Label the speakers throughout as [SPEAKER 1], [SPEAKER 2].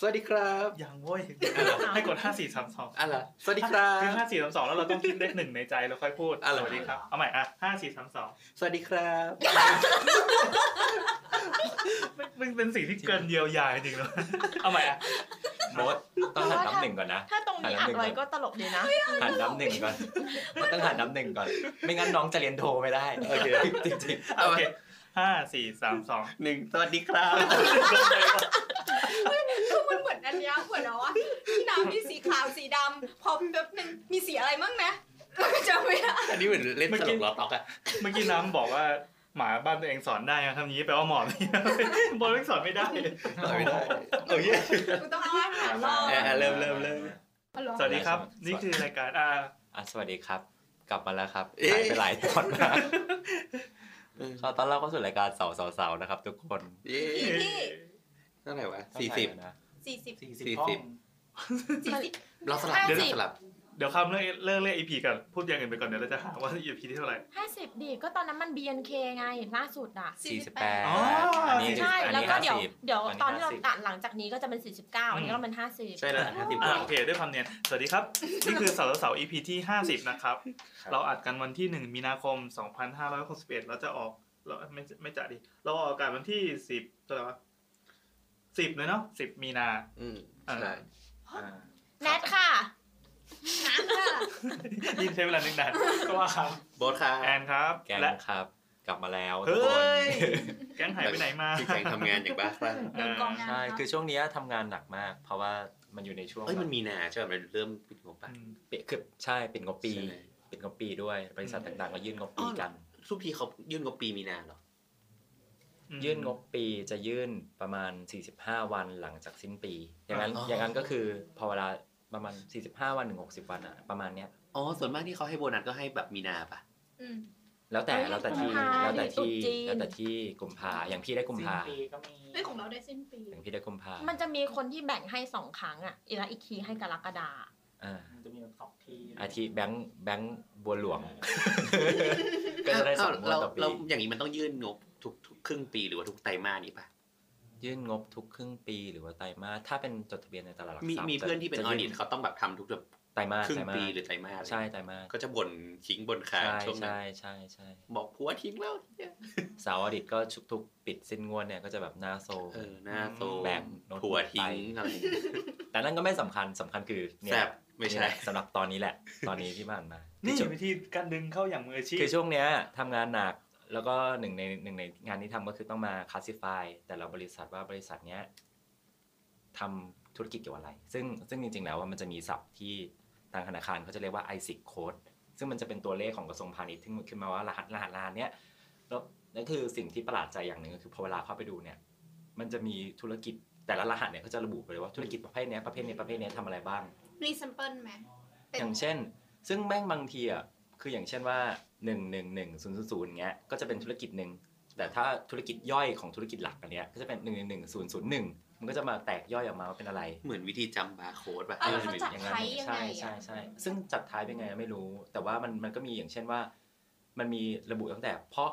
[SPEAKER 1] สวัสดีครับ
[SPEAKER 2] ยังเว้ยให้กดห้าสี่สามสอง
[SPEAKER 1] อ่ะเหรอสวัสดีครั
[SPEAKER 2] คือบ ห้าสี่สามสองแล้วเราต้องคิดเลขหนึ่งในใจแล้วค่อยพูด
[SPEAKER 1] อะไร
[SPEAKER 2] สวัสดีครับ เอาใหม่อ่ะห้าสี่สามสอง
[SPEAKER 1] สวัสดีครับ
[SPEAKER 2] มันเป็นสิ่งที่เกินเยียวยาจริงๆเลย เอาใหม่อ่ะ
[SPEAKER 3] โบทต้องหันน้ำหนึ่งก่อนนะ
[SPEAKER 4] ถ้าตรงนี้อัดไว้ก็ตลกดีนะ
[SPEAKER 3] หันน้ำหนึ่ง ก่อน มันต้องหันน้ำหนึ่งก่อน ไม่งั้นน้องจะเรียนโทไม่ได้
[SPEAKER 1] โอเค
[SPEAKER 3] จริง
[SPEAKER 2] โอเคห้าสี่สามสอง
[SPEAKER 1] หนึ่งสวัสดีครับ
[SPEAKER 5] คือมันเหมือนอันเนี้ยเหมือนเนาะว่าที่น้ำมีสีขาวสีดำพอแป๊บนึงมีสีอะไรมั่ง นะจำไม่ได้
[SPEAKER 1] อันนี้เหมือนเล่นตลกล้อตอกอะ
[SPEAKER 2] เมื่อกี้น้ำบอกว่าหมาบ้านตัวเองสอนได้นะทำอย่างนี้แปลว่า หมอนบอลไม่สอนไม่ได้
[SPEAKER 1] ต่อยไม่ได้ โอ เค
[SPEAKER 5] กูต้องเอาอาหารรอ
[SPEAKER 1] เอออ่ะเริ่มเริ่มเริ่ม
[SPEAKER 2] สวัสดีครับ นี่คือรายการอ่า
[SPEAKER 3] ๆอ่ะสวัสดีครับ กลับมาแล้วครับ
[SPEAKER 1] เอ๊ะ
[SPEAKER 3] หายไปหลายตอนมากขอต้อนรับเข้าสู่รายการเสาเสาๆๆนะครับ ทุกคน
[SPEAKER 1] เย้เท่าไหร่วะสี่สิบ
[SPEAKER 3] นะ
[SPEAKER 5] สี่สิบสี่
[SPEAKER 1] สี่สิบ
[SPEAKER 5] สิบ
[SPEAKER 1] เราสลับเรื่องสลับ
[SPEAKER 2] เดี๋ยวคำเรื่องเรื่องเรื่อง EP ก่อนพูดอย่างอื่นไปก่อนเดี๋ยวเราจะหาว่า EP ที่เท่าไหร่
[SPEAKER 4] ห้าสิบดีก็ตอนนั้นมัน BNK ไงล่าสุดอ่ะ
[SPEAKER 3] สี่สิบแปด
[SPEAKER 2] อ๋ออั
[SPEAKER 3] อันนี้
[SPEAKER 4] ใช่
[SPEAKER 3] อัน
[SPEAKER 4] แล้ว
[SPEAKER 3] นี้
[SPEAKER 4] ก็
[SPEAKER 3] ห้า
[SPEAKER 4] เดี๋ยว
[SPEAKER 3] สิบ
[SPEAKER 4] เดี๋ยว
[SPEAKER 3] ต
[SPEAKER 4] ต
[SPEAKER 3] อ
[SPEAKER 4] อน น
[SPEAKER 3] นี้
[SPEAKER 4] ที่เรา
[SPEAKER 3] ห้าสิบ
[SPEAKER 4] ตัดหลังจากนี้ก็จะเป็น 49อันนี้ก็เป็น 50
[SPEAKER 1] ใช่แล้วห้าสิบ
[SPEAKER 2] อ่าโอเคด้วยความเนียนสวัสดีครับ นี่คือเสาร์เสาร์ EP ที่ 50 นะครับ
[SPEAKER 3] ครับ
[SPEAKER 2] เราอัดกันวันที่ 1 มีนาคม 2561เราจะออกเราไม่ไม่จะดิเราออกอากาศวันที่ 10เท่าไหร่วะ10เลยเนาะ10 มีนา
[SPEAKER 1] อืม
[SPEAKER 2] อ่า
[SPEAKER 1] ใช่
[SPEAKER 3] อ่า
[SPEAKER 4] แนทค่ะ
[SPEAKER 5] น้ำค่ะ
[SPEAKER 2] ยิ่งใช้เวลานึงนานก็ว่าครับ
[SPEAKER 1] โบทครับ
[SPEAKER 2] แอนครับ
[SPEAKER 3] แกง
[SPEAKER 2] และ
[SPEAKER 3] ครับ กลับมาแล้วทุก
[SPEAKER 2] เฮ้ย
[SPEAKER 3] คน
[SPEAKER 2] แก๊งหายไปไหนมา
[SPEAKER 1] พี่แจงทำงานอย่างบ้าคลั่ง
[SPEAKER 5] โดนกองงาน
[SPEAKER 3] ใช่คือช่วงเนี้ยทำงานหนักมาก เพราะว่ามันอยู่ในช่วง
[SPEAKER 1] เอ้ยมันมีนาใช่ไหมมันเริ่มปิดงบปะ
[SPEAKER 2] อืม
[SPEAKER 3] ปิดคือใช่ปิดงบปี
[SPEAKER 1] ใช่ไหม
[SPEAKER 3] ปิดงบปีด้วยบริษัทต่างๆก็ยื่นงบปี
[SPEAKER 1] อ๋อเหรอ
[SPEAKER 3] กัน
[SPEAKER 1] ทุกทีเขายื่นงบปีมีนาเหรอ
[SPEAKER 3] ยื่นงบปีจะยื่นประมาณ 45 วันหลังจากสิ้นปี อย่างนั้นอย่างนั้นก็คือพอเวลาประมาณ 45 วันถึง60 วันอะประมาณเนี้ย
[SPEAKER 1] อ๋อส่วนมากที่เขาให้โบนัสก็ให้แบบมีนาปะ
[SPEAKER 5] อืม
[SPEAKER 3] แล้วแต่
[SPEAKER 4] เอ้ย
[SPEAKER 3] แล้วแต่ที่
[SPEAKER 4] กุมภา
[SPEAKER 3] แล้วแต่
[SPEAKER 4] หรือตุ๊
[SPEAKER 3] ที่
[SPEAKER 4] กจีน
[SPEAKER 3] แล้วแต่ที่กุมภาอย่างพี่ได้กุมภา
[SPEAKER 5] เรื่องของเราได้สิ้นปี
[SPEAKER 3] อย่างพี่ได้กุมภา
[SPEAKER 4] มันจะมีคนที่แบ่งให้สองครั้งอ่ะอีกแล้วอีกทีให้กรกฎา
[SPEAKER 3] อ่า
[SPEAKER 6] จะมีแบบสองที
[SPEAKER 3] อาทิแบงค์แบงค์บัวหลว ง ก็จะได้สองงวด
[SPEAKER 1] เรา
[SPEAKER 3] ต่อปี
[SPEAKER 1] เราอย่างนี้มันต้องยื่นงบทุกทุกครึ่งปีหรือว่าทุกไตรมาสนี้ปะ
[SPEAKER 3] ยื่นงบทุกครึ่งปีหรือว่าไตรมาสถ้าเป็นจดทะเบียนในตลาดหลักท
[SPEAKER 1] มี
[SPEAKER 3] รัพย์
[SPEAKER 1] มีเพื่อนที่เป็นอ
[SPEAKER 3] จะ
[SPEAKER 1] อดิ
[SPEAKER 3] ยื่
[SPEAKER 1] ตเขาต้องแบบทำทุกแบบ
[SPEAKER 3] ไตรมาส
[SPEAKER 1] ครึ่ง
[SPEAKER 3] ไตรมา
[SPEAKER 1] ปี
[SPEAKER 3] ส
[SPEAKER 1] หรือไตรมาส
[SPEAKER 3] ใช่ไตรมาส
[SPEAKER 1] ก็จะบ่นขิงบ่นขาย
[SPEAKER 3] ใช่
[SPEAKER 1] ช่วงนั้น
[SPEAKER 3] ใช่ใช่ใช่
[SPEAKER 1] บอกผัวทิ้งแล้วเนี่ย
[SPEAKER 3] เสาร์อาทิตย์ก็ทุกๆปิดสิ้นงวดเนี่ยก็จะแบบหน้าโซ
[SPEAKER 1] เออหน้าโซ
[SPEAKER 3] แบกโน้ต
[SPEAKER 1] ผัวทิ้ง
[SPEAKER 3] ไป
[SPEAKER 1] อะไร
[SPEAKER 3] แต่นั่นก็ไม่สำคัญสำคัญคือเนี่
[SPEAKER 1] แซ
[SPEAKER 3] ย
[SPEAKER 1] บไม่ใช่
[SPEAKER 3] นี่แหละสำหรับตอนนี้แหละ ตอนนี้ที่ผ่านมา
[SPEAKER 2] นี่
[SPEAKER 3] คือช่วง
[SPEAKER 2] วิธีการดึงเข้าอย่างมืออาชีพ
[SPEAKER 3] คือช่วงเนี้ยทำงานหนักแล้วก็หนึ่งในหนึ่งในงานที่ทำก็คือต้องมาคลาสสิฟายแต่ละบริษัทว่าบริษัทเนี้ยทำธุรกิจเกี่ยวอะไร ซึ่งซึ่งจริงๆแล้วว่ามันจะมีศัพท์ที่ทางธนาคารเขาจะเรียกว่า ISIC code ซึ่งมันจะเป็นตัวเลขของกระทรวงพาณิชย์ที่ขึ้นมาว่ารหัสรหัสรหัสเนี้ยแล้วนั่นคือสิ่งที่ประหลาดใจอย่างหนึ่งก็คือพอเวลาเข้าไปดูเนี่ย มันจะมีธุรกิจแต่ละรหัสเนี่ยเขาจะระบุไปเลยว่าธุรกิจประเภทเนี้ยประเภทเนี้ยประเภทเนี้ยทำอะไรบ้าง
[SPEAKER 5] รีแซมเปิลไหมเป็น
[SPEAKER 3] อย่างเช่น ซึ่งแม่งบางทีอ่ะ คืออย่างเช่นว่า1 1 1 0 0 0เงี้ย ก็จะเป็นธุรกิจหนึ่ง แต่ถ้าธุรกิจย่อยของธุรกิจหลักอันเนี้ย ก็จะเป็น1 1 1 0 0 1 มันก็จะมาแตกย่อยออกมาว่าเป็นอะไร
[SPEAKER 1] เหมือนวิธีจำบาร์โค้ดป่ะ
[SPEAKER 5] เออแล้ว
[SPEAKER 1] เออ
[SPEAKER 5] เขาจัด
[SPEAKER 3] อย่าง
[SPEAKER 5] ไทยยัง
[SPEAKER 3] ใช่
[SPEAKER 5] ไง
[SPEAKER 3] ใช่
[SPEAKER 5] อ่ะ
[SPEAKER 3] ใช่ ซึ่งจัดท้ายเป็นไงไม่รู้ แต่ว่ามันมันก็มีอย่างเช่นว่า มันมีระบุตั้งแต่เพาะ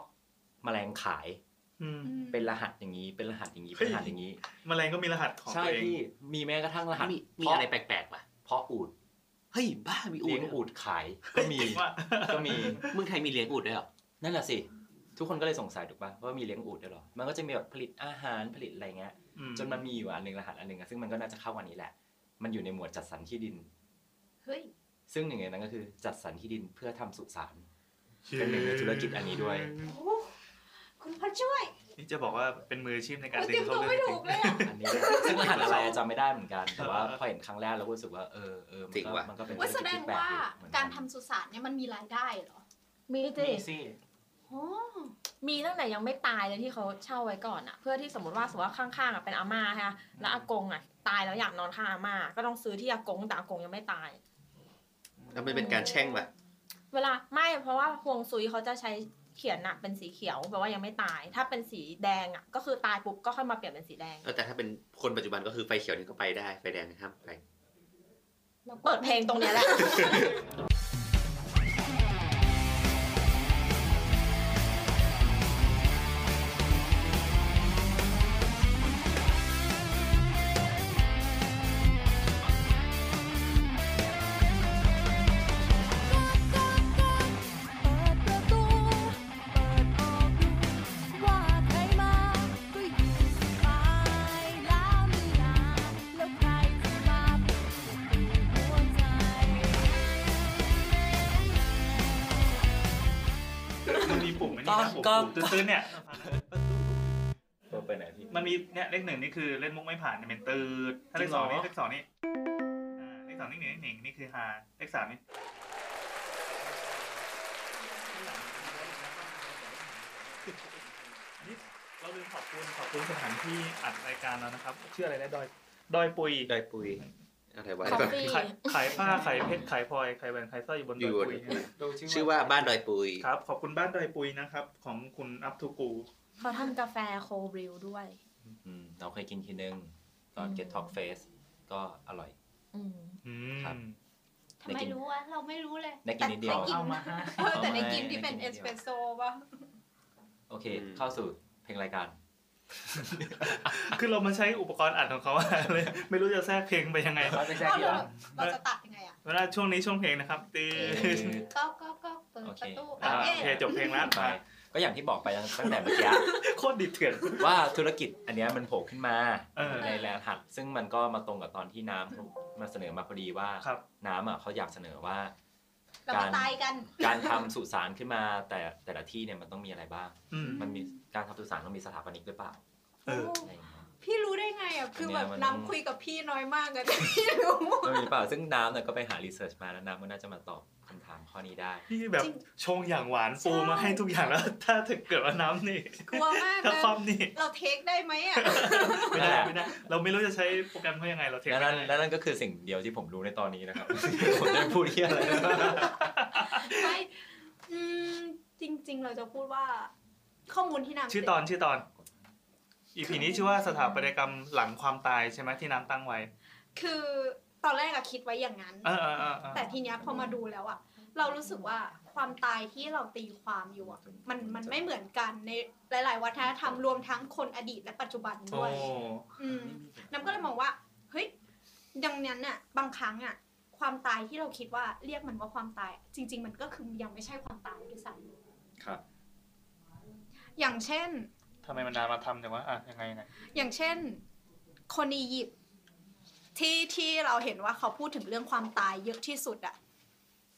[SPEAKER 3] แมลงขาย
[SPEAKER 2] ม
[SPEAKER 5] อืม
[SPEAKER 3] เป็นรหัสอย่างนี้ เป็นรหัสอย่างนี้ เป็นรหัสอย่างนี้
[SPEAKER 2] แมลงก็มีรหัสของ
[SPEAKER 3] ใช่
[SPEAKER 2] ตัวเอง
[SPEAKER 3] พี่มีแม้กระทั่งรหัส
[SPEAKER 1] มีมี
[SPEAKER 3] เพา
[SPEAKER 1] อะไรแปลกๆป่ะ
[SPEAKER 3] เพาะอูด
[SPEAKER 1] เฮ้ยบ้ามีอู
[SPEAKER 3] เลี้
[SPEAKER 1] ด
[SPEAKER 3] ยง
[SPEAKER 1] ด้วยเหรอ
[SPEAKER 3] อูดขาย ก็มี
[SPEAKER 2] ว่า
[SPEAKER 3] ก็มี
[SPEAKER 1] เมืองไทยมีเลี้ยงอูดด้วยเหรอ
[SPEAKER 3] นั่นแหละสิ ทุกคนก็เลยสงสัยถูกป่ะว่ามีเลี้ยงอูดด้วยเหรอ มันก็จะมีแบบผลิตอาหารผลิตอะไรเงี้ย
[SPEAKER 2] อื
[SPEAKER 3] จนมันมีอยู่อันหนึ่งรหัสอันหนึ่งอะซึ่งมันก็น่าจะเข้าวันนี้แหละ มันอยู่ในหมวดจัดสรรที่ดิน
[SPEAKER 5] เฮ้ย
[SPEAKER 3] ซึ่งหนึ่งในนั้นก็คือจัดสรรที่ดินเพื่อทำสุสาน เป็นหนึ่งในธุรกิจอันนี้ด้วย
[SPEAKER 5] โอ้โหคุณพระช่วย
[SPEAKER 2] นี่จะบอกว่าเป็นมืออาชีพในการ
[SPEAKER 5] เรา
[SPEAKER 2] ดึ
[SPEAKER 5] เตรี
[SPEAKER 2] ง
[SPEAKER 5] ยม
[SPEAKER 2] เข้า
[SPEAKER 5] ตัว
[SPEAKER 2] เรื่องจริง
[SPEAKER 5] ไม่ถูกเลยอ่ะ
[SPEAKER 3] อันนี้แหละซึ่งรหัสอะไรจำไม่ได้เหมือนกัน แต่ว่าพอเห็นครั้งแรกเราก็รู้สึกว่าเออเออมันก็มันก็เป็นธุรกิ
[SPEAKER 5] ว่า
[SPEAKER 3] จ
[SPEAKER 5] แสดง
[SPEAKER 3] ที่แปลก
[SPEAKER 5] ว่า
[SPEAKER 3] ดีเหมือนน
[SPEAKER 5] การทำสุสานเนี่ยมันมีรายได้เหรอ
[SPEAKER 4] มีสิ
[SPEAKER 6] นี่สิ
[SPEAKER 5] โอ้
[SPEAKER 4] มีตั้งแต่ยังไม่ตายเลยที่เขาเช่าไว้ก่อนอ่ะ เพื่อที่สมมติว่าสมมติว่าข้างๆอะเป็นอาม่าฮะแล้วอากงอ่ะตายแล้วอยากนอนข้างอาม่าก็ต้องซื้อที่อากงแต่อากงยังไม่ตาย
[SPEAKER 1] แล้วมันเป็นการแช่งป่ะ
[SPEAKER 4] เวลาไม่เพราะว่าฮวงซุยเขาจะใช้เขียนอะเป็นสีเขียวแปลว่ายังไม่ตาย ถ้าเป็นสีแดงอะก็คือตายปุ๊บก็ค่อยมาเปลี่ยนเป็นสีแดง
[SPEAKER 1] เออแต่ถ้าเป็นคนปัจจุบันก็คือไฟเขียวนี่ก็ไปได้ไฟแดงห้ามไป
[SPEAKER 4] เปิดเพลงตรงเนี้ยแหละ
[SPEAKER 3] เ
[SPEAKER 2] มีปุ่มไอ้นี่นะ
[SPEAKER 3] ก็
[SPEAKER 2] ปุ่มตื้นๆเนี่ย
[SPEAKER 3] ตัวไปไหนพี่
[SPEAKER 2] มันมีเนี่ยเลขหนึ่งนี่คือเล่นมุกไม่ผ่านเนี่ยเป็นตืดถ้าเลขสองนี่เลขสองนี่อ่าเลขสองนี่หนึ่งหนึ่งนี่คือฮาเลขสามนี่อันนี้เราลืมขอบคุณขอบคุณสถานที่อัดรายการเรานะครับชื่ออะไรนะดอยดอยปุย
[SPEAKER 1] ได้ปุยอะไรวะ
[SPEAKER 7] Coffee
[SPEAKER 2] ขายขายผ้าขายเพชรขายพลอยขายแหวนขายสร้อยอยู่บนดอยปุย
[SPEAKER 1] อยู่บนดอยปุย
[SPEAKER 2] ดู
[SPEAKER 1] ชื่อว่าบ้านดอยปุย
[SPEAKER 2] ครับ ขอบคุณบ้านดอยปุยนะครับ ของคุณอัพทูกู
[SPEAKER 7] เขาทำกาแฟโคบริวด้วย
[SPEAKER 3] อืมเราเคยกินทีนึงตอน
[SPEAKER 7] อืม
[SPEAKER 3] Get Talk Face ก็อร่อย
[SPEAKER 7] อืม
[SPEAKER 2] อื
[SPEAKER 3] ครับ
[SPEAKER 2] ม
[SPEAKER 5] ทำไมรู้วะเราไม่รู้เลย
[SPEAKER 3] ได้กินนิดเดียว
[SPEAKER 5] แต่ได้กิน
[SPEAKER 2] เอามาให้
[SPEAKER 5] เออแต่ใน
[SPEAKER 3] เอาไว้
[SPEAKER 5] กินที่เป็น
[SPEAKER 3] ในกิน
[SPEAKER 5] เอสเปรสโซ่ป่ะ
[SPEAKER 3] โอเค
[SPEAKER 1] อืม
[SPEAKER 3] เข้าสู่เพลงรายการ
[SPEAKER 2] คือเรามาใช้อุปกรณ์อัดของเขาอะ เลย ไม่รู้จะแทรกเพลงไปยังไง
[SPEAKER 3] เราจะแจ้ง
[SPEAKER 5] เอา
[SPEAKER 3] ดี
[SPEAKER 5] เหร
[SPEAKER 3] ก
[SPEAKER 5] อ
[SPEAKER 3] ว่า
[SPEAKER 5] เราจะตัดยังไงอ่ะ
[SPEAKER 2] เวลาช่วงนี้ช่วงเพลงนะครับตี
[SPEAKER 3] เออ
[SPEAKER 5] ก็ก็ก็เปิด
[SPEAKER 3] โอเค
[SPEAKER 5] ประตู
[SPEAKER 2] อ่า
[SPEAKER 5] โอ
[SPEAKER 2] โอ
[SPEAKER 5] เค
[SPEAKER 2] เคจบเพลงแล้ว
[SPEAKER 3] ไป
[SPEAKER 2] มา
[SPEAKER 3] ก็อย่างที่บอก ไปตั้งแต่เมื่อกี้
[SPEAKER 2] โคตรดิบเถื่อน
[SPEAKER 3] ว่าธุรกิจอันเนี้ยมันโผล่ขึ้นมา
[SPEAKER 2] เออ
[SPEAKER 3] ในแลนด์หัด ซึ่งมันก็มาตรงกับตอนที่น้ำเขามาเสนอมาพอดีว่า
[SPEAKER 2] ครับ
[SPEAKER 3] น้ำอ่ะเขาอยากเสนอว่า
[SPEAKER 5] เรามาตายกัน
[SPEAKER 3] การทำสุสานขึ้นมาแต่แต่ละที่เนี่ยมันต้องมีอะไรบ้าง
[SPEAKER 2] อืม
[SPEAKER 3] มันมีการทำสุสานต้องมีสถาปนิกหรือเปล่า
[SPEAKER 2] เออ
[SPEAKER 3] อะไรอย่างเงี้ย
[SPEAKER 5] พี่รู้ได้ไงอ่ะ คือแบบ
[SPEAKER 3] เนี่ยมัน
[SPEAKER 5] น้ำคุยกับพี่น้อยมากอะ แต่พี่รู้
[SPEAKER 3] ต้องมีหรือเปล่าซึ่งน้ำเนี่ยก็ไปหารีเสิร์ชมาแล้วน้ำก็น่าจะมาตอบคำถามข้อนี้ได้
[SPEAKER 2] พี่แบบ
[SPEAKER 5] จริง
[SPEAKER 2] ชงอย่างหวานปูมาให้ทุกอย่างแล้ว ถ้าถึงเกิดว่าน้ำนี่
[SPEAKER 5] กลัวมาก
[SPEAKER 2] ถ้า
[SPEAKER 5] เลย
[SPEAKER 2] ความนี่
[SPEAKER 5] เราเทคได้ไหมอ่ะ
[SPEAKER 2] ไม่ได้ไม่ได้ เราไม่รู้จะใช้โปรแกรมเขายังไงเราเทค
[SPEAKER 3] และ
[SPEAKER 2] ไม่
[SPEAKER 3] นั่นและ
[SPEAKER 2] ได้
[SPEAKER 3] นั่นก็คือสิ่งเดียวที่ผมรู้ในตอนนี้นะครับ ผมจะพูดเที่อะไรนะ
[SPEAKER 5] ไม่อืมจริง ๆ เราจะพูดว่า ข้อมูลที่นำ
[SPEAKER 2] ชื่อตอนชื่อตอน อีพีนี้ชื่อว่าสถาปัตยกรรมหลังความตายใช่ไหมที่น้ำตั้งไว้
[SPEAKER 5] คือตอนแรกอะคิดไว้อย่างนั้น
[SPEAKER 2] เออเออเออเออ
[SPEAKER 5] แต่ทีเนี้ยพอมาดูแล้วอะเรารู้สึกว่าความตายที่เราตีความอยู่อะมันมันไม่เหมือนกันในหลาย ๆ วัฒนธรรมรวมทั้งคนอดีตและปัจจุบัน
[SPEAKER 2] โอ้
[SPEAKER 5] ด้วย อืมน้ำก็เลยมองว่า เฮ้ยดังนั้นน่ะ บางครั้งอ่ะ ความตายที่เราคิดว่าเรียกมันว่าความตาย จริง ๆ มันก็คือยังไม่ใช่ความตายด้วยซ้
[SPEAKER 3] ครับ
[SPEAKER 5] ำอย่างเช่น
[SPEAKER 2] ทำไมมันนานมาทำจังวะอ่ะยังไงยังไง
[SPEAKER 5] อย่างเช่น คนอียิปต์ที่ที่เราเห็นว่าเขาพูดถึงเรื่องความตายเยอะที่สุดอะ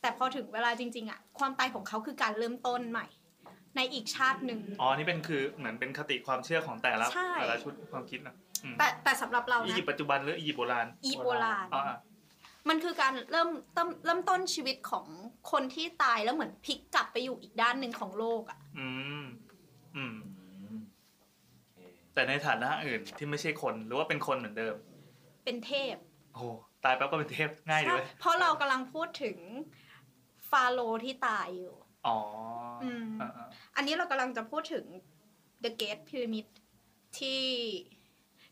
[SPEAKER 5] แต่พอถึงเวลาจริง ๆอะความตายของเขาคือการเริ่มต้นใหม่ ในอีกชาติหนึ่ง
[SPEAKER 2] อ๋อ นี่เป็นคือเหมือนเป็นคติความเชื่อของแต่ละ
[SPEAKER 5] ใช่
[SPEAKER 2] แต่ละชุดความคิดนะอืม
[SPEAKER 5] แต่แต่สำหรับเรา
[SPEAKER 2] อี
[SPEAKER 5] นะ
[SPEAKER 2] ยิปต์ปัจจุบันหรืออียิปต์โบราณ
[SPEAKER 5] อียิปต์โบราณ
[SPEAKER 2] อ๋ออ่ะ
[SPEAKER 5] มันคือการเริ่มต้นเริ่มต้นชีวิตของคนที่ตายแล้วเหมือนพลิกกลับไปอยู่อีกด้านหนึ่งของโลกอะ
[SPEAKER 2] อืม อืม
[SPEAKER 3] อืมโอเค
[SPEAKER 2] แต่ในฐานะอื่นที่ไม่ใช่คนหรือว่าเป็นคนเหมือนเดิม
[SPEAKER 5] เป็นเทพ
[SPEAKER 2] โอ้โหตายแป๊บก็เป็นเทพง่ายดีเลย
[SPEAKER 5] เพราะเรากำลังพูดถึงฟาโรห์ที่ตายอยู่
[SPEAKER 2] อ๋ออ
[SPEAKER 5] ม
[SPEAKER 2] อ่ะอ่ะ
[SPEAKER 5] อันนี้เรากำลังจะพูดถึง The Gate Pyramid ที่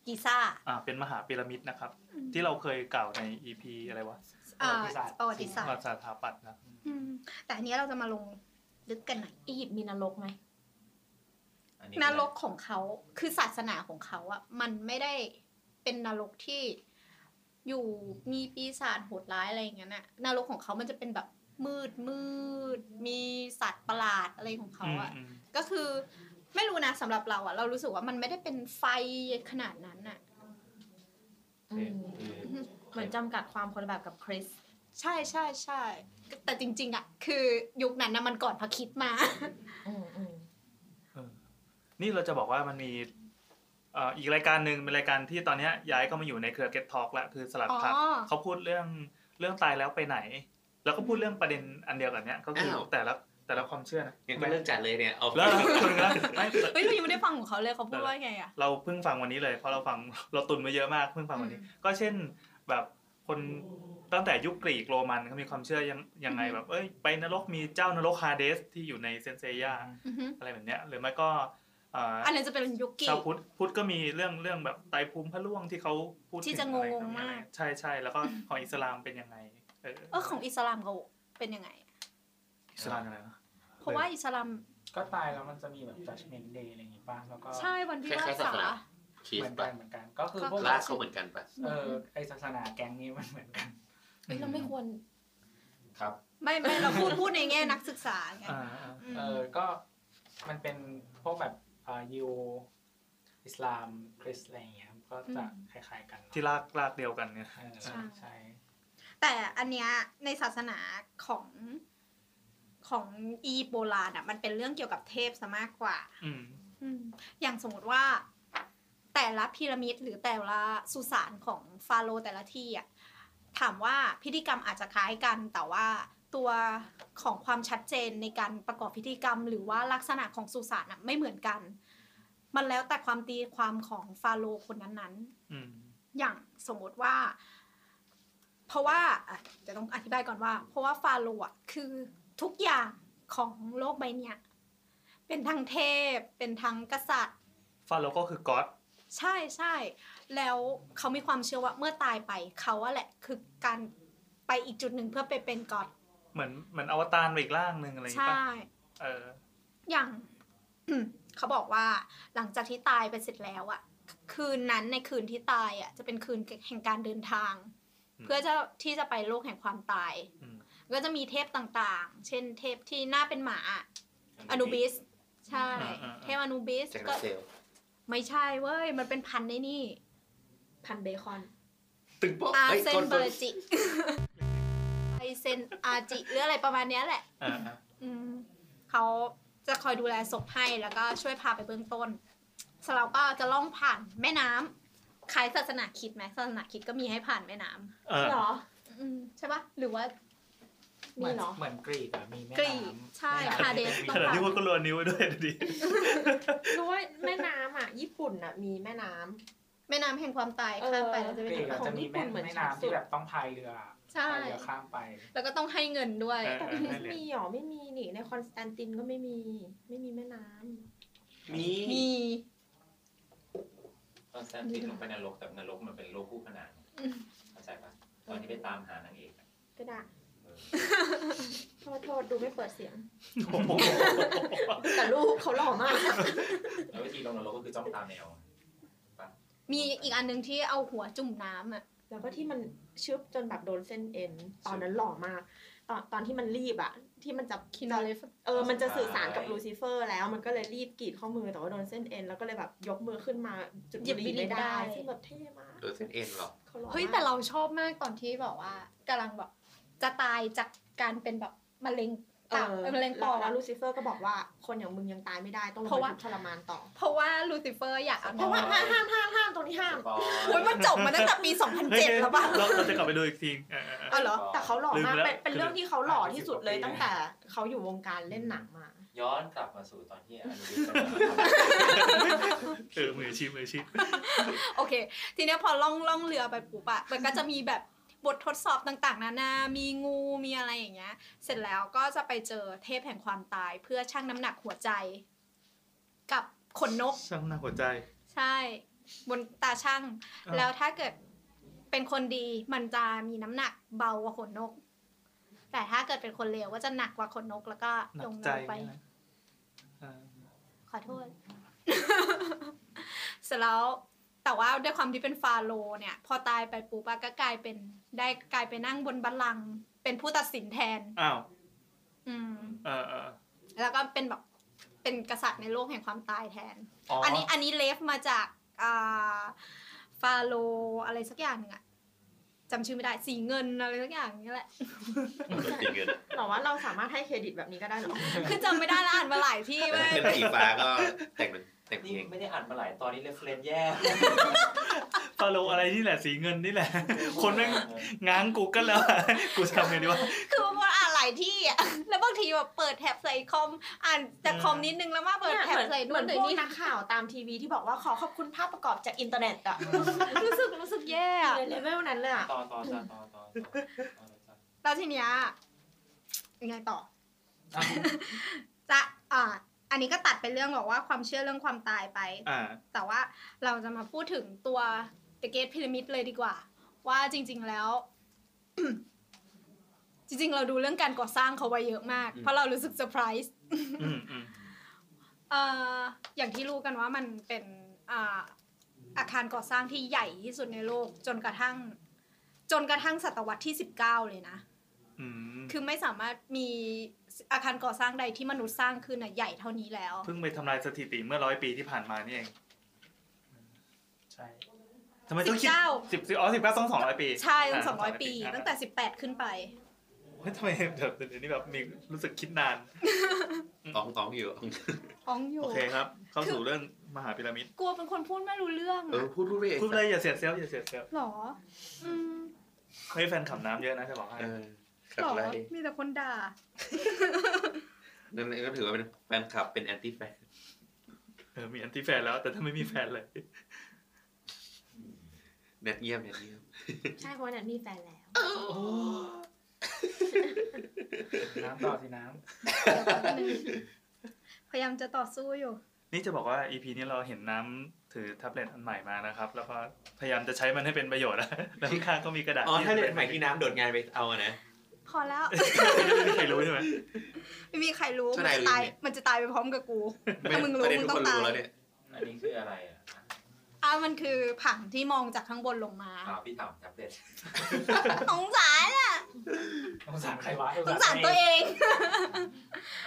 [SPEAKER 5] กิซ่า
[SPEAKER 2] อ่ะเป็นมหาพีระมิดนะครับ ที่เราเคยกล่าวใน EP อะไรวะ
[SPEAKER 5] อ่าประวัติศาส
[SPEAKER 2] ป
[SPEAKER 5] ตร์
[SPEAKER 2] ระวัติศาสตร์สถาปัตย์นะ
[SPEAKER 5] อืมแต่อันนี้เราจะมาลงลึกกันหน่อย
[SPEAKER 7] อียิปต์มีนรกไหม
[SPEAKER 3] อัคือ
[SPEAKER 5] น
[SPEAKER 3] อะไร
[SPEAKER 5] รกของเขาคือศาสนาของเขาอะมันไม่ได้เป็นนรกที่อยู่มีปีศาจโหดร้ายอะไรอย่างนั้นอะนรกของเขามันจะเป็นแบบมืดมืดมีสัตว์ประหลาดอะไรของเขาอะ
[SPEAKER 2] อืม
[SPEAKER 5] ก็คือไม่รู้นะสำหรับเราอะเรารู้สึกว่ามันไม่ได้เป็นไฟขนาดนั้นอะ
[SPEAKER 7] อืม
[SPEAKER 3] คือ
[SPEAKER 7] เหมือนจำกัดความคนละแบบกับคริส
[SPEAKER 5] ใช่ใช่ใช่แต่จริง ๆอะคือยุคนั้นนะมันก่อนพระคริดมา
[SPEAKER 7] อืมอืม
[SPEAKER 2] นี่เราจะบอกว่ามันมีเอ่ออีกรายการหนึ่งเป็นรายการที่ตอนเนี้ยย้ายก็มาอยู่ในเครือ Get Talk ละคือสลัด
[SPEAKER 5] อ๋อ
[SPEAKER 2] ผัก เขาพูดเรื่องเรื่องตายแล้วไปไหน แล้วก็พูดเรื่องประเด็นอันเดียวกันเนี้ยก็คืออ
[SPEAKER 1] าว
[SPEAKER 2] แต่ละแต่ละความเชื่อนะ
[SPEAKER 1] ยังไม่เลิกจัดเลยเนี่ยเอา
[SPEAKER 2] แล้วคนละไม่
[SPEAKER 5] เฮ้ยเรายังไม่ได้ฟังของเขาเลยเขาพูดว่าไงอะ
[SPEAKER 2] เราเพิ่งฟังวันนี้เลยเพราะเราฟังเราตุนมาเยอะมากเพิ่งฟังวันนี้ ก็เช่นแบบคนตั้งแต่ยุคกรีกโรมันเขามีความเชื่อยังยังไงแบบเอ้ยไปนรกมีเจ้านรกฮาเดสที่อยู่ในเซนเซยา
[SPEAKER 5] อือฮึ
[SPEAKER 2] อะไรแบบเนี้ยหรือไม่ก็เอ่ออ
[SPEAKER 5] อันนั้นจะเป็นยุคกี
[SPEAKER 2] ชาว
[SPEAKER 5] ก
[SPEAKER 2] พุทธพุทธก็มีเรื่องเรื่องแบบไตรภูมิพระล่วงที่เขาพูด
[SPEAKER 5] ที่จะ
[SPEAKER 2] ถึอะไร
[SPEAKER 5] งงๆ
[SPEAKER 2] ประณ
[SPEAKER 5] มาก
[SPEAKER 2] ใช่ใช่แล้วก็ของอิสลามเป็นยังไงเออ
[SPEAKER 5] เออของอิสลามเขาเป็นยังไง
[SPEAKER 2] อิสลามยังไงนะ
[SPEAKER 5] เพราะว่าอิสลาม
[SPEAKER 8] ก็ตายแล้วมันจะมีแบบ judgment day อะไรอย่างงี้ป่ะ แล้วก็
[SPEAKER 5] ใช่วันพิพาก
[SPEAKER 1] คล้ายๆศา
[SPEAKER 5] ษา
[SPEAKER 1] สนา คี
[SPEAKER 8] เห
[SPEAKER 1] ส
[SPEAKER 8] มือน
[SPEAKER 1] ปะ
[SPEAKER 8] กันเหมือนกัน ก็คือพวก
[SPEAKER 1] ลากเขาเหมือนกันปะ
[SPEAKER 8] เออไอศาสนาแก๊งนี้มันเหมือนกัน
[SPEAKER 7] เฮ้ยเราไม่ควร
[SPEAKER 8] ครับ
[SPEAKER 5] ไม่ไม่เราพูดพูดในแง่นักศึกษาไง
[SPEAKER 2] อ่าอ่า
[SPEAKER 5] อืม
[SPEAKER 8] เออ ก็มันเป็นพวกแบบเอ่อยูอิสลามคริสต์อะไรอย่างเงี้ย ก็จะคล้ายๆกันเนอะ
[SPEAKER 2] ที่ลากลากเดียวกันเนี่ย
[SPEAKER 8] เออ
[SPEAKER 5] ใช่
[SPEAKER 8] ใช่
[SPEAKER 5] แต่อันเนี้ยในศาสนาของ ของอียิปต์โบราณอ่ะ มันเป็นเรื่องเกี่ยวกับเทพซะมากกว่า
[SPEAKER 2] อืม
[SPEAKER 5] อืมอย่างสมมติว่าแต่ละพีระมิดหรือแต่ละสุสานของฟาโรห์แต่ละที่อ่ะถามว่าพิธีกรรมอาจจะคล้ายกัน แต่ว่าตัวของความชัดเจนในการประกอบพิธีกรรม หรือว่าลักษณะของสุสานอ่ะไม่เหมือนกัน มันแล้วแต่ความตีความของฟาโรห์คนนั้นๆ
[SPEAKER 2] อืม
[SPEAKER 5] อย่างสมมติว่า เพราะว่าอ่ะจะต้องอธิบายก่อนว่า เพราะว่าฟาโรห์อ่ะคือทุกอย่างของโลกใบเนี้ยเป็นทั้งเทพ เป็นทั้งกษัตริย์
[SPEAKER 2] ฟาโลก็คือก็อด
[SPEAKER 5] ใช่ใช่แล้วเขามีความเชื่อว่าเมื่อตายไปเขาอะแหละคือการไปอีกจุดหนึ่งเพื่อไปเป็นกอด
[SPEAKER 2] เหมือนเหมือนอวตารไปอีกร่างหนึ่งอะไรอย่างงี้
[SPEAKER 5] ใช่
[SPEAKER 2] ป่ะเออ
[SPEAKER 5] อย่าง เขาบอกว่าหลังจากที่ตายไปเสร็จแล้วอะคืนนั้นในคืนที่ตายอะจะเป็นคืนแห่งการเดินทาง
[SPEAKER 2] อืม
[SPEAKER 5] เพื่อจะที่จะไปโลกแห่งความตาย
[SPEAKER 2] อืม
[SPEAKER 5] ก็จะมีเทพต่างๆ เช่นเทพที่หน้าเป็นหมาอะอนุบิส ใช่
[SPEAKER 2] อ่าอ่าอ่า
[SPEAKER 5] เทพอนุบิส
[SPEAKER 1] แจ็ค
[SPEAKER 5] ก็
[SPEAKER 1] เซล
[SPEAKER 5] ไม่ใช่เว้ย มันเป็นพันในนี่
[SPEAKER 4] พันเบคอน
[SPEAKER 1] ตึงโป๊ะ
[SPEAKER 5] อา
[SPEAKER 1] เฮ้ย
[SPEAKER 5] เซ
[SPEAKER 1] ก
[SPEAKER 5] น
[SPEAKER 1] ด
[SPEAKER 5] เบอร์จิ ไอเซนอาจิหรืออะไรประมาณเนี้ยแหละ
[SPEAKER 2] อ่า
[SPEAKER 5] อืมเขาจะคอยดูแลศพให้แล้วก็ช่วยพาไปเบื้องต้นสเราก็จะล่องผ่านแม่น้ำคล้ายศาสนาคริดไหมศาสนาคริดก็มีให้ผ่านแม่น้ำ
[SPEAKER 2] เออ
[SPEAKER 4] เหรอ
[SPEAKER 5] อืมใช่ปะหรือว่า
[SPEAKER 8] เหมือ
[SPEAKER 4] มี
[SPEAKER 8] น
[SPEAKER 4] เหรอ
[SPEAKER 8] เหมือนกรีกอะมีแม่
[SPEAKER 5] กรี
[SPEAKER 8] น้
[SPEAKER 5] ก
[SPEAKER 8] ำ
[SPEAKER 5] ใช่
[SPEAKER 8] แม่น้ำ
[SPEAKER 5] ฮาเดสต้
[SPEAKER 2] ข
[SPEAKER 5] อง
[SPEAKER 2] ณะ
[SPEAKER 5] ผ่
[SPEAKER 2] ที่พูดก็รัวนิ้วไว้ด้วยดูดิ
[SPEAKER 4] รู้ว่าแม่น้ำอ่ะ ญี่ปุ่นอ่ะ มีแม่น้ำ
[SPEAKER 5] แม่น้ำแห่งความตาย
[SPEAKER 4] เออ
[SPEAKER 5] ข้ามไปแล้วจะเป็
[SPEAKER 8] ก
[SPEAKER 5] น
[SPEAKER 8] รีกอะจะมี
[SPEAKER 4] ของญี่
[SPEAKER 8] แม่
[SPEAKER 4] ปุ่นเหมือน
[SPEAKER 8] แม่น้ำ
[SPEAKER 4] สุด
[SPEAKER 8] ที่แบบต้องพายเรือ
[SPEAKER 5] ใช่
[SPEAKER 8] พายเรือข้ามไป
[SPEAKER 5] แล้วก็ต้องให้เงินด้วย
[SPEAKER 2] เออ
[SPEAKER 4] แต่กรีซมีเหรอ ไม่มีนี่ในคอนสแตนตินก็ไม่มี ไม่มีแม่น้ำ
[SPEAKER 1] มี
[SPEAKER 5] มี
[SPEAKER 3] ตอนแซมติดลงไปนรกแต่นรกมันเป็นโลกคู่ขนาน
[SPEAKER 5] อืม
[SPEAKER 3] เข้าใจปะตอนที่ไปตามหานางเอกอะ
[SPEAKER 4] ก็ได้
[SPEAKER 3] เออ
[SPEAKER 4] โทษโทษดูไม่เปิดเสียง
[SPEAKER 2] โอ้โห
[SPEAKER 4] แต่ลูกเขาหล่อมาก
[SPEAKER 3] แล้ววิธีลงนรกก็คือจ้องตาแมว
[SPEAKER 5] มีอีกอันหนึ่งที่เอาหัวจุ่มน้ำอ่ะ
[SPEAKER 4] แล้วก็ที่มันชึบจนแบบโดนเส้นเอ็น ตอนนั้นหล่อมาก ตอนตอนที่มันรีบอะที่มันจะคินเลฟเออ มันจะสื่อสารกับลูซิเฟอร์ แล้วมันก็เลยรีบกรีดข้อมือแต่ว่าโดนเส้นเอ็นแล้วก็เลยแบบยกมือขึ้นมาจุด
[SPEAKER 5] หยิบ
[SPEAKER 4] บุหรี่ไม่
[SPEAKER 5] ไม่ได้
[SPEAKER 4] ได้ซึ่งแบบเท่มาก
[SPEAKER 1] เออเส้นเอ็นเหรอ
[SPEAKER 4] เขาหล่อ
[SPEAKER 5] เฮ้ย
[SPEAKER 4] มาก
[SPEAKER 5] แต่เราชอบมากตอนที่บอกว่ากำลังแบบจะตายจากการเป็นแบบมะเร็งตับเออมะเร็งปอด
[SPEAKER 4] แล้ว
[SPEAKER 5] อะ
[SPEAKER 4] ลูซิเฟอร์ก็บอกว่าคนอย่างมึงยังตายไม่ได้ต้องลง
[SPEAKER 5] เพราะ
[SPEAKER 4] ไป
[SPEAKER 5] ว่า
[SPEAKER 4] ถูกทรมานต่อ
[SPEAKER 5] เพราะว่าลูซิเฟอร์อยากเอา
[SPEAKER 4] เพราะว่า
[SPEAKER 3] อ๋อ
[SPEAKER 4] ห้ามห้ามห้ามห้ามตรงนี้ห้าม
[SPEAKER 3] สปอ
[SPEAKER 5] โอ้ย
[SPEAKER 3] ย
[SPEAKER 5] มันจบมาตั้งแต่ปี
[SPEAKER 2] เฮ้ย
[SPEAKER 5] 2007 แล้วป่ะ
[SPEAKER 2] เราเราจะกลับไปดูอีกทีเออเออเออ
[SPEAKER 4] เอาเหรอ แต่เขาหล่อ
[SPEAKER 2] ลืม
[SPEAKER 4] มาก
[SPEAKER 2] แล้ว
[SPEAKER 4] เป็นเป็นเรื่องที่เขาหล่อที่สุดเลย
[SPEAKER 3] คือ
[SPEAKER 4] ตั้งแต่เขาอยู่วงการเล่นหนังมา
[SPEAKER 3] ย้อนกลับมาสู่ตอนที่อนุบิส
[SPEAKER 2] เออมืออาชีพมืออาชีพ
[SPEAKER 5] โอเค ทีเนี้ยพอล่องล่องเรือไปปุ๊บอะมันก็จะมีแบบบททดสอบต่างๆ นานา มีงูมีอะไรอย่างเงี้ย เสร็จแล้วก็จะไปเจอเทพแห่งความตายเพื่อชั่งน้ำหนักหัวใจ กับขนนก
[SPEAKER 2] ช่างหน้าหัวใจ
[SPEAKER 5] ใช่ บนตาช่าง
[SPEAKER 2] อ่า
[SPEAKER 5] แล้วถ้าเกิดเป็นคนดีมันจะมีน้ำหนักเบากว่าขนนก แต่ถ้าเกิดเป็นคนเลวก็จะหนักกว่าขนนกแล้วก็
[SPEAKER 2] หนัก
[SPEAKER 5] ลง
[SPEAKER 2] ใจ
[SPEAKER 5] น้ำไป
[SPEAKER 2] เนี่ยนะเออ
[SPEAKER 5] ขอโทษ เสร็จแล้วแต่ว่าด้วยความที่เป็นฟาโรห์เนี่ย พอตายไปปุ๊บอะก็กลายเป็นได้กลายไปนั่งบนบัลลังก์เป็นผู้ตัดสินแทน
[SPEAKER 2] อ้าว
[SPEAKER 5] อืม
[SPEAKER 2] เออเออ
[SPEAKER 5] แล้วก็เป็นแบบเป็นกษัตริย์ในโลกแห่งความตายแทน
[SPEAKER 2] อ๋อ
[SPEAKER 5] อั
[SPEAKER 2] อั
[SPEAKER 5] นนี้อันนี้เลฟมาจากอ่าฟาโรห์อะไรสักอย่างหนึ่งอะจำชื่อไม่ได้สีเงินอะไรสักอย่างนี่แหละ
[SPEAKER 1] สีเงิน
[SPEAKER 4] หรอว่าเราสามารถให้เครดิตแบบนี้ก็ได้เหรอ
[SPEAKER 5] คือจำไม่ได้แล้วอ่านมาหลายที่เว้ย
[SPEAKER 1] เป็นสีฟ้าก็แต่งเป็นแต่งเพ
[SPEAKER 3] นี่
[SPEAKER 1] ลง
[SPEAKER 3] ไม่ได้อ่านมาหลายตอนนี้เลยเฟรนแย่
[SPEAKER 2] ฟาโลอะไรนี่แหละสีเงินนี่แหละ คนแม่ง ง้างกูก็แล้ว อะกูจะทำไงดีวะ
[SPEAKER 5] คือมันอ่านหลายที่ อะแล้วบางทีแบบเปิดแท็บใส่คอมอ่านจากคอมนิดนึงแล้วมาเปิดแท็บใส่
[SPEAKER 4] เห
[SPEAKER 5] นู่
[SPEAKER 4] มื
[SPEAKER 5] น
[SPEAKER 4] อน
[SPEAKER 5] ใส่
[SPEAKER 4] พวก
[SPEAKER 5] นี่
[SPEAKER 4] นักข่าวตามทีวีที่บอกว่าขอขอบคุณภาพประกอบจากอินเทอร์เน็ตอะ
[SPEAKER 5] รู้สึกรู้สึกแย่อะ
[SPEAKER 4] เลเวลนั้นเลยอะ
[SPEAKER 3] ต่อต่อจ้ะต่อต่อต่อต่อจ้ะ
[SPEAKER 5] แล้วทีเนี้ยยังไงต่อ
[SPEAKER 8] อ่ะ
[SPEAKER 5] จะอ่า อันนี้ก็ตัดไปเรื่องบอกว่าความเชื่อเรื่องความตายไป
[SPEAKER 2] อ่า
[SPEAKER 5] แต่ว่าเราจะมาพูดถึงตัว The Gate Pyramid เลยดีกว่า ว่าจริงๆแล้ว จริงๆ เราดูเรื่องการก่อสร้างเขาไว้เยอะมาก เพราะเรารู้สึกเซอร์ไพรส์
[SPEAKER 2] อืมอืม
[SPEAKER 5] เอ่ออย่างที่รู้กันว่ามันเป็นอ่าอาคารก่อสร้างที่ใหญ่ที่สุดในโลก จนกระทั่ง จนกระทั่งศตวรรษที่ 19 เลยนะ
[SPEAKER 2] อืม
[SPEAKER 5] คือไม่สามารถมีอาคารก่อสร้างใดที่มนุษย์สร้างขึ้นน่ะใหญ่เท่านี้แล้ว
[SPEAKER 2] เพิ่งไปทำลายสถิติเมื่อร้อยปีที่ผ่านมานี่เอง
[SPEAKER 8] ใช่
[SPEAKER 2] ทำไมต้องคิด
[SPEAKER 5] สิบเก้า
[SPEAKER 2] สิบสิบอ๋อสิบเก้าต้องสองร้อยปี
[SPEAKER 5] ใช่ตั้งสองร้อย
[SPEAKER 2] า
[SPEAKER 5] ปี
[SPEAKER 2] 200
[SPEAKER 5] ตั้งแต่ 18 ขึ้นไป
[SPEAKER 1] ว
[SPEAKER 2] ฮ้ยทำไมแบบเดี๋ยวนี้แบบมีรู้สึกคิดนาน
[SPEAKER 1] ตองตองอยู่
[SPEAKER 5] ท้องอยู่
[SPEAKER 2] โอเคครับ เข้าสู่เรื่องมหาพีระมิด
[SPEAKER 5] กลัวเป็นคนพูดไม่รู้เรื่อง
[SPEAKER 1] เออ
[SPEAKER 5] อะ
[SPEAKER 1] พูดพูดไป
[SPEAKER 2] พูดเลยอย่าเสียดเซลลอย่าเสียดเซลล
[SPEAKER 5] หรอ อืม
[SPEAKER 2] เฮ้ยแฟนขับน้ำเยอะนะจะบอกให้
[SPEAKER 1] เออขับ
[SPEAKER 5] หรอ
[SPEAKER 1] ไร
[SPEAKER 5] มีแต่คนด่า
[SPEAKER 1] นั่นก็ถือว่าเป็นแฟนคลับเป็นแอนตี้แฟน
[SPEAKER 2] เออมีอันที่แฟนแล้ว แต่ถ้าไม่มีแฟนเลย
[SPEAKER 1] แนทเยี่ยมแนทเยี่ยม
[SPEAKER 7] ใช่เพราะว่าแนนมีแฟนแล้ว
[SPEAKER 8] น้ำต่อสิน้
[SPEAKER 5] เดี๋ยวแป๊บนึงพยายามจะต่อสู้อยู่
[SPEAKER 2] นี่จะบอกว่า EP นี้เราเห็นน้ำถือแท็บเล็ตอันใหม่มานะครับ แล้วก็พยายามจะใช้มันให้เป็นประโยชน์นะ แล้วข้างๆก็มีกระดาษ
[SPEAKER 1] อ๋อ ถ้าเรียน ใหม่ที่น้ำโดดงานไปเอาอะนะ
[SPEAKER 5] พอแล้ว
[SPEAKER 2] ไม่มีใครรู้ใช่ไหม
[SPEAKER 5] ไม่มีใครรู้
[SPEAKER 1] เท่า
[SPEAKER 5] มัน
[SPEAKER 1] ไหร่
[SPEAKER 5] จะตาย
[SPEAKER 1] เลยเนี่ย
[SPEAKER 5] มันจะตายไปพร้อมกับกู ถ้ามึงรู้
[SPEAKER 1] ประเด็น
[SPEAKER 5] มึ
[SPEAKER 1] ทุ
[SPEAKER 5] ง
[SPEAKER 1] กค
[SPEAKER 5] ต้อน งตาย
[SPEAKER 1] รู้แล้วเนี่ย
[SPEAKER 3] อันนี้คืออะไรอ่ะ
[SPEAKER 5] อ่ะมันคือผังที่มองจากข้างบนลงมา
[SPEAKER 3] อ้าวพี่ถามแท็บเล็ต
[SPEAKER 5] สงสารอะ
[SPEAKER 8] ำสงสารใครวะ
[SPEAKER 5] สงสารตัวเอง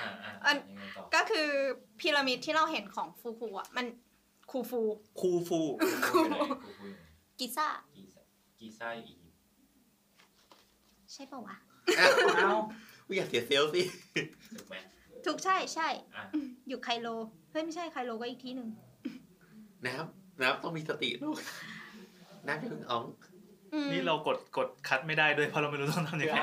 [SPEAKER 3] อ่าอ่า
[SPEAKER 5] อัน
[SPEAKER 3] ยังไงต่อ
[SPEAKER 5] ก็คือพีระมิดที่เราเห็นของฟูฟูอ่ะ มันคูฟู
[SPEAKER 2] คูฟู
[SPEAKER 3] กูอยู่ไหนกูอยู่ไหน
[SPEAKER 5] กิซ่า
[SPEAKER 3] กีซ่ากีซ่าอียิปต์
[SPEAKER 5] ใช่ปะวะ
[SPEAKER 8] เอ้า
[SPEAKER 1] อุ๊ยอย่าเสียเซลล์สิ
[SPEAKER 3] ถูกไหม
[SPEAKER 5] ถูกใช่ใช่
[SPEAKER 3] อ่ะ
[SPEAKER 5] อยู่ไคโล เฮ้ย ไม่ใช่ไคโลก็อีกที่หนึ่ง
[SPEAKER 1] น้ำน้ำต้องมีสติลูกน้ำอย่าเพิ่งอ๋อง
[SPEAKER 5] อืม
[SPEAKER 2] นี่เรากดกดคัดไม่ได้ด้วยเพราะเราไม่รู้ต้องทำยังไง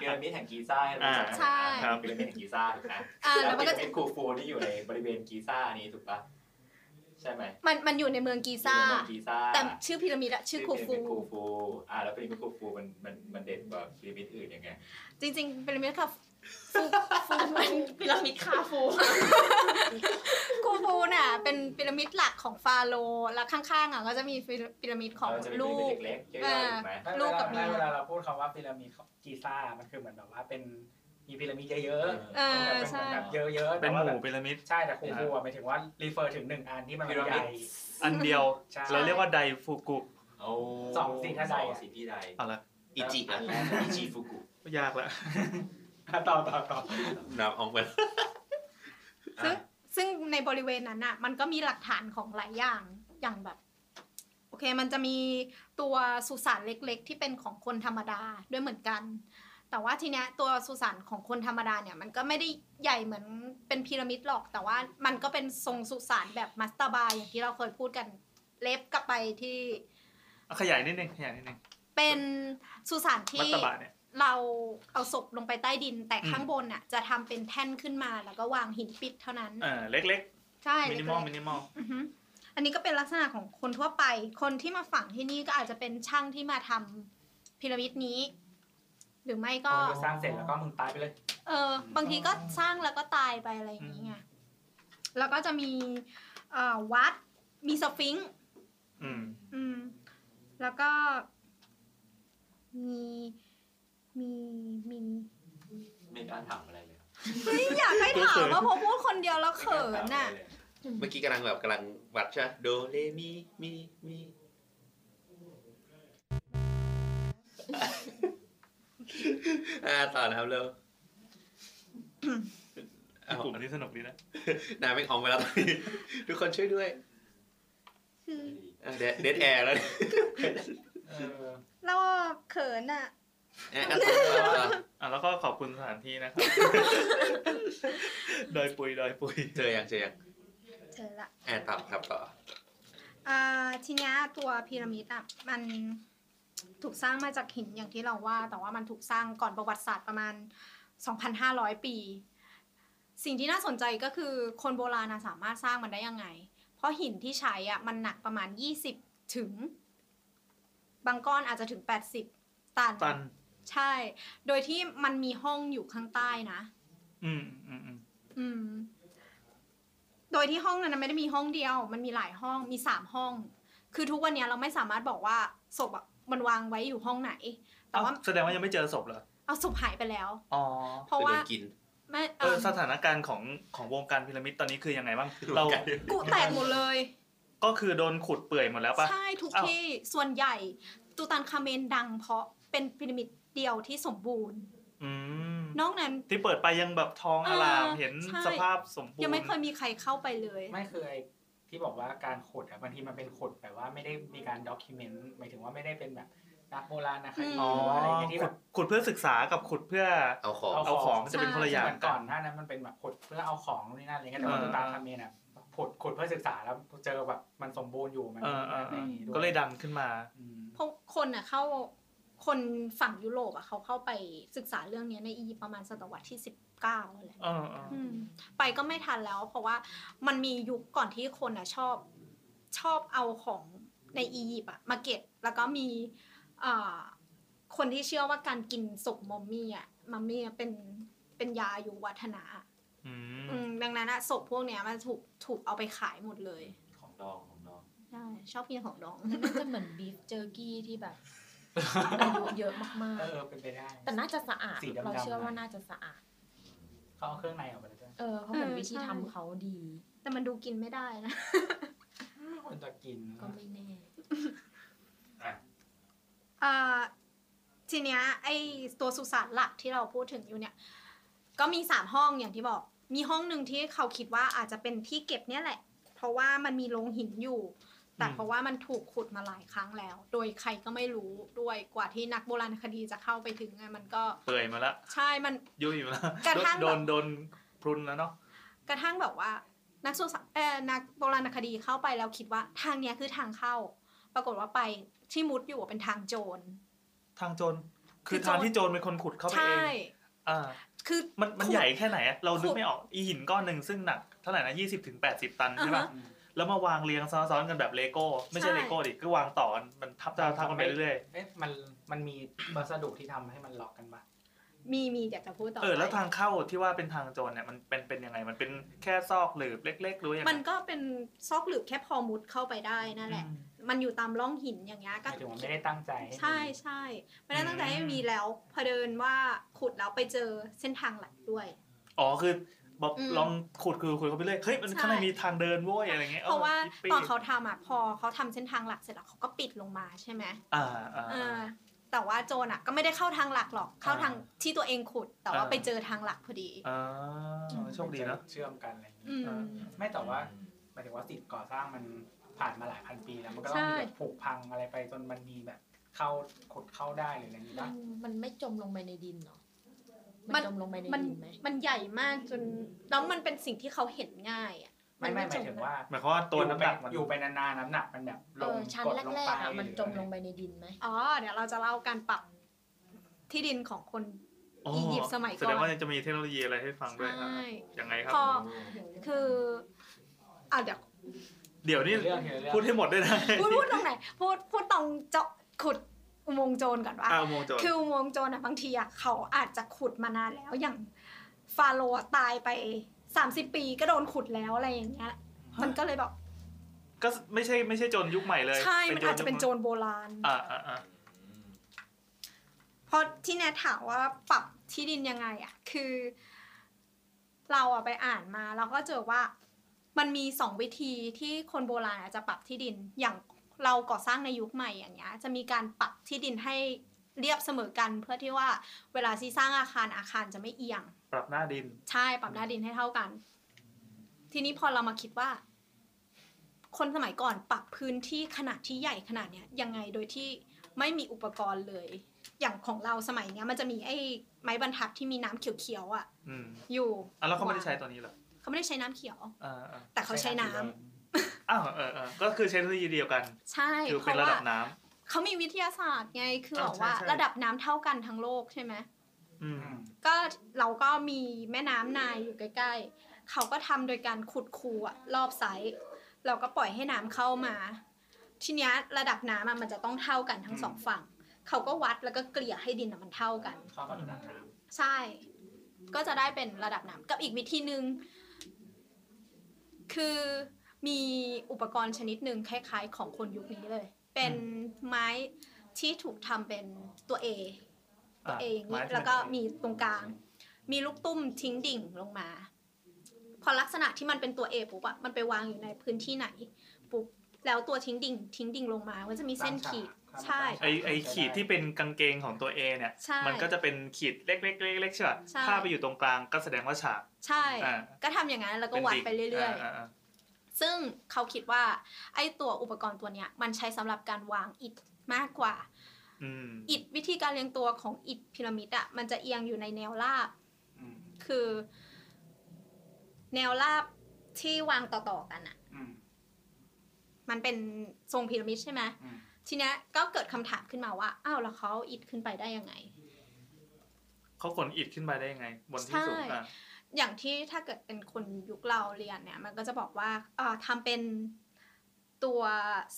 [SPEAKER 3] พีระมิดแห่งกีซ่าให้เรารู้จักกัน
[SPEAKER 5] ใช่
[SPEAKER 3] นะครับพีระมิดแห่งกีซ่าถูกไหม
[SPEAKER 5] อ่าแล้วมันก็
[SPEAKER 3] จะ
[SPEAKER 5] จะ
[SPEAKER 3] คูฟูที่อยู่ในบริเวณกีซ่านี้ถูกปะใช่ไหม
[SPEAKER 5] มันมันอยู่ในเมืองกีซ่า
[SPEAKER 3] อยู่ในเมืองกีซ่า
[SPEAKER 5] แต่ชื่อพีระมิดอะชื่อคูฟู
[SPEAKER 3] พีระมิดคูฟูอ่าแล้วพีระมิดคูฟูมันมันมันเด่นกว่าพีระมิดอื่นยังไง
[SPEAKER 5] จริงๆพีระมิดค่ะฟูฟู
[SPEAKER 7] พีระมิดคาฟู
[SPEAKER 5] คูฟูน่ะ เป็นพีระมิดหลักของฟาโรห์แล้วข้างๆอ่ะก็จะมีพีระมิดของ
[SPEAKER 3] เราจะมีพี
[SPEAKER 5] ลู
[SPEAKER 3] ระมิด
[SPEAKER 5] ก
[SPEAKER 3] เล็กๆย่อยๆถูกไหม
[SPEAKER 5] ลูกกับเมีย
[SPEAKER 8] เวลาเราพูดคำว่าพีระมิดของกีซ่า มันคือเหมือนแบบว่าเป็นมีพีระมิดเยอะๆ
[SPEAKER 5] เออ
[SPEAKER 8] แบบ
[SPEAKER 5] ใช่
[SPEAKER 8] แบบเยอะๆ
[SPEAKER 2] เป็
[SPEAKER 8] แต่
[SPEAKER 2] นห
[SPEAKER 8] ว่าแบ
[SPEAKER 2] มู่
[SPEAKER 8] บ
[SPEAKER 2] พีระมิด
[SPEAKER 8] ใช่แต่ครูครูหมายถึงว่า รีเฟอร์ถึงหนึ่งอันที่มัน
[SPEAKER 3] พีระ
[SPEAKER 8] ให
[SPEAKER 3] มิด
[SPEAKER 8] ญ่
[SPEAKER 2] อันเดียว
[SPEAKER 8] ใช่
[SPEAKER 2] เราเรียกว่าไดฟูกุ
[SPEAKER 3] โอ้
[SPEAKER 8] สองสิ่งท่าใด
[SPEAKER 3] สอ
[SPEAKER 8] อะ
[SPEAKER 3] งสิ่งที่ใด
[SPEAKER 2] เอาละ
[SPEAKER 1] อีจิ
[SPEAKER 3] อั
[SPEAKER 1] อ่ะ
[SPEAKER 3] นแรกอิจิฟุกุ
[SPEAKER 2] ไม่ยากละ
[SPEAKER 8] อ่ะต่อต่อต่อ
[SPEAKER 1] น้ำอ๋องไป
[SPEAKER 5] ซึ่งซึ่งในบริเวณนั้นอ่ะ มันก็มีหลักฐานของหลายอย่างอย่างแบบ โอเค มันจะมีตัวสุสานเล็กๆ ที่เป็นของคนธรรมดาด้วยเหมือนกัน แต่ว่าทีเนี้ยตัวสุสานของคนธรรมดาเนี่ย มันก็ไม่ได้ใหญ่เหมือนเป็นพีระมิดหรอก แต่ว่ามันก็เป็นทรงสุสานแบบมัสตาบาอย่างที่เราเคยพูดกันเล็บกลับไปที่
[SPEAKER 2] อ่ะขยายนิดนึงขยายนิดนึง
[SPEAKER 5] เป็นสุสาน
[SPEAKER 2] มัต
[SPEAKER 5] ที่
[SPEAKER 2] ตบะเนี่ย
[SPEAKER 5] เราเอาศพลงไปใต้ดิน แต่
[SPEAKER 2] อืม
[SPEAKER 5] ข้างบนน่ะจะทำเป็นแท่นขึ้นมาแล้วก็วางหินปิดเท่านั้น
[SPEAKER 2] อ่าเล็ก
[SPEAKER 5] ใช่
[SPEAKER 2] ๆ มิ
[SPEAKER 5] เล็ก
[SPEAKER 2] นิ
[SPEAKER 5] ๆ
[SPEAKER 2] มอลมินิมอล
[SPEAKER 5] อือฮึอันนี้ก็เป็นลักษณะของคนทั่วไป คนที่มาฝังที่นี่ก็อาจจะเป็นช่างที่มาทำพีระมิดนี้ หรือไม่ก็
[SPEAKER 8] สร้างเสร็จแล้วก็มึงตายไปเลย
[SPEAKER 5] เออบางทีก็สร้างแล้วก็ตายไปอะไรอย่างนี้ไงแล้วก็จะมีเอ่อวัดมีสฟิงค์
[SPEAKER 2] อืม
[SPEAKER 5] อืม แล้วก็ มีมีมี
[SPEAKER 3] ไม่กล้าถามอะไรเลย
[SPEAKER 5] ไม่อยากให้ถาม
[SPEAKER 2] เขิน
[SPEAKER 5] ว่าพอพูดคนเดียวแล้วเขิน น่ะ
[SPEAKER 1] เมื่อกี้กำลังแบบกำลังวัดใช่ไหมโดเรมีมีมีอ่าต่อนะครับเร็วเอา
[SPEAKER 2] กลุ่มนี้สนุกดีนะ
[SPEAKER 1] น้ำไม่ของไปแล้วตอนนี้ทุกคนช่วยด้วยอ่ะเดดแอร์แล้วเนี่ย
[SPEAKER 8] เออ
[SPEAKER 5] เราเขินอ่ะ
[SPEAKER 1] อ่ะต่อต่อต่อ
[SPEAKER 2] อ่ะแล้วก็ขอบคุณสถานที่ นะครับ ดอยปุยดอยปุย
[SPEAKER 1] เจอยังเจอยัง
[SPEAKER 5] เธอละ
[SPEAKER 1] อ่าต่อครับต่อ
[SPEAKER 5] อ่าทีเนี้ยตัวพีระมิดอ่ะ มันถูกสร้างมาจากหินอย่างที่เราว่า แต่ว่ามันถูกสร้างก่อนประวัติศาสตร์ประมาณ 2,500 ปี สิ่งที่น่าสนใจก็คือคนโบราณน่ะสามารถสร้างมันได้ยังไง เพราะหินที่ใช้อ่ะ มันหนักประมาณ 20 ถึง บางก้อนอาจจะถึง 80 ตัน
[SPEAKER 2] ตัน
[SPEAKER 5] ใช่ โดยที่มันมีห้องอยู่ข้างใต้นะ
[SPEAKER 2] อืมอืมอืม
[SPEAKER 5] อืม โดยที่ห้องนั้นนะไม่ได้มีห้องเดียว มันมีหลายห้อง มีสามห้อง คือทุกวันเนี้ยเราไม่สามารถบอกว่าศพอะมันวางไว้อยู่ห้องไหน แต่ว่า
[SPEAKER 2] เอ้าแสดงว่ายังไม่เจอศพเหรอ
[SPEAKER 5] เอาศพหายไปแล้ว
[SPEAKER 2] อ๋อ
[SPEAKER 5] เพราะว่า
[SPEAKER 1] โดนกิน
[SPEAKER 5] ไม่
[SPEAKER 2] เอ
[SPEAKER 5] เอ่
[SPEAKER 2] อ
[SPEAKER 5] อ
[SPEAKER 2] สถานการณ์ของของวงการพีระมิดตอนนี้คือยังไงบ้าง เรา
[SPEAKER 5] กุแตกหมดเลย
[SPEAKER 2] ก็คือโดนขุดเปื่อยหมดแล้วปะ
[SPEAKER 5] ใช่ทุก
[SPEAKER 2] เอ้า
[SPEAKER 5] ที่ ส่วนใหญ่ ตูตันคาเมนดัง เพราะเป็นพีระมิดเดียวที่สมบูรณ์
[SPEAKER 2] อืม
[SPEAKER 5] นอกนั้น
[SPEAKER 2] ที่เปิดไปยังแบบทองอลาม
[SPEAKER 5] เออ
[SPEAKER 2] เห็น
[SPEAKER 5] ใช่
[SPEAKER 2] สภาพสมบูรณ์
[SPEAKER 5] ยังไม่เคยมีใครเข้าไปเลย
[SPEAKER 8] ไม่คือไอ้ที่บอกว่าการขุดอะบางทีมันเป็นขุดแบบว่าไม่ได้มีการด็อกิเมนต์หมายถึงว่าไม่ได้เป็นแบบ นักโบราณนะคะ
[SPEAKER 5] อืม
[SPEAKER 2] อ๋อ
[SPEAKER 8] หรือว่าอะไรอย่างเงี้ยที่
[SPEAKER 2] ขุ
[SPEAKER 8] แบ
[SPEAKER 2] ด
[SPEAKER 8] บ
[SPEAKER 2] ขุดเพื่อศึกษากับขุดเพื่อ
[SPEAKER 1] เอาของ
[SPEAKER 2] เอาของมันจะเป็นคนละอย่าง
[SPEAKER 8] เหมือนก่อนหน้านั้นมันเป็นแบบขุดเพื่อเอาของนู่นนี่นั่นอะไรเงี้ยแต่ว่า
[SPEAKER 2] เออ
[SPEAKER 8] คุณตาคาเมนอ่ะขุดขุดเพื่อศึกษาแล้วเจอแบบมันสมบูรณ์อยู่มัน
[SPEAKER 2] เออเออ
[SPEAKER 8] อะ
[SPEAKER 2] เอ
[SPEAKER 8] ไรอ
[SPEAKER 2] อย่าง
[SPEAKER 8] งี้ด้วย
[SPEAKER 2] ก็เลยดังขึ้นมา
[SPEAKER 8] อืม
[SPEAKER 5] เพราะคนอ่ะเข้าคนฝั่งยุโรปอ่ะเขาเข้าไปศึกษาเรื่องเนี้ยในอียิปต์ประมาณศตวรรษที่สิบเก้าอะไร
[SPEAKER 2] เออเออ
[SPEAKER 5] อืมไปก็ไม่ทันแล้ว เพราะว่ามันมียุคก่อนที่คนอ่ะชอบชอบเอาของในอียิปต์อะมาเก็บแล้วก็มีอ่าคนที่เชื่อว่าการกินศพมอมมี่อะมอมมี่อะเป็นเป็นยาอายุวัฒนะอะ
[SPEAKER 2] อืม
[SPEAKER 5] อืมดังนั้นอะศพพวกเนี้ยมันถูกถูกเอาไปขายหมดเลย
[SPEAKER 3] ของดองของดอง
[SPEAKER 5] ใช่ชอบกินของดอง
[SPEAKER 4] น่าจะเหมือนบีฟเจอร์กี้ที่แบบ อายุเยอะมาก
[SPEAKER 8] เออเป็นไปได้
[SPEAKER 4] ๆ แต่น่าจะสะอาด
[SPEAKER 8] สีดำๆ
[SPEAKER 4] เราเชื่อว่าน่าจะสะอาด
[SPEAKER 8] เขาเอาเครื่องในออกไปแล้วด้วย
[SPEAKER 4] เออเพราะเหมือนวิธี
[SPEAKER 5] เออใช่
[SPEAKER 4] ทำเขาดี
[SPEAKER 5] แต่มันดูกินไม่ได้นะ
[SPEAKER 8] คนจะกิน
[SPEAKER 4] ก็ไม่แน่
[SPEAKER 5] เอ่อทีเนี้ยไอตัวสุสานหลักที่เราพูดถึงอยู่เนี่ยก็มีสามห้องอย่างที่บอก มีห้องหนึ่งที่เขาคิดว่าอาจจะเป็นที่เก็บเนี่ยแหละ เพราะว่ามันมีโรงหินอยู่ แต่
[SPEAKER 2] อืม
[SPEAKER 5] เพราะว่ามันถูกขุดมาหลายครั้งแล้ว โดยใครก็ไม่รู้ด้วยกว่าที่นักโบราณคดีจะเข้าไปถึงอะมันก็
[SPEAKER 2] เปื่อยมาละ
[SPEAKER 5] ใช่มัน
[SPEAKER 2] ยุ่ยมาละ
[SPEAKER 5] กระทั่ง
[SPEAKER 2] โดนโดนพรุนแล้วเนาะ
[SPEAKER 5] กระทั่งแบบว่านักสุสานเอ่อนักโบราณคดีเข้าไปแล้วคิดว่าทางเนี้ยคือทางเข้า ปรากฏว่าไปที่มุดอยู่อะเป็นทางโจร
[SPEAKER 2] ทางโจร คือ
[SPEAKER 5] คือโจร
[SPEAKER 2] ทางที่โจรเป็นคนขุดเข้าไปเอ
[SPEAKER 5] ใช่
[SPEAKER 2] งอ่า
[SPEAKER 5] คือ
[SPEAKER 2] มันมัน
[SPEAKER 5] ขุด
[SPEAKER 2] ใหญ่แค่ไหนอะเรา
[SPEAKER 5] ขุ
[SPEAKER 2] นึก
[SPEAKER 5] ด
[SPEAKER 2] ไม่ออก อีหินก้อนหนึ่งซึ่งหนักเท่าไหร่นะยี่สิบถึงแปดสิบตันใช่ปะ
[SPEAKER 8] อือฮะ
[SPEAKER 2] แล้วมาวางเรียงซ้อนๆกันแบบเลโก้ ไม่ใช่เลโก้ดิ ก็วางต่อกันมันทับทับทับกันไปเรื่อย
[SPEAKER 8] เอ๊ะมันมันมีวัสดุที่ทำให้มันล็อกกันปะ
[SPEAKER 5] มีมีอยากจะพูดต่อ
[SPEAKER 2] ๆ เออ
[SPEAKER 5] ไป
[SPEAKER 2] แล้วทางเข้าที่ว่าเป็นทางโจรเนี่ย มันเป็นเป็นยังไง มันเป็นแค่ซอกหลืบเล็กๆหรือว่ายังไง
[SPEAKER 5] มันก็เป็นซอกหลืบแค่พอมุดเข้าไปได้นั่นแหละ
[SPEAKER 2] อืม
[SPEAKER 5] มันอยู่ตามร่องหินอย่างเงี้ย
[SPEAKER 8] ห
[SPEAKER 5] ก็
[SPEAKER 8] มายถึงว่าไม่ได้ตั้งใจห้
[SPEAKER 5] ใช่
[SPEAKER 8] มี
[SPEAKER 5] ใช่ไม่ได้ตั้งใจให้
[SPEAKER 2] อืม
[SPEAKER 5] มีแล้วพอเดินว่าขุดแล้วไปเจอเส้นทางหลักด้วย
[SPEAKER 2] อ๋อ คือบอก
[SPEAKER 5] อืม
[SPEAKER 2] ลองขุดคือคุยเขาไปเรื่อย เฮ้ย มัน
[SPEAKER 5] ใช่
[SPEAKER 2] ข้างในมีทางเดินเว้ยอะไรเงี้ย
[SPEAKER 5] เพราะว่า
[SPEAKER 2] ยิปปี้
[SPEAKER 5] ตอนเขาทำอ่ะพอเขาทำเส้นทางหลักเสร็จแล้วเขาก็ปิดลงมาใช่ไหม
[SPEAKER 2] อ่าอ่า
[SPEAKER 5] เอ
[SPEAKER 2] อ่า
[SPEAKER 5] อ แต่ว่าโจรอ่ะก็ไม่ได้เข้าทางหลักหรอกเข้า
[SPEAKER 2] อ่า
[SPEAKER 5] ทางที่ตัวเองขุด แต่ว่า
[SPEAKER 2] อ่า
[SPEAKER 5] ไปเจอทางหลักพอดี
[SPEAKER 2] อ่าโชคดีเนอะ
[SPEAKER 8] เชื่อมกันอะไรอย่าง
[SPEAKER 5] อื
[SPEAKER 8] นี้
[SPEAKER 5] ม
[SPEAKER 8] ไม่แต่ว่าหมายถึงว่าสิ่งก่อสร้างมันผ่านมาหลายพันปีแล้วมันก็ต้องมี
[SPEAKER 5] ใช่
[SPEAKER 8] แบบผุพังอะไรไปจนมันมีแบบเข้าขุดเข้าได้หรืออะไรอย่างนี้
[SPEAKER 4] มั
[SPEAKER 8] ปะ
[SPEAKER 4] นมันไม่จมลงไปในดินเนาะ
[SPEAKER 5] มั
[SPEAKER 4] มัน
[SPEAKER 5] น
[SPEAKER 4] จมลงไปใน
[SPEAKER 5] มัน
[SPEAKER 4] ดินไหม
[SPEAKER 5] มันใหญ่มากจนแล้วมันเป็นสิ่งที่เขาเห็นง่ายอ่ะ
[SPEAKER 8] ไม่ไม่ห
[SPEAKER 5] จ
[SPEAKER 8] มายถึงว่า
[SPEAKER 2] หมายความว่าตัวน้ำหนักมัน
[SPEAKER 8] อยู่ไปนานๆน้ำหนักมันแบบล
[SPEAKER 4] เอง อชั้น
[SPEAKER 8] กดลง
[SPEAKER 4] แรก
[SPEAKER 8] ไป
[SPEAKER 4] ๆอ่ะมันจมลง
[SPEAKER 8] หรืออะไร
[SPEAKER 4] ไปในดินไหม
[SPEAKER 5] อ๋อเดี๋ยวเราจะเล่าการปรับที่ดินของคน อียิปต์สมัยก่อน
[SPEAKER 2] แสดงว่าจะมีเทคโนโลยีอะไรให้ฟังด้วยอ่ะ
[SPEAKER 5] ใช่
[SPEAKER 2] ยังไงครับ
[SPEAKER 5] พอคืออ่ะ เดี๋ยว
[SPEAKER 2] เดี๋ยวนี้
[SPEAKER 8] เรื่องเรื่อง
[SPEAKER 2] พูดให้หมดด้วยนะ
[SPEAKER 5] พูดพูดตรงไหนพูดพูดตรงเจาะขุดอุโมงค์โจรก่อนว่า
[SPEAKER 2] อ้าวโมงจร
[SPEAKER 5] คืออุโมงค์โจรอะบางทีอะเขาอาจจะขุดมานานแล้วอย่างฟาโรห์อะตายไป 30 ปีก็โดนขุดแล้วอะไรอย่างเงี้ยมันก็เลยแบบ
[SPEAKER 2] ก็ไม่ใช่ไม่ใช่โจรยุคใหม่เลย
[SPEAKER 5] ใช่มันอาจจะเป็นโจรโบราณ
[SPEAKER 2] อ่าอ่าอ่า
[SPEAKER 5] เพราะที่แนทถามว่าปรับที่ดินยังไงอะคือ เราอะไปอ่านมาเราก็เจอว่ามันมีสองวิธีที่คนโบราณอะจะปรับที่ดินอย่างเราก่อสร้างในยุคใหม่อย่างเงี้ยจะมีการปรับที่ดินให้เรียบเสมอกัน เพื่อที่ว่าเวลาที่สร้างอาคารอาคารจะไม่เอียง
[SPEAKER 2] ปรับหน้าดิน
[SPEAKER 5] ใช่ปรับหน้าดินให้เท่ากัน ทีนี้พอเรามาคิดว่า คนสมัยก่อนปรับพื้นที่ขนาดที่ใหญ่ขนาดเนี้ยยังไงโดยที่ไม่มีอุปกรณ์เลย อย่างของเราสมัยเนี้ยมันจะมีไอ้ไม้บรรทัดที่มีน้ำเขียวๆอ่ะ
[SPEAKER 2] อืม
[SPEAKER 5] อยู่
[SPEAKER 2] อ่ะแล้วเขาไม่ได้ใช้ตัวนี้เหรอ
[SPEAKER 5] เขาไม่ได้ใช้น้ำเขียว
[SPEAKER 2] อ่าอ่า
[SPEAKER 5] แต่เขาใช้น้ำ
[SPEAKER 2] อ้าวเออเออก็คือใช้เทคโนโลยีเดียวกัน
[SPEAKER 5] ใช่
[SPEAKER 2] คือ
[SPEAKER 5] เพ
[SPEAKER 2] เป็นระ
[SPEAKER 5] ราะว่า
[SPEAKER 2] ดับน้ำ
[SPEAKER 5] เขามีวิทยาศาสตร์ไงคือ
[SPEAKER 2] อ้าว
[SPEAKER 5] บอกว่า
[SPEAKER 2] ใช่ใช่
[SPEAKER 5] ระดับน้ำเท่ากันทั้งโลกใช่ไหม
[SPEAKER 2] อืม
[SPEAKER 8] อืม
[SPEAKER 5] ก็เราก็มีแม่น้ำนายอยู่ใกล้ๆ เขาก็ทำโดยการขุดคูอะรอบไซต์เราก็ปล่อยให้น้ำเข้ามา ทีเนี้ยระดับน้ำอะมันจะต้องเท่ากันทั้งสองฝั่ง เขาก็วัดแล้วก็เกลี่ยให้ดินอะมันเท่ากัน
[SPEAKER 8] เข้ากับระดับน้ำ
[SPEAKER 5] ใช่ ก็จะได้เป็นระดับน้ำกับอีกวิธีหนึ่งคือมีอุปกรณ์ชนิดหนึ่งคล้ายๆ ของคนยุคนี้เลย เป็นไม้ที่ถูกทำเป็นตัว A
[SPEAKER 2] อ่ะ
[SPEAKER 5] เอง
[SPEAKER 2] ไม้ที่
[SPEAKER 5] แล้วก็
[SPEAKER 2] มัน
[SPEAKER 5] มีตรงกลาง มีลูกตุ้มทิ้งดิ่งลงมา พอลักษณะที่มันเป็นตัว A ปุ๊บอะมันไปวางอยู่ในพื้นที่ไหนปุ๊บแล้วตัวทิ้งดิ่ง ทิ้งดิ่งลงมาก็จะมีเส้นขีด ใช่
[SPEAKER 2] ไอไอขีดที่เป็นกางเกงของตัวเอเนี่ย
[SPEAKER 5] ใช่
[SPEAKER 2] มันก็จะเป็นขีดเล็กๆเล็กๆใช่ป่ะ
[SPEAKER 5] ใช่
[SPEAKER 2] ถ้าไปอยู่ตรงกลางก็แสดงว่าฉาก
[SPEAKER 5] ใช่
[SPEAKER 2] อ่า
[SPEAKER 5] ก็ทำอย่างนั้นแล้วก็วัดไปเรื่อย
[SPEAKER 2] ๆ
[SPEAKER 5] ๆ ซึ่งเขาคิดว่าไอ้ตัวอุปกรณ์ตัวเนี้ยมันใช้สำหรับการวางอิฐมากกว่า
[SPEAKER 2] อืม
[SPEAKER 5] อิฐวิธีการเรียงตัวของอิฐพีระมิดอะมันจะเอียงอยู่ในแนวราบ
[SPEAKER 8] อืม
[SPEAKER 5] คือ แนวราบที่วางต่อๆกันอะ
[SPEAKER 8] อืม
[SPEAKER 5] มันเป็นทรงพีระมิดใช่ไหม
[SPEAKER 8] อืม
[SPEAKER 5] ทีเนี้ยก็เกิดคำถามขึ้นมาว่าอ้าวแล้วเขาเอาอิฐขึ้นไปได้ยังไง
[SPEAKER 2] เขาขนอิฐขึ้นไปได้ยังไง บนที่สูง
[SPEAKER 5] ใช่
[SPEAKER 2] อ่ะ
[SPEAKER 5] อย่างที่ถ้าเกิดเป็นคนยุคเราเรียนเนี่ย มันก็จะบอกว่าเอ่อทำเป็นตัว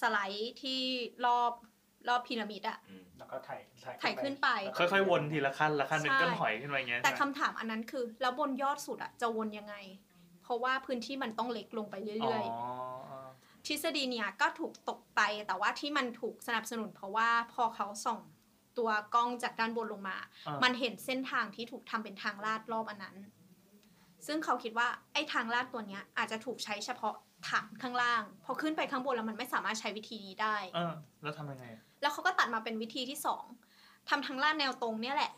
[SPEAKER 5] สไลด์ที่รอบรอบพีระมิดอะ
[SPEAKER 3] อืม
[SPEAKER 8] แล้วก็ถ่าย
[SPEAKER 5] ถ่ายขึ้นไป
[SPEAKER 8] แล้วก็
[SPEAKER 2] ค่อยๆวนทีละขั้นละขั้นเป็น
[SPEAKER 5] ใช่
[SPEAKER 2] ก้นหอยขึ้นไปอย่างเงี้ย
[SPEAKER 5] แต่
[SPEAKER 2] ใช่ไหม
[SPEAKER 5] คำถามอันนั้นคือ แล้วบนยอดสุดอะจะวนยังไง เพราะว่าพื้นที่มันต้องเล็กลงไปเรื่อย
[SPEAKER 2] อ๋ออ๋อ
[SPEAKER 5] ๆ ทฤษฎีเนี่ยก็ถูกตกไป แต่ว่าที่มันถูกสนับสนุน เพราะว่าพอเขาส่องตัวกล้องจากด้านบนลงมา
[SPEAKER 2] อ๋อ
[SPEAKER 5] มันเห็นเส้นทางที่ถูกทำเป็นทางลาดรอบอันนั้น ซึ่งเขาคิดว่าไอ้ทางลาดตัวเนี้ยอาจจะถูกใช้เฉพาะฐานข้างล่าง พอขึ้นไปข้างบนแล้วมันไม่สามารถใช้วิธีนี้ได้
[SPEAKER 2] เออแล้วทำยังไง
[SPEAKER 5] แล้วเขาก็ตัดมาเป็นวิธีที่สองทำทางลาดแนวตรงเนี่ยแหละ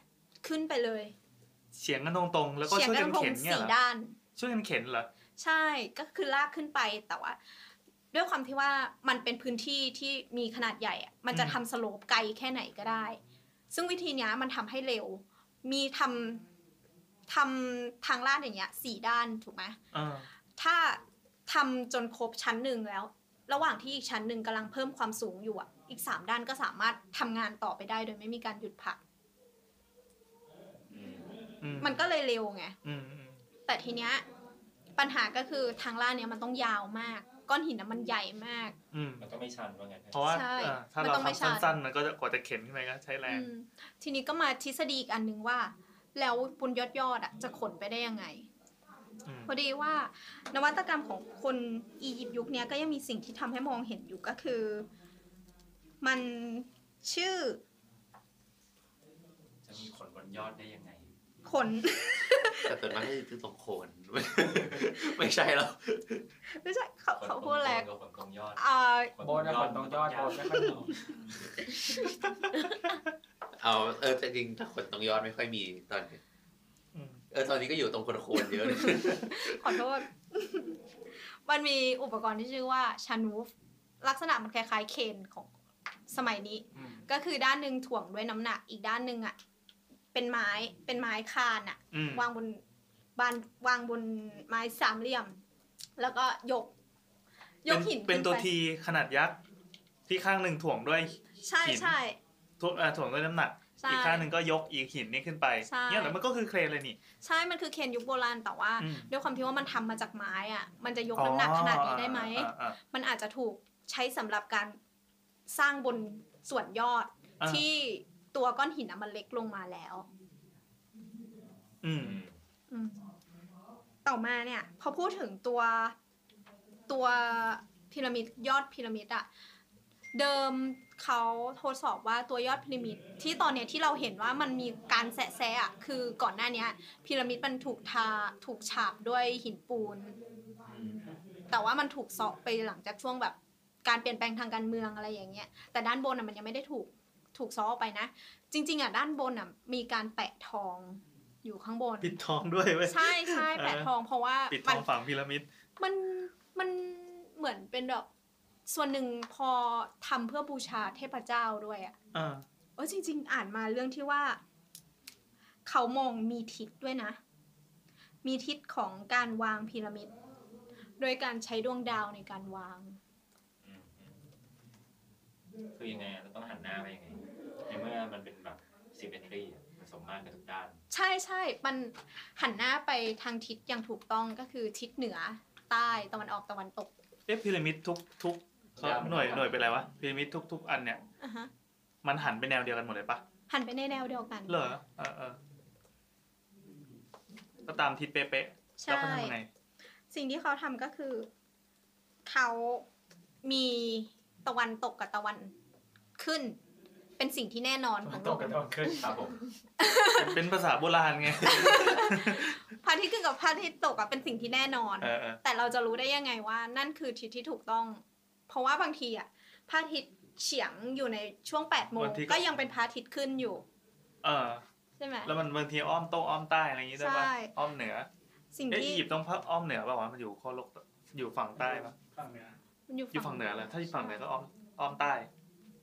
[SPEAKER 5] ขึ้นไปเลย
[SPEAKER 2] เฉียงกันตรงๆ แล้วก็
[SPEAKER 5] เฉียง
[SPEAKER 2] ช่วย
[SPEAKER 5] กั
[SPEAKER 2] กัน น
[SPEAKER 5] ตรง
[SPEAKER 2] เข็นเนี่ยเห
[SPEAKER 5] สี่
[SPEAKER 2] รอ
[SPEAKER 5] ด้าน
[SPEAKER 2] ช่วยกันเข็นเหรอ
[SPEAKER 5] ใช่ก็คือลากขึ้นไปแต่ว่า ด้วยความที่ว่ามันเป็นพื้นที่ที่มีขนาดใหญ่อะมันจะ
[SPEAKER 2] อืม
[SPEAKER 5] ทำสโลปไกลแค่ไหนก็ได้ ซึ่งวิธีเนี้ยมันทำให้เร็ว มีทำทำทางลาดอย่างเงี้ยสี่ด้านถูกไหม
[SPEAKER 2] เออ
[SPEAKER 5] ถ้าทำจนครบชั้นหนึ่งแล้ว ระหว่างที่อีกชั้นหนึ่งกำลังเพิ่มความสูงอยู่อะอีกสามด้านก็สามารถทำงานต่อไปได้โดยไม่มีการหยุดพัก
[SPEAKER 2] อื
[SPEAKER 5] มันก็เลยเร็วไง
[SPEAKER 2] อืมอืม
[SPEAKER 5] แต่ทีเนี้ยปัญหาก็คือทางลาดเนี้ยมันต้องยาวมาก ก้อนหินน่ะมันใหญ่มาก
[SPEAKER 2] อืม
[SPEAKER 3] มันก็ไม่ชันว่างั้นเถอะ
[SPEAKER 2] เพราะว่า
[SPEAKER 5] ใช่
[SPEAKER 2] เออถ้า
[SPEAKER 5] มัน
[SPEAKER 2] เรา
[SPEAKER 5] ต้องไม่
[SPEAKER 2] ทำ
[SPEAKER 5] ชัน
[SPEAKER 2] สั้นๆ มันก็จะกว่าจะเข็นขึ้นไปก็ใช้แรง
[SPEAKER 5] อืมทีนี้ก็มาทฤษฎีอีกอันหนึ่งว่า แล้วบนยอดยอดๆอ่ะจะขนไปได้ยังไง
[SPEAKER 2] อืม
[SPEAKER 5] พอดีว่านวัตกรรมของคนอียิปต์ยุคเนี้ยก็ยังมีสิ่งที่ทำให้มองเห็นอยู่ก็คือ มันชื่อ
[SPEAKER 3] จะมีขนบนยอดได้ยังไง
[SPEAKER 5] ขน
[SPEAKER 1] แต่ส่วนมากก็จะคือตรงโคน ไม่ใช่หรอก
[SPEAKER 5] ไม่ใช่เขา
[SPEAKER 3] ขนต
[SPEAKER 5] เขา
[SPEAKER 3] รง
[SPEAKER 5] พูดอะไร
[SPEAKER 3] บนกับขนตรงยอด
[SPEAKER 5] อ่า
[SPEAKER 8] โบนแล้วตรงยอดโบนไม่ค่อยมี
[SPEAKER 1] เอาเออแต่จริงถ้าคนตรงยอดไม่ค่อยมีตอนนี้
[SPEAKER 2] อืม
[SPEAKER 1] เออตอนนี้ก็อยู่ตรงคนโคนเยอะเลย
[SPEAKER 5] ขอโทษ มันมีอุปกรณ์ที่ชื่อว่าชานูฟ ลักษณะมันคล้ายๆเคนของสมัยนี้
[SPEAKER 8] อืม
[SPEAKER 5] ก็คือด้านหนึ่งถ่วงด้วยน้ำหนัก อีกด้านหนึ่งอ่ะ เป็นไม้ เป็นไม้คานอ่ะ
[SPEAKER 2] อืม
[SPEAKER 5] วางบนบานวางบนไม้สามเหลี่ยม แล้วก็ยก ยกหิน
[SPEAKER 2] เป็นเป็นตัว
[SPEAKER 5] ขึ้ไ
[SPEAKER 2] ทีขนาดยักษ์ ที่ข้างหนึ่งถ่วงด้วย
[SPEAKER 5] ใช่
[SPEAKER 2] หิน
[SPEAKER 5] ใช่
[SPEAKER 2] ถ่วงเอ่อถ่วงด้วยน้ำหนัก
[SPEAKER 5] ใช่
[SPEAKER 2] อีกข้างหนึ่งก็ยกอีกหินนี่ขึ้นไป
[SPEAKER 5] ใช่
[SPEAKER 2] เนี่ยแล้วมันก็คือเครนเลยนี่
[SPEAKER 5] ใช่ มันคือเคนยุคโบราณแต่ว่า
[SPEAKER 2] อืม
[SPEAKER 5] ด้วยความที่ว่ามันทำมาจากไม้อ่ะ มันจะยกน้ำหนักขนาดนี้ได้ไหม
[SPEAKER 2] อ๋ออ่าอ่า
[SPEAKER 5] มันอาจจะถูกใช้สำหรับการสร้างบนส่วนยอด
[SPEAKER 2] อ่า
[SPEAKER 5] ที่ตัวก้อนหินน่ะมันเล็กลงมาแล้ว
[SPEAKER 2] อืม
[SPEAKER 5] อืมต่อมาเนี่ย พอพูดถึงตัวตัวพีระมิดยอดพีระมิดอะเดิมเขาทดสอบว่าตัวยอดพีระมิดที่ตอนเนี้ยที่เราเห็นว่ามันมีการแซะๆอะคือก่อนหน้าเนี้ยพีระมิดมันถูกทาถูกฉาบด้วยหินปูน แต่ว่ามันถูกเซาะไปหลังจากช่วงแบบการเปลี่ยนแปลงทางการเมืองอะไรอย่างเงี้ย แต่ด้านบนอ่ะมันยังไม่ได้ถูกถูกเซาะออกไปนะ จริง ๆอ่ะด้านบนอ่ะมีการแปะทองอยู่ข้างบน
[SPEAKER 2] ปิดทองด้วยเว้ย
[SPEAKER 5] ใช่ใช่แปะ
[SPEAKER 2] เออ
[SPEAKER 5] ทองเพราะว่า
[SPEAKER 2] ปิดท
[SPEAKER 5] มั
[SPEAKER 2] องฝังพีระมิด
[SPEAKER 5] มันมันเหมือนเป็นแบบส่วนหนึ่งพอทำเพื่อบูชาเทพเจ้าด้วยอ่ะ
[SPEAKER 2] อ่า
[SPEAKER 5] เออจริง ๆ อ่านมาเรื่องที่ว่า เขามองมีทิศด้วยนะ มีทิศของการวางพีระมิด โดยการใช้ดวงดาวในการวาง
[SPEAKER 3] อืมอืมคือยังไงอะเราต้องหันหน้าไปยังไง ในเมื่อมันเป็นแบบซีเมทรีมันสมมาตรกับทุกด้าน
[SPEAKER 5] ใช่ใช่ มันหันหน้าไปทางทิศอย่างถูกต้องก็คือทิศเหนือใต้ตะวันออกตะวันตก
[SPEAKER 2] เอ๊ะพีระมิดทุกทุกเขา
[SPEAKER 3] ยาวไหม
[SPEAKER 2] หน่วยหน่วยเป็นอะไรวะพีระมิดทุกทุกอันเนี่ย
[SPEAKER 5] อ่ะฮะ
[SPEAKER 2] มันหันไปแนวเดียวกันหมดเลยปะ
[SPEAKER 5] หันไปในแนวเดียวกัน
[SPEAKER 2] เหรอเออเออก็ตามทิศเป๊ะๆแล้ว
[SPEAKER 5] ใช่
[SPEAKER 2] ก็ทำไง
[SPEAKER 5] สิ่งที่เขาทำก็คือ เขามีตะวันตกกับตะวันขึ้น เป็นสิ่งที่แน่นอนของ
[SPEAKER 8] ต
[SPEAKER 5] โล
[SPEAKER 8] ก
[SPEAKER 5] ก
[SPEAKER 8] กระโดดขึ้น
[SPEAKER 3] ครับผม
[SPEAKER 2] เป็นเป็นภาษาโบราณไง
[SPEAKER 5] พระอาทิตย์ขึ้นกับพระอาทิตย์ตกอะเป็นสิ่งที่แน่นอน
[SPEAKER 2] เออเออ
[SPEAKER 5] แต่เราจะรู้ได้ยังไงว่านั่นคือทิศที่ถูกต้อง เพราะว่าบางทีอ่ะพระอาทิตย์เฉียงอยู่ในช่วง8ปดโมงก็ยังเป็นพระอาทิตย์ขึ้นอยู่
[SPEAKER 2] เออ
[SPEAKER 5] ใช่ไหม
[SPEAKER 2] แล้วมันบางทีอ้อมโต้อ้อมใต้อะไรอย่างงี้ด้วยปะ
[SPEAKER 5] ใช่
[SPEAKER 2] อ้อมเหนือ
[SPEAKER 5] สิ่ง
[SPEAKER 2] เอ๊ะ
[SPEAKER 5] ที่
[SPEAKER 2] อียิปต์ต้องอ้อมเหนือป่าวะมันอยู่ข้อโลกอยู่ฝั่งใต้ปะ
[SPEAKER 8] ฝั่งเหนือ
[SPEAKER 5] มันอยู่
[SPEAKER 2] อยู่
[SPEAKER 5] ฝั่
[SPEAKER 2] ฝั่
[SPEAKER 5] ง
[SPEAKER 2] งเหนือแล้วถ้าอยู่ฝั่งเหนือก็อ้อมอ้อมใต้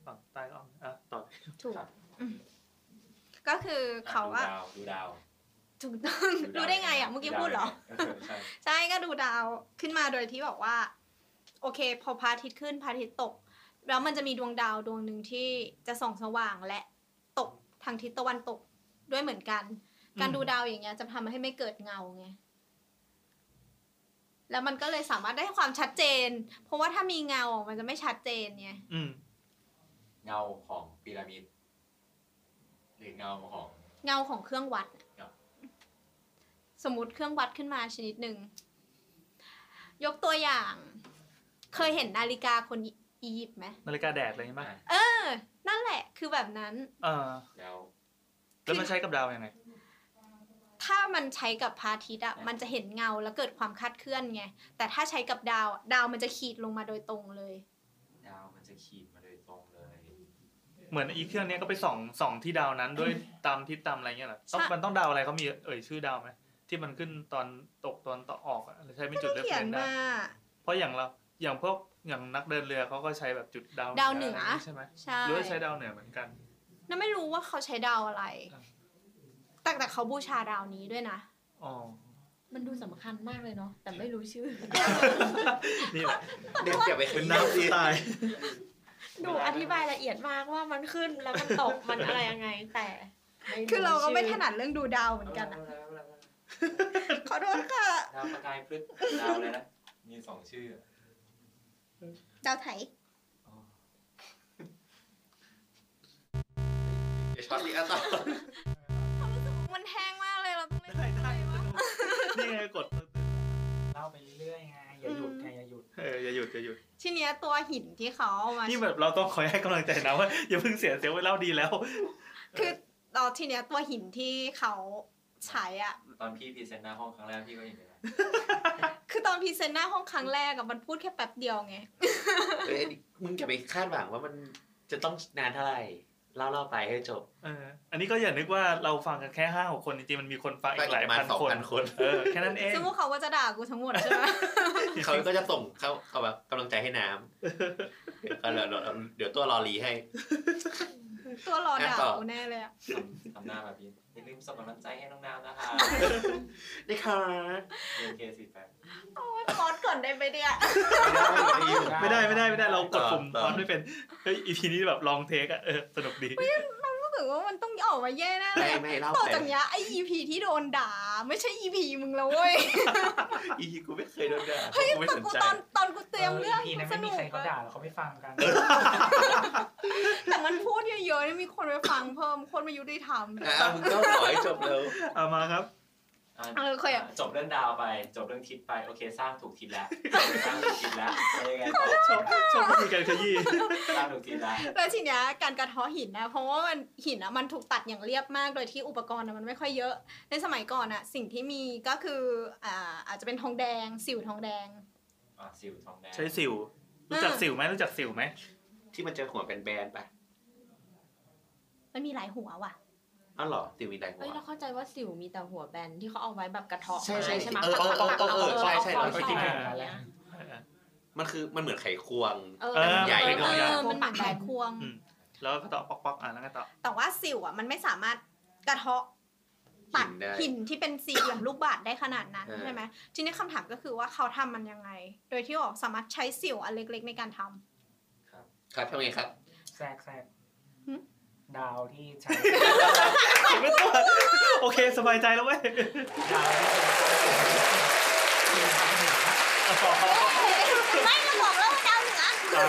[SPEAKER 2] ฝั่ง ตายก็เอาอ่ะต่อ
[SPEAKER 5] ถูก
[SPEAKER 3] ครับ
[SPEAKER 5] อืมก็คือเขาว่า
[SPEAKER 3] ดูดาวดูดาว
[SPEAKER 5] ถูกต้อง
[SPEAKER 3] า
[SPEAKER 5] รู้
[SPEAKER 3] ว
[SPEAKER 5] ได้ไงอ่ะเมื่อกี้พูดเหรอ
[SPEAKER 3] อใช่
[SPEAKER 5] ใช่ก็ดูดาวขึ้นมาโดยที่บอกว่า โอเค พอพระอาทิตย์ขึ้นพระอาทิตย์ตก แล้วมันจะมีดวงดาวดวงหนึ่งที่จะส่องสว่างและตกทางทิศตะวันตกด้วยเหมือนกัน
[SPEAKER 2] อืม
[SPEAKER 5] การดูดาวอย่างเงี้ย จะทำให้ไม่เกิดเงาไงแล้วมันก็เลยสามารถได้ความชัดเจน เพราะว่าถ้ามีเงามันจะไม่ชัดเจนไง
[SPEAKER 2] อืม
[SPEAKER 3] เงาของพีระมิดหรือเงาของ
[SPEAKER 5] เงาของเครื่องวัดน่ะ
[SPEAKER 3] ครับ
[SPEAKER 5] สมมติเครื่องวัดขึ้นมาชนิดหนึ่งยกตัวอย่าง เคยเห็นนาฬิกาคนอียิปต์ไหม
[SPEAKER 2] นาฬิกาแดดอะไรใช่ไหม
[SPEAKER 5] เออ นั่นแหละ คือแบบนั้น
[SPEAKER 2] เออ
[SPEAKER 3] แล้ว
[SPEAKER 2] แล้วมันใช้กับดาวยังไง
[SPEAKER 5] ถ้ามันใช้กับพระอาทิตย์อะ
[SPEAKER 3] อ่ะ
[SPEAKER 5] มันจะเห็นเงาแล้วเกิดความคาดเคลื่อนไง แต่ถ้าใช้กับดาวอะดาวมันจะขีดลงมาโดยตรงเลย
[SPEAKER 3] ดาวมันจะขีดมาโดยตรงเลย
[SPEAKER 2] เหมือนอีเครื่องเนี้ยก็ไปส่องส่องที่ดาวนั้นด้วยตามทิศตามอะไรเงี้ยเหรอต้อง
[SPEAKER 5] ใช่
[SPEAKER 2] มันต้องดาวอะไรเขามีเอ่ยชื่อดาวไหมที่มันขึ้นตอนตกตอนต่อออกอะหรือใช้เป็นจุดเริ่ม
[SPEAKER 5] เขีย
[SPEAKER 2] ต้
[SPEAKER 5] น
[SPEAKER 2] นได้
[SPEAKER 5] มา
[SPEAKER 2] เพราะอย่างเราอย่างพวกอย่างนักเดินเรือเขาก็ใช้แบบจุดดาว
[SPEAKER 5] ดาวเหนื
[SPEAKER 2] ะ
[SPEAKER 5] อ
[SPEAKER 2] ไรย่างงี้ใช่ไหม
[SPEAKER 5] ใช่
[SPEAKER 2] หรือว่าใช้ดาวเหนือเหมือนกัน
[SPEAKER 5] น่าไม่รู้ว่าเขาใช้ดาวอะไร
[SPEAKER 2] อ่ะ
[SPEAKER 5] แต่แต่เขาบูชาดาวนี้ด้วยนะ
[SPEAKER 2] อ๋อ
[SPEAKER 4] มันดูสำคัญมากเลยเนาะแต่ไม่รู้ชื่อ
[SPEAKER 2] นี่แหละ
[SPEAKER 1] เด็กอย่าไป
[SPEAKER 2] เป็น
[SPEAKER 1] ขยี้
[SPEAKER 2] น้ำ
[SPEAKER 1] สิ
[SPEAKER 2] ที่ตาย
[SPEAKER 7] ดูอธิบายละเอียดมากว่ามันขึ้นแล้วมันตก มันอะไรยังไงแต่ไม่
[SPEAKER 5] คือเราก็ไม่ถ
[SPEAKER 7] ชื่อ
[SPEAKER 5] นัดเรื่องดูดาวเหมือนกันอะขอโทษค่ะ
[SPEAKER 3] ดาวประกายพฤกษ์ดาวอะไรนะ มีสองชื่อ
[SPEAKER 5] ดาวไถ
[SPEAKER 1] เดี๋ยวช็อตอีกอ่ะต่อ
[SPEAKER 5] มันแห้งมากเลยเราต้องเล่น
[SPEAKER 2] ไม่ได้
[SPEAKER 5] อะไรวะ
[SPEAKER 2] นี่ไงกด
[SPEAKER 8] เล่าไปเรื่อยๆไงอย่าหยุดไงอย่าหยุด
[SPEAKER 2] เอออย่าหยุดอย่าหยุด
[SPEAKER 5] ทีเนี้ยตัวหินที่เขาเอามา
[SPEAKER 2] นี่แบบเราต้องคอยให้กำลังใจนะว่า อย่าเพิ่งเสียเซลล์ไปเล่าดีแล้ว
[SPEAKER 5] คือเราทีเนี้ยตัวหินที่เขาใช้อ่ะ
[SPEAKER 3] ตอนพี่พรีเซนต์หน้าห้องครั้งแรกพี่ก็อย่างนี้นะ
[SPEAKER 5] คือตอนพรีเซนต์หน้าห้องครั้งแรกอะมันพูดแค่แป๊บเดียวไง
[SPEAKER 1] เอ้ยมึงอย่าไปคาดหวังว่ามันจะต้องนานเท่าไหร่ เล่าเล่าๆไปให้จบ
[SPEAKER 2] เอออันนี้ก็อย่านึกว่าเราฟังกันแค่ห้าหกคนจริงๆมันมีคนฟังอีกหลายพัน
[SPEAKER 1] สอง
[SPEAKER 2] คน
[SPEAKER 1] พันคน
[SPEAKER 2] เออแค่นั้นเอง
[SPEAKER 5] ซึ่งพวกเขาก็จะด่ากูทั้งหมดใช่ไหม
[SPEAKER 1] เขาก็จะส่งเขาเอาแบบกำลังใจให้น้ำเดี๋ยวก็เดี๋ยวเดี๋ยวตัวรอรีให้
[SPEAKER 5] ตัวรอด่า
[SPEAKER 1] อ่ะต่อ
[SPEAKER 5] กูแน่เลยอะ
[SPEAKER 3] ทำทำหน้าแบบพี่อย่าลืมส่งกำลังใจให้น้องน้ำนะคะ
[SPEAKER 1] ได้ค่ะ
[SPEAKER 3] เรียนเคสี่แปด
[SPEAKER 5] โอ้ยพอดก่อนได้ไหมเนี่ย
[SPEAKER 2] ไม่ได้ไม่ได้ไม่ได้เรากดปุ่ม
[SPEAKER 3] ต่อ
[SPEAKER 2] ตอนไม่เป็นเฮ้ยอีพีนี้แบบลองเทคอะเออสนุกดี
[SPEAKER 5] รู้สึกว่ามันต้องออกมาแย่แน่เล
[SPEAKER 1] ไม่
[SPEAKER 5] ย
[SPEAKER 1] ไม่เล่า
[SPEAKER 5] ต่อ
[SPEAKER 1] ไป
[SPEAKER 5] จากเนี้ยไอ้ EP ที่โดนด่า ไม่ใช่ EP มึงแล้วเว้ย
[SPEAKER 1] อีกูไม่เคยโดนด่า
[SPEAKER 5] เฮ้ย
[SPEAKER 1] กูไม่
[SPEAKER 5] แต่
[SPEAKER 1] สน
[SPEAKER 5] กู
[SPEAKER 1] ใจ
[SPEAKER 5] ตอนตอนกูเตรียมเรื่อง
[SPEAKER 8] พีนั้น
[SPEAKER 5] ส
[SPEAKER 8] ไม่มี
[SPEAKER 5] นุก
[SPEAKER 8] ใครเขา
[SPEAKER 5] อะ
[SPEAKER 8] ด่าหรอกเขาไม่ฟังกัน
[SPEAKER 5] แต่มันพูดเยอะๆนี่มีคนไปฟังเพิ่มคนมายุติธรรม
[SPEAKER 1] อ่ะมึงก็ขอให้จบเร็ว
[SPEAKER 2] เอามาครับ
[SPEAKER 3] อ่ะ
[SPEAKER 5] เออเคยอะ
[SPEAKER 3] จบเรื่องดาวไป จบเรื่องทิศไป โอเค สร้างถูกทิศแล้วสร้างถูกทิศแล้วแล้วยังไงต่อ
[SPEAKER 2] ชอบชอบวิธีการขยี้
[SPEAKER 3] สร้างถูกทิศแล้ว
[SPEAKER 5] แล้วทีเนี้ยการกระเทาะหินนะเพราะว่ามันหินอะมันถูกตัดอย่างเรียบมากโดยที่อุปกรณ์อะมันไม่ค่อยเยอะ ในสมัยก่อนอะสิ่งที่มีก็คืออ่าอาจจะเป็นทองแดง สิวทองแดง
[SPEAKER 3] อ่ะสิวทองแดง
[SPEAKER 2] ใช้สิว รู้จักสิวไหมรู้จักสิวไหม
[SPEAKER 1] ที่มันจะหัวแบนๆไปะ
[SPEAKER 5] มันมีหลายหัวว่ะ
[SPEAKER 1] อ้าวเหรอติวมีอะไรหัว
[SPEAKER 4] เอ้ยเราเข้าใจว่าสิวมีแต่หัวแบนที่เขาเอาไว้แบบกระเทาะ
[SPEAKER 1] ใช่ใช่
[SPEAKER 4] ไว้ใช่ไหม
[SPEAKER 1] เออเออเออเออเออใช่ใช่
[SPEAKER 4] อ
[SPEAKER 1] เราก็คิด
[SPEAKER 4] อ
[SPEAKER 8] แบบนั้นแหละ
[SPEAKER 2] เออ
[SPEAKER 1] มันคือมันเหมือนไขควง
[SPEAKER 4] เออ
[SPEAKER 2] เออ
[SPEAKER 1] ใหญ่หน่
[SPEAKER 5] เอย อมันหมักหลายควง
[SPEAKER 2] อืมแล้วก็ต่อปอกปอกอ่ะแล้วก็ต่อ
[SPEAKER 5] แต่ว่าสิวอะมันไม่สามารถกระเทาะตัด
[SPEAKER 1] หินได้
[SPEAKER 5] หินที่เป็นสี่เหลี่ยมลูกบาศก์ได้ขนาดนั้น
[SPEAKER 1] เออ
[SPEAKER 5] ใช่ไหมทีนี้คำถามก็คือว่าเขาทำมันยังไง โดยที่บอกสามารถใช้สิวอันเล็ก ๆ ในการทำ
[SPEAKER 1] ครับทำไงครับ
[SPEAKER 8] แทรกแทรก
[SPEAKER 5] หึ
[SPEAKER 8] ดาวที่ใช้
[SPEAKER 2] ไม่ต้องโอเคสบายใจแล้วเว้ย
[SPEAKER 8] ดาวที่
[SPEAKER 5] ไม่เราบอกแล้วว่าดาวเหนือ
[SPEAKER 2] อ่ะ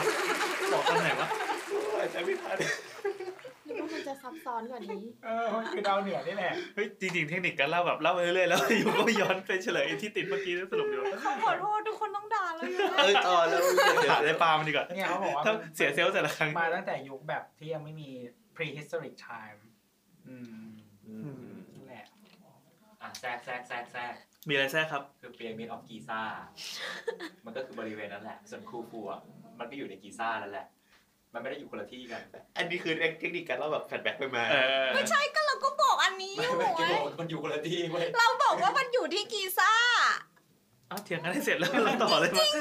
[SPEAKER 2] บอกตอนไหนวะ
[SPEAKER 7] หรือว่ามันจะซับซ้อนกว่านี้
[SPEAKER 8] เออมันคือดาวเหนือนี่แหละ
[SPEAKER 2] เฮ้ยจริงๆเทคนิคการเล่าแบบเล่าไปเรื่อยๆแล้วอยู่ก็ย้อนไปเฉลยไอ้ที่ติดเมื่อกี้น่าสนุกดีวะ
[SPEAKER 5] ขอขอโทษทุกคนต้องด่าเราอยู่
[SPEAKER 1] เออต่อแล้วเดี๋ยว
[SPEAKER 2] ถามได้
[SPEAKER 1] เดี๋ยว
[SPEAKER 2] ปลามันดีกว่า
[SPEAKER 8] เนี่ยเขาบอกว่า
[SPEAKER 2] ถ้าเสียเซลล์แต่ละครั้ง
[SPEAKER 8] มาตั้งแต่ยุคแบบที่ยังไม่มี prehistoric time อืม
[SPEAKER 1] อืม
[SPEAKER 8] นั่นแหละ
[SPEAKER 3] อ่ะแทรกแทรกแทรกแทรก
[SPEAKER 2] มีอะไรแทรกครับ
[SPEAKER 3] คือพีระมิดออฟกีซามันก็คือบริเวณนั้นแหละ ส่วนคูฟูอ่ะมันก็อยู่ในกีซ่านั่นแหละ มันไม่ได้อยู่คนละที่กัน
[SPEAKER 1] อันนี้คือเทคนิคการเล่าแบบแฟลชแบ็กไปมา
[SPEAKER 2] เออ
[SPEAKER 5] ไม่ใช่ก็ เราก็บอกอันนี้อยู่
[SPEAKER 3] ไม่
[SPEAKER 5] ไง
[SPEAKER 3] ได้บอกว่ามันอยู่คนละที่เว้ย
[SPEAKER 5] เราบอกว่ามันอยู่ที่กีซ่า
[SPEAKER 2] อ้าวเถียงกันให้เสร็จแล้วเราต่อเลยมั้ย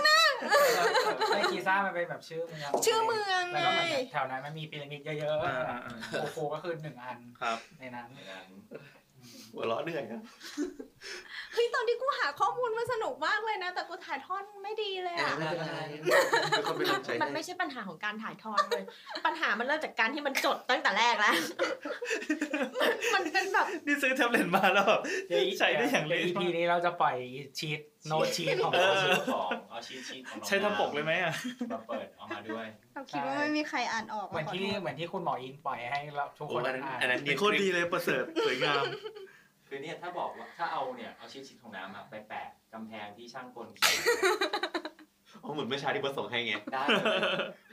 [SPEAKER 8] ไม่กีซ่ามันเป็นแบบชื่อเมือง
[SPEAKER 5] ชื่อเมือง
[SPEAKER 8] แล้วก็เหมือน
[SPEAKER 5] ไง
[SPEAKER 8] แถวนั้นมันมีพีระมิดเยอะ
[SPEAKER 2] อ่าอ่าอ่า
[SPEAKER 8] ๆโคโคก็คือหนึ่งอัน
[SPEAKER 1] ครับ
[SPEAKER 8] ในนั้น
[SPEAKER 1] หัวเราะเหนื่อยนะ
[SPEAKER 5] เฮ้ยตอนที่กูหาข้อมูลมันสนุกมากเลยนะ แต่กูถ่ายทอดไม่ดีเลยอะ
[SPEAKER 1] ไม่เป็นไรทุกคนเป็นกำลังใจ
[SPEAKER 7] มัน
[SPEAKER 1] ให้
[SPEAKER 7] ไม่ใช่ปัญหาของการถ่ายทอดเลย ปัญหามันเริ่มจากการที่มันจดตั้งแต่แรกแล้ว มันมันเป็นแบบ
[SPEAKER 2] นี่ซื้อแท็บเล็ตมาแล้วแบบใช้ได้อย่างเละ
[SPEAKER 8] เดี๋ว EP
[SPEAKER 2] มาก
[SPEAKER 8] นี้เราจะปล่อยชีตโน ชีตของ
[SPEAKER 3] เออ
[SPEAKER 8] เรา
[SPEAKER 3] ของเอาชีทชีทของน้อง
[SPEAKER 2] ใช้ทำปกเลยไหมอ่ะ
[SPEAKER 3] มาเปิดเอามาด้วย
[SPEAKER 5] เราคิดว่าไม่มีใครอ่านออก
[SPEAKER 8] เหมือน
[SPEAKER 5] ขโษ
[SPEAKER 8] ที่เหมือนที่คุณหมออินปล่อยให้เราทุกคน
[SPEAKER 1] โอ้อันนั้น
[SPEAKER 8] อ่าน
[SPEAKER 1] อันนั้น
[SPEAKER 2] มีโคตรดีเลยประเสริฐสวยงาม
[SPEAKER 3] คือเนี่ยถ้าบอกว่าถ้าเอาเนี่ยเอาชีทชีทของน้ำอะไปแปะกำแพงที่ช่างกลเขียน
[SPEAKER 1] อ๋อเหมือนเมื่อเช้าที่ประสงค์ให้ไง
[SPEAKER 3] ได้เลย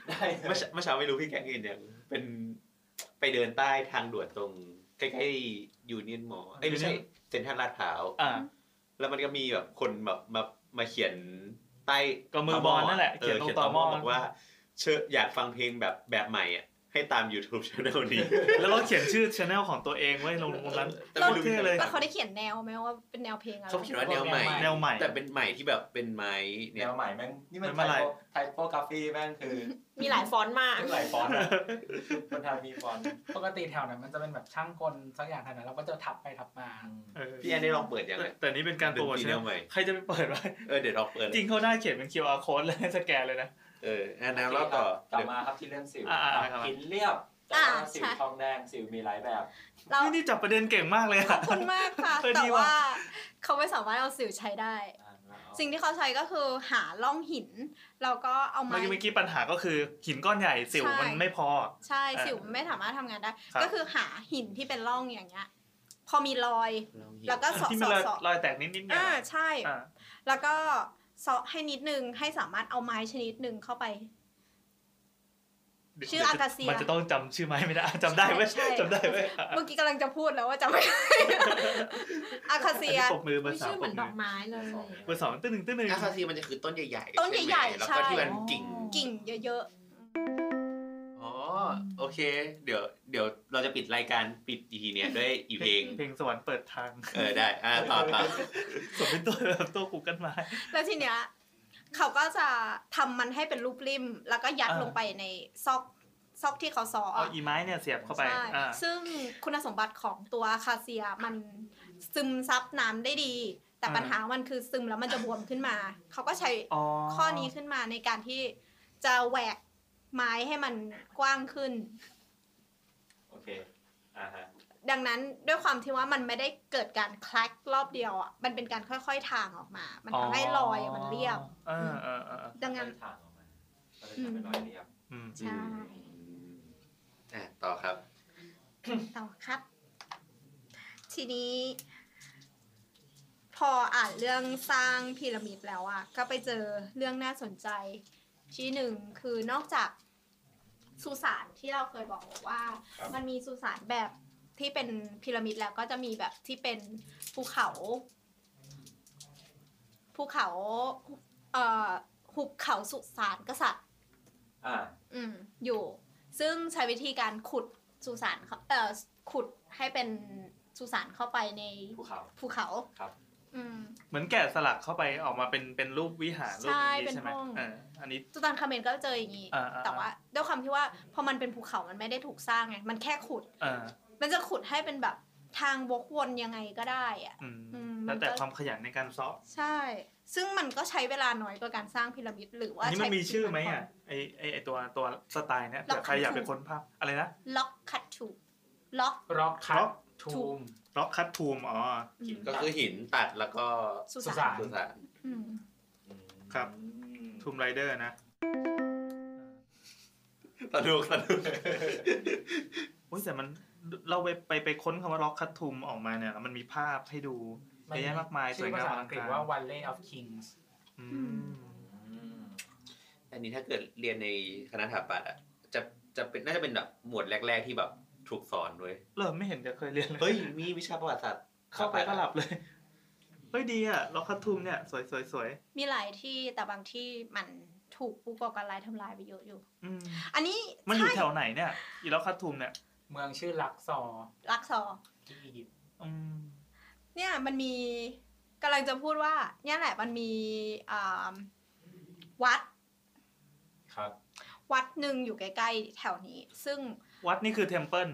[SPEAKER 3] ได้เลย
[SPEAKER 1] เมื่อเช้าเมื่อเช้าไม่รู้พี่แก๊งอื่นเนี่ยเป็นไปเดินใต้ทางด่วนตรงใกล้ๆยูเนียนมอเอ้ยไม่ใช่
[SPEAKER 2] Union
[SPEAKER 1] เซ็นทรัลลาดพร้าว
[SPEAKER 2] อ่า
[SPEAKER 1] แล้วมันก็มีแบบคนแบบมามาเขียนใต้
[SPEAKER 2] ก็มือบอลนั่นแหละ
[SPEAKER 1] เอ
[SPEAKER 2] เขีย
[SPEAKER 1] อน
[SPEAKER 2] ตรง
[SPEAKER 1] เขียนต่อหมอ
[SPEAKER 2] ต่อหม้อ
[SPEAKER 1] บอกว่าเชิญอยากฟังเพลงแบบแบบใหม่อ่ะให้ตาม YouTube channel นี้
[SPEAKER 2] แล้วเราเขียนชื่อช anel ของตัวเองไว้ลงตรงนั้น
[SPEAKER 1] แต่ไม่รู้
[SPEAKER 2] เท่เลย
[SPEAKER 5] แต่เขาได้เขียนแนวไหมว่าเป็นแนวเพลงอะไร
[SPEAKER 1] เขาเขียนว่าแนวใหม่
[SPEAKER 2] แนวใหม่
[SPEAKER 1] แต่เป็นใหม่ที่แบบเป็นไม้
[SPEAKER 3] แน
[SPEAKER 1] เนี่ยว
[SPEAKER 3] ใหม่แม่งนี่มัน
[SPEAKER 2] มัน
[SPEAKER 3] ไท
[SPEAKER 2] มาลาย
[SPEAKER 3] โปไทโปกราฟีแม่งคือ
[SPEAKER 7] มีหลายฟอนต์มาก
[SPEAKER 3] ทั้งหลายฟอนต์อะคนทำมีฟอนต์
[SPEAKER 8] ปกติแถวนั้นมันจะเป็นแบบช่างกลสักอย่างแถวนั้นเราก็จะทับไปทับมา
[SPEAKER 2] เออ
[SPEAKER 1] พี่แอนได้ลองเปิดยัง
[SPEAKER 2] แต่
[SPEAKER 1] ไง
[SPEAKER 2] แต่นี่เป็นการโปรโมท
[SPEAKER 1] ดนต
[SPEAKER 2] ใช่
[SPEAKER 1] แนว
[SPEAKER 2] ไห
[SPEAKER 1] ให
[SPEAKER 2] ม
[SPEAKER 1] ม่
[SPEAKER 2] ใครจะไปเปิดวะ
[SPEAKER 1] เออเดี๋ยวลองเปิด
[SPEAKER 2] จริงเขาหน้าเขียนเป็น QR code แล้วให้สแกนเลยนะ
[SPEAKER 1] เอออ่ะแนวเล่าต่อ
[SPEAKER 3] ต่อ
[SPEAKER 1] เดี๋ยว
[SPEAKER 3] มาครับที่เรื่องสิว
[SPEAKER 2] อ่าๆครับ
[SPEAKER 3] หินเรียบแต่ว่าสิวทองแดงสิวมีหลายแบบ
[SPEAKER 5] เรา
[SPEAKER 2] นี่นี่จับประเด็นเก่งมากเลย
[SPEAKER 5] ข
[SPEAKER 2] อ่ะ
[SPEAKER 5] อบคุณมากค่ะ
[SPEAKER 2] เออ
[SPEAKER 5] แต่
[SPEAKER 2] ดีว่ะ
[SPEAKER 5] ว่าเขาไม่สามารถเอาสื่อใช้ได้ สิ่งที่เขาใช้ก็คือหาล่องหิน แล้วก็เอาไม้
[SPEAKER 2] เมื่อกี้เมื่อกี้ปัญหาก็คือหินก้อนใหญ่สิว
[SPEAKER 5] ใช่
[SPEAKER 2] มันไม่พอ
[SPEAKER 5] ใช่
[SPEAKER 2] เออ
[SPEAKER 5] สิวไม่สามารถทำงานได้
[SPEAKER 2] ครับ
[SPEAKER 5] ก็คือหาหินที่เป็นร่องอย่างเงี้ย พอมีรอย
[SPEAKER 1] ลองเห็น
[SPEAKER 5] แล้วก็สอด
[SPEAKER 2] ที่
[SPEAKER 5] ส
[SPEAKER 2] มันร
[SPEAKER 5] อด
[SPEAKER 2] อย
[SPEAKER 5] สอด
[SPEAKER 2] รอยแตกนิดนิดๆเนี่ย
[SPEAKER 5] อ่าใช่
[SPEAKER 2] อ่า
[SPEAKER 5] แล้วก็เซาะให้นิดนึงให้สามารถเอาไม้ชนิดหนึ่งเข้าไป ชื่ออากาเซีย
[SPEAKER 2] มันจะต้องจำชื่อไม้ไม่ได้ จำได้ไหม
[SPEAKER 5] ใช่ใช่
[SPEAKER 2] จำได้ไหมอ่ะ
[SPEAKER 5] เมื่อกี้กำลังจะพูดแล้วว่าจำไม่ ได้ อาคาเซีย
[SPEAKER 2] อันนี้ปรบมือเบอ
[SPEAKER 7] ไม่
[SPEAKER 2] ร์สาม
[SPEAKER 7] ชื่อ
[SPEAKER 2] ป
[SPEAKER 7] เห
[SPEAKER 2] ร
[SPEAKER 7] มือบ นด
[SPEAKER 2] มื
[SPEAKER 7] อ
[SPEAKER 2] อก
[SPEAKER 7] ไม้เลย
[SPEAKER 2] เบอร์สองตึ้งหนึ่งตึ้งหนึ่ง
[SPEAKER 1] อาคาซีมันจะคือต้นใหญ่ๆ
[SPEAKER 5] ต้นใหญ่
[SPEAKER 1] ช่ไม
[SPEAKER 5] ๆ
[SPEAKER 1] แล้ว
[SPEAKER 5] ใช่
[SPEAKER 1] ก็ที่มันกิ่ง
[SPEAKER 5] กิ่งเยอะ
[SPEAKER 1] อ๋อ โอเค เดี๋ยว เดี๋ยวเราจะปิดรายการปิดอีพีเนี้ย ด้วยอีเพลง
[SPEAKER 2] เพลงสวรรค์เปิดทาง
[SPEAKER 1] เออ ได้ อ่าต่อต่อ
[SPEAKER 2] สมเป็นตัวแบบตัวกูกันมา
[SPEAKER 5] ๆ แล้วทีเนี้ยเขาก็จะทำมันให้เป็นรูปริม แล้วก็ยัด
[SPEAKER 2] อ่า
[SPEAKER 5] ลงไปในซอกซอกที่เขาซอ
[SPEAKER 2] เอา
[SPEAKER 5] อะ
[SPEAKER 2] อีไม้เนี่ยเสียบเข้าไป
[SPEAKER 5] ใช่
[SPEAKER 2] อ่า
[SPEAKER 5] ซึ่งคุณสมบัติของตัวอาคาเซียมันซึมซับน้ำได้ดี แต่
[SPEAKER 2] อ่า
[SPEAKER 5] ปัญหามันคือซึมแล้วมันจะบวมขึ้นมา เขาก็ใช้
[SPEAKER 2] อ๋อ
[SPEAKER 5] ข้อนี้ขึ้นมาในการที่จะแหวกไม้ให้มันกว้างขึ้น
[SPEAKER 3] โอเค อ่าฮะ
[SPEAKER 5] ดังนั้นด้วยความที่ว่ามันไม่ได้เกิดการคลักรอบเดียวอ่ะ มันเป็นการค่อยๆทางออกมา มันทำให้รอยอะมันเรียบ
[SPEAKER 2] เออเออเออเออ
[SPEAKER 5] ดังนั้น
[SPEAKER 3] ค่อยถางออกมาก็เลยทำเป็นรอยเรียบ
[SPEAKER 2] อืม
[SPEAKER 5] ใช่
[SPEAKER 1] อ่าต่อครับ
[SPEAKER 5] ต่อครับ ทีนี้ พออ่านเรื่องสร้างพีระมิดแล้วอ่ะ ก็ไปเจอเรื่องน่าสนใจ ที่หนึ่งคือนอกจากสุสานที่เราเคยบอกว่า
[SPEAKER 3] ครับ
[SPEAKER 5] มันมีสุสานแบบที่เป็นพีระมิดแล้วก็จะมีแบบที่เป็นภูเขาภูเขาเอ่อหุบเขาสุสานกษัตริย์
[SPEAKER 3] อ่า
[SPEAKER 5] อืมอยู่ ซึ่งใช้วิธีการขุดสุสานเขาเอ่อขุดให้เป็นสุสานเข้าไปใน
[SPEAKER 3] ภูเขา
[SPEAKER 5] ภูเขา
[SPEAKER 3] ครับ
[SPEAKER 5] อืม
[SPEAKER 2] เหมือนแกะสลักเข้าไปออกมาเป็นเป็นรูปวิหารรูปอะไรอย่าง
[SPEAKER 5] ใช่เป็
[SPEAKER 2] งี้
[SPEAKER 5] น
[SPEAKER 2] ใช่ไหม
[SPEAKER 5] ห้อง
[SPEAKER 2] เอ่าอันนี้
[SPEAKER 5] ตุตันคาเมนก็เจออย่างนี้
[SPEAKER 2] อ่าอ่า
[SPEAKER 5] แต่ว่าด้วยความที่ว่าพอมันเป็นภูเขามันไม่ได้ถูกสร้างไง มันแค่ขุด
[SPEAKER 2] เอ่า
[SPEAKER 5] มันจะขุดให้เป็นแบบทางวกวนยังไงก็ได้อะ
[SPEAKER 2] อืม
[SPEAKER 5] อืม
[SPEAKER 2] แล้วแต่ความขยันในการเซาะ
[SPEAKER 5] ใช่ ซึ่งมันก็ใช้เวลาน้อยกว่าการสร้างพีระมิดหรือว่า
[SPEAKER 2] อันนี้มัน
[SPEAKER 5] ใช้
[SPEAKER 2] มีชื่อไหมอ่ะไอไอไอตัวตัวสไตล์เนี่ยเผื่อใครอยากไปค้นภาพอะไรนะ
[SPEAKER 5] ล็อกคัตถูล็อก
[SPEAKER 8] ร็อกคัท
[SPEAKER 2] Rock
[SPEAKER 8] ทูม
[SPEAKER 2] ล็อกคัตทูมอ๋อ
[SPEAKER 5] อืม
[SPEAKER 1] ก็คือหินตัดแล้วก็
[SPEAKER 5] สุ
[SPEAKER 8] สุ
[SPEAKER 5] สา
[SPEAKER 8] สาน น
[SPEAKER 1] สุสาน
[SPEAKER 5] อืม
[SPEAKER 2] ครับ ทูมไรเดอร์นะ
[SPEAKER 1] สนุกสนุก
[SPEAKER 2] โอ้ยแต่มันเราไปไปไปค้นคำว่าล็อกคัตทูมออกมาเนี่ยแล้วมันมีภาพให้ดูเยอะแยะมากมายส
[SPEAKER 8] ชื่
[SPEAKER 2] ว
[SPEAKER 8] อง
[SPEAKER 2] ยาอ
[SPEAKER 8] ภาม ษา
[SPEAKER 2] ลั
[SPEAKER 8] อั
[SPEAKER 2] ง
[SPEAKER 8] งกฤ
[SPEAKER 2] กา
[SPEAKER 8] ษ
[SPEAKER 2] ร
[SPEAKER 8] ว่า Valley of Kings
[SPEAKER 2] อืม
[SPEAKER 1] อันนี้ถ้าเกิดเรียนในคณะสถาปัตย์อ่ะ จะ จะเป็น น่าจะเป็นแบบหมวดแรก ๆ ที่แบบถูกสอนด้วย
[SPEAKER 2] เริ่มไม่เห็นจะเคยเรียนเลย
[SPEAKER 1] เฮ้ย มีวิชาประวัติศาสตร์
[SPEAKER 2] เข้าไปก็หลับเลย เฮ้ยดีอ่ะล็อกคัตทูมเนี่ยสวยสวยสวย
[SPEAKER 5] มีหลายที่แต่บางที่มันถูกผู้ก่อการร้ายทำลายไปเยอะอยู่
[SPEAKER 2] อืม
[SPEAKER 5] อันนี้
[SPEAKER 2] มันอยู่
[SPEAKER 5] ใช่
[SPEAKER 2] แถวไหนเนี่ย อีล็อกคัตทูมเนี่ย
[SPEAKER 8] เมืองชื่อลักซอร์
[SPEAKER 5] ลักซอ
[SPEAKER 8] ที่อียิปต์
[SPEAKER 2] อืม
[SPEAKER 5] เนี่ยมันมีกำลังจะพูดว่า เนี่ยแหละมันมีอ่าม วัด
[SPEAKER 3] ครับ
[SPEAKER 5] วัดหนึ่งอยู่ใกล้ๆแถวนี้ ซึ่ง
[SPEAKER 2] วัดนี่คือเทมเพิล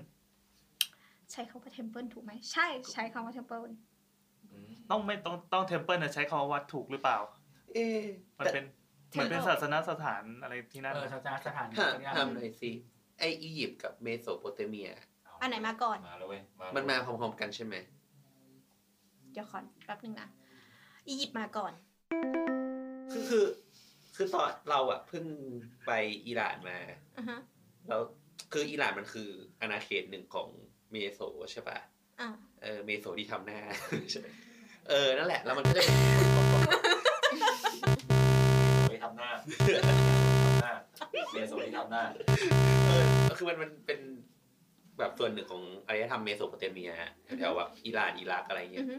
[SPEAKER 5] ใช้คำว่าเทมเพิลถูกไหมใช่ใช้คำว่าเทมเพิล
[SPEAKER 3] อืม
[SPEAKER 2] ต้องไม่ต้องต้องเทมเพิลนะใช้คำว่าวัดถูกหรือเปล่า
[SPEAKER 1] เอ๊ะ
[SPEAKER 2] มันเป็นเหมือนเป็นศาสนสถานอะไรที่นั่น
[SPEAKER 8] เออ
[SPEAKER 2] นะ
[SPEAKER 8] ศาสนาสถาน
[SPEAKER 1] ถาม
[SPEAKER 8] สักอย่าง
[SPEAKER 1] ถามหน่อยสิไออียิปต์กับเมโสโปเตเมีย
[SPEAKER 5] อันไหนมาก่อน
[SPEAKER 3] มาแล้วเว้ยแล้ว
[SPEAKER 1] มันมาพร้อมๆกันใช่ไหม
[SPEAKER 5] เดี๋ยวขอแป๊บนึงนะอียิปต์มาก่อน
[SPEAKER 1] คือคือคือตอนเราอะเพิ่งไปอิหร่านมา
[SPEAKER 5] อ่าฮะ
[SPEAKER 1] แล้วคืออิหร่านมันคืออาณาเขตหนึ่งของเมโสใช่ปะ
[SPEAKER 5] อ่ะ
[SPEAKER 1] เออเมโสที่ทำหน้า เออนั่นแหละแล้วมันก็จะเป็น
[SPEAKER 3] เฮ้ยทำหน้าทำหน้าเรียนสวนที่ทำหน้า
[SPEAKER 1] เออคือมันมันเป็นแบบส่วนหนึ่งของอารยธรรมเมโสโปเตเมียแถวๆแบบอิหร่านอิรักอะไร
[SPEAKER 5] อื
[SPEAKER 1] เงี้
[SPEAKER 5] อย ฮึ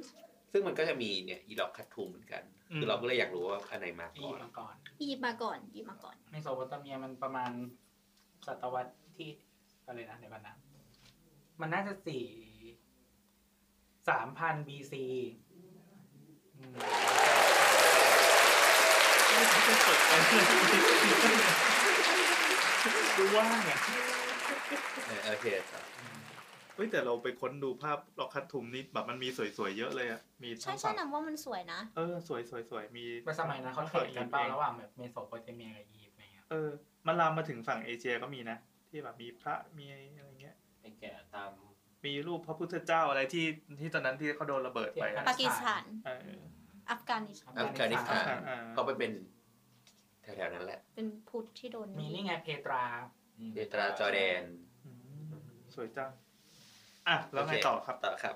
[SPEAKER 1] ซึ่งมันก็จะมีเนี่ยอิรอกคัตทูมเหมือนกัน คือเราก็ เลยอยากรู้ว่าอันไหนมาก่
[SPEAKER 8] อียิ
[SPEAKER 1] อ
[SPEAKER 8] ป
[SPEAKER 1] น
[SPEAKER 8] ต์มาก่อน
[SPEAKER 5] อียิปต์มาก่อนอียิปต์มาก่อน
[SPEAKER 8] เมโสโปเตเมียมันประมาณศตวรรษที่อะไรนะเดี๋ยวกันนะ มันน่าจะสี่สามพันบีซี
[SPEAKER 2] ดูว่างไง
[SPEAKER 1] เออโอเคครับ
[SPEAKER 2] เฮ้ยแต่เราไปค้นดูภาพลอกคัดทุมนี่แบบมันมีสวยๆเยอะเลยอะมี
[SPEAKER 5] ใช่
[SPEAKER 2] ทั้ง
[SPEAKER 5] ใช่
[SPEAKER 2] ฝั่ง
[SPEAKER 5] นำว่ามันสวยนะ
[SPEAKER 2] เออสวยๆสวยๆมี
[SPEAKER 8] เมื่อสมัยนั้นเขาเทรดกันเปล่าระหว่างแบบเมโสโปเตเมียกับอียิปต์อะไรเงี้ย
[SPEAKER 2] เออ มันลามมาถึงฝั่งเอเชียก็มีนะ ที่แบบมีพระมีอะไรเงี้ย
[SPEAKER 3] ไอ้แก่ตาม
[SPEAKER 2] มีรูปพระพุทธเจ้าอะไรที่ที่ตอนนั้นที่เขาโดนระเบิดไปอะ
[SPEAKER 5] ปากีสถาน
[SPEAKER 2] เออ
[SPEAKER 5] อัฟกานิสถาน
[SPEAKER 1] อัฟกานิสถาน
[SPEAKER 2] อ่า
[SPEAKER 1] เขาไปเป็นแถวๆนั้นแหละ
[SPEAKER 5] เป็นพุทธที่โดน
[SPEAKER 8] มีนี่ไงเพตรา
[SPEAKER 1] เดตราจอร์แดน
[SPEAKER 2] อืมสวยจัง อ่ะ แล้วไงต่อครับ
[SPEAKER 1] ต่อครับ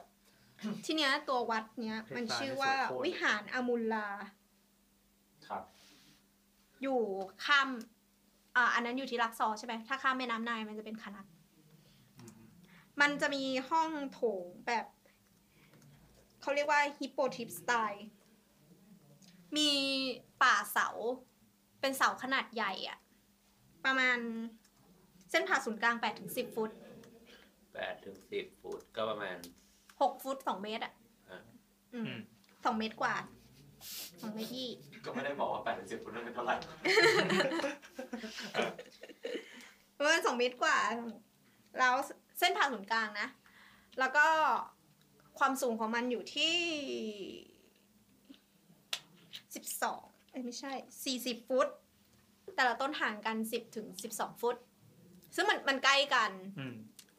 [SPEAKER 5] ทีเนี้ยตัววัดเนี้ย
[SPEAKER 2] เพตรา
[SPEAKER 5] มันชื่อว่า
[SPEAKER 2] ในสุโขทัย
[SPEAKER 5] วิหารอามุลลา
[SPEAKER 3] ครับ
[SPEAKER 5] อยู่ข้ามอ่าอันนั้นอยู่ที่ลักซอร์ใช่ไหมถ้าข้ามแม่น้ำไนายมันจะเป็นคานัก
[SPEAKER 8] อืม
[SPEAKER 5] มันจะมีห้องโถงแบบ เขาเรียกว่าฮิปโปทริปสไตล์มีป่าเสา เป็นเสาขนาดใหญ่อะประมาณเส้นผ่าศูนย์กลาง8ถึง10 ฟุต
[SPEAKER 1] แปดถึงสิบฟุตก็ประมาณ
[SPEAKER 5] 6 ฟุต 2 เมตรอะ
[SPEAKER 1] อ่า
[SPEAKER 5] อืม
[SPEAKER 2] อืม
[SPEAKER 5] สองเมตรกว่าสองเมตรยี่
[SPEAKER 3] ก็ไม่ได้บอกว่าแปดถึงสิบคุณนั่นเป็นเท่าไหร่
[SPEAKER 5] ประมาณสองเมตรกว่า แล้วเส้นผ่าศูนย์กลางนะ แล้วก็ความสูงของมันอยู่ที่สิบสองไม่ใช่สี่สิบฟุต แต่ละต้นห่างกันสิบถึงสิบสองฟุต ซึ่งมันมันใกล้กัน
[SPEAKER 2] อืม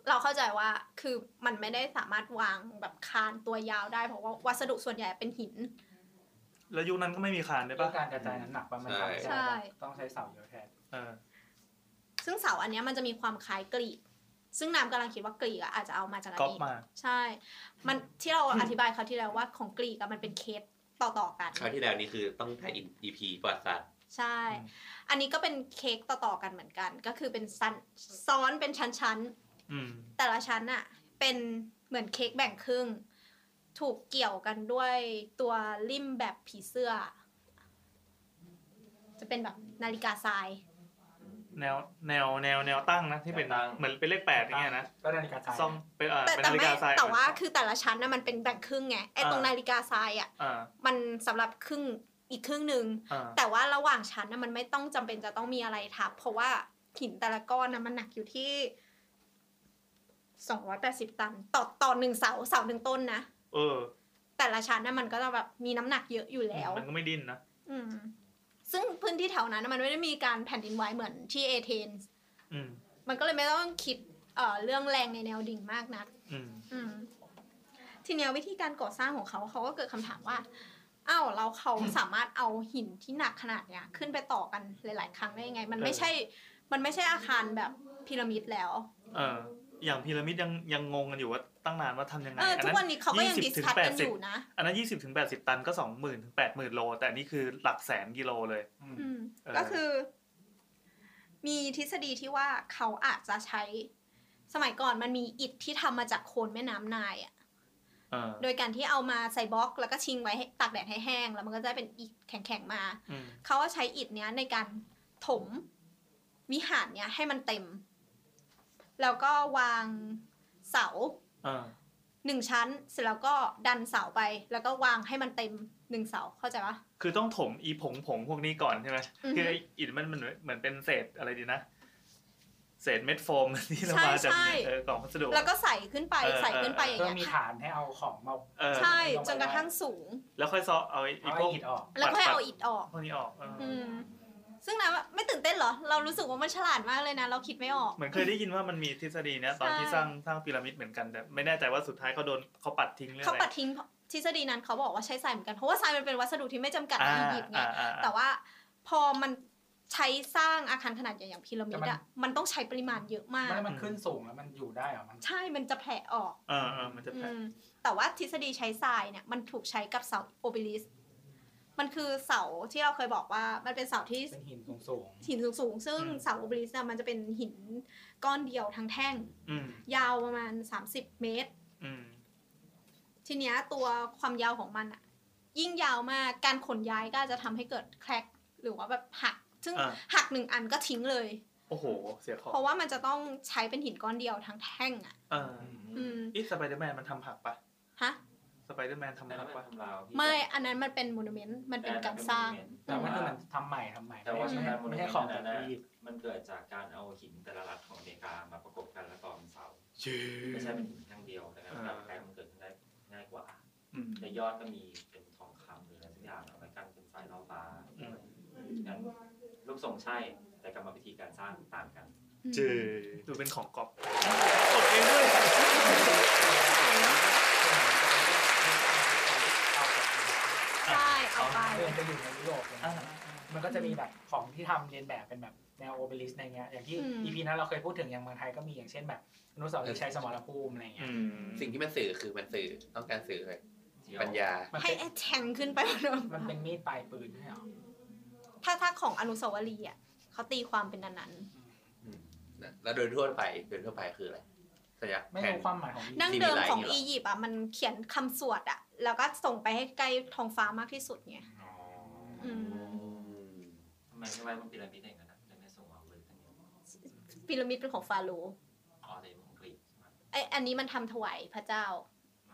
[SPEAKER 5] เราเข้าใจว่าคือมันไม่ได้สามารถวางแบบคานตัวยาวได้ เพราะว่าวัสดุส่วนใหญ่เป็นหิน
[SPEAKER 2] แล้วยุคนั้นก็ไม่มีคานด้วย
[SPEAKER 8] เรื่อ
[SPEAKER 2] ปะ
[SPEAKER 8] งการกระจายน้ำหนักว่ามันทำไม่
[SPEAKER 5] ใช่
[SPEAKER 8] ได้ต้องใช้เสาเยอะแทน
[SPEAKER 2] เออ
[SPEAKER 5] ซึ่งเสาอันเนี้ยมันจะมีความคล้ายกรีก ซึ่งน้ำกำลังคิดว่ากรีกอะอาจจะเอามาจากอัน
[SPEAKER 2] ก๊อป
[SPEAKER 5] นี้
[SPEAKER 2] มา
[SPEAKER 5] ใช่ มันที่เราอธิบายคราวที่แล้วว่าของกรีกอะมันเป็นเคสต่อๆกัน
[SPEAKER 1] คราวที่แล้วนี่คือต้องถ่ายอีพีประวัติศาสตร์
[SPEAKER 5] ใช่ อันนี้ก็เป็นเค้กต่อๆกันเหมือนกัน ก็คือเป็นซันซ้อนเป็นชั้น
[SPEAKER 2] อืม
[SPEAKER 5] ๆ แต่ละชั้นอะเป็นเหมือนเค้กแบ่งครึ่ง ถูกเกี่ยวกันด้วยตัวริมแบบผีเสื้อ จะเป็นแบบนาฬิกาทราย
[SPEAKER 2] แนว แนว แนว แนวตั้งนะ ที่เป็น
[SPEAKER 8] แนวตั้ง
[SPEAKER 2] เหมือนเป็นเลขแปดอย่างเงี้ยนะ
[SPEAKER 8] ก็นาฬิกาทราย
[SPEAKER 2] ซ่องเป็นเออ
[SPEAKER 5] แต่
[SPEAKER 2] เป็น
[SPEAKER 5] แต่
[SPEAKER 2] นาฬิ
[SPEAKER 5] ไม่
[SPEAKER 2] กาทราย
[SPEAKER 5] แต่ว่าคือแต่ละชั้นนะมันเป็นแบ่งครึ่งไงไอ้ตรง
[SPEAKER 2] อ่า
[SPEAKER 5] นาฬิกาทรายอะ
[SPEAKER 2] อ่า
[SPEAKER 5] มันสำหรับครึ่งอีกครึ่งหนึ่ง
[SPEAKER 2] อ่า
[SPEAKER 5] แต่ว่าระหว่างชั้นนะมันไม่ต้องจำเป็นจะต้องมีอะไรทับ เพราะว่าหินแต่ละก้อนนะมันหนักอยู่ที่ 280 ตัน ต่อต่อหนึ่งเสาเสาหนึ่งต้นนะ
[SPEAKER 2] เออ
[SPEAKER 5] แต่ละชั้นนะมันก็จะแบบมีน้ำหนักเยอะอยู่แล้ว
[SPEAKER 2] มันก็ไม่ดิ้นนะ
[SPEAKER 5] อืม ซึ่งพื้นที่แถวนั้นนะมันไม่ได้มีการแผ่นดินไหวเหมือนที่เอเธนส์
[SPEAKER 2] อืม
[SPEAKER 5] มันก็เลยไม่ต้องคิดเอ่อเรื่องแรงในแนวดิ่งมากนัก
[SPEAKER 2] อืม
[SPEAKER 5] อืมทีเนี้ยวิธีการก่อสร้างของเขาเขาก็เกิดคำถามว่าอ้าวเราเขาสามารถเอาหินที่หนักขนาดเนี้ย ขึ้นไปต่อกันหลาย ๆ ครั้งได้ยังไง มันไม่ใช่ มันไม่ใช่อาคารแบบพีระมิดแล้ว
[SPEAKER 2] เออ อย่างพีระมิดยังยังงงกันอยู่ว่าตั้งนานว่าทำยังไง
[SPEAKER 5] เออ
[SPEAKER 2] อั
[SPEAKER 5] ทุกวันนี้เขาก็ยัง
[SPEAKER 2] 20
[SPEAKER 5] ดิส
[SPEAKER 2] ถึ
[SPEAKER 5] คัตกัน
[SPEAKER 2] 80
[SPEAKER 5] อยู่นะ
[SPEAKER 2] อันนั้นยี่สิบถึงแปดสิบตันก็สองหมื่นถึงแปดหมื่นโล แต่อันนี่คือหลักแสนกิโลเลย
[SPEAKER 8] อืม
[SPEAKER 5] อืม
[SPEAKER 2] เออ
[SPEAKER 5] ก็คือ มีทฤษฎีที่ว่าเขาอาจจะใช้ สมัยก่อนมันมีอิฐที่ทำมาจากโคลนแม่น้ำไนายอะ
[SPEAKER 2] เออ
[SPEAKER 5] โดยการที่เอามาใส่บล็อก แล้วก็ชิงไว้ให้ตากแดดให้แห้ง แล้วมันก็จะเป็นอิฐแข็งๆมา
[SPEAKER 2] อืม
[SPEAKER 5] เขาก็ใช้อิฐเนี้ยในการถมวิหารเนี้ยให้มันเต็ม แล้วก็วางเสา
[SPEAKER 2] เออ
[SPEAKER 5] หนึ่งชั้น เสร็จแล้วก็ดันเสาไป แล้วก็วางให้มันเต็ม หนึ่งเสาเข้าใจปะ
[SPEAKER 2] คือต้องถมอีผงผงพวกนี้ก่อนใช่ไหม
[SPEAKER 5] อือฮึ
[SPEAKER 2] คือไอ้อิฐมันมันเหมือนเป็นเศษอะไรดีนะ เศษเม็ดโฟม ที่เรา
[SPEAKER 5] ใช่
[SPEAKER 2] มาจาก
[SPEAKER 5] ใช่
[SPEAKER 2] เออกล่องพัสดุ
[SPEAKER 5] แล้วก็ใส่ขึ้นไป
[SPEAKER 2] เออ
[SPEAKER 5] ใส่ขึ้นไปอย่าง
[SPEAKER 8] เพื่อ
[SPEAKER 5] เงี้ย
[SPEAKER 8] มีฐานให้เอาของมา
[SPEAKER 2] เออ
[SPEAKER 5] ใช่จนกระทั่งสูง
[SPEAKER 2] แล้วค่อยซอเอาไ
[SPEAKER 8] เอา
[SPEAKER 2] อ้พ
[SPEAKER 8] ไอ้
[SPEAKER 2] วก
[SPEAKER 8] หินออก
[SPEAKER 5] แล้วก็ให้เอาอิฐออก
[SPEAKER 2] พวกนี้ออกเอออ
[SPEAKER 5] อืม ซึ่งนะว่าไม่ตื่นเต้นเหรอ เรารู้สึกว่ามันฉลาดมากเลยนะ เราคิดไม่ออก
[SPEAKER 2] เหมือนเคยได้ยินว่ามันมีทฤษฎีเนี้ยตอน
[SPEAKER 5] ใช่
[SPEAKER 2] ที่สร้างสร้างพีระมิดเหมือนกันแต่ไม่แน่ใจว่าสุดท้ายเขาโดนเขาปัดทิ้งเรื่อง
[SPEAKER 5] เขา
[SPEAKER 2] อะไร
[SPEAKER 5] ปัดทิ้งทฤษฎีนั้นเขาบอกว่าใช้ทรายเหมือนกัน เพราะว่าทรายมันเป็นวัสดุที่ไม่จำกัดใน
[SPEAKER 2] อ่า
[SPEAKER 5] อียิปต์ไง
[SPEAKER 2] อ่าอ่า
[SPEAKER 5] แต่ว่าพอมันใช้สร้างอาคารขนาดใหญ่อย่างพีระมิด
[SPEAKER 8] แต่มัน
[SPEAKER 5] อะมันต้องใช้ปริมาณเยอะมาก
[SPEAKER 8] ไม่มันขึ้นสูงแล้วมันอยู่ได้เหรอมัน
[SPEAKER 5] ใช่มันจะแผลออก
[SPEAKER 2] เออเออมันจะแผ่
[SPEAKER 5] อืมแต่ว่าทฤษฎีใช้ทรายเนี่ยมันถูกใช้กับเสาโอเบลิสมันคือเสาที่เราเคยบอกว่า มันเป็นเสาที่
[SPEAKER 8] เป็นหินสูงสูง
[SPEAKER 5] หินสูงๆ ซึ่งเสาโอเบลิสเนี่ยมันจะเป็นหินก้อนเดียวทั้งแท่ง
[SPEAKER 2] อืม
[SPEAKER 5] ยาวประมาณ 30 เมตร
[SPEAKER 2] อืม
[SPEAKER 5] ทีเนี้ยตัวความยาวของมันอะยิ่งยาวมากการขนย้ายก็อาจจะทำให้เกิดแครกหรือว่าแบบหัก ซึ่ง
[SPEAKER 2] อ่า
[SPEAKER 5] หักหนึ่งอันก็ทิ้งเลย
[SPEAKER 2] โอ้โห เสียของ
[SPEAKER 5] เพราะว่ามันจะต้องใช้เป็นหินก้อนเดียวทั้งแท่งอะ
[SPEAKER 2] เออ
[SPEAKER 5] อืม
[SPEAKER 2] อีสไปเดอร์แมนมันทำผักปะ
[SPEAKER 5] ฮะ
[SPEAKER 2] สไปเดอร์แมนทำผักปะ
[SPEAKER 5] ไม่อันนั้นมันเป็นมูนเมนต์มันเป็นการสร้าง
[SPEAKER 8] ๆแต่ว่าคือมันทำใหม่ทำใหม่
[SPEAKER 3] แต่ว่า
[SPEAKER 8] ไม่ใช่
[SPEAKER 3] มัน
[SPEAKER 8] ไม่ใช่ของ
[SPEAKER 3] นั้
[SPEAKER 8] จาก
[SPEAKER 3] นนะ
[SPEAKER 8] อียิปต์
[SPEAKER 3] มันเกิดจากการเอาหินแต่ละรัฐของอเมริกามาประกบกันแล้วต่อเป็นเสาไม่ใช่เป็นหินข้างเดียวดังนั้น
[SPEAKER 2] อ่า
[SPEAKER 3] การแปลงมันเกิดขึ้นได้ง่ายกว่า
[SPEAKER 2] อืม
[SPEAKER 3] แต่ยอดก็มีเป็นทองคำหรืออะไรสักอย่างเอาไว้กันเป็นสายล่อฟ้า
[SPEAKER 2] อืม
[SPEAKER 3] งั้นรูปทรงใช่แต่กรรมวิธีการสร้างต่างกัน
[SPEAKER 2] ดูเป็นของกอบ
[SPEAKER 8] เอาจากอียิปต์
[SPEAKER 5] ใช่เอาไป
[SPEAKER 8] เดินไปอยู่ในยุโรปเลยนะ
[SPEAKER 2] อ่า
[SPEAKER 8] มันก็จะมีแบบของที่ทำเรียนแบบเป็นแบบแนวโอเบลิสในเงี้ยอย่างที่
[SPEAKER 5] อืม
[SPEAKER 8] อีพีนั้นเราเคยพูดถึงอย่างเมืองไทยก็มีอย่างเช่นแบบอนุสาวรีย์ชัยสมรภูมิอะไรเงี้ย
[SPEAKER 1] สิ่งที่มันสื่อคือมันสื่อต้องการสื่อเลยปัญญา
[SPEAKER 8] มัน
[SPEAKER 5] ให้
[SPEAKER 8] เป็น
[SPEAKER 5] ไอ้แทงขึ้นไปบนนั้น
[SPEAKER 8] มันเป็นมีดปลายปืนใช่หรอ
[SPEAKER 5] ถ้าถ้าของอนุสาวรีย์อะเขาตีความเป็นอันนั้น
[SPEAKER 1] นะแล้วโดยทั่วไปโดยทั่วไปคืออะไรสัญญา
[SPEAKER 8] ไม่
[SPEAKER 1] แผน
[SPEAKER 8] รู้ความหมายของอียิปต์
[SPEAKER 5] นั่งเดิมของ
[SPEAKER 1] มีหลายอย่างเหรออี
[SPEAKER 5] อียิปต์อะมันเขียนคำสวดอะแล้วก็ส่งไปให้ใกล้ท้องฟ้ามากที่สุดไงอืม
[SPEAKER 3] ทำไมไม่ไว้บนพีระมิดอย่างนั้นนะจะไม่ส่งมาเวอร์ตั้งเยอะ
[SPEAKER 5] พีระมิดเป็นของฟาโรห์
[SPEAKER 3] อ๋อเลยของกรีกใช่ไหม
[SPEAKER 5] ไออันนี้มันทำถวายพระเจ้า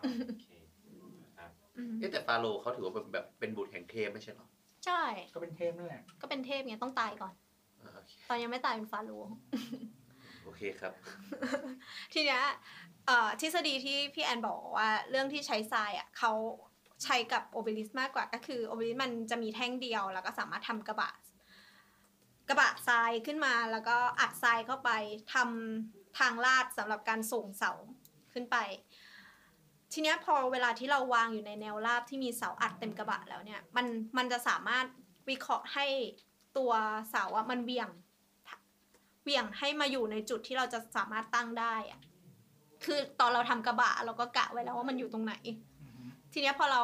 [SPEAKER 3] อ๋อโอเค
[SPEAKER 5] อืม
[SPEAKER 1] เอ๊ะแต่ฟาโรห์เขาถือว่าเป็นแบบเป็นบุตรแห่งเทพไม่ใช่เหรอ
[SPEAKER 5] ใช่
[SPEAKER 8] ก็เป็นเทพนั่นแหละ
[SPEAKER 5] ก็เป็นเทพไงต้องตายก่อน
[SPEAKER 1] อ่าโอเค
[SPEAKER 5] ตอนยังไม่ตายเป็นฟาโรห์
[SPEAKER 1] โอเคครับ
[SPEAKER 5] ทีเนี้ยเอ่อทฤษฎีที่พี่แอนบอกว่าเรื่องที่ใช้ทรายอ่ะเขาใช้กับโอเบลิสมากกว่าก็คือโอเบลิสมันจะมีแท่งเดียว แล้วก็สามารถทำกระบะ กระบะทรายขึ้นมาแล้วก็อัดทรายเข้าไปทำทางลาดสำหรับการส่งเสาขึ้นไป ทีเนี้ยพอเวลาที่เราวางอยู่ในแนวราบที่มีเสาอัดเต็มกระบะแล้วเนี่ยมันมันจะสามารถวิเคราะห์ให้ตัวเสาอะมันเบี่ยงเบี่ยงให้มาอยู่ในจุดที่เราจะสามารถตั้งได้อะ คือตอนเราทำกระบะเราก็กะไว้แล้วว่ามันอยู่ตรงไหน ทีเนี้ยพอเรา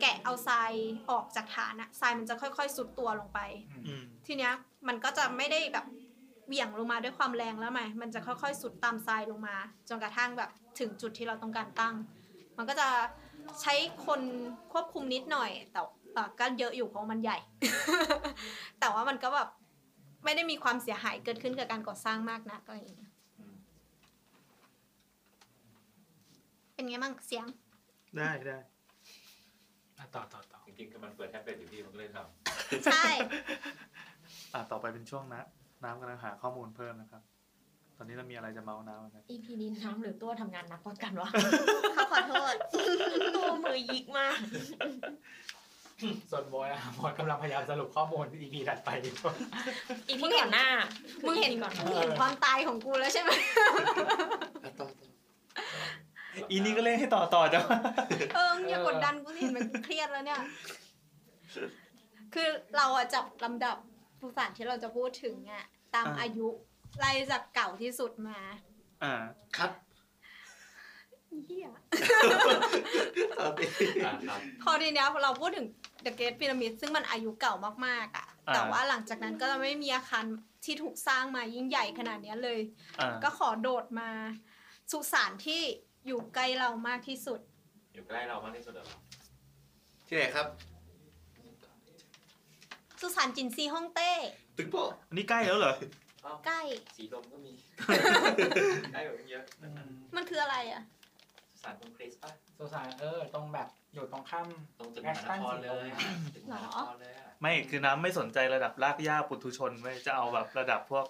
[SPEAKER 5] แกะเอาทรายออกจากฐานอะทรายมันจะค่อยๆซุดตัวลงไป
[SPEAKER 2] อืม
[SPEAKER 5] ทีเนี้ยมันก็จะไม่ได้แบบเหวี่ยงลงมาด้วยความแรงแล้วไหมมันจะค่อยๆสุดตามทรายลงมา จนกระทั่งแบบถึงจุดที่เราต้องการตั้ง มันก็จะใช้คนควบคุมนิดหน่อย แต่เอ่อก็เยอะอยู่เพราะมันใหญ่ แต่ว่ามันก็แบบไม่ได้มีความเสียหายเกิดขึ้นกับการก่อสร้างมากนักอะไรอย่างเงี้ย
[SPEAKER 3] อืม
[SPEAKER 5] เป็นไงบ้างเสียง
[SPEAKER 2] ได้ได้
[SPEAKER 8] อ่ะต่อต่อต่อ
[SPEAKER 3] จริงๆก็มันเปิดแท็บเล็ตอยู่พี่มันก็เลยท
[SPEAKER 5] ใช่
[SPEAKER 2] อ่ะต่อไปเป็นช่วงนะ น้ำกำลังหาข้อมูลเพิ่มนะครับ ตอนนี้เรามีอะไรจะเมาส์น้ำกันไหม
[SPEAKER 4] EP นี้น้ำหรือตัวทำงานหนักกว่ากันวะ
[SPEAKER 5] เขาขอโท ษ
[SPEAKER 4] ตัวมือยิกมาก
[SPEAKER 8] ส่วนบอยอะบอยกำลังพยายามสรุปข้อมูลอีพีถัดไปอยู่
[SPEAKER 4] อีพีก่อนหน้ามึ
[SPEAKER 5] มึงเห็น
[SPEAKER 4] ก่อน
[SPEAKER 5] มึงเห็นความตายของกูแล้วใช่ไหม
[SPEAKER 3] ำ
[SPEAKER 2] อีนี่ก็เล่นให้ต่อต่อจ้ะ
[SPEAKER 5] เอออย่ากดดันกูสิมันเครียดแล้วเนี่ย คือเราอะจับลำดับผู้สานที่เราจะพูดถึงอะตาม
[SPEAKER 2] อ่า
[SPEAKER 5] อายุไล่จากเก่าที่สุดมา
[SPEAKER 2] อ่า
[SPEAKER 1] ครับ
[SPEAKER 5] เฮีย
[SPEAKER 1] ต่อไป
[SPEAKER 3] อ่ะครับ
[SPEAKER 5] พอทีเนี้ยเราพูดถึง The Great Pyramid ซึ่งมันอายุเก่ามากๆอะ
[SPEAKER 2] อ่า
[SPEAKER 5] แต่ว่าหลังจากนั้นก็จะไม่มีอาคารที่ถูกสร้างมายิ่งใหญ่ขนาดเนี้ยเลย
[SPEAKER 2] อ่า
[SPEAKER 5] ก็ขอโดดมาสุสานที่อยู่ใกล้เรามากที่สุด
[SPEAKER 3] อยู่ใกล้เรามากที่สุดเหรอ
[SPEAKER 1] ที่ไหนครับ
[SPEAKER 5] สุสานจินซีฮ่องเต้
[SPEAKER 1] ตึกโปะ
[SPEAKER 2] อันนี้ใกล้แล้วเหรอ
[SPEAKER 3] อ้าว
[SPEAKER 5] ใกล้
[SPEAKER 3] สีลมก็ มีใกล้กว่านี้เยอะ
[SPEAKER 5] มันคืออะไรอะ
[SPEAKER 3] สารตรงคริสป่ะ
[SPEAKER 8] สุสานเออตรงแบบ อยู่ตรงข้าม
[SPEAKER 9] ตรงตึกมหานครเลยอะตึกมหานครเลยอะ
[SPEAKER 2] ไม่คือน้ำไม่สนใจระดับรากหญ้าปุถุชนเว้ยจะเอาแบบระดับพวก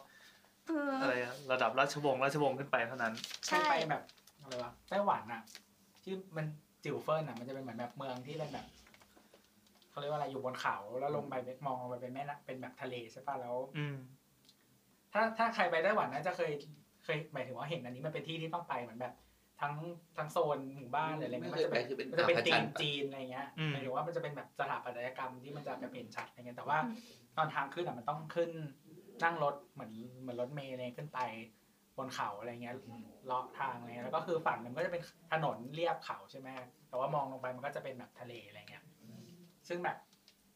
[SPEAKER 5] เออ
[SPEAKER 2] อะไรอะระดับราชวงศ์ราชวงศ์ขึ้นไปเท่านั้น
[SPEAKER 8] ใช่
[SPEAKER 5] ใช่
[SPEAKER 8] ไปแบบอะไรวะไต้หวันอ่ะ ที่มันจิ๋วเฟิร์นอ่ะมันจะเป็นเหมือนแบบเมืองที่เป็นแบบเขาเรียกว่าอะไรอยู่บนเขาแล้วลงไปเป็นมองลงไปเป็นแม่น้ำเป็นแบบทะเลใช่ป่ะแล้ว
[SPEAKER 2] อืม
[SPEAKER 8] ถ้าถ้าใครไปไต้หวันน่าจะเคยเคยหมายถึงว่าเห็นอันนี้มันเป็นที่ที่ต้องไปเหมือนแบบ ทั้งทั้งโซนหมู่บ้านหรืออะไรเงี้ย
[SPEAKER 1] ไม่
[SPEAKER 8] มัน
[SPEAKER 1] เคย
[SPEAKER 8] จะเป็น
[SPEAKER 1] ไปคือเป็น
[SPEAKER 8] มันจะเป็นจี
[SPEAKER 1] อ่าน วพระจันทร์
[SPEAKER 8] จีนอะไรเงี้ย
[SPEAKER 2] อืม
[SPEAKER 8] หมายถึงว่ามันจะเป็นแบบสถาปัตยกรรมที่มันจะแบบเห็นชัดอะไรเงี้ยแต่ว่าตอนทางขึ้นอ่ะมันต้องขึ้นนั่งรถเหมือนเหมือนรถเมล์อะไรขึ้นไปบนเขาอะไรเงี้ยเลาะทางอะไรเงี้ยแล้วก็คือฝั่งมันก็จะเป็นถนนเรียบเขาใช่ไหมแต่ว่ามองลงไปมันก็จะเป็นแบบทะเลอะไรเงี้ย ซึ่งแบบ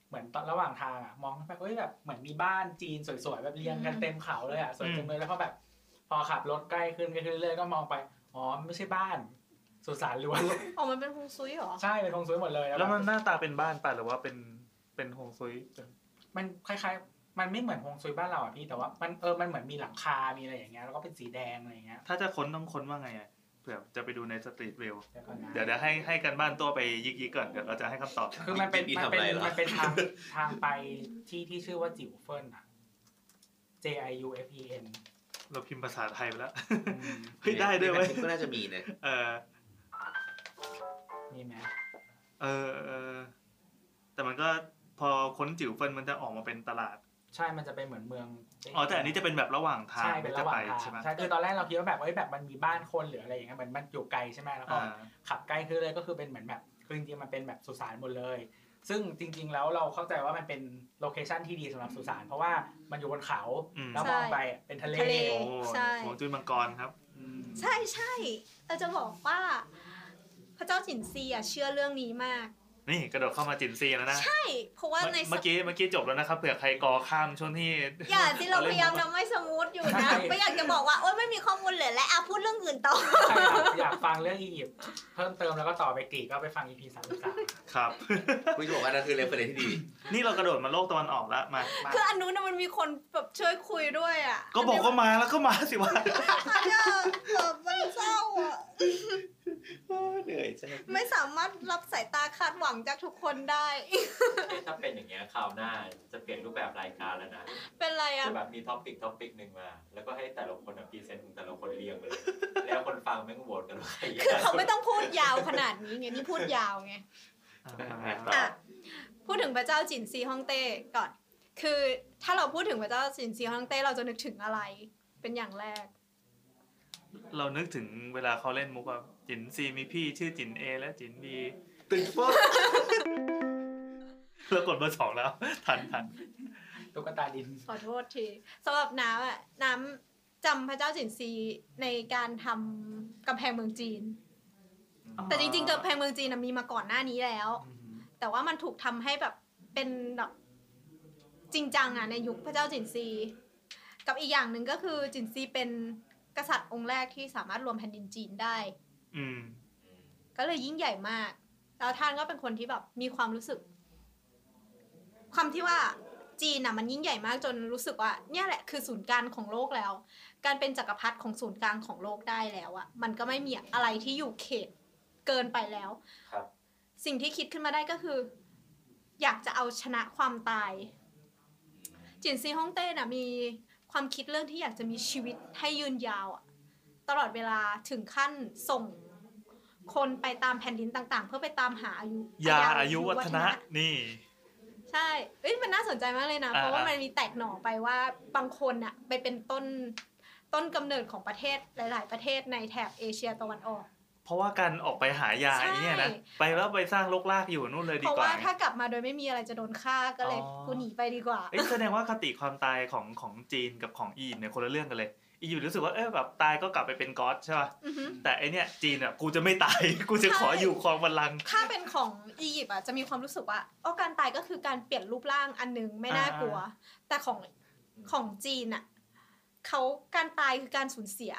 [SPEAKER 8] เหมือนตอนระหว่างทางอ่ะ มองไปเอ้ยแบบเหมือนมีบ้านจีนสวยๆแบบเรียงกัน
[SPEAKER 5] อืม
[SPEAKER 8] เต็มเขาเลยอ่ะสวยจั
[SPEAKER 2] อื
[SPEAKER 8] ง
[SPEAKER 2] ม
[SPEAKER 8] เลยแล้วก็แบบ พอขับรถใกล้ขึ้นใกล้ขึ้นเรื่อยๆก็มองไปอ๋อไม่ใช่บ้านสุสานล้วน
[SPEAKER 5] ออกมันเป็นฮวงซุยเหรอ
[SPEAKER 8] ใช่เป็นทงซุยหมดเลย
[SPEAKER 2] แล้ว
[SPEAKER 8] บบ
[SPEAKER 2] มันหน้าตาเป็นบ้านป่ะหรือว่าเป็นเป็นฮวงซุย
[SPEAKER 8] มันคล้ายๆ มันไม่เหมือนทงซุยบ้านเราอ่ะพี่แต่ว่ามันเออมันเหมือนมีหลังคา มีอะไรอย่างเงี้ยแล้วก็เป็นสีแดงอะไรอย่างเงี้ย
[SPEAKER 2] ถ้าจะค้นต้องค้นว่าไงอะเผื่อจะไปดูในสตรีทวิว
[SPEAKER 8] เดี๋ยวก่อนนะ
[SPEAKER 2] เดี๋ยวเดี๋ยวให้ให้กันบ้านตัวไปยิกยิกๆก่อนเดี๋ยวเราจะให้คำตอบ
[SPEAKER 8] คือมันเป็น
[SPEAKER 1] พี่
[SPEAKER 8] มัน
[SPEAKER 1] ทำ
[SPEAKER 8] เป็
[SPEAKER 1] อะ
[SPEAKER 8] น
[SPEAKER 1] ไรเหรอ
[SPEAKER 8] มันเป็นทางทางไปที่ที่ชื่อว่าจิ๋วเฟินอ่ะ J I U F E N
[SPEAKER 2] เราพิมพ์ภาษาไทยไปแล้ว
[SPEAKER 8] อืม
[SPEAKER 2] เฮ้ยได้ด้วยเว้ย
[SPEAKER 1] ก็น่าจะมีนะ
[SPEAKER 2] เออ
[SPEAKER 8] มีไหม
[SPEAKER 2] เออเออแต่มันก็พอค้นจิ๋วเฟินมันจะออกมาเป็นตลาด
[SPEAKER 8] ใช่ มันจะเป็นเหมือนเมือง
[SPEAKER 2] อ๋อแต่อันนี้จะเป็นแบบระหว่างทาง
[SPEAKER 8] ใช่เป็นระหว่าง
[SPEAKER 2] ที่จะ
[SPEAKER 8] ทาง
[SPEAKER 2] ไปใช่ไหม
[SPEAKER 8] ใช่คือตอนแรกเราคิดว่าแบบเอ้ยแบบมันมีบ้านคนหรืออะไรอย่างเงี้ยเหมือนมันอยู่ไกลใช่ไหมแล้วก็
[SPEAKER 2] อ่า
[SPEAKER 8] ขับใกล้ขึ้นเลยก็คือเป็นเหมือนแบบคือจริงๆมันเป็นแบบสุสานหมดเลย ซึ่งจริง ๆ แล้วเราเข้าใจว่ามันเป็นโลเคชั่นที่ดีสำหรับสุสานเพราะว่ามันอยู่บนเขา
[SPEAKER 2] อืม
[SPEAKER 8] แล้ว
[SPEAKER 5] ใช่
[SPEAKER 8] มองไปอ่ะเป็นทะเล
[SPEAKER 5] ทะเล
[SPEAKER 2] โอ้โห
[SPEAKER 5] ใช่
[SPEAKER 2] หวงจุ้ยมังกรครับ
[SPEAKER 8] อืม
[SPEAKER 5] ใช่ใช่เราจะบอกว่า พระเจ้าจินซีอ่ะเชื่อเรื่องนี้มาก
[SPEAKER 2] นี่กระโดดเข้ามาจินซีแล้วนะ
[SPEAKER 5] ใช่ เพราะว่าในส
[SPEAKER 2] เมื่อกี้เมื่อกี้จบแล้วนะครับเผื่อใครกอข้ามช่วงที่
[SPEAKER 5] อย่าที่เราพยายามทำให้สมูทอยู่ นะ ไม่อยากจะบอกว่า โอ๊ยไม่มีข้อมูลเหลือแล้วอ่ะพูดเรื่องอื่นต่อ
[SPEAKER 8] ใช่ครับอยากฟังเรื่องอียิปต์เพิ่มเติมแล้วก็ต่อไปกรีกก็ไปฟัง EP สามสาม
[SPEAKER 2] ครับ
[SPEAKER 1] คุณจะบอกว่านั่นคือเรฟเฟอร์เรนที่ดี
[SPEAKER 2] นี่เรากระโดดมาโลกตะวันออกแล้วมา
[SPEAKER 5] คืออันนู้นนะมันมีคนแบบช่วยคุยด้วยอ่ะ
[SPEAKER 2] ก็บอกว่ามาแล้วก็มาสิวะ
[SPEAKER 5] อันเนี้ยแบบมันเศร้าอ่ะ
[SPEAKER 1] เหนื่อยจัง
[SPEAKER 5] ไม่สามารถรับสายตาคาดหวังจากทุกคนได้
[SPEAKER 9] เอ๊ะถ้าเป็นอย่างเงี้ยคราวหน้าจะเปลี่ยนรูปแบบรายการแล้วนะ
[SPEAKER 5] เป็นไรอ่ะ
[SPEAKER 9] จะแบบมีท็อปิกท็อปิกหนึ่งมา แล้วก็ให้แต่ละคนพรีเซนต์ของแต่ละคนเรียงไปเลย แล้วคนฟังแม่งโหวตกันว่าใครแย่
[SPEAKER 5] คือเขาไม่ต้องพูดยาวขนาดนี้ไงนี่พูดยาวไง อ่ะพูดถึงพระเจ้าจินซีฮ่องเต้ก่อน คือถ้าเราพูดถึงพระเจ้าจินซีฮ่องเต้เราจะนึกถึงอะไร เป็นอย่างแรก
[SPEAKER 2] เรานึกถึงเวลาเขาเล่นมุกว่าจินซีมีพี่ชื่อจินเอและจินบี
[SPEAKER 1] ตึกฟ้า
[SPEAKER 2] เรากดเบอร์สองแล้ว ทันทัน
[SPEAKER 8] ตุ๊กตาดิน
[SPEAKER 5] ขอโทษทีสำหรับน้ำอ่ะน้ำจำพระเจ้าจินซีในการทำกำแพงเมืองจีน แต่จริงๆกำแพงเมืองจีนนะมีมาก่อนหน้านี้แล้ว
[SPEAKER 2] อืม
[SPEAKER 5] แต่ว่ามันถูกทำให้แบบเป็นแบบจริงจังอ่ะในยุคพระเจ้าจินซี กับอีกอย่างหนึ่งก็คือจินซีเป็นกษัตริย์องค์แรกที่สามารถรวมแผ่นดินจีนได้
[SPEAKER 2] อืม
[SPEAKER 9] อืม
[SPEAKER 5] ก็เลยยิ่งใหญ่มาก แล้วท่านก็เป็นคนที่แบบมีความรู้สึก ความที่ว่าจีนน่ะมันยิ่งใหญ่มากจนรู้สึกว่า เนี่ยแหละคือศูนย์กลางของโลกแล้ว การเป็นจักรพรรดิของศูนย์กลางของโลกได้แล้วอะมันก็ไม่มีอะไรที่อยู่เขตเกินไปแล้ว
[SPEAKER 9] ครับ
[SPEAKER 5] สิ่งที่คิดขึ้นมาได้ก็คือ อยากจะเอาชนะความตาย จินซีฮ่องเต้น่ะมีความคิดเรื่องที่อยากจะมีชีวิตให้ยืนยาวอะตลอดเวลาถึงขั้นส่งคนไปตามแผ่นดินต่างๆ เพื่อไปตามหาอายุ
[SPEAKER 2] ยาอายุวัฒนะนี่
[SPEAKER 5] ใช่เอ้ยมันน่าสนใจมากเลยนะ เพราะว่า
[SPEAKER 2] อ่าๆ
[SPEAKER 5] มันมีแตกหน่อไปว่าบางคนน่ะไปเป็นต้นต้นกำเนิดของประเทศหลาย ๆ ประเทศในแถบเอเชียตะวันออก
[SPEAKER 2] เพราะว่าการออกไปหายา
[SPEAKER 5] ใช่
[SPEAKER 2] ไอ้เนี่ยนะ ไปแล้วไปสร้างโลกลากอยู่นู่นเลย
[SPEAKER 5] เพ
[SPEAKER 2] ดี
[SPEAKER 5] ราะ
[SPEAKER 2] กว่า
[SPEAKER 5] ว่าถ้ากลับมาโดยไม่มีอะไรจะโดนฆ่าก็เลย
[SPEAKER 2] อ๋อ
[SPEAKER 5] กูหนีไปดีกว่า
[SPEAKER 2] เอ้ยแสดงว่าคติความตายของของจีนกับของอียิปต์เนี่ยคนละเรื่องกันเลย อียิปต์รู้สึกว่าเออแบบตายก็กลับไปเป็นก็อดใช่ป่ะ
[SPEAKER 5] อือฮึ
[SPEAKER 2] แต่ไอเนี่ยจีนอ่ะกูจะไม่ตาย กูจะขออยู่ครองบัลลังก์
[SPEAKER 5] ถ้าเป็นของอียิปต์อ่ะจะมีความรู้สึกว่าโอ้การตายก็คือการเปลี่ยนรูปร่างอันหนึงไม่น่ากลัว แต่ของของจีนอ่ะเขาการตายคือการสูญเสีย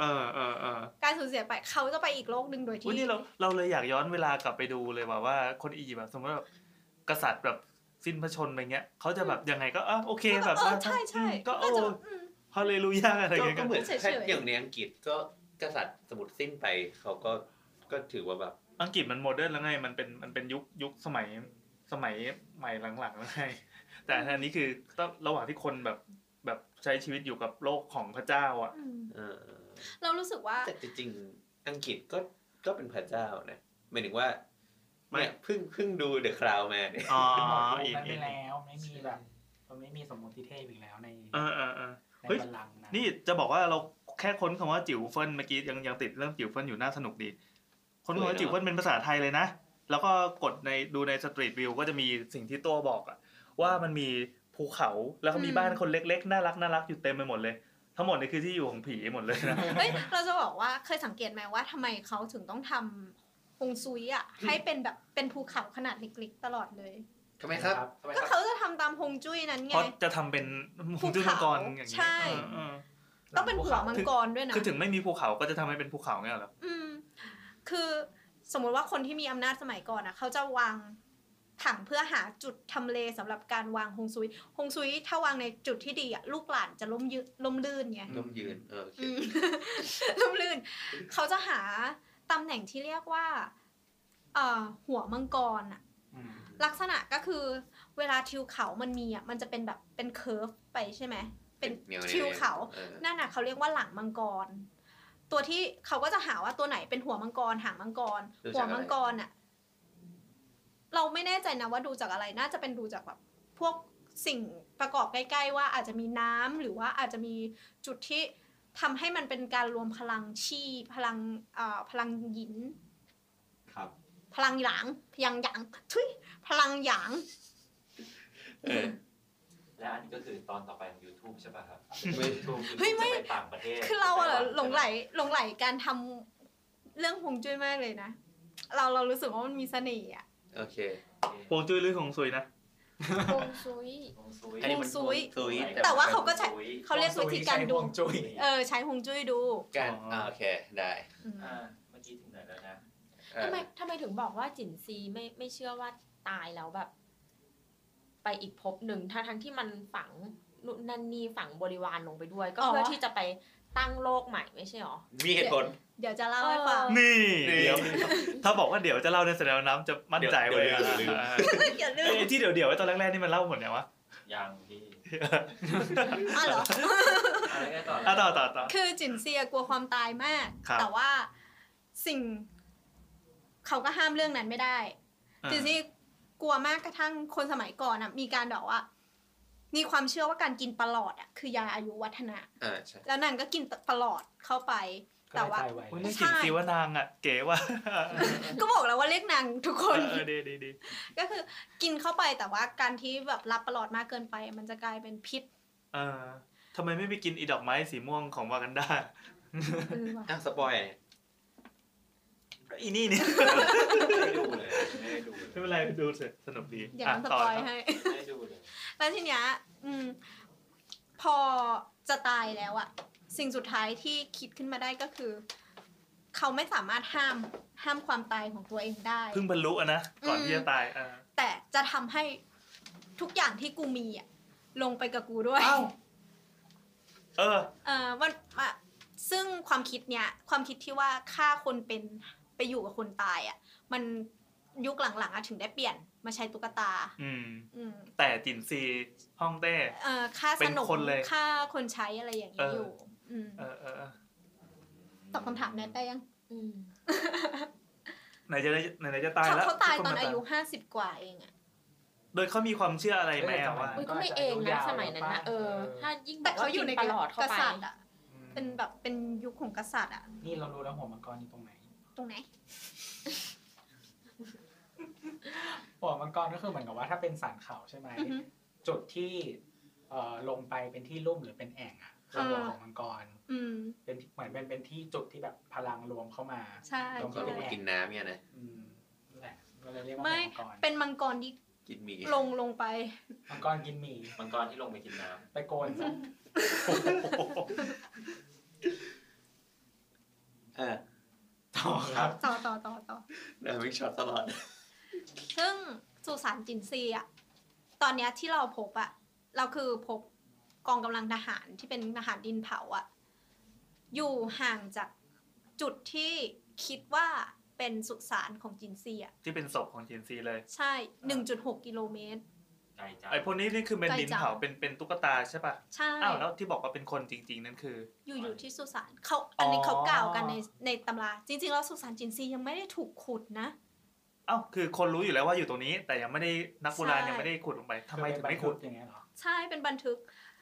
[SPEAKER 2] เออเออเออ
[SPEAKER 5] การสูญเสียไปเขาจะไปอีกโลกหนึ่งโดย
[SPEAKER 2] วัน
[SPEAKER 5] ที่
[SPEAKER 2] นี้เราเราเลยอยากย้อนเวลากลับไปดูเลยว่าว่าคนอียิปต์แบบสมมติแบบกษัตริย์แบบสิ้นพระชนม์อะไรเงี้ยเขาจะแบบยังไงก็อ่ะโอเค
[SPEAKER 5] ก็
[SPEAKER 2] แบบ
[SPEAKER 5] เออ
[SPEAKER 2] ว่า
[SPEAKER 5] ใช่ใช่
[SPEAKER 2] ก็โอ้
[SPEAKER 5] น่าจะอืม
[SPEAKER 2] ฮาเลลูยาอะไร
[SPEAKER 1] ก็
[SPEAKER 2] เงี้ย
[SPEAKER 1] ก็
[SPEAKER 2] กัน
[SPEAKER 1] เหมือน
[SPEAKER 5] เฉยๆ
[SPEAKER 1] อย่างในอังกฤษก็กษัตริย์สมุดสิ้นไปเขาก็ก็ถือว่าแบบ
[SPEAKER 2] อังกฤษมันโมเดิร์นแล้วไง มันเป็นมันเป็นยุคยุคสมัยสมัยใหม่หลังๆแล้วไง แต่อันนี้คือต้องระหว่างที่คนแบบแบบใช้ชีวิตอยู่กับโลกของพระเจ้า อ่ะ
[SPEAKER 5] อืม
[SPEAKER 1] เออ
[SPEAKER 5] เรารู้สึกว่า
[SPEAKER 1] แต่จริงๆอังกฤษก็ก็เป็นพระเจ้านะหมายถึงว่า
[SPEAKER 2] ไม่
[SPEAKER 1] เนี่ยเพิ่งเพิ่งดูเดอะคราวมาเนี่ย
[SPEAKER 2] อ๋อ
[SPEAKER 8] หมอดู
[SPEAKER 2] อีก
[SPEAKER 8] มัน
[SPEAKER 2] อี
[SPEAKER 8] ไม่
[SPEAKER 2] ก
[SPEAKER 8] แล้วไม่มีแบบมันไม่มีสมมติเทพอีกแล้วใน
[SPEAKER 2] เออเออเออ
[SPEAKER 8] ใน
[SPEAKER 2] เฮ้ย
[SPEAKER 8] บัลลังก์นะ
[SPEAKER 2] นี่จะบอกว่าเราแค่ค้นคำว่าจิ๋วเฟินเมื่อกี้ยังยังติดเรื่องจิ๋วเฟินอยู่น่าสนุกดี ค้นคำว่าจิ๋วเฟินเป็นภาษาไทยเลยนะ แล้วก็กดในดูในสตรีทวิวก็จะมีสิ่งที่ตัวบอกอะว่ามันมีภูเขาแล้วก็มี
[SPEAKER 5] อืม
[SPEAKER 2] บ้านคนเล็กๆ น่ารักน่ารักอยู่เต็มไปหมดเลย ทั้งหมดนี่คือที่อยู่ของผีหมดเลยนะ
[SPEAKER 5] เฮ้ยเราจะบอกว่าเคยสังเกตไหมว่าทำไมเขาถึงต้องทำฮงซุยอ่ะ ให้เป็นแบบเป็นภูเขาขนาดเล็กๆตลอดเลย
[SPEAKER 1] ทำไมครับ
[SPEAKER 8] ทำไม
[SPEAKER 5] ก็
[SPEAKER 8] ครับ
[SPEAKER 5] เขาจะทำตามฮงจุ้ยนั้นไง
[SPEAKER 2] เพราะจะทำเป็น
[SPEAKER 5] ภู
[SPEAKER 2] จุดมังกรอย่างนี้
[SPEAKER 5] ใช่
[SPEAKER 2] เออ
[SPEAKER 5] ต้องเป็นหัวมังกรด้วย
[SPEAKER 2] เออ
[SPEAKER 5] นะ
[SPEAKER 2] คือถึงไม่มีภูเขาก็จะทำให้เป็นภูเขาเงี้ยเหรอ
[SPEAKER 5] อืม คือสมมุติว่าคนที่มีอำนาจสมัยก่อนอ่ะ เขาจะวางถังเพื่อหาจุดทำเลสำหรับการวางฮงซุยฮงซุยถ้าวางในจุดที่ดีอ่ะลูกหลานจะล้มยืล้มลื่นไง
[SPEAKER 1] ลมยืนเออโอเค
[SPEAKER 5] อืม ล่มลื่น เขาจะหาตำแหน่งที่เรียกว่าเอ่อหัวมังกรอะ
[SPEAKER 8] อืม
[SPEAKER 5] ลักษณะก็คือเวลาทิวเขามันมีอะมันจะเป็นแบบเป็นเคิร์ฟไปใช่ไหม เป็น
[SPEAKER 1] แนวๆ
[SPEAKER 5] ทิวเขา
[SPEAKER 1] ออ
[SPEAKER 5] นั่นน่ะเขาเรียกว่าหลังมังกร ตัวที่เขาก็จะหาว่าตัวไหนเป็นหัวมังกรหางมังกร
[SPEAKER 1] ดูจากอะไร
[SPEAKER 5] หัวมังกรอะเราไม่แน่ใจนะว่าดูจากอะไรน่าจะเป็นดูจากแบบพวกสิ่งประกอบใกล้ ๆ ว่าอาจจะมีน้ำหรือว่าอาจจะมีจุดที่ทำให้มันเป็นการรวมพลังชีพลังเอ่อพลังหยิน
[SPEAKER 9] ครับ
[SPEAKER 5] พลังหยางพลังหยางทุยพลังหยาง
[SPEAKER 1] เออ
[SPEAKER 9] และอันนี้ก็คือตอนต่อไปของ YouTube ใช่ป่ะครับ
[SPEAKER 1] ไม่
[SPEAKER 9] YouTube
[SPEAKER 5] เฮ้ยไม่
[SPEAKER 9] จะไปต่างประเทศ
[SPEAKER 5] คือเราอะ
[SPEAKER 9] ไปไต้วั
[SPEAKER 5] หลงไหล
[SPEAKER 9] ใช่ไ
[SPEAKER 5] หลงไหลการทำเรื่องฮวงจุ้ยมากเลยนะ เราเรารู้สึกว่ามันมีเสน่ห์อะ
[SPEAKER 1] โอเค
[SPEAKER 2] พวงจุ้ยหรือของซุยนะ
[SPEAKER 4] ฮวงซุย
[SPEAKER 9] ฮวงซุย
[SPEAKER 1] อันนี้มัน
[SPEAKER 5] ฮวงซุย
[SPEAKER 1] ฮวงซุยแต่
[SPEAKER 5] แต่ว่าเขาก็ใช้
[SPEAKER 9] ฮวงซุย
[SPEAKER 5] เขาเรียกวิธีการดู
[SPEAKER 8] ฮวงจุ้ย
[SPEAKER 5] เออใช้ฮวงจุ้ยดู
[SPEAKER 1] การ
[SPEAKER 2] อ๋ออ่
[SPEAKER 1] าโอเคได้
[SPEAKER 5] อืม
[SPEAKER 9] อ่าเมื่อกี้ถึงไหนแล้วนะ
[SPEAKER 1] เออ
[SPEAKER 4] ทำไมทำไมถึงบอกว่าจินซีไม่ไม่เชื่อว่าตายแล้วแบบ ไปอีกภพหนึ่งทั้งทั้งที่มันฝังนู่นนันนีฝังบริวารลงไปด้วย ก็เพื่อที่จะไปตั้งโลกใหม่ไม่ใช่หรอ
[SPEAKER 1] มีเหตุผล
[SPEAKER 5] เดี๋ยวจะเล่าให้ฟัง
[SPEAKER 2] นี่
[SPEAKER 1] นี่
[SPEAKER 2] เดี๋ยวถ้าบอกว่าเดี๋ยวจะเล่าในแสดงว่าน้ำจะมั่นใจ
[SPEAKER 1] เดี๋
[SPEAKER 2] เลยยว
[SPEAKER 1] เดี๋ยวลืม
[SPEAKER 5] อย่าลืม
[SPEAKER 2] ไอ้ที่เดี๋ยวเดี๋ยวๆไอ้ตอนแรกๆนี่มันเล่าหมดเนี่ยวะ
[SPEAKER 9] ยังพี่
[SPEAKER 5] อ้าวเหรอ
[SPEAKER 9] อะไรกันต่อ
[SPEAKER 2] อ่ะต่อต่อต่อ
[SPEAKER 5] คือจินเซียกลัวความตายมาก
[SPEAKER 2] ครับ
[SPEAKER 5] แต่ว่าสิ่ง เขาก็ห้ามเรื่องนั้นไม่ได้
[SPEAKER 2] อ่ะ
[SPEAKER 5] จินเซียกลัวมากกระทั่งคนสมัยก่อนอะมีการแบบว่า มีความเชื่อว่าการกินปลาหลอดอะคือยาอายุวัฒนะ
[SPEAKER 1] อ่าใช่
[SPEAKER 5] แล้วนางก็กินปลาหลอดเข้าไป แต่ว่า
[SPEAKER 8] ก็เลยตยไ
[SPEAKER 2] โอ้ยนี่กลิ่นซีวานางอ่ะ เก๋ว่ะ
[SPEAKER 5] ก็บอกแล้วว่าเรียกนางทุกคน
[SPEAKER 2] เออดีดีดี
[SPEAKER 5] ก็คือกินเข้าไปแต่ว่าการที่แบบรับประหลอดมากเกินไป มันจะกลายเป็น พิษ
[SPEAKER 2] เออทำไมไม่ไปกินอีดอกไม้สีม่วงของวากันดา
[SPEAKER 5] เออว่ะ
[SPEAKER 1] อ้าวสปอยอ่ะเนี่ย
[SPEAKER 2] อีนี่เนี่ย
[SPEAKER 9] ไม่ได้ดูเลยไม่ได้ดูเลย
[SPEAKER 2] ไม่เป็นไรดูเถอะสนุกดี
[SPEAKER 5] เดี๋ยว
[SPEAKER 2] อ่ะ
[SPEAKER 5] มันส
[SPEAKER 2] ต่
[SPEAKER 5] ปอย
[SPEAKER 2] ครับ
[SPEAKER 5] ให้
[SPEAKER 9] ไม่ได้ดูเลย
[SPEAKER 5] แล้วทีเนี้ยอืม พอจะตายแล้วอะสิ่งสุดท้ายที่คิดขึ้นมาได้ก็คือ เขาไม่สามารถห้ามห้ามความตายของตัวเองได้
[SPEAKER 2] เพิ่งบรรลุอะนะ ก่อนที่จะตายอ่ะ
[SPEAKER 5] แต่จะทำให้ทุกอย่างที่กูมีอะลงไปกับกูด้วย
[SPEAKER 2] เออ
[SPEAKER 5] เออมันอะซึ่งความคิดเนี้ยความคิดที่ว่าฆ่าคนเป็นไปอยู่กับคนตายอ่ะ มันยุคหลังๆอะถึงได้เปลี่ยนมาใช้ตุ๊กตา
[SPEAKER 2] อืม
[SPEAKER 5] อืม
[SPEAKER 2] แต่จินซีฮ่องเต้
[SPEAKER 5] เอ่อฆ่า
[SPEAKER 2] เป็
[SPEAKER 5] ส
[SPEAKER 2] น
[SPEAKER 5] นม
[SPEAKER 2] คนเลย
[SPEAKER 5] ฆ่าคนใช้อะไรอย่าง
[SPEAKER 2] เอ
[SPEAKER 5] นี้
[SPEAKER 2] อ
[SPEAKER 5] อ
[SPEAKER 2] อ
[SPEAKER 5] ยู่ อืม
[SPEAKER 2] เออเออเออ
[SPEAKER 5] ตอบคำถามแนทได้ยัง
[SPEAKER 4] อืม
[SPEAKER 2] ไหนจะได้ไหนจะตาย
[SPEAKER 5] เขา
[SPEAKER 2] แล้ว
[SPEAKER 5] เขาตาย
[SPEAKER 2] ทุก
[SPEAKER 5] ต
[SPEAKER 2] ค
[SPEAKER 5] อน
[SPEAKER 2] ม
[SPEAKER 5] อายุห้าสิบกว่าเองอ่ะ
[SPEAKER 2] โดยเขามีความเชื่ออะไรไหมอะว่า
[SPEAKER 4] อุ้ยก็ไม่เองนะสมัยนั้นนะเออ ถ้ายิ่ง
[SPEAKER 5] แต่เขาอยู่ใน
[SPEAKER 4] ตลอดเข้าก ไป
[SPEAKER 5] ษัตริย์อ่ะ เป็น
[SPEAKER 8] แบบ
[SPEAKER 5] แบบเป็นยุคของกษัตริย์อ่ะ
[SPEAKER 8] นี่เรารู้แล้วหัวมังกรอยู่ตรงไหน
[SPEAKER 5] ตรงไหน
[SPEAKER 8] หัวมังกรก็คือเหมือนกับว่าถ้าเป็นสันเขาใช่ไหม
[SPEAKER 5] อือฮึ
[SPEAKER 8] จุดที่เอ่อลงไปเป็นที่ลุ่มหรือเป็นแอ่งอะคือหัวของมังกร
[SPEAKER 5] อืม
[SPEAKER 8] เป็นเหมือนเป็นเป็นที่จุดที่แบบพลังรวมเข้ามา
[SPEAKER 5] ใช่
[SPEAKER 8] ลอง
[SPEAKER 1] ก็
[SPEAKER 5] ใช่
[SPEAKER 1] ลงมากินน้ำเนี่ยนะ
[SPEAKER 8] อืมนั่นแหละก็เลยเรียกว่าหั
[SPEAKER 5] ไม่
[SPEAKER 8] วมังกร
[SPEAKER 5] เป็นมังกรที่
[SPEAKER 1] กินหมี
[SPEAKER 5] ลงลงไป
[SPEAKER 8] มังกรกินหมี
[SPEAKER 9] มังกรที่ลงไปกินน้
[SPEAKER 8] ไปโกนซะ
[SPEAKER 1] เออ
[SPEAKER 8] ต่อครับ
[SPEAKER 5] ต่อต่อต่อต่อ
[SPEAKER 1] นะวิ่งช็อตตลอด
[SPEAKER 5] ซึ่งสุสานจินซีอะตอนเนี้ยที่เราพบอะเราคือพบกองกำลังทหารที่เป็นทหารดินเผาอะอยู่ห่างจากจุดที่คิดว่า เป็นสุสานของจินซีอ่ะ
[SPEAKER 2] ที่เป็นศพของเจนซีเลย
[SPEAKER 5] ใช่หนึ่งจุดหกกิโลเมตร
[SPEAKER 9] ไกลจัง
[SPEAKER 2] ไอ้พวกนี้นี่คือเป็น
[SPEAKER 5] ไกล
[SPEAKER 2] ดิน
[SPEAKER 5] จัง
[SPEAKER 2] เผาเป็นเป็นตุ๊กตาใช่ป่ะ
[SPEAKER 5] ใช่
[SPEAKER 2] อ้าวแล้วที่บอกว่าเป็นคนจริง ๆ นั่นคือ
[SPEAKER 5] อยู่อยู่ที่สุสานเขาอันนี้
[SPEAKER 2] อ๋อ
[SPEAKER 5] เขากล่าวกันในในตำรา จริงๆแล้วสุสานจินซียังไม่ได้ถูกขุดนะ
[SPEAKER 2] อ้าวคือคนรู้อยู่แล้วว่าอยู่ตรงนี้ แต่ยังไม่ได้นักโบราณ
[SPEAKER 5] ใช่
[SPEAKER 2] ยังไม่ได้ขุดลงไปทำไมถึงไม่ขุด
[SPEAKER 8] อย่างเงี้ยเหรอ
[SPEAKER 5] ใช่เป็นบันทึก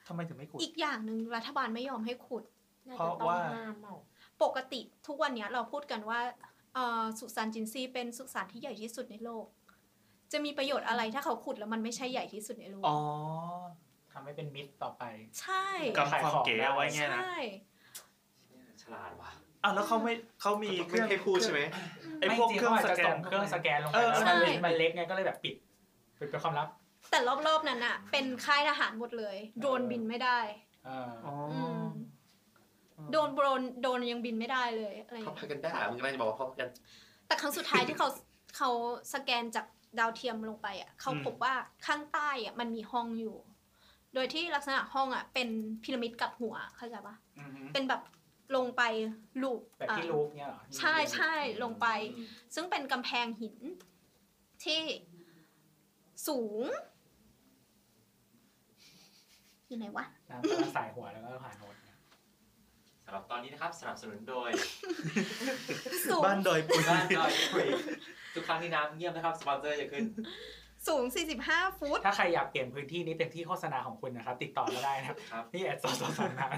[SPEAKER 2] ทำไมถึงไม่ขุด
[SPEAKER 5] อีกอย่างหนึ่งรัฐบาลไม่ยอมให้ขุด
[SPEAKER 4] น่จ
[SPEAKER 2] เพราะ
[SPEAKER 4] ต้อง
[SPEAKER 2] ว่า
[SPEAKER 4] ห้ามเอ
[SPEAKER 5] ปกติทุกวันเนี้ยเราพูดกันว่าเอ่อสุสานจินซีเป็นสุสานที่ใหญ่ที่สุดในโลก จะมีประโยชน์อะไรถ้าเขาขุดแล้วมันไม่ใช่ใหญ่ที่สุดในโลก
[SPEAKER 2] อ๋อ
[SPEAKER 8] ทำให้เป็นมิตรต่อไป
[SPEAKER 5] ใช่
[SPEAKER 2] กำความเก๋เอาไว้ไงนะ
[SPEAKER 5] ใช่
[SPEAKER 9] ฉลาดว่ะ
[SPEAKER 2] อ้าวแล้วเขาไม่เขามีเค
[SPEAKER 1] ไม่
[SPEAKER 2] รื่อง
[SPEAKER 1] ให้พูดใช่ไหม
[SPEAKER 2] ไอ้
[SPEAKER 8] ไม่
[SPEAKER 2] พวก
[SPEAKER 8] จริง
[SPEAKER 2] เครื่อง
[SPEAKER 8] เขา
[SPEAKER 2] ส
[SPEAKER 8] อาจจะ
[SPEAKER 2] แก
[SPEAKER 8] ส่
[SPEAKER 2] น
[SPEAKER 8] งเครื่องสแกนลงไป
[SPEAKER 2] เออ
[SPEAKER 8] แล้วมันเล็กมันเล็กไงก็เลยแบบปิดปิดเป็นความลับ
[SPEAKER 5] แต่รอบๆนั้นอะเป็นค่ายทหารหมดเลย โดรนบินไม่ได้
[SPEAKER 8] เออ
[SPEAKER 2] อ๋อ
[SPEAKER 5] อืมโดรนโดรนโดรนยังบินไม่ได้เลยอะไรอย่าง
[SPEAKER 1] เขา
[SPEAKER 5] เงี้ย
[SPEAKER 1] พากันด่ามึงกำลังจะบอกว่าเขาพากัน
[SPEAKER 5] แต่ครั้งสุดท้ายที่เขาเขาสแกนจากดาวเทียมลงไปอะเขาพบว่าข้างใต้อะมันมีห้องอยู่ โดยที่ลักษณะห้องอะเป็นพีระมิดกับหัวเข้าใจปะ
[SPEAKER 8] อือฮึ
[SPEAKER 5] เป็นแบบลงไปลูป
[SPEAKER 8] แบบที่
[SPEAKER 5] อ่า
[SPEAKER 8] รูปเนี่ยเหรอ
[SPEAKER 5] ใช่ใช่ลงไป ซึ่งเป็นกำแพงหินที่สูง อยู่ไหนวะ
[SPEAKER 8] น้ำตาใส่หัวแล้วก็ผ่านโน้ตเนี่ย
[SPEAKER 9] สำหรับตอนนี้นะครับสนับสนุนโดย
[SPEAKER 5] สูง
[SPEAKER 2] บ้านดอยปุย
[SPEAKER 9] บ้านดอยคุยทุกครั้งที่น้ำเงียบนะครับ สปอนเซอร์จะขึ้น
[SPEAKER 5] สูง 45 ฟุต
[SPEAKER 8] ถ้าใครอยากเปลี่ยนพื้นที่นี้เป็นที่โฆษณาของคุณนะครับ ติดต่อมาได้นะครับ นี่แอดสอสอสองนะ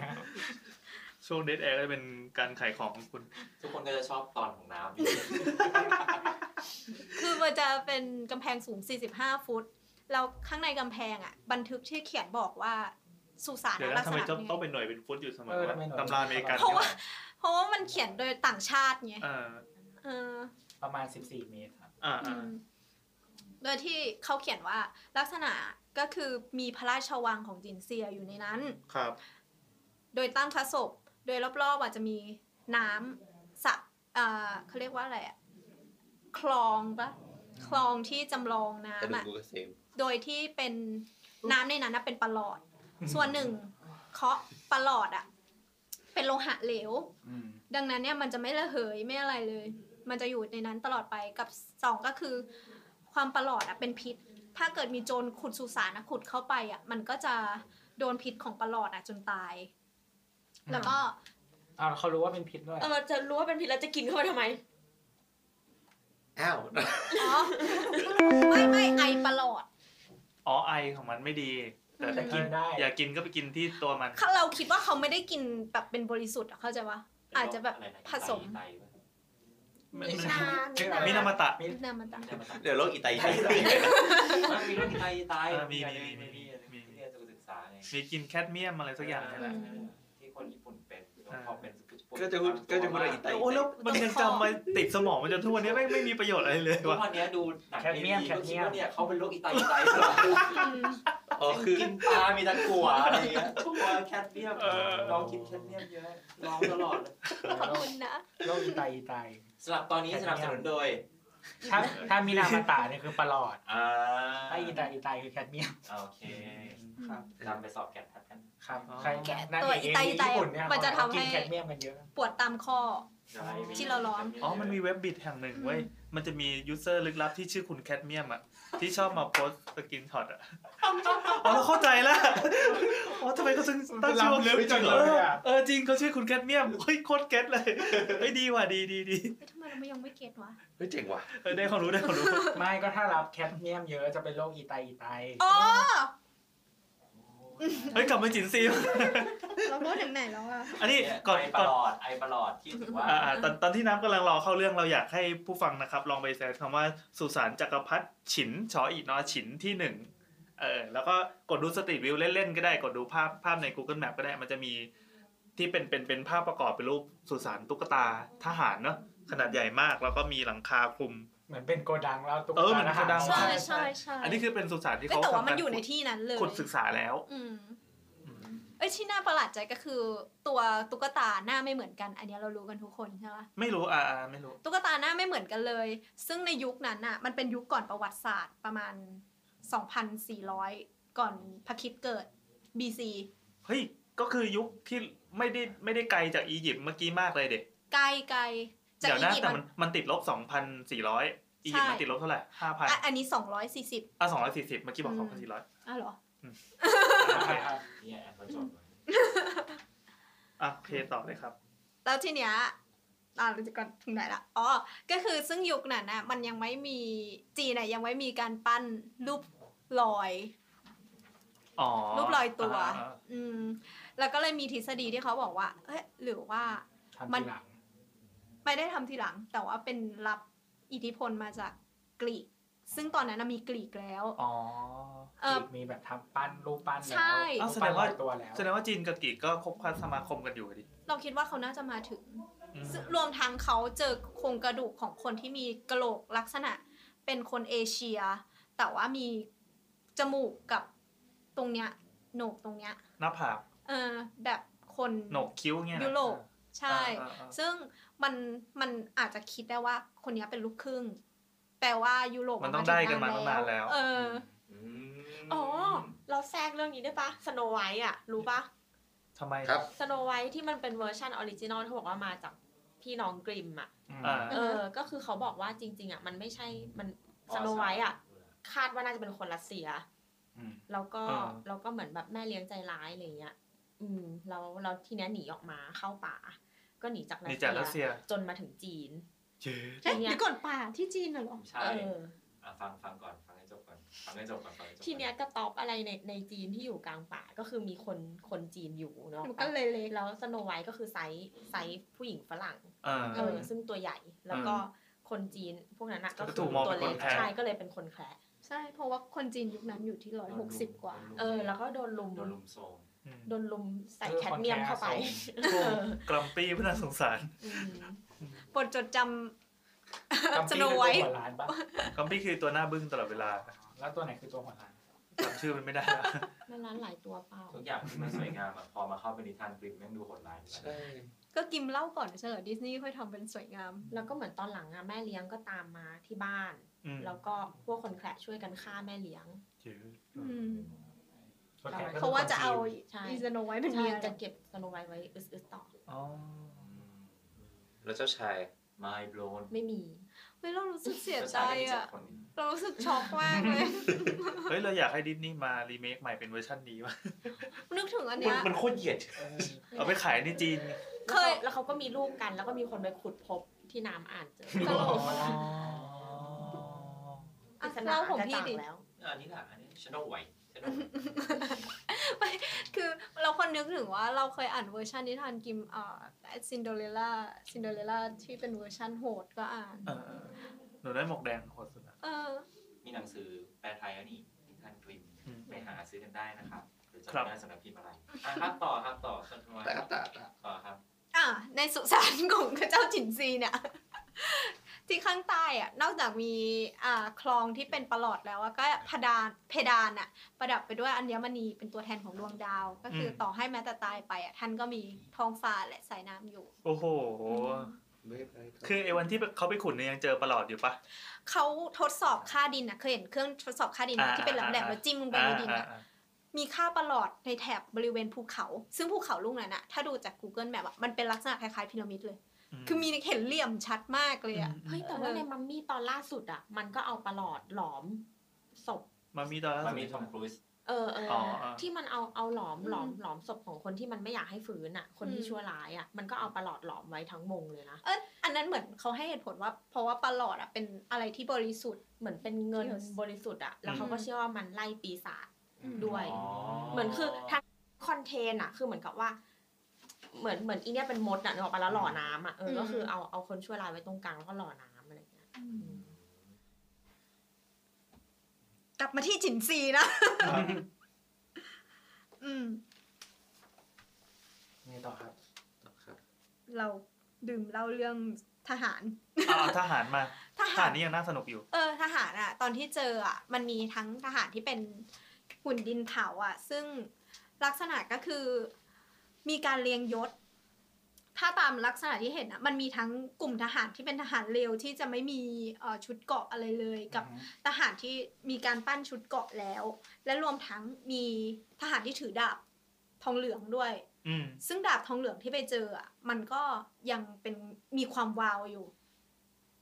[SPEAKER 2] ช่วงเดทแอร์ก็จะเป็นการขายของของคุณ
[SPEAKER 9] ทุกคนก็จะชอบตอนของน้ำ
[SPEAKER 5] คือมันจะเป็นกำแพงสูง 45 ฟุต แล้วข้างในกำแพงอ่ะ บันทึกที่เขียนบอกว่าสุสาน
[SPEAKER 2] เดี๋ยว
[SPEAKER 5] ลั
[SPEAKER 2] นะ
[SPEAKER 5] ก
[SPEAKER 2] ทำ
[SPEAKER 5] ษ
[SPEAKER 2] ไม
[SPEAKER 5] ณะ
[SPEAKER 2] ต้อง
[SPEAKER 5] นี้
[SPEAKER 2] ต้องเป็นหน่วยเป็นฟุตอยู่เสมอ
[SPEAKER 8] เออ
[SPEAKER 2] วะ
[SPEAKER 8] ทำไมหน่อย
[SPEAKER 2] ตำราอเมริกัน
[SPEAKER 5] เพราะว่า เพราะว่ามันเขียนโดยต่างชาติไง
[SPEAKER 2] เอ่า
[SPEAKER 5] เออ
[SPEAKER 8] ประมาณ 14 เมตรครับ
[SPEAKER 2] อ่า
[SPEAKER 5] อื
[SPEAKER 2] อ่าม
[SPEAKER 5] โดยที่เขาเขียนว่าลักษณะก็คือมีพระราชวังของจินเซียอยู่ในนั้น
[SPEAKER 2] ครับ
[SPEAKER 5] โดยตั้งพระศพ โดยรอบๆอาจจะมีน้ำสระเอ่อเขาเรียกว่าอะไรอะคลองปะคลองที่จำลอง
[SPEAKER 1] กระดูก
[SPEAKER 5] น้ำอะ
[SPEAKER 1] กูเกษม
[SPEAKER 5] โดยที่เป็นน้ำในนั้นนะเป็นประหลอด ส่วนหนึ่งเคาะประหลอดอะเป็นโลหะเหลว
[SPEAKER 8] อืม
[SPEAKER 5] ดังนั้นเนี่ยมันจะไม่ระเหยไม่อะไรเลย มันจะอยู่ในนั้นตลอดไปกับสองก็คือ ความประหลอดอะเป็นพิษ ถ้าเกิดมีโจรขุดสุสานอะขุดเข้าไปอะมันก็จะโดนพิษของประหลอดอะจนตาย แล้วก็
[SPEAKER 8] อ้าวเขารู้ว่าเป็นพิษด้วย
[SPEAKER 4] เออจะรู้ว่าเป็นพิษแล้วจะกินเข้าไปทำไม
[SPEAKER 1] อ้ าว
[SPEAKER 5] อ๋อไม่ไม่ไอประหลอด
[SPEAKER 2] อ๋อไอของมันไม่ดี แต่
[SPEAKER 8] แต่
[SPEAKER 2] ถ้า
[SPEAKER 8] กิ
[SPEAKER 2] กิ
[SPEAKER 8] น
[SPEAKER 2] น
[SPEAKER 8] ได้
[SPEAKER 2] อยากกินก็ไปกินที่ตัวมัน
[SPEAKER 5] เราคิดว่าเขาไม่ได้กินแบบเป็นบริสุทธิ์อะเข้าใจปะ อาจจะแบบผสม
[SPEAKER 9] ไตไต
[SPEAKER 8] ไม่
[SPEAKER 2] มัน
[SPEAKER 8] ใช่
[SPEAKER 2] มัน
[SPEAKER 8] ไม่
[SPEAKER 2] มินามาตะ
[SPEAKER 8] ไม่
[SPEAKER 5] น้ำมันตา
[SPEAKER 9] ไม่
[SPEAKER 5] ย
[SPEAKER 9] ใช่ผสม
[SPEAKER 1] เดี๋ยวโรคอีไต
[SPEAKER 9] ไตไตมันมีโรคไตไต
[SPEAKER 2] เออมีมีมีมี
[SPEAKER 9] มีมี
[SPEAKER 2] มี
[SPEAKER 9] มีเรียนศึกษาไง
[SPEAKER 2] มีกินแคดเมียมอะไรสักอย่างนี่แหละ
[SPEAKER 9] ที่คนญี่ปุ่นเป็น
[SPEAKER 2] อ่า
[SPEAKER 9] พอเป็นญี่ปุ่น
[SPEAKER 1] ก็จะพูดก็จะพูดอะไรอีไต
[SPEAKER 2] โอ้แล้วมันยังจำมาติดสมองมาจนทุกวันนี้ไม่งไม่มีประโยชน์อะไรเลย
[SPEAKER 9] ทุก
[SPEAKER 2] ว่ะ
[SPEAKER 9] วันเนี้ยดูหนัง
[SPEAKER 8] แคดเมียม
[SPEAKER 9] ดีๆก็
[SPEAKER 8] แคดเมี
[SPEAKER 9] คิด
[SPEAKER 8] ยม
[SPEAKER 9] ว่าเนี่ยเขาเป็นโรคอีไตไต
[SPEAKER 5] อืม
[SPEAKER 1] อ๋อคือ
[SPEAKER 9] กินปลามีตะกั่วอะไรเงี้ยกลัวแคดเมียมลองกินแคดเมียมเยอะลองตลอดเลย
[SPEAKER 5] ขอบคุณนะ
[SPEAKER 8] โรคอีไตอีไต
[SPEAKER 9] สำหรับตอนนี้สนับสนุนโดย
[SPEAKER 8] ถ้าถ้ามินามาตาเนี่ยคือประหลอด
[SPEAKER 9] อ่า
[SPEAKER 8] ถ้าอีไตอีไตคือแคดเมียม
[SPEAKER 9] โอเค
[SPEAKER 8] ครับ
[SPEAKER 9] นำไปสอบแกนทัดกัน
[SPEAKER 8] ครับใคร
[SPEAKER 5] แกะ
[SPEAKER 8] นั่น
[SPEAKER 5] ตัว
[SPEAKER 8] เง
[SPEAKER 5] อีไตอีไต
[SPEAKER 8] ญี่ปุ่นเนี่ย
[SPEAKER 5] มันจะทำ
[SPEAKER 8] เขากิน
[SPEAKER 5] ให้
[SPEAKER 8] แคดเมียมกันเยอะ
[SPEAKER 5] ปวดตามข้อ ที่เราร้อน
[SPEAKER 2] อ๋อ มันมีเว็บบิดแห่งหนึ่งเว้ย มันจะมียูเซอร์ลึกลับที่ชื่อคุณแคดเมียมอ่ะ ที่ชอบมาโพสต์สกินช็อตอ่ะ อ๋อเราเข้าใจละอ๋อทำไมเขาถึงตั้งชื่อว่า
[SPEAKER 8] ล้ำลึกจังเล
[SPEAKER 2] เอยอ
[SPEAKER 8] อะ
[SPEAKER 2] เออจริงเขาชื่อคุณแคดเมียมเฮ้ยโคตรแคทเลยเฮ้ยดีว่ะดีดีดี
[SPEAKER 5] เฮ้ยทำไมเราไม่ยังไม่เก็ตวะ
[SPEAKER 1] เฮ้ยเจ๋งว่ะ
[SPEAKER 2] เออได้ความรู้ได้ความรู้
[SPEAKER 8] ไม่ก็ถ้ารับแคดเมียมเยอะจะเป็นโรคอีไตอีไต
[SPEAKER 5] อ๋อ
[SPEAKER 2] เฮ้ยกลับมาจินซี
[SPEAKER 5] เราพูดถึงไหนแล้วอะ
[SPEAKER 2] อันนี้
[SPEAKER 9] ก่
[SPEAKER 2] ก่
[SPEAKER 9] อ
[SPEAKER 2] อน น
[SPEAKER 9] ไอป
[SPEAKER 2] ก่
[SPEAKER 9] ระ
[SPEAKER 2] อน
[SPEAKER 9] หลอดไอประหลอดที่ถือว่า
[SPEAKER 2] อ่าๆตอนตอนที่น้ำกำลังรอเข้าเรื่องเราอยากให้ผู้ฟังนะครับ ลองไปแซนคำว่าสุสานจักรพรรดิฉินชออีนอฉินที่หนึ่งเออแล้วก็กดดูสตรีทวิวเล่นๆก็ได้กดดูภาพภาพใน Google Map ก็ได้มันจะมีที่เป็นเป็นเป็นภาพประกอบเป็นรูปสุสานตุ๊กตาทหารเนาะขนาดใหญ่มาก แล้วก็มีหลังคาคลุม
[SPEAKER 8] เหมือนเป็นโกดังแล้วตุ๊ก
[SPEAKER 2] เออ
[SPEAKER 8] ตา
[SPEAKER 2] เหมือนโกดัง
[SPEAKER 5] ใช่ใช่ใช่
[SPEAKER 2] อันนี้คือเป็นสุสานที่
[SPEAKER 5] เอ้ย
[SPEAKER 2] เขา
[SPEAKER 5] แต่ว่ามัน
[SPEAKER 2] ทำ
[SPEAKER 5] อยู่ใน
[SPEAKER 2] ขุด
[SPEAKER 5] ที่นั้นเลย
[SPEAKER 2] ขุดศึกษาแล้ว
[SPEAKER 5] อืม
[SPEAKER 2] อืม
[SPEAKER 5] เอ้ยที่น่าประหลาดใจก็คือ ตัวตุ๊กตาหน้าไม่เหมือนกัน อันเนี้ยเรารู้กันทุกคนใช่ปะ
[SPEAKER 2] ไม่รู้อ่าๆไม่รู้
[SPEAKER 5] ตุ๊กตาหน้าไม่เหมือนกันเลย ซึ่งในยุคนั้นน่ะ มันเป็นยุคก่อนประวัติศาสตร์ประมาณ 2,400 ก่อนพระคริดเกิด BC
[SPEAKER 2] เฮ้ย ก็คือยุคที่ไม่ได้ไม่ได้ไกลจากอียิปต์เมื่อกี้มากเลยเด็ก
[SPEAKER 5] ไกลไกล จา
[SPEAKER 2] เดี๋
[SPEAKER 5] ก
[SPEAKER 2] ยว
[SPEAKER 5] อี
[SPEAKER 2] นะ
[SPEAKER 5] ยิป
[SPEAKER 2] แต่
[SPEAKER 5] ต์
[SPEAKER 2] มั
[SPEAKER 5] มัน น
[SPEAKER 2] มันติดลบ 2,400 อียิปต์
[SPEAKER 5] ใช่
[SPEAKER 2] มันติดลบเท่าไหร่ 5,000
[SPEAKER 5] อ่ะอันนี้สองร้อยสี่สิบ
[SPEAKER 2] อ่ะ240 เมื่อกี้บอก 2,400
[SPEAKER 5] อ้าวเหรอ
[SPEAKER 8] ครับ
[SPEAKER 9] เนี่ยแอบมันสอบไว้
[SPEAKER 2] อ่ะโอเคต่อเลยครับ
[SPEAKER 5] แล้วทีเนี้ยอ่าเราจะก่อนถึงไหนละอ๋อ ก็คือซึ่งยุคนั้นน่ะมันยังไม่มีจีนน่ะยังไม่มีการปั้นรูปลอย
[SPEAKER 2] อ๋อ
[SPEAKER 5] รูปลอยตัว
[SPEAKER 2] อ่า
[SPEAKER 5] อืม แล้วก็เลยมีทฤษฎีที่เขาบอกว่า เอ้ยหรือว่า
[SPEAKER 8] ทำทีหลัง
[SPEAKER 5] ไม่ได้ทำทีหลัง แต่ว่าเป็นรับอิทธิพลมาจากกรีก ซึ่งตอนนั้นนะมีกรีกแล้ว
[SPEAKER 2] อ๋อ
[SPEAKER 5] เออ
[SPEAKER 8] มีแบบทำปั้นรูปปั้นแล้ว
[SPEAKER 5] ใช่
[SPEAKER 2] อ้าวแสดง
[SPEAKER 8] รูปปั้น
[SPEAKER 2] ว่า
[SPEAKER 8] ลอยตัวแล้ว
[SPEAKER 2] แสดงว่าจีนกับกรีกก็คบค้าสมาคมกันอยู่ดิ
[SPEAKER 5] เราคิดว่าเขาน่าจะมาถึง
[SPEAKER 2] อืม
[SPEAKER 5] ซึ่งรวมทั้งเขาเจอโครงกระดูกของคนที่มีกระโหลกลักษณะเป็นคนเอเชีย แต่ว่ามีจมูกกับตรงเนี้ยโหนกตรงเนี้ย
[SPEAKER 2] หน้าผาก
[SPEAKER 5] เออแบบคน
[SPEAKER 2] โหนกคิ้วเงี้ยนะ
[SPEAKER 5] ยุโรป ใช่
[SPEAKER 2] อ่าอ่าอ่า
[SPEAKER 5] ซึ่งมันมันอาจจะคิดได้ว่าคนเนี้ยเป็นลูกครึ่ง แปลว่ายุโรป
[SPEAKER 2] มันต้องได้กันมาตั้งนานแล้ว
[SPEAKER 5] เออ
[SPEAKER 4] อ๋อ เราแทรกเรื่องนี้ได้ปะสโนไวท์อ่ะ รู้ปะ
[SPEAKER 2] ทำไม
[SPEAKER 1] ครับ
[SPEAKER 4] สโนไวท์ที่มันเป็นเวอร์ชันออริจินอลที่บอกว่ามาจากพี่น้องกริมอ่ะ
[SPEAKER 2] อ่า
[SPEAKER 4] เออ ก็คือเขาบอกว่าจริง ๆ อ่ะ มันไม่ใช่ มัน
[SPEAKER 9] อ๋อ
[SPEAKER 4] สโนไวท์อ่ะ คาดว่าน่าจะเป็นคนรัสเซีย
[SPEAKER 8] อืม
[SPEAKER 4] แล้วก็
[SPEAKER 2] อ่า
[SPEAKER 4] แล้วก็เหมือนแบบแม่เลี้ยงใจร้ายอะไรเงี้ย อืม แล้วแล้วทีเนี้ยหนีออกมาเข้าป่า ก็หนีจากรัส
[SPEAKER 2] นี่
[SPEAKER 4] เซี
[SPEAKER 2] จาก
[SPEAKER 4] ย
[SPEAKER 2] รัสเซีย
[SPEAKER 4] จนมาถึงจีน
[SPEAKER 2] เจ๊
[SPEAKER 5] เฮ้ย
[SPEAKER 4] ทีเนี้ย
[SPEAKER 5] เดี๋ยวก่อนป่าที่จีนน่ะเหรอ
[SPEAKER 9] ใช่
[SPEAKER 4] เออ
[SPEAKER 9] อ่ะฟังฟังก่อนฟังให้จบก่อนฟังให้จบก่อนฟังให้จบก่อ
[SPEAKER 4] ทีเนี้ยกระต๊อบอะไรในในจีนที่อยู่กลางป่าก็คือมีคนคนจีนอยู่เนาะ
[SPEAKER 5] มันก็เละๆ
[SPEAKER 4] แล้วสโนไวท์ก็คือไซส์ไซส์ผู้หญิงฝรั่ง
[SPEAKER 2] อ่า
[SPEAKER 4] เออซึ่งตัวใหญ่แล้วก็คนจีนพวกนั้นอะก็
[SPEAKER 2] ก็
[SPEAKER 4] คื
[SPEAKER 2] ถู
[SPEAKER 4] อก
[SPEAKER 2] มอง
[SPEAKER 4] ตั
[SPEAKER 2] เป็
[SPEAKER 4] วนเล็
[SPEAKER 2] ค
[SPEAKER 4] ก
[SPEAKER 2] นแพ้
[SPEAKER 4] ใช่ก็เลยเป็นคนแคระ
[SPEAKER 5] ใช่ เพราะว่าคนจีนยุคนั้นอยู่ที่ร้อยหกสิบกว่า
[SPEAKER 4] เออ แล้วก็โดนลุม
[SPEAKER 9] โดนลุมโซม
[SPEAKER 2] อืม
[SPEAKER 4] โดนลุมใส่แคดเมียมเข้าไป
[SPEAKER 2] โอ้
[SPEAKER 4] เออก
[SPEAKER 2] ลัมปี้พน่าสงสาร
[SPEAKER 4] อืม
[SPEAKER 5] บทจดจ
[SPEAKER 8] กัม
[SPEAKER 5] ำ ส
[SPEAKER 8] ปี้
[SPEAKER 5] โน
[SPEAKER 8] คือตัว
[SPEAKER 5] ไวท์
[SPEAKER 8] หัวล้านปะ
[SPEAKER 2] กัมปี้คือตัวหน้าบึ้งตลอดเวลา
[SPEAKER 8] แล้วตัวไหนคือตัวหัวล้าน
[SPEAKER 2] จำชื่อมันไม่ได้ละ
[SPEAKER 4] ในร้านหลายตัวเปล่า
[SPEAKER 9] ทุกอย่างที่มันสวยงามอะพอมาเข้าเป็นนิทานกรีกแม่งดูโหดร้าย
[SPEAKER 1] ใช่
[SPEAKER 5] ก็กิมเหล่าก่อนไม่ใช่เหรอดิสนีย์ค่อยทำเป็นสวยงาม
[SPEAKER 4] แล้วก็เหมือนตอนหลังอะแม่เลี้ยงก็ตามมาที่บ้าน
[SPEAKER 2] อืม
[SPEAKER 4] แล้วก็พวกคนแคระช่วยกันฆ่าแม่เลี้ยง
[SPEAKER 2] เจ๊
[SPEAKER 5] อืม
[SPEAKER 8] ตัวแทนก็คือ
[SPEAKER 5] เขาว่าจะเอา
[SPEAKER 8] คนจีน
[SPEAKER 4] ใช่
[SPEAKER 5] อีสโนไว้เป็น
[SPEAKER 4] ใช่
[SPEAKER 5] เมีย
[SPEAKER 4] จะเก็บสโนไวท์ไว้อึดๆต่อ
[SPEAKER 2] อ๋อ
[SPEAKER 1] แล้วเจ้าชาย
[SPEAKER 9] ไม่โบลน
[SPEAKER 4] ไม่มี
[SPEAKER 5] เฮ้ยเรารู้สึกเสียใจอ่ะ
[SPEAKER 9] คนนี้
[SPEAKER 5] เรารู้สึกช็อกมากเลย
[SPEAKER 2] เฮ้ย เราอยากให้ดิสนีย์มารีเมคใหม่เป็นเวอร์ชันนี้ว่ะ
[SPEAKER 5] นึกถึงอั
[SPEAKER 1] มัน
[SPEAKER 5] นเนี้ย
[SPEAKER 1] มันโคตรเหยียด
[SPEAKER 8] เออ
[SPEAKER 2] เอาไปขายในจีน
[SPEAKER 4] แล้ว
[SPEAKER 5] เค
[SPEAKER 4] เขา
[SPEAKER 5] ย
[SPEAKER 4] แล้วเขาก็มีลูกกัน แล้วก็มีคนไปขุดพบที่น้ำอ่านเจอ
[SPEAKER 5] ตลก
[SPEAKER 2] อ๋อ
[SPEAKER 5] อ่ะ
[SPEAKER 4] ปริศน
[SPEAKER 5] เล่าของ
[SPEAKER 4] กระ
[SPEAKER 5] พี่
[SPEAKER 4] จ่
[SPEAKER 5] ดิ
[SPEAKER 4] แล้ว
[SPEAKER 9] อันนี้ล่ะอันนี้ฉันต้องไหวฉันต้องไหว
[SPEAKER 5] คือเราคนนึกถึงว่าเราเคยอ่านเวอร์ชันนิทานกิมเอ่อซินเดอเรลล่าซินเดอเรลล่าที่เป็นเวอร์ชันโหดก็อ่าน
[SPEAKER 2] เออเออหนูได้หมวกแดงโคตรสุดอะ
[SPEAKER 5] เออ
[SPEAKER 9] มีหนังสือแปลไทยแล้วนี่นิทานกรีม
[SPEAKER 2] อืม
[SPEAKER 9] ไปหาซื้อกันได้นะครับ หรือจะ
[SPEAKER 2] ครับ
[SPEAKER 9] ได้สำนักพิมพ์อะไรอ่ะครับต่อครับต่อสนุกมาก
[SPEAKER 1] แต่ก็ตาตา
[SPEAKER 9] ต่อครับ
[SPEAKER 5] อ่ะในสุสานของพระเจ้าจินซีเนี่ย ที่ข้างใต้อ่ะนอกจากมีอ่าคลองที่เป็นประหลอดแล้วอะก็พดานเพดานอ่ะ ประดับไปด้วยอัญมณีเป็นตัวแทนของดวงดาว ก็คืออ
[SPEAKER 2] ม
[SPEAKER 5] ต่อให้แม้แต่ตายไปอ่ะท่านก็มีท้องฟ้าและสายน้ำอยู่
[SPEAKER 2] โอ้โห
[SPEAKER 1] ไม่ไปครับ
[SPEAKER 2] คือไอ้วันที่เขาไปขุดเนี่ยยังเจอประหลอดอยู่ปะ
[SPEAKER 5] เขาทดสอบค่าดินอ่ะเคยเห็นเครื่องทดสอบค่าดินไหม
[SPEAKER 2] อ่า
[SPEAKER 5] ที่เป็นแหลมแหลมๆ
[SPEAKER 2] อ่า
[SPEAKER 5] แล้วจิ้มลงไป
[SPEAKER 2] อ่า
[SPEAKER 5] ในดิน
[SPEAKER 2] อ่า
[SPEAKER 5] อะ
[SPEAKER 2] อ่า
[SPEAKER 5] มีค่าประหลอดในแถบบริเวณภูเขา ซึ่งภูเขาลูกนั้นอ่ะถ้าดูจาก Google Map อะมันเป็นลักษณะคล้ายๆพีระมิดเลย คือมีเห็นเหลี่ยมชัดมากเลยอ่ะ
[SPEAKER 4] เฮ้ย แต่ว่าในมัมมี่ตอนล่าสุดอ่ะ มันก็เอาประหลอดหลอมศพ
[SPEAKER 2] มันมีตอนล่า
[SPEAKER 9] มัน
[SPEAKER 2] สุด
[SPEAKER 9] มีทอมครูซ
[SPEAKER 4] เออเออ
[SPEAKER 2] อ๋อ
[SPEAKER 4] อ
[SPEAKER 2] อ่า
[SPEAKER 4] ที่มันเอาเอาหลอมหลอม
[SPEAKER 5] อืม
[SPEAKER 4] หลอมศพของคนที่มันไม่อยากให้ฟื้นอ่ะ คนที่
[SPEAKER 5] อืม
[SPEAKER 4] ชั่วร้ายอ่ะ มันก็เอาประหลอดหลอมไว้ทั้งวงเลยนะ
[SPEAKER 5] เอออันนั้นเหมือนเขาให้เหตุผลว่า เพราะว่าประหลอดอะเป็นอะไรที่บริสุทธิ์
[SPEAKER 4] เหมือนเป็นเงิน
[SPEAKER 5] เกี่ยว
[SPEAKER 4] บริสุทธิ์อ่ะ แล้วเขาก็เชื่อว่ามันไล่ปีศาจ ด้วย
[SPEAKER 9] อ๋อ
[SPEAKER 4] เหมือนคือทางคอนเทนอะคือเหมือนกับว่า เหมือนเหมือนอีเนี่ยเป็นมดอะนึกออกปะแล้วหล่อน้ำอะเอออ
[SPEAKER 5] ม
[SPEAKER 4] ก็คือเอาเอาคนชั่วร้ายไว้ตรงกลางแล้วก็หล่อน้ำอะไรอย่างเงี้ย
[SPEAKER 5] กลับมาที่จินซีนะ อืม
[SPEAKER 8] ไงต่อครับ
[SPEAKER 5] เราดื่มเล่าเรื่องทหาร
[SPEAKER 2] เอาทหารมา
[SPEAKER 5] ท
[SPEAKER 2] ท
[SPEAKER 5] หา
[SPEAKER 2] หาร รนี่ยังน่าสนุกอยู่
[SPEAKER 5] เออทหารอะตอนที่เจออะมันมีทั้งทหารที่เป็นหุ่นดินเผาอะซึ่งลักษณะก็คือมีการเรียงยศ ถ้าตามลักษณะที่เห็นอะมันมีทั้งกลุ่มทหารที่เป็นทหารเร็วที่จะไม่มีเอ่อชุดเกราะอะไรเลยกับ ทหารที่มีการปั้นชุดเกราะแล้ว และรวมทั้งมีทหารที่ถือดาบทองเหลืองด้วย
[SPEAKER 2] อื อืม
[SPEAKER 5] ซึ่งดาบทองเหลืองที่ไปเจออ่ะมันก็ยังเป็นมีความวาวอยู่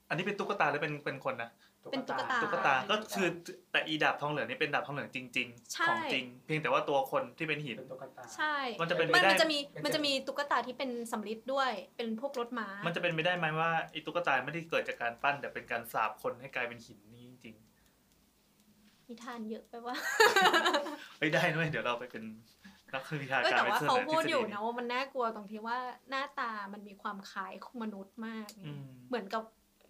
[SPEAKER 2] อันนี้เป็นตุ๊กตาหรือเป็นเป็นคนนะ
[SPEAKER 5] เป็นตุ๊กตา
[SPEAKER 2] ตุ๊กตาก็คือแต่อีดาบทองเหลืองนี่เป็นดาบทองเหลืองจริง
[SPEAKER 5] ใช่
[SPEAKER 2] ๆ ของจริง เพียงแต่ว่าตัวคนที่เป็นหิน
[SPEAKER 8] เป็นตุ๊กตา
[SPEAKER 5] ใช่
[SPEAKER 2] มันจะเป็นไป
[SPEAKER 5] มัน
[SPEAKER 2] ได้
[SPEAKER 5] มันจะมี
[SPEAKER 8] เป็น
[SPEAKER 5] มันจะมีตุ๊กตาที่เป็นสำลิดด้วย เป็นพวกรถม้า
[SPEAKER 2] มันจะเป็นไปได้ไหมว่าไอ้ตุ๊กตาไม่ได้เกิดจากการปั้น แต่เป็นการสาบคนให้กลายเป็นหินนี่จริง
[SPEAKER 5] นิทานเยอะไปว่า
[SPEAKER 2] ๆไม่ได้ด้วยเดี๋ยวเราไปเป็นนักวิชา
[SPEAKER 5] เอ้ย
[SPEAKER 2] การ
[SPEAKER 5] แต่
[SPEAKER 2] ไป
[SPEAKER 5] ว่า
[SPEAKER 2] เสน
[SPEAKER 5] เขา
[SPEAKER 2] อทฤ
[SPEAKER 5] พูด
[SPEAKER 2] ษฎี
[SPEAKER 5] อยู่
[SPEAKER 2] นี้
[SPEAKER 5] นะว่ามันน่ากลัวตรงที่ว่าหน้าตามันมีความคล้ายมนุษย์มาก
[SPEAKER 2] อืม
[SPEAKER 5] เหมือนกับ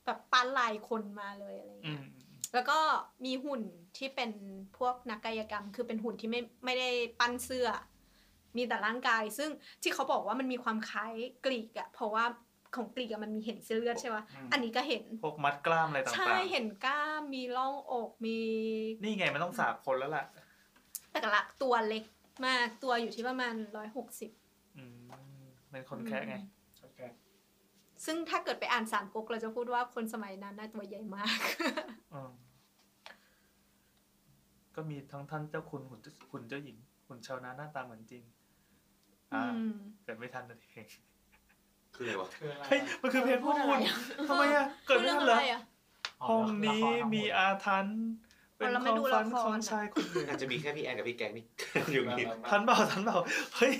[SPEAKER 5] แบบปั้นลายคนมาเลยอะไรอย่าง
[SPEAKER 2] อื
[SPEAKER 5] เงี้ย
[SPEAKER 2] ม
[SPEAKER 5] แล้วก็มีหุ่นที่เป็นพวกนักกายกรรม คือเป็นหุ่นที่ไม่ไม่ได้ปั้นเสื้อ มีแต่ร่างกาย ซึ่งที่เขาบอกว่ามันมีความคล้ายกรีกอะเพราะว่าของกรีกอะมันมีเห็นเส้นเลือดใช่ปะ
[SPEAKER 8] อืม
[SPEAKER 5] อันนี้ก็เห็น
[SPEAKER 2] พวกมัดกล้ามอะไรต่า
[SPEAKER 5] ใช่
[SPEAKER 2] ง
[SPEAKER 5] เห็นกล้ามมีร่องอกมี
[SPEAKER 2] ๆ นี่ไงมันต้องสาบคนแล้วล่ะ
[SPEAKER 5] แต่ละตัวเล็กมากตัวอยู่ที่ประมาณร้อยหกสิบ
[SPEAKER 2] อืมเป็นคนแค่ไง
[SPEAKER 8] โอเค
[SPEAKER 5] ซึ่งถ้าเกิดไปอ่านสามก๊กเราจะพูดว่าคนสมัยนั้นน่าตัวใหญ่มาก
[SPEAKER 2] อืมก็มีทั้งท่านเจ้าคุณหุ่นเจ้าหุ่นเจ้าหญิงหุ่นชาวนาหน้าตาเหมือนจริง อ่า
[SPEAKER 5] อืม
[SPEAKER 2] เกิ ดไม่ทันนั่นเอง
[SPEAKER 1] คืออะไรวะ
[SPEAKER 8] คืออะไร
[SPEAKER 2] เฮ้ยมันคือเพลงพ่อหุ่นทำไมอ่ะ เกิด
[SPEAKER 5] พู
[SPEAKER 2] ไม่
[SPEAKER 5] เรื่
[SPEAKER 2] ทัน
[SPEAKER 5] อะ
[SPEAKER 2] เหรอ
[SPEAKER 5] ไรอะ
[SPEAKER 2] ห้องนี้มี
[SPEAKER 8] อะ
[SPEAKER 2] อาถรรพ์เป็น
[SPEAKER 5] เรา
[SPEAKER 2] ค
[SPEAKER 5] ไม่
[SPEAKER 2] วาม
[SPEAKER 5] ดู
[SPEAKER 2] ฝัน
[SPEAKER 5] ละคร
[SPEAKER 2] ของชายคนหนึ่ง
[SPEAKER 1] อา จจะมีแค่พี่แอนกับพี่แกง นี่ อยู่นี่
[SPEAKER 2] ทันเปล่าทันเปล่าเฮ้ย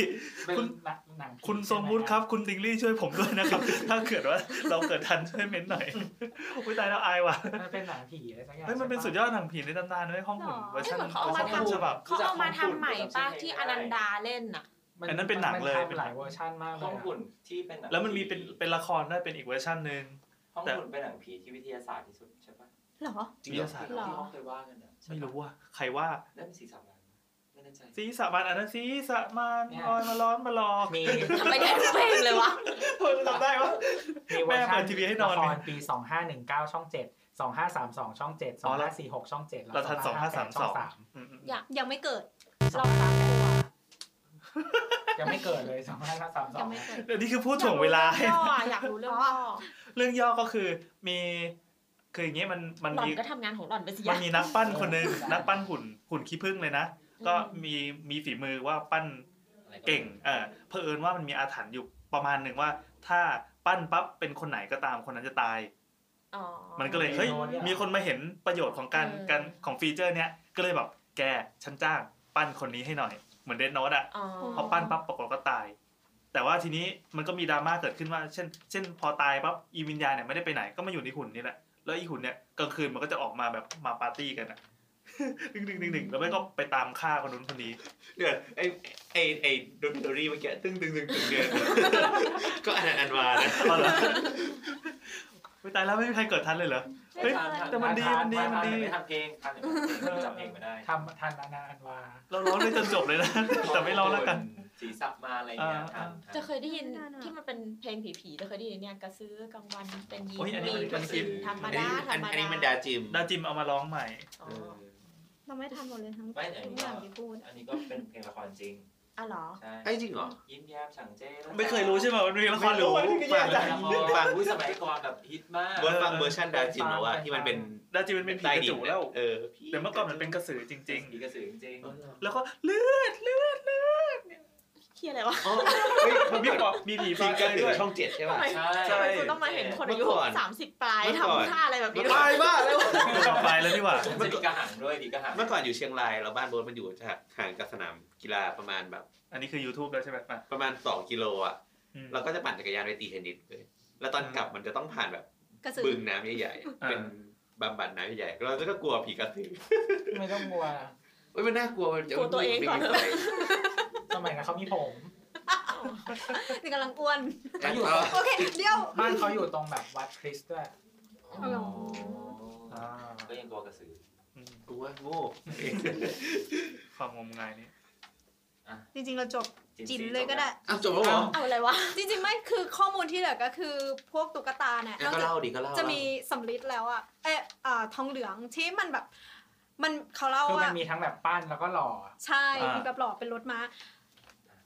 [SPEAKER 2] คุ
[SPEAKER 8] คุณ ณหนังผี
[SPEAKER 2] คุณทรงวุฒิครับ คุณติงลี่ช่วยผมด้วยนะครับ ถ้าเกิดว่าเราเกิดทันช่วยเม้นหน่อย อุ้ยตายแล้วอายว่ะ
[SPEAKER 8] มันเป็นหนังผีอะไรสักอย่าง
[SPEAKER 2] เฮ้ยมันเป็นสุดยอดหนังผีในตำนานด้วยห้องหุ่น
[SPEAKER 5] หรอ
[SPEAKER 2] เวอร์ชัน
[SPEAKER 4] เอ้ยเหมือนเขาเอามา
[SPEAKER 2] ต้
[SPEAKER 4] ทำ
[SPEAKER 2] นฉบับ
[SPEAKER 4] เขาเอามาทำใหม่ป้าที่อนันดาเล่นน่ะ
[SPEAKER 2] อันนั้นเป็นหนังเลย
[SPEAKER 8] มัทำหลายเวอร์ชันมากเลย
[SPEAKER 9] ห้อง
[SPEAKER 8] อะ
[SPEAKER 9] หุ่นที่เป็นหง
[SPEAKER 2] แล้วมันมีเป็นเป็นละครด้วยเป็นอีกเวอร์ชันหนึ่ง
[SPEAKER 9] ห้อง
[SPEAKER 2] แต่
[SPEAKER 9] หุ่นเป็นหนังผีที่วิทยาศาสตร์ที่สุดใช่ปะ
[SPEAKER 5] เหรอ
[SPEAKER 1] จริงเหรอ
[SPEAKER 9] ที่เขาเคยว่ากันนะ
[SPEAKER 2] ไม่รู้ว่าใครว่า
[SPEAKER 9] นั่นเป็นสีสามล้านไม่แน่ใจ
[SPEAKER 2] สีสะมันอันนั้นสีสะมัน
[SPEAKER 8] เนี่ย
[SPEAKER 2] ลอยมาร้อนมาหลอก
[SPEAKER 8] มี
[SPEAKER 4] ทำไมได้ทุกเพลงเลยวะ
[SPEAKER 2] เฮ้ยจำได้วะ
[SPEAKER 8] มีเวอร์ชั
[SPEAKER 2] แม่เปิ
[SPEAKER 8] น
[SPEAKER 2] ด TV ให้นอน
[SPEAKER 8] ละครปี 2519 ช่อง 7 2532 ช่อง 7
[SPEAKER 2] อ๋อเรา
[SPEAKER 8] 2546 ช่อง 7
[SPEAKER 2] เราทัน
[SPEAKER 8] 2538ช่อง
[SPEAKER 2] 2532
[SPEAKER 8] สาม
[SPEAKER 2] อืมอืม
[SPEAKER 5] อยากยังไม่เกิด
[SPEAKER 4] ลองตามตัว
[SPEAKER 8] ยังไม่เกิดเลย 2532
[SPEAKER 5] ยังไม่เกิด
[SPEAKER 2] เดี๋ยวนี่คือพูดถ่วงเวลาให้
[SPEAKER 4] ย่ออะอยากรู้เรื่องย่อ
[SPEAKER 2] เรื่องย่อก็คือมีคืออย่างเงี้ยมันมัน
[SPEAKER 4] หล่อ
[SPEAKER 2] มี
[SPEAKER 4] นก็ทำงานของหล่อนไปสิ
[SPEAKER 2] มัน
[SPEAKER 4] ยะ
[SPEAKER 2] มีนักปั้นคนหนึ่งนักปั้นหุ่นหุ่นขี้ผึ้งเลยนะ ก็มีมีฝีมือว่าปั้นเก่งเออเผอิญว่ามันมีอาถรรพ์อยู่ประมาณหนึ่งว่า ถ้าปั้นปั๊บเป็นคนไหนก็ตามคนนั้นจะตาย
[SPEAKER 4] อ๋อ
[SPEAKER 2] มันก็เลยเฮ้ยมีคนมาเห็นประโยชน์ของการ
[SPEAKER 4] เออ
[SPEAKER 2] การของฟีเจอร์เนี้ยก็เลยแบบแกฉันจ้างปั้นคนนี้ให้หน่อย เหมือนเดนโนดอะ
[SPEAKER 4] อ๋อ
[SPEAKER 2] พอปั้นปั๊บปรากฏก็ตาย แต่ว่าทีนี้มันก็มีดราม่าเกิดขึ้นว่า เช่น เช่น พอตายปั๊บอีวิญญาณเนี่ยไม่ได้ไปไหนก็มาอยู่ในหุ่นนี่แหละแล้วอีหุ่นเนี่ยกลางคืนมันก็จะออกมาแบบมาปาร์ตี้กันอะ ดึงดึงดึงดึงแล้วไม่ก็ไปตามฆ่าคนนู้นคนนี้
[SPEAKER 1] เดี๋ยวไอไอไอดนตรีเมื่อกี้ตึ้งตึ้งตึ้งตึ้งเนี่ย ก็อันอันวานะ
[SPEAKER 2] อ๋อเหรอไม่ตายแล้วไม่มีใครเกิดทันเลยเหรอ เฮ้ย แต่มันดีมันดีมันดี
[SPEAKER 9] ไม่ทำเพลงทำเพลงจำเพลงไม่ได้
[SPEAKER 8] ทำทันอนาอันวา
[SPEAKER 2] เราร้องได้จนจบเลยนะ แต่ไม่ร้องแล้วกัน
[SPEAKER 9] สีสับมาอะไรอย่างเงี้ย
[SPEAKER 2] อ่า
[SPEAKER 9] ทำ
[SPEAKER 4] จะเคยได้ยิน
[SPEAKER 5] ไม่นานอะ
[SPEAKER 4] ที่มันเป็นเพลงผีๆจะเคยได้ยินเนี่ยกระซื้อกลางวันเป็นยี
[SPEAKER 2] โอ้ยอันนี้
[SPEAKER 4] มี
[SPEAKER 2] มัน
[SPEAKER 4] ก
[SPEAKER 2] มั
[SPEAKER 4] ระ
[SPEAKER 2] นคิ
[SPEAKER 4] ซื้
[SPEAKER 2] ด
[SPEAKER 4] อธรรม
[SPEAKER 1] อัน
[SPEAKER 4] ดา
[SPEAKER 1] นี้
[SPEAKER 4] ธรรม
[SPEAKER 1] อัน
[SPEAKER 4] ดา
[SPEAKER 1] นี้มันดาจิม
[SPEAKER 2] ดาจิมเอามาร้องใหม่
[SPEAKER 4] อ๋อ
[SPEAKER 5] เราไม่ทันหมดเลยทั้ง
[SPEAKER 9] ไม่แต่อัน
[SPEAKER 5] ทุก
[SPEAKER 9] นี้ก็
[SPEAKER 5] อย่างที่พูดอะ
[SPEAKER 9] อันนี้ก็เป็นเพลงละครจริง
[SPEAKER 4] อ่ะเหรอ
[SPEAKER 9] ใช่
[SPEAKER 1] เอ้ยจริงเหรอ
[SPEAKER 9] ยิ้มแย้มฉังเจ้
[SPEAKER 2] ไม่เคยรู้ใช่ไหมมันมีละครหรือ
[SPEAKER 1] ไม่
[SPEAKER 2] ว่า
[SPEAKER 1] รู้
[SPEAKER 2] พี่แย่จัง
[SPEAKER 9] ฟังฟังผู้สมัยก่อนแบบฮิตมาก
[SPEAKER 1] เวิร์ดฟังเวอร์ชันดาจิมแล้วอะที่มันเป็น
[SPEAKER 2] ดาจิมมันเป็นผีกระจูแล้ว
[SPEAKER 1] เออ
[SPEAKER 2] เดี๋ยวเมื่อก่อนมันเป็นกระสือจริง
[SPEAKER 9] ผีกระสือจริง
[SPEAKER 2] ๆ แล้วก็เลือดเลือดเลือด
[SPEAKER 4] เฮียอะไรวะ
[SPEAKER 1] อ๋อเฮ้ย
[SPEAKER 2] มันมี
[SPEAKER 1] เมื่อก่อน
[SPEAKER 2] มี
[SPEAKER 1] จ
[SPEAKER 2] ผี
[SPEAKER 1] ริ
[SPEAKER 2] ฟ้าง
[SPEAKER 1] ก
[SPEAKER 2] ก
[SPEAKER 1] ระ
[SPEAKER 2] น
[SPEAKER 1] สื
[SPEAKER 2] ด้
[SPEAKER 1] อ
[SPEAKER 2] วย
[SPEAKER 1] ช่องเจ็ดใช่
[SPEAKER 4] ทำ
[SPEAKER 1] ป่ะ
[SPEAKER 4] ไม
[SPEAKER 9] ใช่
[SPEAKER 2] ใช่
[SPEAKER 4] ทำไมคุณต้องมาเห็นคนอายุ
[SPEAKER 1] เมื่อก่อน
[SPEAKER 4] สามสิบปลาย
[SPEAKER 1] เมื่อก่อน
[SPEAKER 4] ทำท่าอะไรแบบนี้ด้ว
[SPEAKER 1] ตาย ยบ้าแล้ว
[SPEAKER 2] ต่อไปแล้วนี่หว่า
[SPEAKER 9] มันจะมีกระหังด้วยผีกระหัง
[SPEAKER 1] เมื่อก่อนอยู่เชียงรายเราบ้านโบ๊ทมันอยู่ห่างกับสนามกีฬาประมาณแบบ
[SPEAKER 2] อันนี้คือ YouTube แล้วใช่ไหมมา
[SPEAKER 1] ประมาณสองกิโลอะ
[SPEAKER 2] อืม
[SPEAKER 1] เราก็จะปั่นจักรยานไปตีเทนนิสเลยแล้วตอนกลับมันจะต้องผ่านแบบ
[SPEAKER 5] กระสือ
[SPEAKER 1] บึงน้ำใหญ่ๆเป็นบำบัดน้ำใหญ่ๆเราก็กลัวผีกระสือ
[SPEAKER 8] ไม่ต้องกลัว
[SPEAKER 1] เฮ้ยมันน่ากลัวมันจะ
[SPEAKER 4] กลัวตัวเองก่อน
[SPEAKER 8] สมัยนั้นเขามีผม
[SPEAKER 5] นี่กำลังอ้วน
[SPEAKER 1] มันอยู่
[SPEAKER 5] โอเค เดี๋ยว
[SPEAKER 8] บ้านเขาอยู่ตรงแบบวัดคริสต์ด้วย
[SPEAKER 5] อ๋อ
[SPEAKER 2] อ่า
[SPEAKER 9] ก็ยังกลัวกระสือ
[SPEAKER 2] อืม
[SPEAKER 1] กูว่าโง่
[SPEAKER 2] ความงมงายนี่
[SPEAKER 5] จริงๆ เราจบ
[SPEAKER 9] สี
[SPEAKER 5] จินเลยก็ได้
[SPEAKER 1] อ้าวจบแล้วเหรอ
[SPEAKER 4] เอาอะไรวะ
[SPEAKER 5] จริงๆ ไม่ คือข้อมูลที่เหลือก็คือพวกตุ๊กตาเนี่ยน
[SPEAKER 1] อ่ะ
[SPEAKER 5] อก
[SPEAKER 1] ก็
[SPEAKER 5] จาก
[SPEAKER 1] เล่าดิก็เล่า
[SPEAKER 5] จะมีสำลิดแล้วอ่ะ เอ๊ะอ่าทองเหลืองที่มันแบบ มันเขาเล่า
[SPEAKER 8] คือมั
[SPEAKER 5] ว่า
[SPEAKER 8] นมีทั้งแบบปั้นแล้วก็หล่อ
[SPEAKER 5] ใช่ มีแบบหล่อเป็นรถม้า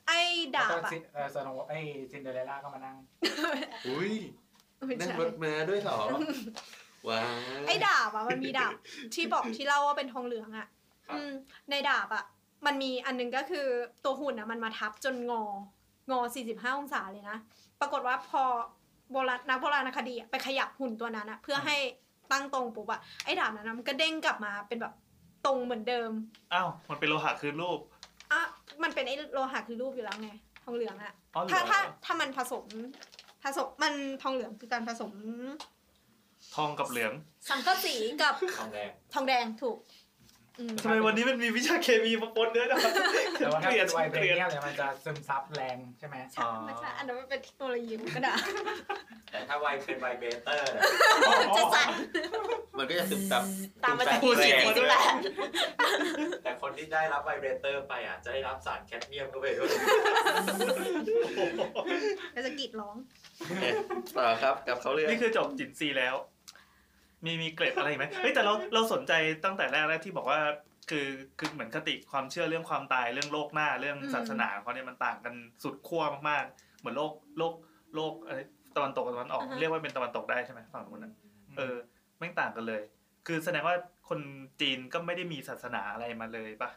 [SPEAKER 5] ไอ้ดา
[SPEAKER 8] แล้ว
[SPEAKER 5] บ
[SPEAKER 8] ก็
[SPEAKER 5] อ่ะ
[SPEAKER 8] ซิเออสโนว์ไอ้ซินเดอเรลล่าก็มานั่ง
[SPEAKER 1] อุ้ย
[SPEAKER 5] ไม่
[SPEAKER 1] นั่ง
[SPEAKER 5] ใช่
[SPEAKER 1] รถมาด้วยเหรอว้าว
[SPEAKER 5] ไอ้ดาบอ่ะ มันมีดาบที่บอกที่เล่าว่าเป็นทองเหลืองอ่ะ อืมในดาบอ่ะ มันมีอันหนึงก็คือตัวหุ่นอ่ะ มันมาทับจนงอ งอ 45 องศาเลยนะ ปรากฏว่าพอโบราณนักโบราณคดีอะไปขยับหุ่นตัวนั้นอะเพื่อให้ตั้งตรงปุ๊บอะไอ้ดาบนั้นอะมันก็เด้งกลับมาเป็นแบบตรงเหมือนเดิม
[SPEAKER 2] อ้าวมันเป็นโลหะคืนรูป
[SPEAKER 5] อ่ะมันเป็นไอ้โลหะคือรูปอยู่แล้วไง ทองเหลืองอะ
[SPEAKER 2] อ๋อเหร
[SPEAKER 5] ถ้าถ้า
[SPEAKER 2] อ
[SPEAKER 5] ถ้ามันผสม ผสมมันทองเหลืองคือการผสม
[SPEAKER 2] ทองกับเหลือง
[SPEAKER 5] สังกะสีกับ
[SPEAKER 9] ทองแดง
[SPEAKER 5] ทองแดงถูกอืม
[SPEAKER 2] ทำไมวันนี้มันมีวิชาเคมีมาปนด้วยนะ
[SPEAKER 8] แต่ว่าถ้า
[SPEAKER 2] เกลียด
[SPEAKER 8] เป็นไวเบร
[SPEAKER 2] เกลียด
[SPEAKER 8] เนี่ยเลยมันจะซึมซับแรงใช่ไหม
[SPEAKER 5] ใช่ไม่ใช่อันนั้นมันเป็นเทคโนโลยีมันก็ได้
[SPEAKER 9] แต่ถ้าไวเป็นไวเบเตอร์
[SPEAKER 5] จะสั่น
[SPEAKER 1] มันก็จะซึมซับ
[SPEAKER 4] ตามมาจาก
[SPEAKER 1] ซึซับ
[SPEAKER 4] ผู้เชี่ยว
[SPEAKER 1] แรง
[SPEAKER 4] ชาญ
[SPEAKER 1] ด้วย
[SPEAKER 9] แต่คนที่ได้รับไวเบเตอร์ไปอ่ะจะได้รับสารแคดเมียมเข้าไปด้วย
[SPEAKER 5] แล้วจะกรีดร้อง
[SPEAKER 1] เนี่ยต่อครับกับเขาเรื่อง
[SPEAKER 2] นี่คือจบจินซีแล้ว มีมีเกร็ดอะไรอี กไหมเฮ้ยแต่เราเราสนใจตั้งแต่แรกแรกที่บอกว่า คือคือเหมือนคติความเชื่อเรื่องความตายเรื่องโลกหน้าเรื่อง
[SPEAKER 5] อืม
[SPEAKER 2] ศาสนาของเขาเนี่ยมันต่างกันสุดขั้วมากๆ เหมือนโลกโลกโลกเอ้ยตะวันตกกับตะวันออก เรียกว่าเป็นตะวันตกได้ใช่ไหมฝั่งนู้นนะเออไม่งต่างกันเลย คือแสดงว่าคนจีนก็ไม่ได้มีศาสนาอะไรมาเลยปะ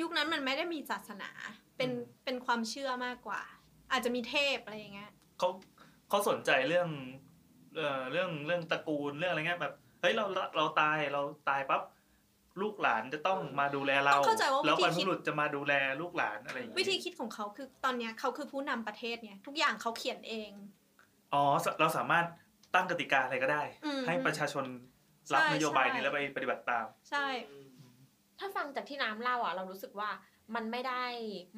[SPEAKER 5] ยุคนั้นมันไม่ได้มีศาสนา เป็น
[SPEAKER 2] อืม
[SPEAKER 5] เป็นความเชื่อมากกว่า อาจจะมีเทพอะไรอย่างเงี้ย
[SPEAKER 2] เขาเขาสนใจเรื่องเอ่อเรื่องเรื่องตระกูลเรื่องอะไรเงี้ยแบบเฮ้ยเราเราเราตายเราตายปั๊บลูกหลานจะต้องมาดูแลเรา
[SPEAKER 5] ต้องเข้าใจว่า
[SPEAKER 2] แล้ว
[SPEAKER 5] วิ
[SPEAKER 2] บรรพ
[SPEAKER 5] ธีคิด
[SPEAKER 2] บุรุษจะมาดูแลลูกหลานอะไรอย่าง
[SPEAKER 5] วิธี
[SPEAKER 2] งี้
[SPEAKER 5] คิดของเขาคือตอนเนี้ยเขาคือผู้นำประเทศไงทุกอย่างเขาเขียนเอง
[SPEAKER 2] อ๋อสเราสามารถตั้งกติกาอะไรก็ได้
[SPEAKER 5] อืม
[SPEAKER 2] ให้ประชาชนรับ
[SPEAKER 5] ใช่
[SPEAKER 2] นโยบายนี้
[SPEAKER 5] ใช่
[SPEAKER 2] แล้วไปปฏิบัติตาม
[SPEAKER 5] ใช่
[SPEAKER 4] ถ้าฟังจากที่น้ำเล่าอ่ะ เรารู้สึกว่ามันไม่ได้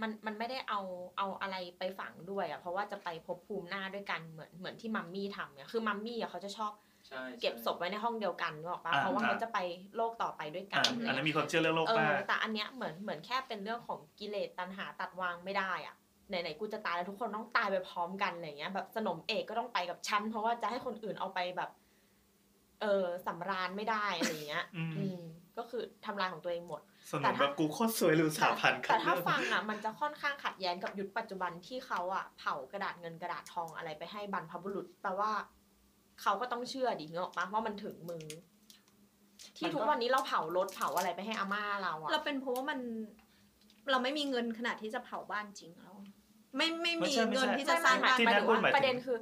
[SPEAKER 4] มันมันไม่ได้เอาเอาอะไรไปฝังด้วยอ่ะเพราะว่าจะไปภพบภูมิหน้าด้วยกันเหมือนเหมือนที่มัมมี่ทำเนี่ยคือมัมมี่อ่ะเขาจะชอบ
[SPEAKER 9] ใช่
[SPEAKER 4] เก็บศพไว้ในห้องเดียวกันนึกออกปะ
[SPEAKER 2] อ่า
[SPEAKER 4] เพราะว่า
[SPEAKER 2] อ่า
[SPEAKER 4] เขาจะไปโลกต่อไปด้วยกั
[SPEAKER 2] อ่าน อันนั้นมีความเชื่อเรื่องโลก
[SPEAKER 4] เอ
[SPEAKER 2] หน้า
[SPEAKER 4] อแต่อันเนี้ยเหมือนเหมือนแค่เป็นเรื่องของกิเลสตัณหาตัดวางไม่ได้อ่ะไหนๆกูจะตายแล้วทุกคนต้องตายไปพร้อมกันอะไรเงี้ยแบบสนมเอกก็ต้องไปกับฉันเพราะว่าจะให้คนอื่นเอาไปแบบ เออสำราญไม่ได้อะไรเงี้ย
[SPEAKER 2] อืม
[SPEAKER 4] อืมก็คือทำลายของตัวเองหมด
[SPEAKER 2] สนุนแบบกูโคตรสวยหรือสาพันธ์
[SPEAKER 4] แต่ถ้าฟังอ่ะมันจะค่อนข้างขัดแย้งกับยุคปัจจุบันที่เขาอ่ะเผากระดาษเงินกระดาษทองอะไรไปให้บรรพบุรุษแปลว่า เขาก็ต้องเชื่อดิเงาะปะว่ามันถึงมือ ที่ทุกวันนี้เราเผารถเผาอะไรไปให้อาม่าเราอ่ะ
[SPEAKER 5] เราเป็นเพราะว่ามันเราไม่มีเงินขนาดที่จะเผาบ้านจริงแล้ว ไม่ไม่
[SPEAKER 2] ไม่
[SPEAKER 5] มี
[SPEAKER 2] ใช่ไม่
[SPEAKER 5] เงิน
[SPEAKER 2] ใช่
[SPEAKER 5] ที่จะ
[SPEAKER 4] ไม่
[SPEAKER 5] ส
[SPEAKER 4] ไม่
[SPEAKER 5] ร้าง
[SPEAKER 4] ห
[SPEAKER 2] ที่น่ากลัว
[SPEAKER 4] มาหมายถึง
[SPEAKER 5] บ้าย น
[SPEAKER 2] หมายถึ
[SPEAKER 4] ว่าง ประเด็นคือ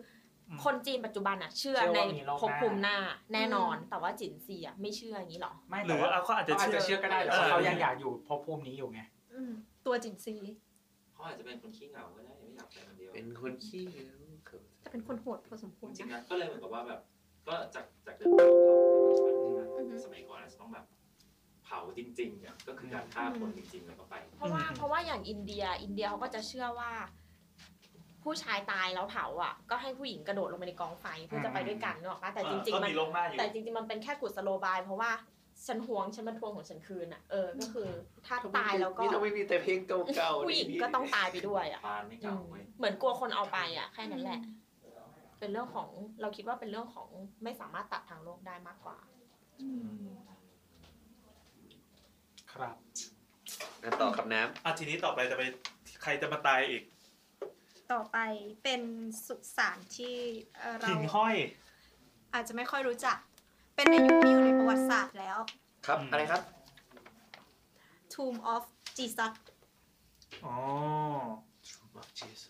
[SPEAKER 2] อืม
[SPEAKER 4] คนจีนปัจจุบันอ่ะ เชื่อ
[SPEAKER 8] เชื่อ
[SPEAKER 4] ใน
[SPEAKER 8] ว่ามีโลกหน้า
[SPEAKER 4] ภพภูมิหน้า แน่นอน
[SPEAKER 5] อืม
[SPEAKER 4] แต่ว่าจินซีอ่ะไม่เชื่ออย่างนี้หรอ
[SPEAKER 8] ไม่
[SPEAKER 2] หรื
[SPEAKER 8] แต่
[SPEAKER 2] อ
[SPEAKER 8] ว่า
[SPEAKER 2] เอาเขาอาจจะ
[SPEAKER 8] เขาอาจจะ
[SPEAKER 2] เชื่
[SPEAKER 8] เชื่
[SPEAKER 2] อ
[SPEAKER 8] อก็ได้แต่ว่า
[SPEAKER 2] เออ
[SPEAKER 8] เขายังอยากอยู่ภพภูมินี้อยู่ไง
[SPEAKER 5] อืมตัวจินซี
[SPEAKER 9] เขาอาจจะเป็นคนขี้เหงาก็ได้ไม่อยากไปคนเดียว
[SPEAKER 1] เป็นคนขี้เหงาเขิน
[SPEAKER 5] จะเป็นคนโหดพอสมควร
[SPEAKER 9] จริงๆ
[SPEAKER 5] นะ
[SPEAKER 9] นะก็เลยเหมือนกับว่าแบบ ก็จากจากเดิมที่เราเผาในปัจจุบัน
[SPEAKER 5] อือฮึ
[SPEAKER 9] ใช่ไหมสมัยก่อนอาจจะต้องแบบเผาจริงๆอ่ะก็คือการฆ่าคนจริงๆแล้วก็ไป
[SPEAKER 4] เพราะว่า
[SPEAKER 2] อืม
[SPEAKER 4] เพราะว่าอย่างอินเดียอินเดียเขาก็จะเชื่อว่า ผู้ชายตายแล้วเผาอ่ะ ก็ให้ผู้หญิงกระโดดลงไปในกองไฟเพื่อจะไปด้วยกันเนกอะปะแต่จริง
[SPEAKER 2] ก็
[SPEAKER 4] ๆ มัน
[SPEAKER 2] มีโลกหน้าอยู่
[SPEAKER 4] แต่จริง ๆ มันเป็นแค่กุศโลบาย เพราะว่าฉันหวงฉันมันทวงของฉันคืนอ่ะเออก็คือถ้าตายแล้วก็
[SPEAKER 1] นี่ทำไมมีแต่เพลงเก่าๆ
[SPEAKER 4] ผู้หญิงก็ต้องตายไปด้วยอ่ะ
[SPEAKER 9] ปานไม่
[SPEAKER 4] อื
[SPEAKER 9] เก่าม เว้ย
[SPEAKER 4] เหมือนกลัวคนเอาไปอ่ะแค่นั้นแหละ เป็นเรื่องของเราคิดว่าเป็นเรื่องของไม่สามารถตัดทางโลกได้มากกว่า
[SPEAKER 8] ครับ
[SPEAKER 1] อ่ะต่อครับน้
[SPEAKER 2] อ่ะทีนี้ต่อไปจะไปใครจะมาตายอีก
[SPEAKER 5] ต่อไปเป็นสุสานที่เอ่อเรา
[SPEAKER 2] หิ่งห้อย
[SPEAKER 5] อาจจะไม่ค่อยรู้จัก เป็นในยุคที่อยู่ในประวัติศาสตร์แล้ว
[SPEAKER 1] ำครับ
[SPEAKER 2] อืม
[SPEAKER 1] อะไรครับ
[SPEAKER 5] Tomb of Jesus
[SPEAKER 2] อ๋อ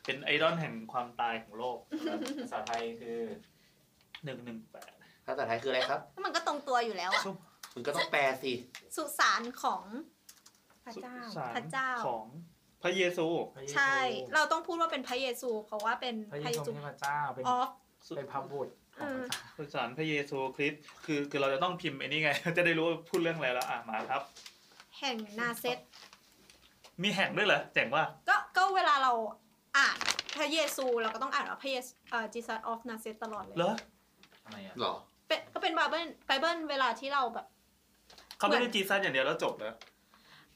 [SPEAKER 2] เป็นไอดอลแห่งความตายของโลก
[SPEAKER 9] ภาษาไทยคือ
[SPEAKER 2] หนึ่งหนึ่งแปด
[SPEAKER 1] ภาษาไทยคืออะไรครับ
[SPEAKER 5] มันก็ตรงตัวอยู่แล้วอะ
[SPEAKER 2] สุ
[SPEAKER 1] มึงก็ต้องแปลสิ
[SPEAKER 5] สุสานของพระเจ้า
[SPEAKER 2] สร
[SPEAKER 5] พระเจ้า
[SPEAKER 2] ของพระเยซู
[SPEAKER 5] ใช่ เราต้องพูดว่าเป็นพระเยซูเพราะว่าเป็น
[SPEAKER 8] พระ
[SPEAKER 5] พระ
[SPEAKER 8] เย
[SPEAKER 5] เยซู
[SPEAKER 8] ซูเป็นพระเจ้า เป็น
[SPEAKER 5] of
[SPEAKER 8] เป็นพระบุตรข
[SPEAKER 5] เอ
[SPEAKER 8] องพ
[SPEAKER 5] อ
[SPEAKER 8] ระเจ้า
[SPEAKER 2] สุสานพระเยซูคริสต์คือคือเราจะต้องพิมพ์ไอ้นี่ไง จะได้รู้ว่าพูดเรื่องอะไรแล้วอ่ะมาครับ
[SPEAKER 5] แห่งนาเซต
[SPEAKER 2] มีแห่งด้วยเหรอเจ๋งว่า
[SPEAKER 5] ก็ก็เวลาเราอ่านพระเยซู เราก็ต้องอ่านว่าพระเยซูเอ่อ Jesus of Nazareth ตลอดเลย
[SPEAKER 2] เหรอ
[SPEAKER 9] ทำไมอ่ะ
[SPEAKER 1] หรอ
[SPEAKER 5] เป็นก็เป็นไบเบิลไบเบิลเวลาที่เราแบบ
[SPEAKER 2] เขาไม่
[SPEAKER 5] เหมื
[SPEAKER 2] ได้
[SPEAKER 5] อน
[SPEAKER 2] จีซัสอย่างเดียวแล้วจบเหรอ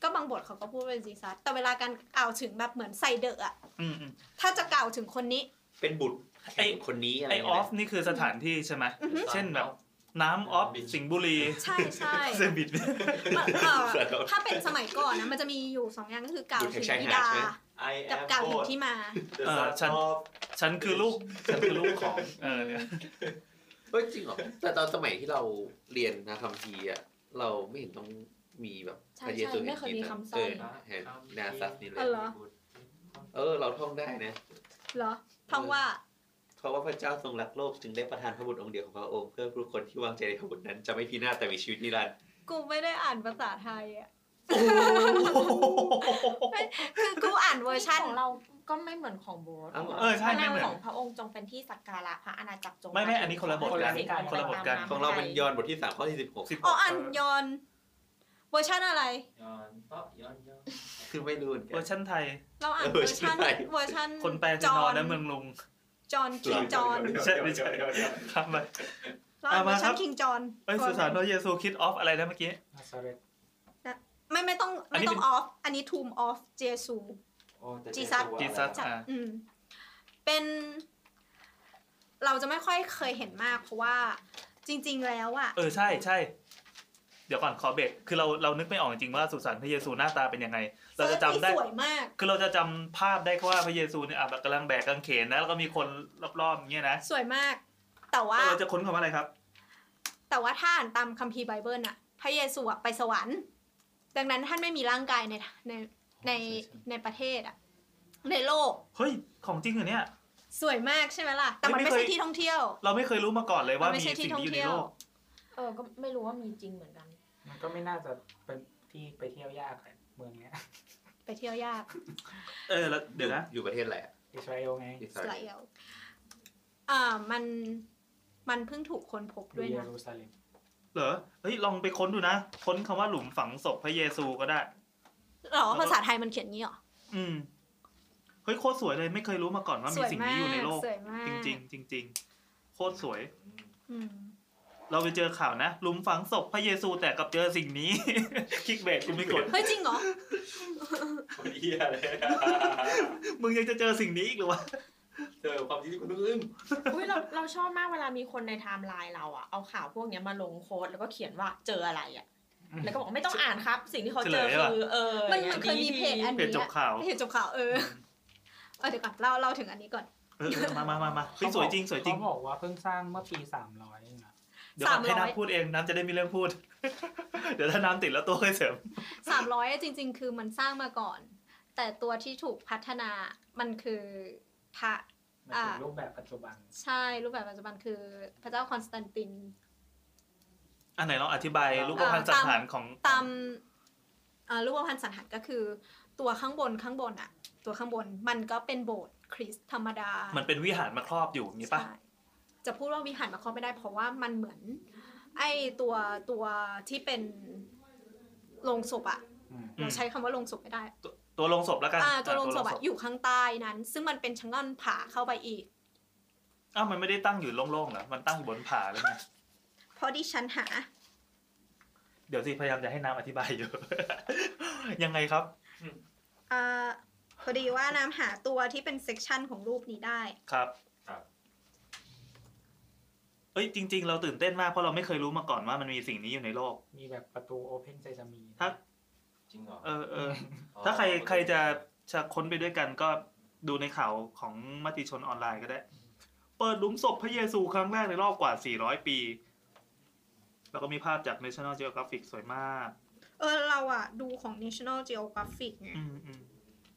[SPEAKER 5] ก็บางบทเขาก็พูดเป็น Jesus แต่เวลาการกล่าวถึงแบบเหมือนไซเดอร์อะ
[SPEAKER 2] อืมอืม
[SPEAKER 5] ถ้าจะกล่าวถึงคนนี้
[SPEAKER 1] เป็นบุตร
[SPEAKER 2] ไอ
[SPEAKER 1] แห่งคนนี้อะไร
[SPEAKER 2] ไออ
[SPEAKER 1] เงี้
[SPEAKER 2] อย ฟนี่คือสถานที่ใช่ไหม
[SPEAKER 5] อือฮึ
[SPEAKER 2] เช่นแบบ น้ำออฟสิงห์บุ รี
[SPEAKER 5] ใช่ใช่
[SPEAKER 2] เซอร์บิด
[SPEAKER 5] มันเอ่อถ้าเป็นสมัยก่อนนะมันจะมีอยู่สองอย่างก็คือกล่าวถึงบิดา
[SPEAKER 9] ไอแอ
[SPEAKER 5] กับ
[SPEAKER 9] ม
[SPEAKER 5] กล่าว
[SPEAKER 9] โบ
[SPEAKER 5] ถึง
[SPEAKER 9] ด
[SPEAKER 5] ที่มา
[SPEAKER 9] เดอะซันออฟ
[SPEAKER 2] ฉันคือลูก ฉันคือลูกของเออเนี่ย
[SPEAKER 1] เฮ้ยจริงเหรอ แต่ตอนสมัยที่เราเรียนนะคำพีร์อะเราไม่เห็นต้องมีแบบ
[SPEAKER 4] ใช่
[SPEAKER 1] พระเยซูแห่
[SPEAKER 4] ใช่ไม่
[SPEAKER 1] ง
[SPEAKER 4] เคย
[SPEAKER 1] กิ
[SPEAKER 4] มี
[SPEAKER 1] นะ
[SPEAKER 4] คำสร้
[SPEAKER 1] เอ
[SPEAKER 4] อย
[SPEAKER 1] อแห่งนาซัสนี่เล
[SPEAKER 5] อ๋
[SPEAKER 1] ย
[SPEAKER 5] อเหรอ
[SPEAKER 9] บุตร
[SPEAKER 1] เออ เราท่องได้นะ
[SPEAKER 5] เหรอท่องว่า
[SPEAKER 1] เพราะว่าพระเจ้าทรงรักโลกจึงได้ประทานพระบุตรองค์เดียวของพระองค์เพื่อผู้คนที่วางใจในพระบุตรนั้นจะไม่พินาศแต่มีชีวิตนิรันดร์
[SPEAKER 5] กูไม่ได้อ่านภาษาไทยอ่ะไม่คือกูอ่านเวอร์ชัน
[SPEAKER 4] ของเราก็ไม่เหมือนของโบส
[SPEAKER 1] อ้าวเหรอ
[SPEAKER 2] เออใช่
[SPEAKER 4] พระ
[SPEAKER 2] ไม่
[SPEAKER 4] นาม
[SPEAKER 2] เหมือน
[SPEAKER 4] ของพระองค์จงเป็นที่สักการะพระอาณาจักรจง
[SPEAKER 2] ไม่ไม่อันนี้คนละบทกัน
[SPEAKER 4] สิ่ง
[SPEAKER 2] คนละบทกัน
[SPEAKER 4] ต่ๆ
[SPEAKER 1] ของเราเป็น
[SPEAKER 4] ใ
[SPEAKER 1] ยอห์นบทที่สามข้อที่สิบหก
[SPEAKER 2] สิบห
[SPEAKER 5] อ๋อก อ่านยอน เวอร์ชันอะไร
[SPEAKER 9] ย้อนเตาะย้อนย้อน
[SPEAKER 1] คือไม่รู้เหมือนกั
[SPEAKER 2] เวอน ร์ชันไทย
[SPEAKER 5] เราอ่านเวอร์ชัน
[SPEAKER 1] เออใช่
[SPEAKER 5] เวอร์ชัน
[SPEAKER 2] คนแปลคื
[SPEAKER 5] จ
[SPEAKER 2] อน
[SPEAKER 5] อ
[SPEAKER 2] อน
[SPEAKER 5] น
[SPEAKER 2] และเมืองลุง
[SPEAKER 5] จอนคิงจอน
[SPEAKER 2] ไม่ใช่ไม่ใช่ ครับไป
[SPEAKER 5] เราอ่านเวอร์ชั
[SPEAKER 2] เอามาครับ
[SPEAKER 5] นคิงจอน
[SPEAKER 2] เอ้ยสุสานพระเยซูคิดออฟอะไรนะเมื่อกี้
[SPEAKER 8] นาซาเรต
[SPEAKER 5] ไม่ไม่ต้อง
[SPEAKER 2] อัน
[SPEAKER 5] ไม่
[SPEAKER 2] นี้
[SPEAKER 5] ต้อง
[SPEAKER 2] เป็น
[SPEAKER 5] ออฟ อันนี้ทูมออฟเจซู
[SPEAKER 9] โอ้แต่
[SPEAKER 5] จีซัส
[SPEAKER 9] ตัว
[SPEAKER 2] จีซัส
[SPEAKER 9] อะไร
[SPEAKER 2] อ่า
[SPEAKER 5] อืม เป็น เราจะไม่ค่อยเคยเห็นมาก เพราะว่าจริง ๆ แล้วอะ
[SPEAKER 2] เออใช่ใช่ เดี๋ยวก่อนขอเบรกคือเราเรานึกไม่ออกจริงๆว่าสุสานพระเยซูหน้าตาเป็นยังไง เราจะจำได้
[SPEAKER 5] เซิร์ชนี่สวยมาก
[SPEAKER 2] คือเราจะจำภาพได้แค่ว่าพระเยซูเนี่ยอ่ะแบบกำลังแบกกางเขนนะ แล้วก็มีคนรอบๆอย่างเงี้ยนะ
[SPEAKER 5] สวยมาก แต่ว่า
[SPEAKER 2] แต่เราจะค้นคำว่าอะไรครับ
[SPEAKER 5] แต่ว่าถ้าอ่านตามคัมภีร์ไบเบิลอะพระเยซูอะไปสวรรค์ ดังนั้นท่านไม่มีร่างกายในในในในประเทศอะในโลก
[SPEAKER 2] เฮ้ย ของจริงเหรอเนี่ย
[SPEAKER 5] สวยมากใช่ไหมล่ะ แต่มัน
[SPEAKER 2] ไม่
[SPEAKER 5] ไม่
[SPEAKER 2] เคย
[SPEAKER 5] ใช่ที่ท่องเที่ยว
[SPEAKER 2] เราไม่เคยรู้มาก่อนเลยว่า
[SPEAKER 5] ไม่
[SPEAKER 2] มี
[SPEAKER 5] ใช่ที่
[SPEAKER 2] สิ่ง
[SPEAKER 5] ท่อง
[SPEAKER 2] ที่อยู่
[SPEAKER 5] เที่
[SPEAKER 2] ใน
[SPEAKER 5] ยว
[SPEAKER 2] โลก
[SPEAKER 4] เออก็ไม่รู้ว่ามีจริงเหมือนกัน
[SPEAKER 8] มันก็ไม่น่าจะเป็นที่ไปเที่ยวยากเลยเมืองเนี้ย
[SPEAKER 5] ไปเที่ยวยาก
[SPEAKER 2] เออแล้วเดี๋ยวนะ
[SPEAKER 1] อยู่ประเทศอะไรอะ
[SPEAKER 8] อิสราเอลไง
[SPEAKER 1] อิส
[SPEAKER 5] ส
[SPEAKER 1] รา
[SPEAKER 5] ลา
[SPEAKER 1] เอ
[SPEAKER 5] เอ
[SPEAKER 1] ล
[SPEAKER 5] ลอ่ามันมันเพิ่งถูกค้นพบด้วย
[SPEAKER 8] เย
[SPEAKER 5] นะ
[SPEAKER 8] รูซาเล็ม
[SPEAKER 2] เหรอ เฮ้ย ลองไปค้นดูนะ ค้นคำว่าหลุมฝังศพพระเยซูก็ได้
[SPEAKER 5] หรอภาษาไทยมันเขียนงี้หรอ
[SPEAKER 2] อืม เฮ้ย โคตรสวยเลย ไม่เคยรู้มาก่อนว่า
[SPEAKER 5] ส
[SPEAKER 2] มี
[SPEAKER 5] วย
[SPEAKER 2] สิ่ง
[SPEAKER 5] มา
[SPEAKER 2] นี้
[SPEAKER 5] ก
[SPEAKER 2] อยู่ในโลก
[SPEAKER 5] สวยมาก
[SPEAKER 2] จริง ๆ จริง ๆ โคตรสวย
[SPEAKER 5] อืม
[SPEAKER 2] เราไปเจอข่าวนะหลุมฝังศพพระเยซูแต่กลับเจอสิ่งนี้ คลิกเบสกูไม่กด
[SPEAKER 5] เฮ้ยจริงเหรอ
[SPEAKER 9] คนเหี้ยเลย
[SPEAKER 2] มึงยังจะเจอสิ่งนี้อีกเหรือวะ
[SPEAKER 9] เจอความจริงที่คุณต้องอึ้ง
[SPEAKER 4] อุ้ยเราเราชอบมากเวลามีคนในไทม์ไลน์เราอะเอาข่าวพวกเนี้ยมาลงโค้ดแล้วก็เขียนว่าเจออะไรอะแล้วก็บอกไม่ต้องอ่านครับ สิ่งที่เขาเจอ
[SPEAKER 2] เฉลยเหรอ
[SPEAKER 4] คือเออ
[SPEAKER 5] มันมันเคยมีเพจอัน
[SPEAKER 2] เพจ
[SPEAKER 5] นี้
[SPEAKER 2] จบข่าว
[SPEAKER 5] เพจจบข่าวเออเออเดี๋ยวก่อนเล่าเล่าถึงอันนี้ก่อน
[SPEAKER 2] เออเออมามามามาเฮ้ยสวยจริงสวยจริง
[SPEAKER 8] เขาบอกว่าเพิ่งสร้างเมื่อปีสามร้อยเองนะ
[SPEAKER 2] เดี๋ยวก่อนให้
[SPEAKER 5] 300
[SPEAKER 2] น้ำพูดเองน้ำจะได้มีเรื่องพูด เดี๋ยวถ้าน้ำติดแล้วตัวค่อยเสริม
[SPEAKER 5] สามร้อยจริง ๆ คือมันสร้างมาก่อน แต่ตัวที่ถูกพัฒนามันคือพระ
[SPEAKER 8] มันถึ
[SPEAKER 5] อ่า
[SPEAKER 8] งรูปแบบปัจจุบัน
[SPEAKER 5] ใช่รูปแบบปัจจุบันคือพระเจ้าคอนสแตนติน
[SPEAKER 2] อันไหนลองอธิบายรูปพรรณ
[SPEAKER 5] เออ
[SPEAKER 2] สั
[SPEAKER 5] ตาง ม
[SPEAKER 2] หารของ
[SPEAKER 5] ตามเอ่อรูปพันธ์สันหันก็คือ ตัวข้างบนข้างบนอะตัวข้างบนมันก็เป็นโบสถ์คริสต์ธรรมดา
[SPEAKER 2] มันเป็นวิหารมาครอบอยู่มีปะ
[SPEAKER 5] ใช่จะพูดว่าวิหารมาครอบไม่ได้ เพราะว่ามันเหมือน ไอ้ตัวตัวที่เป็นโลงศพอะ
[SPEAKER 8] อืม
[SPEAKER 5] เราใช้คำว่าโลงศพไม่ได้
[SPEAKER 2] ตัวลงศพแล้วกัน
[SPEAKER 5] อ่าตัว
[SPEAKER 2] อ่า
[SPEAKER 5] โรงศพอะอยู่ข้างใต้นั้น ซึ่งมันเป็นชะง่อนผาเข้าไปอีก
[SPEAKER 2] อ้าวมันไม่ได้ตั้งอยู่โล่งๆเหรอมันตั้งอยู่บนผาเลยไง
[SPEAKER 5] เพราะดิฉันหา
[SPEAKER 2] เดี๋ยวสิพยายามจะให้ น้ำอธิบายอยู่ ยังไงครับ
[SPEAKER 5] อ่าพอดีว่าน้ำหาตัวที่เป็นเซกชันของรูปนี้ได้
[SPEAKER 2] ครับเอ้ยจริง ๆ เราตื่นเต้นมากเพราะเราไม่เคยรู้มาก่อนว่ามันมีสิ่งนี้อยู่ในโลก
[SPEAKER 8] มีแบบประตูโอเพนเซซามี
[SPEAKER 2] ถ้า
[SPEAKER 9] จริงเหรอ
[SPEAKER 2] เออเออ ถ้าใครใครจะจะค้นไปด้วยกันก็ดูในข่าวของมติชนออนไลน์ก็ได้ เปิดหลุมศพพระเยซูครั้งแรกในรอบกว่า 400 ปี แล้วก็มีภาพจาก National Geographic สวยมาก
[SPEAKER 5] เออเราอะดูของ National Geographic ไง
[SPEAKER 2] อืมอืม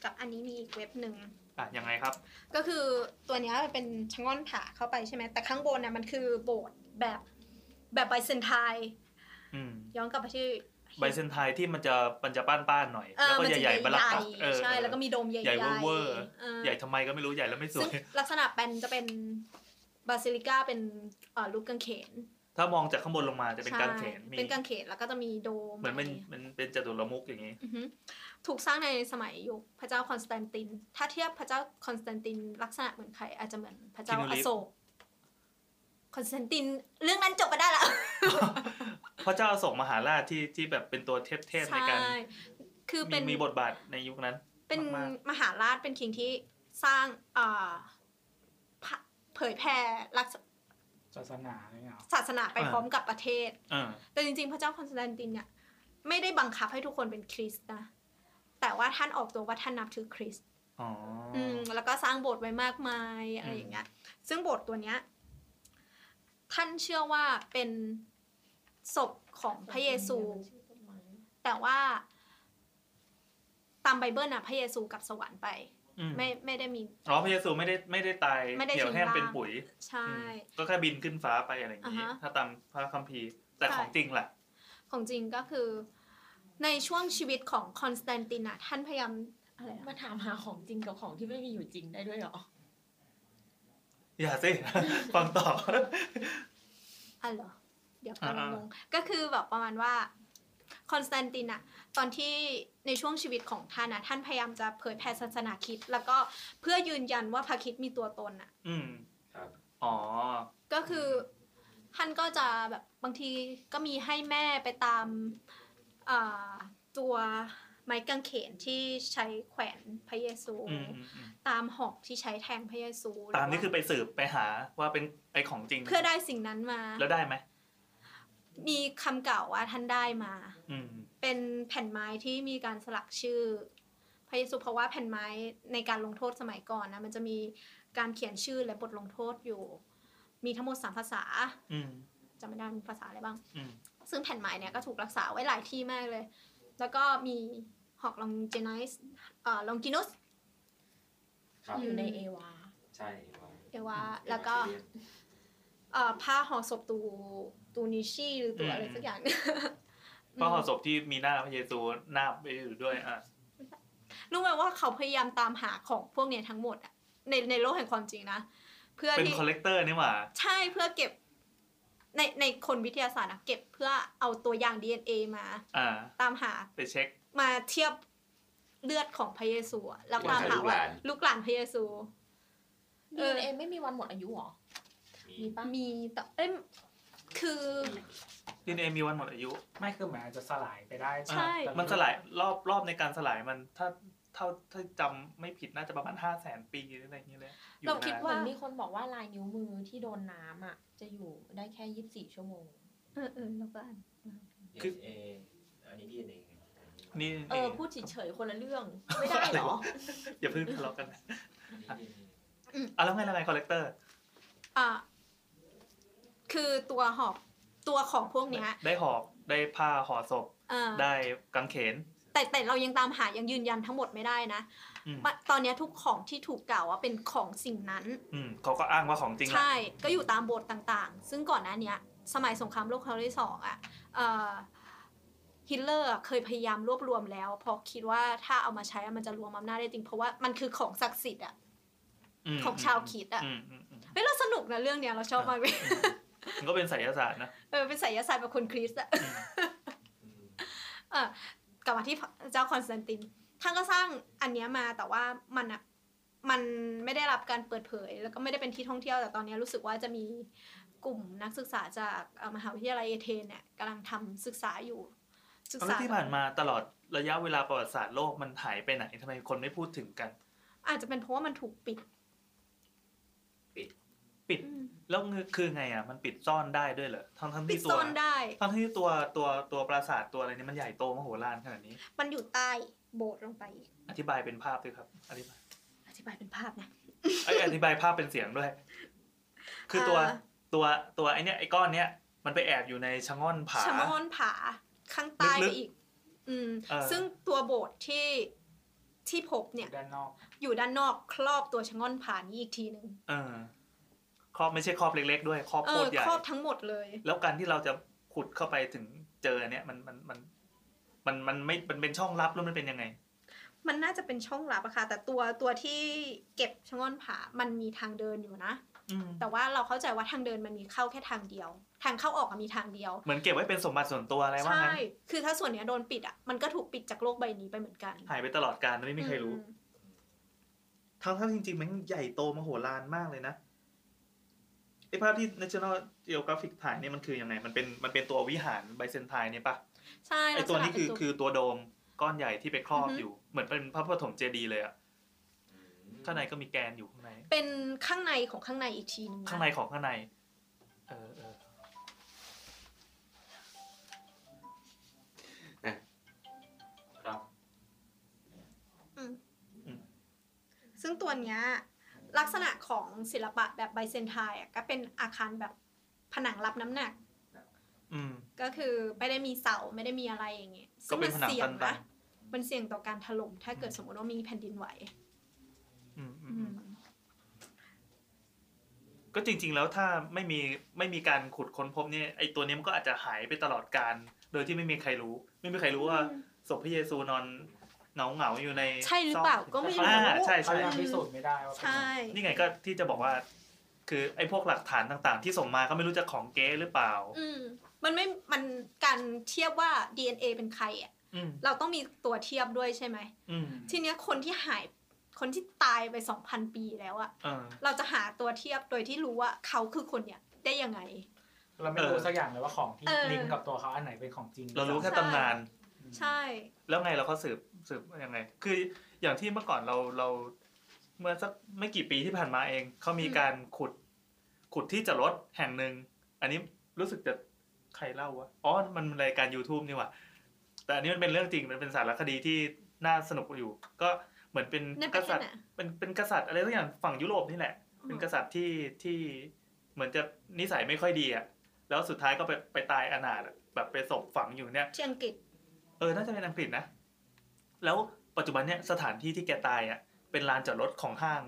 [SPEAKER 5] กับอันนี้มีอีกเว็บหนึ่ง
[SPEAKER 2] อ่ะยังไงครับ
[SPEAKER 5] ก็คือตัวเนี้ยมันเป็นชะง่อนผาเข้าไปใช่ไหม แต่ข้างบนน่ะมันคือโบสถ์แบบแบบไบเซนไทน์
[SPEAKER 2] อืม
[SPEAKER 5] ย้อนกลับไปที่
[SPEAKER 2] ไบเซนไทยที่มันจะมันจะป้านๆหน่อย
[SPEAKER 5] เอ
[SPEAKER 2] แล้ว
[SPEAKER 5] อ
[SPEAKER 2] ก็
[SPEAKER 5] มัน
[SPEAKER 2] ใหญ่ให
[SPEAKER 5] จะ
[SPEAKER 2] ญ่ๆบลัก
[SPEAKER 5] ให
[SPEAKER 2] กั
[SPEAKER 5] ญ่
[SPEAKER 2] กเออ
[SPEAKER 5] ๆใช่ แล้วก็มีโดมใหญ่ๆ
[SPEAKER 2] ใหญ่เวอร์
[SPEAKER 5] เออ
[SPEAKER 2] ใหญ่ทำไมก็ไม่รู้ใหญ่แล้วไม่สว
[SPEAKER 5] ซึ่ง
[SPEAKER 2] ย
[SPEAKER 5] ลักษณะเป็นจะเป็นบาซิลิก้าเป็นเอ่อรูปกางเขน
[SPEAKER 2] ถ้ามองจากข้างบนลงมาจะเป็นการเขน
[SPEAKER 5] ใช่
[SPEAKER 2] มี
[SPEAKER 5] เป็นกางเขนแล้วก็จะมีโดม
[SPEAKER 2] เหมือนมัน
[SPEAKER 5] อะไรงี้ย
[SPEAKER 2] มันเป็นจัตุรมุกอย่างนี้
[SPEAKER 5] อือฮึถูกสร้างในสมัยยุคพระเจ้าคอนสแตนติน ถ้าเทียบพระเจ้าคอนสแตนติน ลักษณะเหมือนใครอาจจะเหมือนพระเจ้า
[SPEAKER 2] คินู
[SPEAKER 5] อ
[SPEAKER 2] ริฟ
[SPEAKER 5] โศกคอนสแตนตินเรื่องนั้นจบไปได้ละ
[SPEAKER 2] พระเจ้าอโศกมหาราชที่ที่แบบเป็นตัวเทพๆในการ
[SPEAKER 5] ใช่คือ
[SPEAKER 2] มี
[SPEAKER 5] เป็น
[SPEAKER 2] มีบทบาทในยุคนั้น
[SPEAKER 5] เป็น
[SPEAKER 2] มาก
[SPEAKER 5] มหาราชเป็นคิงที่สร้างเอ่อพะเผยแผ่ลักษ
[SPEAKER 8] ศาสนาอะไรเงี้ยเหรอ
[SPEAKER 5] ศาสนาไปพร้อมกับประเทศ
[SPEAKER 2] เออ
[SPEAKER 5] แต่จริงๆ พระเจ้าคอนสแตนตินเนี่ยไม่ได้บังคับให้ทุกคนเป็นคริสต์นะ แต่ว่าท่านออกตัวว่าท่านนับถือคริสต์
[SPEAKER 2] อ๋ออ
[SPEAKER 5] อืมแล้วก็สร้างโบสถ์ไว้มากมายอะไรอย่างเงี้ย ซึ่งโบสถ์ตัวเนี้ยท่านเชื่อว่าเป็นศพของพระเยซู แต่ว่าตามไบเบิลนะพระเยซูกลับสวรรค์ไป
[SPEAKER 2] อืม
[SPEAKER 5] ไม่ไม่ได้มี
[SPEAKER 2] อ๋อพระเยซูไม่ได้ไม่ได้ตาย
[SPEAKER 5] ไม่ได้
[SPEAKER 2] เหี่ยวแห้ง
[SPEAKER 5] ทิ้งร่าง
[SPEAKER 2] เป็นปุ๋ย
[SPEAKER 5] ใช่
[SPEAKER 2] อืมก็แค่บินขึ้นฟ้าไปอะไรอย่างนี้
[SPEAKER 5] อ่าฮะ
[SPEAKER 2] ถ้าตามพระคัมภีร์ แต่
[SPEAKER 5] ใช่
[SPEAKER 2] ของจริงแหละ
[SPEAKER 5] ของจริงก็คือในช่วงชีวิตของคอนสแตนตินอะท่านพยายามอะไรอะ
[SPEAKER 4] มาถามหาของจริงกับของที่ไม่มีอยู่จริงได้ด้วยเหรอ
[SPEAKER 2] อย่าสิ ฟังต่อ
[SPEAKER 5] อ่ะเหรอเดี๋ยวกำลัง
[SPEAKER 2] อ่าๆ
[SPEAKER 5] งงก็คือแบบประมาณว่าคอนสแตนตินอะตอนที่ในช่วงชีวิตของท่านอะท่านพยายามจะเผยแผ่ศาสนาคริดแล้วก็เพื่อยืนยันว่าพระคริดมีตัวตนอะ
[SPEAKER 2] อืม
[SPEAKER 1] ครับ
[SPEAKER 2] อ๋อ
[SPEAKER 5] ก็คือท่านก็จะแบบบางทีก็มีให้แม่ไปตามอ่าตัวไม้กางเขนที่ใช้แขวนพระเยซู
[SPEAKER 2] อืมอืมอืม
[SPEAKER 5] ตามหอกที่ใช้แทงพระเยซู
[SPEAKER 2] ตามนี่
[SPEAKER 5] ห
[SPEAKER 2] คื
[SPEAKER 5] รือ อว่า
[SPEAKER 2] ไปสืบไปหาว่าเป็นไอของจริง
[SPEAKER 5] เพื่อได้สิ่งนั้นมา
[SPEAKER 2] แล้วได้ไหม
[SPEAKER 5] มีคำกล่าวว่าท่านได้มา
[SPEAKER 2] อืม
[SPEAKER 5] เป็นแผ่นไม้ที่มีการสลักชื่อ พระเยซูเพราะว่าแผ่นไม้ในการลงโทษสมัยก่อนนะมันจะมีการเขียนชื่อและบทลงโทษอยู่ มีทั้งหมดสามภาษา
[SPEAKER 2] อืม
[SPEAKER 5] จำไม่ได้มีภาษาอะไรบ้าง
[SPEAKER 2] อืม
[SPEAKER 5] ซึ่งแผ่นไม้เนี่ยก็ถูกรักษาไว้หลายที่มากเลย แล้วก็มีหอกลองเจนิสเอ่อลองกินุส
[SPEAKER 1] ครับ
[SPEAKER 4] อยู่ในเอวา
[SPEAKER 1] ใช่
[SPEAKER 5] เอวาแล้วก็เอ่อผ้าห่อศพตูตูนิชีหรือตัวอะไรสักอย่าง
[SPEAKER 2] ก็ห่อศพที่มีหน้าพระเยซูหน้าบไปอยู่ด้วยอ่ะ
[SPEAKER 5] รู้ไหมว่าเขาพยายามตามหาของพวกเนี้ยทั้งหมดอะในในโลกแห่งความจริงนะ เพื่อ
[SPEAKER 2] เป็น
[SPEAKER 5] ที่
[SPEAKER 2] คอลเลกเตอร์นี่หว่า
[SPEAKER 5] ใช่เพื่อเก็บในในคนวิทยาศาสตร์นะเก็บเพื่อเอาตัวอย่าง DNA มา
[SPEAKER 2] อ่า
[SPEAKER 5] ตามหา
[SPEAKER 2] ไปเช็ค
[SPEAKER 5] มาเทียบเลือดของพระเยซูอะแล้วตามหาว่าลูกหลานพระเยซู เออ
[SPEAKER 4] DNA ไม่มีวันหมดอายุเหรอ มีปะ
[SPEAKER 5] มีแต่เอ้ยคือ
[SPEAKER 2] DNA มีวันหมดอายุ
[SPEAKER 8] ไม่คือมันอาจจะสลายไปได้
[SPEAKER 5] ใช่
[SPEAKER 8] แต่
[SPEAKER 2] มันสลายรอบรอบในการสลายมันถ้าเท่าถ้าจำไม่ผิดน่าจะประมาณห้าแสนปีหรืออะไรอย่างเงี้ยเลยอยู่
[SPEAKER 5] เรา
[SPEAKER 2] นน
[SPEAKER 5] คิด
[SPEAKER 4] เหมื
[SPEAKER 5] ว่า
[SPEAKER 4] อนมีคนบอกว่าลายนิ้วมือที่โดนน้ำอ่ะ จะอยู่ได้แค่ยี่สิบสี่ชั่วโมง
[SPEAKER 5] เออเออแล้วก็อ่าน
[SPEAKER 9] คือเออันนี้ดีเอง
[SPEAKER 2] นี่
[SPEAKER 4] เออ พูดเฉยๆคนละเรื่อง ไม่ได้เหรอ
[SPEAKER 2] อย่าเพิ่งทะเลาะกันนะอ่ะแล้วไงแล้วไงคอลเลกเตอร์
[SPEAKER 5] อ่ะคือตัวหอกตัวของพวกเนี้ย
[SPEAKER 2] ได้หอกได้ผ้าห่อศพ
[SPEAKER 5] เอ่อ
[SPEAKER 2] ได้กางเขน
[SPEAKER 5] แต่แต่เรายังตามหายังยืนยันทั้งหมดไม่ได้นะ
[SPEAKER 2] อืม
[SPEAKER 5] ตอนเนี้ยทุกของที่ถูกกล่าวว่าเป็นของสิ่งนั้น
[SPEAKER 2] อืมเขาก็อ้างว่าของจริงแหละ
[SPEAKER 5] ใช่ ก็อยู่ตามโบทต่างๆ ซึ่งก่อนหน้าเนี้ย สมัยสงครามโลกครั้งที่สองอ่ะเอ่อฮิตเลอร์อะเคยพยายามรวบรวมแล้ว เพราะคิดว่าถ้าเอามาใช้อะมันจะรวมอำนาจได้จริง เพราะว่ามันคือของศักดิ์สิทธิ์อ่ะ
[SPEAKER 2] ม
[SPEAKER 5] ของชาวคริดอ่ะ
[SPEAKER 2] อืมอืมอืม
[SPEAKER 5] เฮ้ย เราสนุกนะเรื่องเนี้ย เราชอบมากเลย
[SPEAKER 2] มันก็เป็นไสยศาสตร์นะ
[SPEAKER 5] เออ เป็นไสยศาสตร์แบบคนคริสต์อ่ะ กลับมาที่เจ้าคอนสแตนติน ท่านก็สร้างอันเนี้ยมาแต่ว่ามันอะมันไม่ได้รับการเปิดเผย แล้วก็ไม่ได้เป็นที่ท่องเที่ยวแต่ตอนเนี้ยรู้สึกว่าจะมีกลุ่มนักศึกษาจากเอ่อมหาวิทยาลัยเอเธนเนี่ยกำลังทำศึกษาอยู่ ศึก
[SPEAKER 2] แล้ว
[SPEAKER 5] ษา
[SPEAKER 2] ที่ผ่านมาตลอดระยะเวลาประวัติศาสตร์โลกมันหายไปไหนทำไมคนไม่พูดถึงกัน
[SPEAKER 5] อาจจะเป็นเพราะว่ามันถูกปิด
[SPEAKER 2] ปิด
[SPEAKER 5] อืม
[SPEAKER 2] แล้วคือไงอ่ะมันปิดซ่อนได้ด้วยเหรอทั้งทั้ง
[SPEAKER 5] ปิ
[SPEAKER 2] ที่
[SPEAKER 5] ด
[SPEAKER 2] ตัว
[SPEAKER 5] ซ่อนได้
[SPEAKER 2] ทั้งที่ตัวตัวตัวปราสาทตัวอะไรนี่มันใหญ่โตมโหฬารขนาดนี้
[SPEAKER 5] มันอยู่ใต้โบสถ์ลงไปอีก
[SPEAKER 2] อธิบายเป็นภาพด้วยครับอธิบาย
[SPEAKER 5] อธิบายเป็นภาพนะ
[SPEAKER 2] เอ้ยอธิบายภาพเป็นเสียงด้วย คือตัว
[SPEAKER 5] อ่า
[SPEAKER 2] ตัวตัวไอเนี้ยไอก้อนเนี้ยมันไปแอบอยู่ในชะง่อนผา
[SPEAKER 5] ชะมอนผาข้างใต้
[SPEAKER 2] ลึ
[SPEAKER 5] ไป
[SPEAKER 2] กๆ
[SPEAKER 5] อีก อืม
[SPEAKER 2] เออ
[SPEAKER 5] ซึ่งตัวโบสถ์ที่ที่พบเนี่ย
[SPEAKER 8] ด้านนอก
[SPEAKER 5] อยู่ด้านนอกครอบตัวชะง่อนผานี้อีกทีหนึ่ง
[SPEAKER 2] เออครอบไม่ใช่ครอบเล็ก ๆ ด้วยครอบ
[SPEAKER 5] เอ
[SPEAKER 2] โค
[SPEAKER 5] อ
[SPEAKER 2] ตรใหญ่
[SPEAKER 5] ครอบทั้งหมดเลย
[SPEAKER 2] แล้วการที่เราจะขุดเข้าไปถึงเจอเนี่ยมันมันมันมันมันไม่มันเป็นช่องลับแล้วมันเป็นยังไง
[SPEAKER 5] มันน่าจะเป็นช่องลับอะค่ะแต่ตัวตัวที่เก็บชะง่อนผามันมีทางเดินอยู่นะ
[SPEAKER 2] อืม
[SPEAKER 5] แต่ว่าเราเข้าใจว่าทางเดินมันมีเข้าแค่ทางเดียว ทางเข้าออกอะมีทางเดียว
[SPEAKER 2] เหมือนเก็บไว้เป็นสมบัติส่วนตัวอะไรว่า
[SPEAKER 5] ใช่
[SPEAKER 2] งั้น
[SPEAKER 5] คือถ้าส่วนเนี้ยโดนปิดอะมันก็ถูกปิดจากโลกใบนี้ไปเหมือนกัน
[SPEAKER 2] หายไปตลอดการไม่มีใครรู้
[SPEAKER 5] อืม
[SPEAKER 2] ทั้งทั้งจริงๆ มันใหญ่โตมโหฬารมากเลยนะไอภาพที่ National Geographic ถ่ายเนี่ยมันคือยังไง มันเป็นมันเป็นตัววิหารไบเซนไทน์เนี่ยปะ
[SPEAKER 5] ใช่
[SPEAKER 2] ไอตัวนี้คือ
[SPEAKER 5] ลักษณะเป็
[SPEAKER 2] คือตัวโดมก้อนใหญ่ที่ไปครอบ
[SPEAKER 5] อือฮึ
[SPEAKER 2] อยู่ เหมือนเป็นพระปฐมเจดีย์เลยอะข้างในก็มีแกนอยู่ข้างใน
[SPEAKER 5] เป็นข้างในของข้างในอีกทีหนึงนะ
[SPEAKER 2] ข้างในของข้างใน เออเออ
[SPEAKER 9] ครับ
[SPEAKER 5] ซึ่งตัวเนี้ยลักษณะของศิลปะแบบไบเซนไทน์อะก็เป็นอาคารแบบผนังรับน้ำหนัก
[SPEAKER 2] อืม
[SPEAKER 5] ก็คือไม่ได้มีเสาไม่ได้มีอะไรอย่างเงี้ย
[SPEAKER 2] ก็เป็นผนัง
[SPEAKER 5] ซึ่มัสี่ย
[SPEAKER 2] ตัน
[SPEAKER 5] นะมันเสี่ยงต่อการถล่มถ้าเกิดสมมติว่ามีแผ่นดินไหว
[SPEAKER 2] อืมอื
[SPEAKER 5] อื
[SPEAKER 2] มอื
[SPEAKER 5] ม
[SPEAKER 2] มก็จริง ๆ แล้วถ้าไม่มีไม่มีการขุดค้นพบเนี่ยไอตัวเนี้ยมันก็อาจจะหายไปตลอดการ โดยที่ไม่มีใครรู้ ไม่มีใครรู้ว่าศพพระเยซูนอนเหงาเหงาๆอยู่ใน
[SPEAKER 4] ใช่หรือเปล่าก็ไม่รู้
[SPEAKER 2] อ่าใช่
[SPEAKER 8] เขา
[SPEAKER 2] ใช่
[SPEAKER 8] ยังพิสูจน์ไม่ได้ว่าเป็น
[SPEAKER 5] ใช่
[SPEAKER 2] นี่ไงก็ที่จะบอกว่า คือไอ้พวกหลักฐานต่างๆ ที่ส่งมาก็ไม่รู้จะของเก๊หรือเปล่า
[SPEAKER 5] อืม มันไม่ มันการเทียบว่า DNA เป็นใครอ่ะ
[SPEAKER 2] อืม
[SPEAKER 5] เราต้องมีตัวเทียบด้วยใช่ไหม
[SPEAKER 2] อืม
[SPEAKER 5] ทีเนี้ยคนที่หาย คนที่ตายไป 2,000 ปีแล้วอะ
[SPEAKER 2] เออ
[SPEAKER 5] เราจะหาตัวเทียบโดยที่รู้ว่าเขาคือคนเนี้ยได้ยังไง
[SPEAKER 8] เราไม่รู้สักอย่างเลยว่าของที่
[SPEAKER 5] เออ
[SPEAKER 8] ลิงก์กับตัวเขาอันไหนเป็นของจริง
[SPEAKER 2] เรารู้แค่ตำนาน
[SPEAKER 5] ใช่
[SPEAKER 2] แล้วไงเราก็สืบสืบยังไง คืออย่างที่เมื่อก่อนเราเรา เมื่อสักไม่กี่ปีที่ผ่านมาเอง เขามี
[SPEAKER 5] อืม
[SPEAKER 2] การขุด ขุดที่จะรถแห่งหนึ่ง อันนี้รู้สึกจะใครเล่าวะ อ๋อ มันรายการ YouTube นี่หว่ะแต่อันนี้มันเป็นเรื่องจริง มันเป็นสารคดีที่น่าสนุกอยู่ ก็เหมือนเป็น
[SPEAKER 5] ในป
[SPEAKER 2] ก
[SPEAKER 5] ระเท
[SPEAKER 2] ษัตริ
[SPEAKER 5] ศ
[SPEAKER 2] ย์
[SPEAKER 5] น่ะ
[SPEAKER 2] เป็นเป็นกษัตริย์อะไรสักอย่างฝั่งยุโรปนี่แหละ
[SPEAKER 5] อืม
[SPEAKER 2] เป็นกษัตริย์ที่ที่เหมือนจะนิสัยไม่ค่อยดีอ่ะ แล้วสุดท้ายก็ไปไปตายอนาถอะแบบไปศพฝังอยู่เนี่ย
[SPEAKER 5] ที่อังกฤษ
[SPEAKER 2] เออ น่าจะเป็นอังกฤษนะ แล้วปัจจุบันเนี่ยสถานที่ที่แกตายอ่ะ เป็นลานจอดรถของห้าง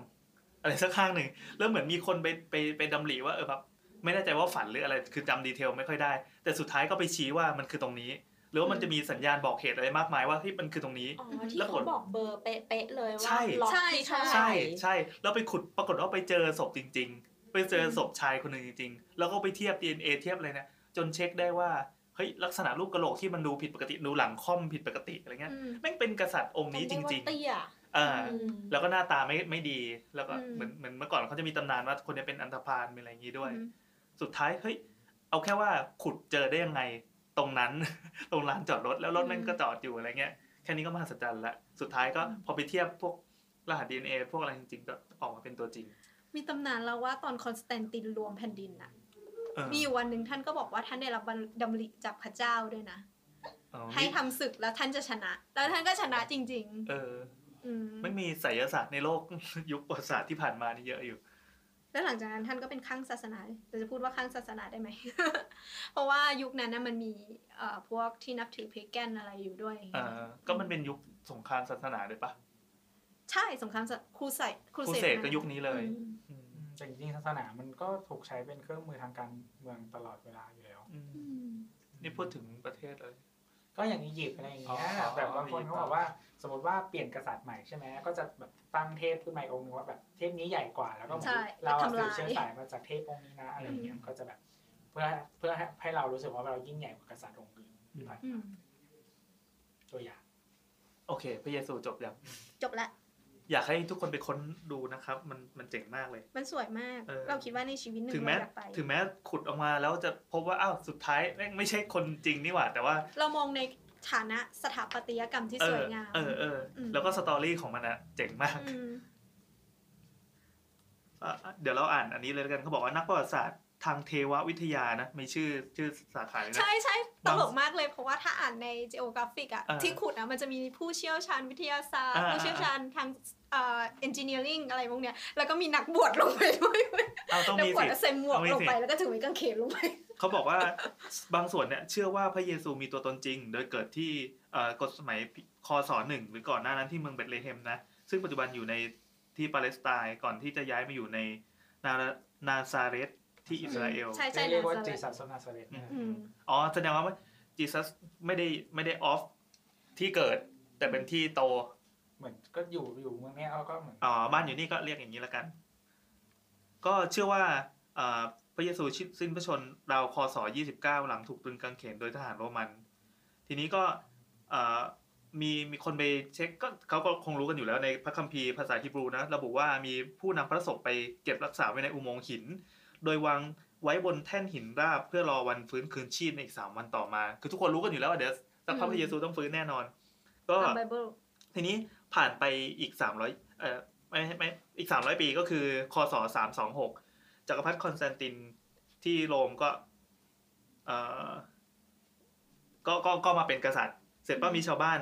[SPEAKER 2] อะไรสักห้างหนึ่ง แล้วเหมือนมีคนไปไปไปดำริว่าเออแบบไม่แน่ใจว่าฝันหรืออะไร คือจำดีเทลไม่ค่อยได้ แต่สุดท้ายก็ไปชี้ว่ามันคือตรงนี้ หรือว่ามันจะมีสัญญาณบอกเหตุอะไรมากมายว่าที่มันคือตรงนี้
[SPEAKER 4] อ๋อที่เขาบอกเบอร์เป๊ะๆเลย
[SPEAKER 2] ใช่
[SPEAKER 4] ว่าล็อก
[SPEAKER 5] ใช่
[SPEAKER 4] ที่เท่าไหร่
[SPEAKER 2] ใช่ใช่แล้วไปขุดปรากฏว่าไปเจอศพจริง ๆ ไปเจอศพชายคนหนึ่งจริง ๆ แล้วก็ไปเทียบ DNA เทียบอะไรเนี่ยจนเช็คได้ว่าเฮ้ยลักษณะรูปกระโหลกที่มันดูผิดปกติดูหลังค่อมผิดปกติอะไรเงี้ย
[SPEAKER 5] อืม
[SPEAKER 2] แม่งเป็นกษัตริย์องค์นี้จริง
[SPEAKER 4] เตี้ย
[SPEAKER 2] ๆเอ่า
[SPEAKER 4] อืม
[SPEAKER 2] แล้วก็หน้าตาไม่ไม่ดีแล้วก็
[SPEAKER 5] อืม
[SPEAKER 2] เหมือนเหมือนเมื่อก่อนเขาจะมีตำนานว่าคนเนี้เป็นอันธพาลเป็นอะไรอย่างนี้ด้วย
[SPEAKER 5] อืม
[SPEAKER 2] สุดท้ายเฮ้ยเอาแค่ว่าขุดเจอได้ยังไงตรงนั้น ตรงลานจอดรถแล้วรถแม่งก็จอดอยู่อะไรเงี้ยแค่นี้ก็มหัศจรรย์ละสุดท้ายก็พอไปเทียบพวกรหัส DNA พวกอะไรจริงๆก็ออกมาเป็นตัวจริง
[SPEAKER 5] มีตำนานเราว่าตอนคอนสแตนตินรวมแผ่นดินน่ะ
[SPEAKER 2] เออ
[SPEAKER 5] มีอยู่วันหนึ่งท่านก็บอกว่าท่านได้รับบัลดำริจากพระเจ้าด้วยนะ
[SPEAKER 2] อ๋อ
[SPEAKER 5] ให้
[SPEAKER 2] มี
[SPEAKER 5] ทำศึกแล้วท่านจะชนะ แล้วท่านก็ชนะจริง
[SPEAKER 2] เออ
[SPEAKER 5] ๆ อืม
[SPEAKER 2] ไม่มีไสยศาสตร์ในโลก ยุคประวัติศาสตร์ที่ผ่านมานี่เยอะอยู่
[SPEAKER 5] แล้วหลังจากนั้นท่านก็เป็นข้างศาสนาเราจะพูดว่าข้างศาสนาได้ไหม เพราะว่ายุคนั้นนะมันมีเอ่อพวกที่นับถือเพแกนอะไรอยู่ด้วย
[SPEAKER 2] เออก็มันเป็นยุคสงครามศาสนาด้วยปะ
[SPEAKER 5] ใช่สงครามศาครูใส่ครู
[SPEAKER 2] ครู
[SPEAKER 5] เส
[SPEAKER 2] เส
[SPEAKER 5] ด
[SPEAKER 2] ดก็ยุคนี้เลยอืม
[SPEAKER 8] อืมแต่จริงๆศาสนามันก็ถูกใช้เป็นเครื่องมือทางการเมืองตลอดเวลาอยู่แล้ว
[SPEAKER 2] อืมนี่พูดถึงประเทศเลย
[SPEAKER 8] ก็อย่างอียิปต์อะไรอย่างเงี้ย
[SPEAKER 2] อ๋อ
[SPEAKER 8] แบบบางคนเขาบอกว่า สมมติว่าเปลี่ยนกษัตริย์ใหม่ใช่ไหมก็จะแบบตั้งเทพขึ้นมาอีกองค์นึงว่าแบบเทพนี้ใหญ่กว่าแล้วก็เหมือน
[SPEAKER 5] ใช่
[SPEAKER 8] เรา
[SPEAKER 5] แล้วทำ
[SPEAKER 8] อะสื
[SPEAKER 5] ลา
[SPEAKER 8] บ
[SPEAKER 5] ย
[SPEAKER 8] เชื้อสายมาจากเทพองค์นี้นะอะไรอย่างเงี้ยก็จะแบบ เพื่อเพื่อให้ให้เรารู้สึกว่าเรายิ่งใหญ่กว่ากษัตริย์องค์อื่นที่ผ่าน
[SPEAKER 5] อืม
[SPEAKER 8] ตัวอย่าง
[SPEAKER 2] โอเค พระเยซูจบยัง
[SPEAKER 5] จบละ
[SPEAKER 2] อยากให้ทุกคนไปค้นดูนะครับ มันมันเจ๋งมากเลย
[SPEAKER 5] มันสวยมาก
[SPEAKER 2] เออ
[SPEAKER 5] เราคิดว่าในชีวิตหนึ่ง
[SPEAKER 2] ถึงแม้
[SPEAKER 5] เราอยากไป
[SPEAKER 2] ถึงแม้ขุดออกมาแล้วจะพบว่าอ้าวสุดท้ายแม่งไม่ใช่คนจริงนี่หว่า แต่ว่า
[SPEAKER 5] เรามองในฐานะสถาปัตยกรรมที่
[SPEAKER 2] เอ
[SPEAKER 5] ส
[SPEAKER 2] อ
[SPEAKER 5] วยงาม
[SPEAKER 2] เออเออ
[SPEAKER 5] อืม
[SPEAKER 2] แล้วก็สตอรี่ของมันอะเจ๋งมาก
[SPEAKER 5] ม
[SPEAKER 2] อ่ะเดี๋ยวเราอ่านอันนี้เลยแล้วกันเขาบอกว่านักประวัติศาสตร์ทางเทววิทยานะมีชื่อชื่อสาขาเลยนะ
[SPEAKER 5] ใช่ใช่ตลกมากเลย เพราะว่าถ้าอ่านใน geographic อะ
[SPEAKER 2] เออ
[SPEAKER 5] ที่ขุดอะมันจะมีผู้เชี่ยวชาญวิทยาศาสตร์
[SPEAKER 2] อ่า
[SPEAKER 5] ผู้เชี่ยวชาญทางเอ่อ engineering อะไรพวกเนี้ยแล้วก็มีนักบวชลงไปด้วย
[SPEAKER 2] เอาต้อง
[SPEAKER 5] แล้ว
[SPEAKER 2] มี
[SPEAKER 5] ขวด
[SPEAKER 2] สิ
[SPEAKER 5] ใส่หมวก
[SPEAKER 2] ต้องมี
[SPEAKER 5] ลงไป
[SPEAKER 2] สิ
[SPEAKER 5] แล้วก็ถือไม้กางเขนลงไป
[SPEAKER 2] เขาบอกว่าบางส่วนเนี่ยเชื่อว่าพระเยซูมีตัวตนจริง โดยเกิดที่เอ่อกฎสมัยคศหนึ่งหรือก่อนหน้านั้นที่เมืองเบธเลเฮมนะซึ่งปัจจุบันอยู่ในที่ปาเลสไตน์ก่อนที่จะย้ายมาอยู่ในนานาซาเรตที่อิสราเอล
[SPEAKER 5] ใช่ใช่
[SPEAKER 8] เรียกว่า
[SPEAKER 5] นา
[SPEAKER 8] จี
[SPEAKER 5] ซาเรต
[SPEAKER 8] สัสนาซาเรต
[SPEAKER 5] อืม
[SPEAKER 2] อ๋อแสดงว่าจีซัสไม่ได้ไม่ได้ออฟที่เกิด แต่เป็นที่โต
[SPEAKER 8] เหมือนก็อยู่อยู่เมืองเนี้ยเขาก็เหมือน
[SPEAKER 2] อ๋อบ้านอยู่นี่ก็เรียกอย่างนี้แล้วกัน ก็เชื่อว่าเอ่อพระเยซูชิดสิ้นพระชนม์ราวคศ29 หลังถูกตรึงกางเขนโดยทหารโรมัน ทีนี้ก็เอ่อมีมีคนไปเช็คก็เขาก็คงรู้กันอยู่แล้วในพระคัมภีร์ภาษาฮิบรูนะ ระบุว่ามีผู้นำพระศพไปเก็บรักษาไว้ในอุโมงค์หิน โดยวางไว้บนแท่นหินราบเพื่อรอวันฟื้นคืนชีพในอีกสามวันต่อมา คือทุกคนรู้กันอยู่แล้วว่าเดี๋ยวสักพักพระเยซูต้องฟื้นแน่นอน ก็
[SPEAKER 5] ตามไบเบิล
[SPEAKER 2] ทีนี้ผ่านไปอีก 300เอ่อไม่ไม่อีก 300 ปีก็คือคศ326จักรพรรดิคอนสแตนตินที่โรมก็เอ่อก็ก็ก็มาเป็นกษัตริย์ เสร็จว่ามีชาวบ้าน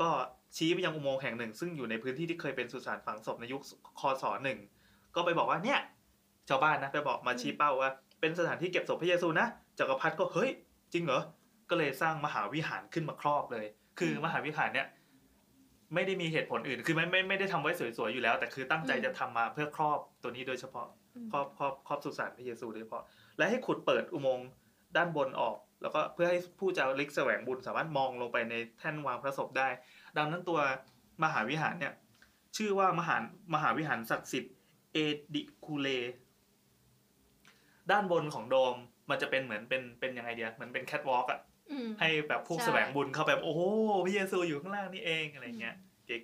[SPEAKER 2] ก็ชี้ไปยังอุโมงค์แห่งหนึ่ง ซึ่งอยู่ในพื้นที่ที่เคยเป็นสุสานฝังศพในยุคคศหนึ่งก็ไปบอกว่าเนี่ย ชาวบ้านนะไปบอกมาชี้เป้าว่า เป็นสถานที่เก็บศพพระเยซูนะจักรพรรดิก็เฮ้ย จริงเหรอ ก็เลยสร้างมหาวิหารขึ้นมาครอบเลย คือมหาวิหารเนี่ย ไม่ได้มีเหตุผลอื่น คือไม่ไม่ไม่ได้ทำไว้สวยๆอยู่แล้ว แต่คือตั้งใจ
[SPEAKER 5] อืม
[SPEAKER 2] จะทำมาเพื่อครอบตัวนี้โดยเฉพาะ ครอบครอบครอบสุสานพระเยซูโดยเฉพาะ และให้ขุดเปิดอุโมงค์ด้านบนออก แล้วก็เพื่อให้ผู้จะลิกแสวงบุญสามารถมองลงไปในแท่นวางพระศพได้ ดังนั้นตัวมหาวิหารเนี่ย ชื่อว่ามหามหาวิหารศักดิ์สิทธิ์เอดิคูเล ด้านบนของโดมมันจะเป็นเหมือนเป็นเป็นยังไงเดียเหมือนเป็นแคทวอล์กอะ
[SPEAKER 5] อืม
[SPEAKER 2] ให้แบบผู้
[SPEAKER 5] ใช่
[SPEAKER 2] แสวงบุญเข้าไปโอ้โหพระเยซูอยู่ข้างล่างนี่เองอะไรเงี้ย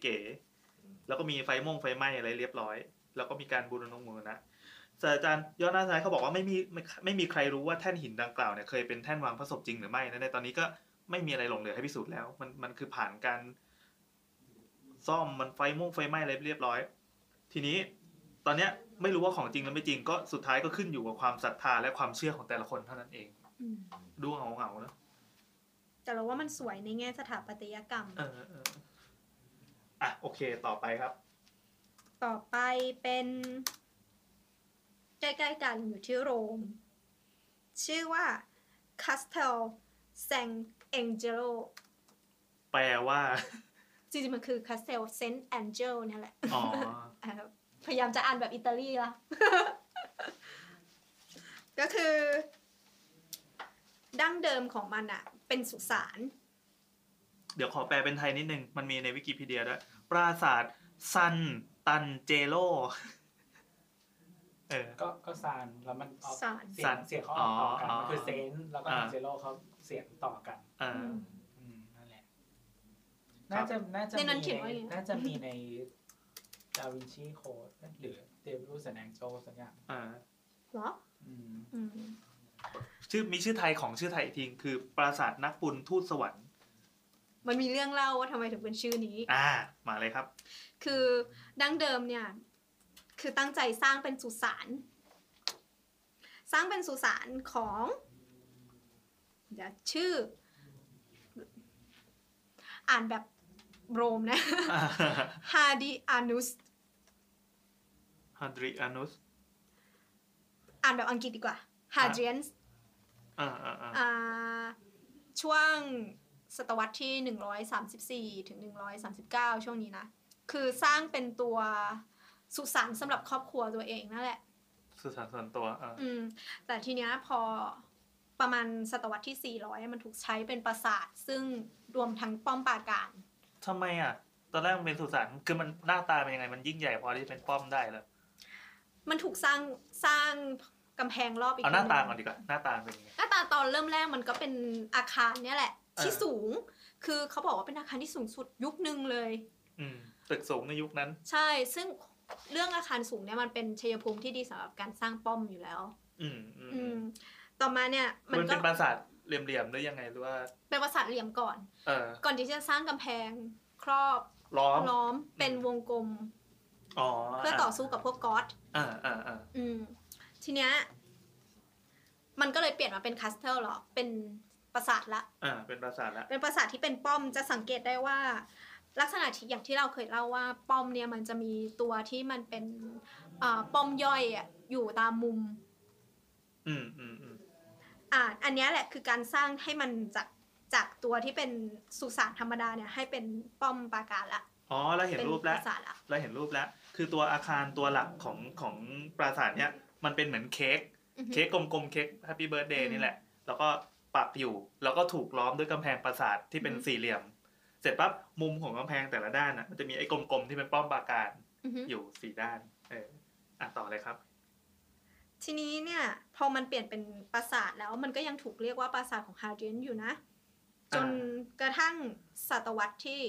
[SPEAKER 2] เก๋ๆ แล้วก็มีไฟมงไฟไหม้อะไรเรียบร้อย แล้วก็มีการบูรณงบูรณะศาสตราจารย์ยอดนาซ้ายเขาบอกว่าไม่มีไม่ไม่มีใครรู้ว่าแท่นหินดังกล่าวเนี่ยเคยเป็นแท่นวางพระศพจริงหรือไม่และในตอนนี้ก็ไม่มีอะไรหลงเหลือให้พิสูจน์แล้ว มันมันคือผ่านการ ซ่อมมันไฟมงไฟไหม้อะไรเรียบร้อย ทีนี้ตอนเนี้ยไม่รู้ว่าของจริงหรือไม่จริงก็สุดท้ายก็ขึ้นอยู่กับความศรัทธาและความเชื่อของแต่ละคนเท่านั้นเอง
[SPEAKER 5] อืม
[SPEAKER 2] ดูเหงาเหงาๆนะ
[SPEAKER 5] แต่เราว่ามันสวยในแง่สถาปัตยกรรม
[SPEAKER 2] เออเอออ่ะโอเคต่อไปครับ
[SPEAKER 5] ต่อไปเป็นใกล้ๆกันอยู่ที่โรม ชื่อว่า Castel San Angelo
[SPEAKER 2] แปลว่า
[SPEAKER 5] จริงๆ มันคือ Castel Saint Angel เนี่ยแหละ
[SPEAKER 2] อ๋อ
[SPEAKER 5] เอ่อพยายามจะอ่านแบบอิตาลีละ ก็คือ ดั้งเดิมของมันอะเป็นสุสาน
[SPEAKER 2] เดี๋ยวขอแปลเป็นไทยนิดนึง มันมีในวิกิพีเดียด้วย ปราสาทซันตันเจโล เออ
[SPEAKER 8] ก็ก็ซานแล้วมันออก
[SPEAKER 5] ซาน
[SPEAKER 8] เสียงเสียงเขาออกต่อกัน
[SPEAKER 2] อ๋อ
[SPEAKER 8] มันคือเซนส์แล้วก็
[SPEAKER 2] อ่า
[SPEAKER 8] เซโลเขาเสียงต่อกัน
[SPEAKER 2] เออ
[SPEAKER 8] อืมนั่นแหละ น่าจะน่าจะ
[SPEAKER 5] ในนั้น
[SPEAKER 8] มี
[SPEAKER 5] เขียนว่าอย่างไร
[SPEAKER 8] น่าจะมีในดาวินชีโค้ดหรือเดวิลสันแองโจสักอย่าง
[SPEAKER 2] เออ
[SPEAKER 7] เหรอ
[SPEAKER 8] อืม
[SPEAKER 5] อืม
[SPEAKER 2] ชื่อมีชื่อไทยของชื่อไทยอีกทีคือ ปราสาทนักบุญทูตสวรรค์
[SPEAKER 5] มันมีเรื่องเล่าว่าทำไมถึงเป็นชื่อนี้
[SPEAKER 2] อ่า มาเลยครับ
[SPEAKER 5] คือดั้งเดิมเนี่ย คือตั้งใจสร้างเป็นสุสานสร้างเป็นสุสานของเดี๋ยวชื่อ อ่านแบบโรมนะ ฮาดิอานุส
[SPEAKER 2] ฮันดริอานุส
[SPEAKER 5] อ่านแบบอังกฤษดีกว่าฮาเจียนส์
[SPEAKER 2] อ่าอ่าอ่า
[SPEAKER 5] ช่วงศตวรรษที่ 134 ถึง 139 ช่วงนี้นะ คือสร้างเป็นตัวสุสานสำหรับครอบครัวตัวเองนั่นแหละ
[SPEAKER 2] สุสานส่วนตัวเออ
[SPEAKER 5] อืมแต่ทีเนี้ยพอประมาณศตวรรษที่ 400 มันถูกใช้เป็นปราสาท ซึ่งรวมทั้งป้อมปราการ
[SPEAKER 2] ทำไมอ่ะ ตอนแรกมันเป็นสุสาน คือมันหน้าตาเป็นยังไง มันยิ่งใหญ่พอที่จะเป็นป้อมได้แล้ว
[SPEAKER 5] มันถูกสร้างสร้างกำแพงรอบอีก
[SPEAKER 2] เอาหน้า
[SPEAKER 5] ที
[SPEAKER 2] ตาง ก่อนดีกว่า หน้าตาเป็นยังไง
[SPEAKER 5] หน้าตาตอนเริ่มแรกมันก็เป็นอาคารเนี่ยแหละ
[SPEAKER 2] อ่า
[SPEAKER 5] ที่สูง คือเขาบอกว่าเป็นอาคารที่สูงสุดยุคหนึ่งเลย
[SPEAKER 2] อืม ตึกสูงในยุคนั้น
[SPEAKER 5] ใช่ ซึ่งเรื่องอาคารสูงเนี่ยมันเป็นชัยภูมิที่ดีสำหรับการสร้างป้อมอยู่แล้ว
[SPEAKER 2] อืมอืม
[SPEAKER 5] อืม ต่อมาเนี่ย
[SPEAKER 2] มั
[SPEAKER 5] มัน นก็
[SPEAKER 2] เป็นปราสาทเหลี่ยมๆหรือยังไงหรือว่า
[SPEAKER 5] เป็นปราสาทเหลี่ยมก่อน
[SPEAKER 2] เออ
[SPEAKER 5] ก่อนที่จะสร้างกำแพงครอบ
[SPEAKER 2] ล้อม
[SPEAKER 5] ล้อมเป็นวงกลม
[SPEAKER 2] อ๋อ
[SPEAKER 5] เพื่อต่อสู้กับพวกก๊อต
[SPEAKER 2] อ่าอ่าอ่า
[SPEAKER 5] อืม ทีเนี้ย มันก็เลยเปลี่ยนมาเป็นคาสเทลหรอ เป็นปราสาทละ
[SPEAKER 2] อ่า เป็นปราสาทละ
[SPEAKER 5] เป็นปราสาทที่เป็นป้อม จะสังเกตได้ว่า ลักษณะที่อย่างที่เราเคยเล่าว่า ป้อมเนี่ยมันจะมีตัวที่มันเป็นเอ่อป้อมย่อยอะอยู่ตามมุม
[SPEAKER 2] อืมอืมอืม
[SPEAKER 5] อ่า อันเนี้ยแหละคือการสร้างให้มันจากจากตัวที่เป็นสุสานธรรมดาเนี่ย ให้เป็นป้อมปราการละ
[SPEAKER 2] อ๋อ แล้วเห็น
[SPEAKER 5] น
[SPEAKER 2] รูป
[SPEAKER 5] ป
[SPEAKER 2] แล้ว
[SPEAKER 5] ราสาทละ
[SPEAKER 2] แล้วเห็นรูปแล้ว คือตัวอาคารตัวหลักของของปราสาทเนี้ย มันเป็นเหมือนเค้ก
[SPEAKER 5] อือฮึ
[SPEAKER 2] เค้กกลมๆ เค้ก Happy Birthday
[SPEAKER 5] อืม
[SPEAKER 2] นี่แหละ แล้วก็ปักอยู่ แล้วก็ถูกล้อมด้วยกำแพงปราสาทที่เป็น
[SPEAKER 5] อืม
[SPEAKER 2] สี่เหลี่ยม เสร็จปั๊บ มุมของกำแพงแต่ละด้านน่ะ มันจะมีไอ้กลมๆ ที่เป็นป้อมปราการ
[SPEAKER 5] อือฮึ
[SPEAKER 2] อยู่สี่ด้าน เออ อ่ะต่อเลยครับ
[SPEAKER 5] ทีนี้เนี่ยพอมันเปลี่ยนเป็นปราสาทแล้วมันก็ยังถูกเรียกว่าปราสาทของฮาร์เดนอยู่นะ จนกระทั่งศตวรรษที่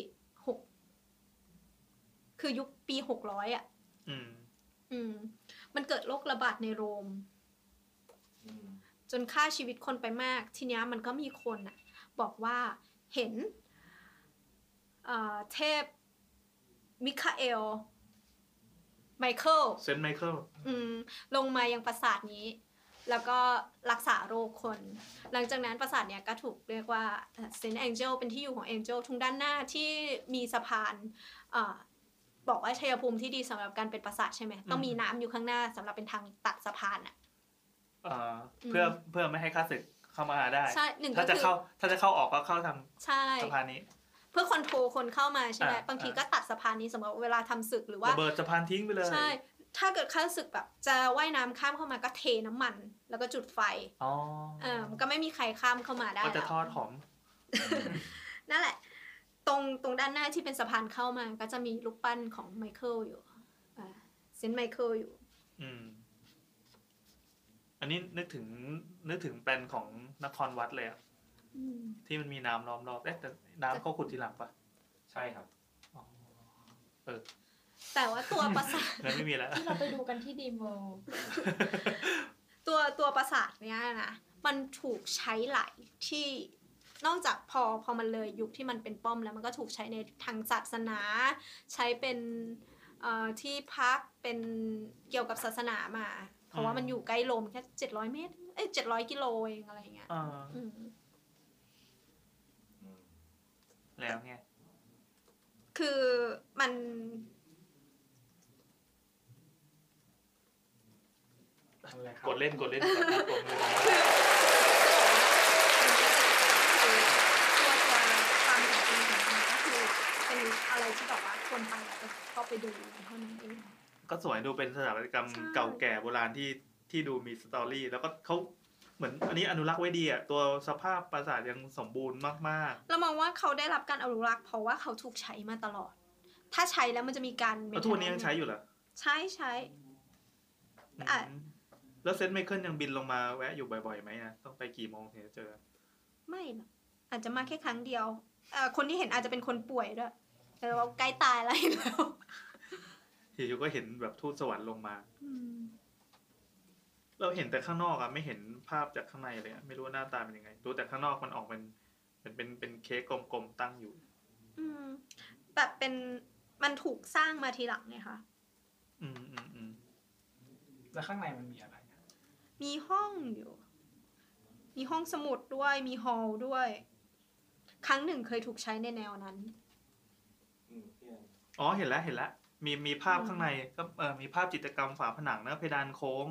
[SPEAKER 5] หกคือยุคปีหกร้อยอ่ะ
[SPEAKER 2] อืม
[SPEAKER 5] อืม มันเกิดโรคระบาดในโรม จนฆ่าชีวิตคนไปมาก ทีเนี้ยมันก็มีคนอ่ะ บอกว่าเห็นเอ่อเทพมิคาเอล ไมเคิล
[SPEAKER 2] เซนต์ไมเคิล
[SPEAKER 5] อืมลงมายังปราสาทนี้ แล้วก็รักษาโรคคน หลังจากนั้นปราสาทเนี้ยก็ถูกเรียกว่าเซนแองเจลเป็นที่อยู่ของแองเจลทุงด้านหน้าที่มีสะพานเอ่อบอกว่าชัยภูมิที่ดีสำหรับการเป็นปราสาทใช่ไหมต้องมีน้ำอยู่ข้างหน้าสำหรับเป็นทางตัดสะพานอ่ะ
[SPEAKER 2] เอ่ออ
[SPEAKER 5] ม
[SPEAKER 2] เพื่อเพื่อไม่ให้ข้าศึกเข้ามาหาได้
[SPEAKER 5] ใช่หนึ่ง
[SPEAKER 2] ถ้า
[SPEAKER 5] ก็
[SPEAKER 2] จะ
[SPEAKER 5] คือ
[SPEAKER 2] เข้าถ้าจะเข้าออกก็เข้าทาง
[SPEAKER 5] ใช่
[SPEAKER 2] สะพานนี้
[SPEAKER 5] เพื่อคอนโทรลคนเข้ามาใช่ไหม
[SPEAKER 2] อ่า
[SPEAKER 5] บางที
[SPEAKER 2] อ่า
[SPEAKER 5] ก็ตัดสะพานนี้สมมติเวลาทำศึกหรือว่า
[SPEAKER 2] ระเบิดสะพานทิ้งไปเลย
[SPEAKER 5] ใช่ ถ้าเกิดข้าศึกแบบจะว่ายน้ำข้ามเข้ามาก็เทน้ำมัน แล้วก็จุดไฟ
[SPEAKER 2] อ๋อ
[SPEAKER 5] เออมันก็ไม่มีใครข้ามเข้ามาได้
[SPEAKER 2] ก็จะ
[SPEAKER 5] แล้ว
[SPEAKER 2] ทอดหอม
[SPEAKER 5] นั่นแหละ ตรงตรงด้านหน้าที่เป็นสะพานเข้ามาก็จะมีรูปปั้นของไมเคิลอยู่เซนต์ไมเคิลอยู่
[SPEAKER 2] อืม อันนี้นึกถึงนึกถึงแปลนของนครวัดเลยอะที่มันมีน้ำล้อมรอบเอ๊ะแต่น้ำเขาขุดทีหลังปะ
[SPEAKER 3] ใช่ครับ
[SPEAKER 5] แต่ว่าตัวปราสาท
[SPEAKER 2] งั้นไม่มีแล้ว
[SPEAKER 4] ที่เราไปดูกันที่ดีมเวิลด์
[SPEAKER 5] ตัวตัวปราสาทเนี้ยนะมันถูกใช้หลายที่นอกจากพอพอมันเลยยุคที่มันเป็นป้อมแล้วมันก็ถูกใช้ในทางศาสนา ใช้เป็นเอ่อที่พักเป็นเกี่ยวกับศาสนามา เพราะว่ามันอยู่ใกล้โรมแค่เจ็ดร้อยเมตรเอ้ยเจ็ดร้อยกิโลเองอะไรอย่างเงี้ย
[SPEAKER 2] อ่า
[SPEAKER 5] อืม
[SPEAKER 3] อืม
[SPEAKER 2] แล้วไง
[SPEAKER 5] คือมัน
[SPEAKER 8] อะไรครับ
[SPEAKER 2] กดเล่นกดเล่นกดเล่นกดมือ
[SPEAKER 5] คือตัวตัวความจริงของมันก็คือเป็นอะไรที่แบบว่าคนไปแล้วก็ไปดูเท่านั้นเอง
[SPEAKER 2] ก็สวยดูเป็นสถาปัตยกรรม
[SPEAKER 5] ใช่
[SPEAKER 2] เก่าแก่โบราณที่ที่ดูมีสตอรี่ แล้วก็เขาเหมือนอันนี้อนุรักษ์ไว้ดีอ่ะ ตัวสภาพปราสาทยังสมบูรณ์มาก
[SPEAKER 5] เรามองว่าเขาได้รับการอนุรักษ์เพราะว่าเขาถูกใช้มาตลอด ถ้าใช้แล้วมันจะมีการ
[SPEAKER 2] ๆ แล้วทุกวันนี้ยังใช้อยู่เหรอ
[SPEAKER 5] maintenance ใช้ใช้ อ่ะ
[SPEAKER 2] อืมแล้วเซนต์ไมเคิลยังบินลงมาแวะอยู่บ่อยๆไหมอ่ะ ต้องไปกี่โมงถึงจะเจอ
[SPEAKER 5] ไม่หรอกอาจจะมาแค่ครั้งเดียวเอ่อคนที่เห็นอาจจะเป็นคนป่วยด้วยแต่ว่าใกล้ตายอะไรแล้ว
[SPEAKER 2] อยู่ๆก็เห็นแบบทูตสวรรค์ลงมา
[SPEAKER 5] อืม
[SPEAKER 2] เราเห็นแต่ข้างนอกอะไม่เห็นภาพจากข้างในเลยอะไม่รู้ว่าหน้าตาเป็นยังไง ดูแต่ข้างนอกมันออกเป็นเป็นเป็นเป็นเค้กกลมๆตั้งอยู่
[SPEAKER 5] อืมแบบเป็นมันถูกสร้างมาทีหลังไงคะ
[SPEAKER 2] อืมอืมอืม
[SPEAKER 8] แล้วข้างในมันมีอะไรอะ
[SPEAKER 5] มีห้องอยู่ มีห้องสมุดด้วยมีฮอลล์ด้วย ครั้งหนึ่งเคยถูกใช้ในแนวนั้น
[SPEAKER 9] อืมพี่อัน
[SPEAKER 2] อ๋อเห็นแล้วเห็นแล้วมีมีภาพข้างในก็เออมีภาพจิตรกรรมฝาผนังนะเพดานโค้ง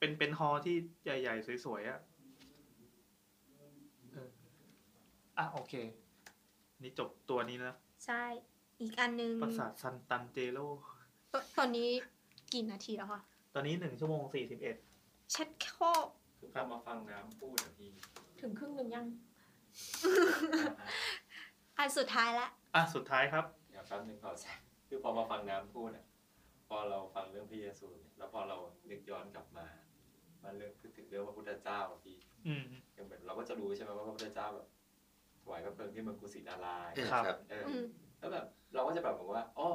[SPEAKER 2] เป็นเป็นฮอลล์ที่ใหญ่ๆสวยๆอะเอออ่ะโอเค นี่จบตัวนี้นะ
[SPEAKER 5] ใช่ อีกอันนึง
[SPEAKER 2] ปราสาทซันตันเจโร
[SPEAKER 5] ตตอนนี้กี่นาทีแล้วคะ
[SPEAKER 2] ตอนนี้หนึ่งชั่วโมงสี่สิบเอ็ด
[SPEAKER 5] เช็ดโคก
[SPEAKER 9] คือพอมาฟังน้ำพูดอะพี่
[SPEAKER 4] ถึงครึ่งหนึ่งยัง
[SPEAKER 5] อันสุดท้ายละ
[SPEAKER 2] อ่ะสุดท้ายครับ
[SPEAKER 9] เดี๋ยวแป๊บนึงก่อนคือพอมาฟังน้ำพูดอะพอเราฟังเรื่องพระเยซูเนี่ยแล้วพอเรานึกย้อนกลับมา มันเรื่องพูดถึงเรื่องพระพุทธเจ้าอะพี่
[SPEAKER 2] อืม
[SPEAKER 9] ยังเหมือนเราก็จะรู้ใช่ไหมว่าพระพุทธเจ้าแบบถวายพระเพลิงที่เมืองกุสินาลายณ์
[SPEAKER 2] ครับ
[SPEAKER 9] เออ
[SPEAKER 5] อืม
[SPEAKER 9] แล้วแบบเราก็จะแบบบอกว่าอ๋อ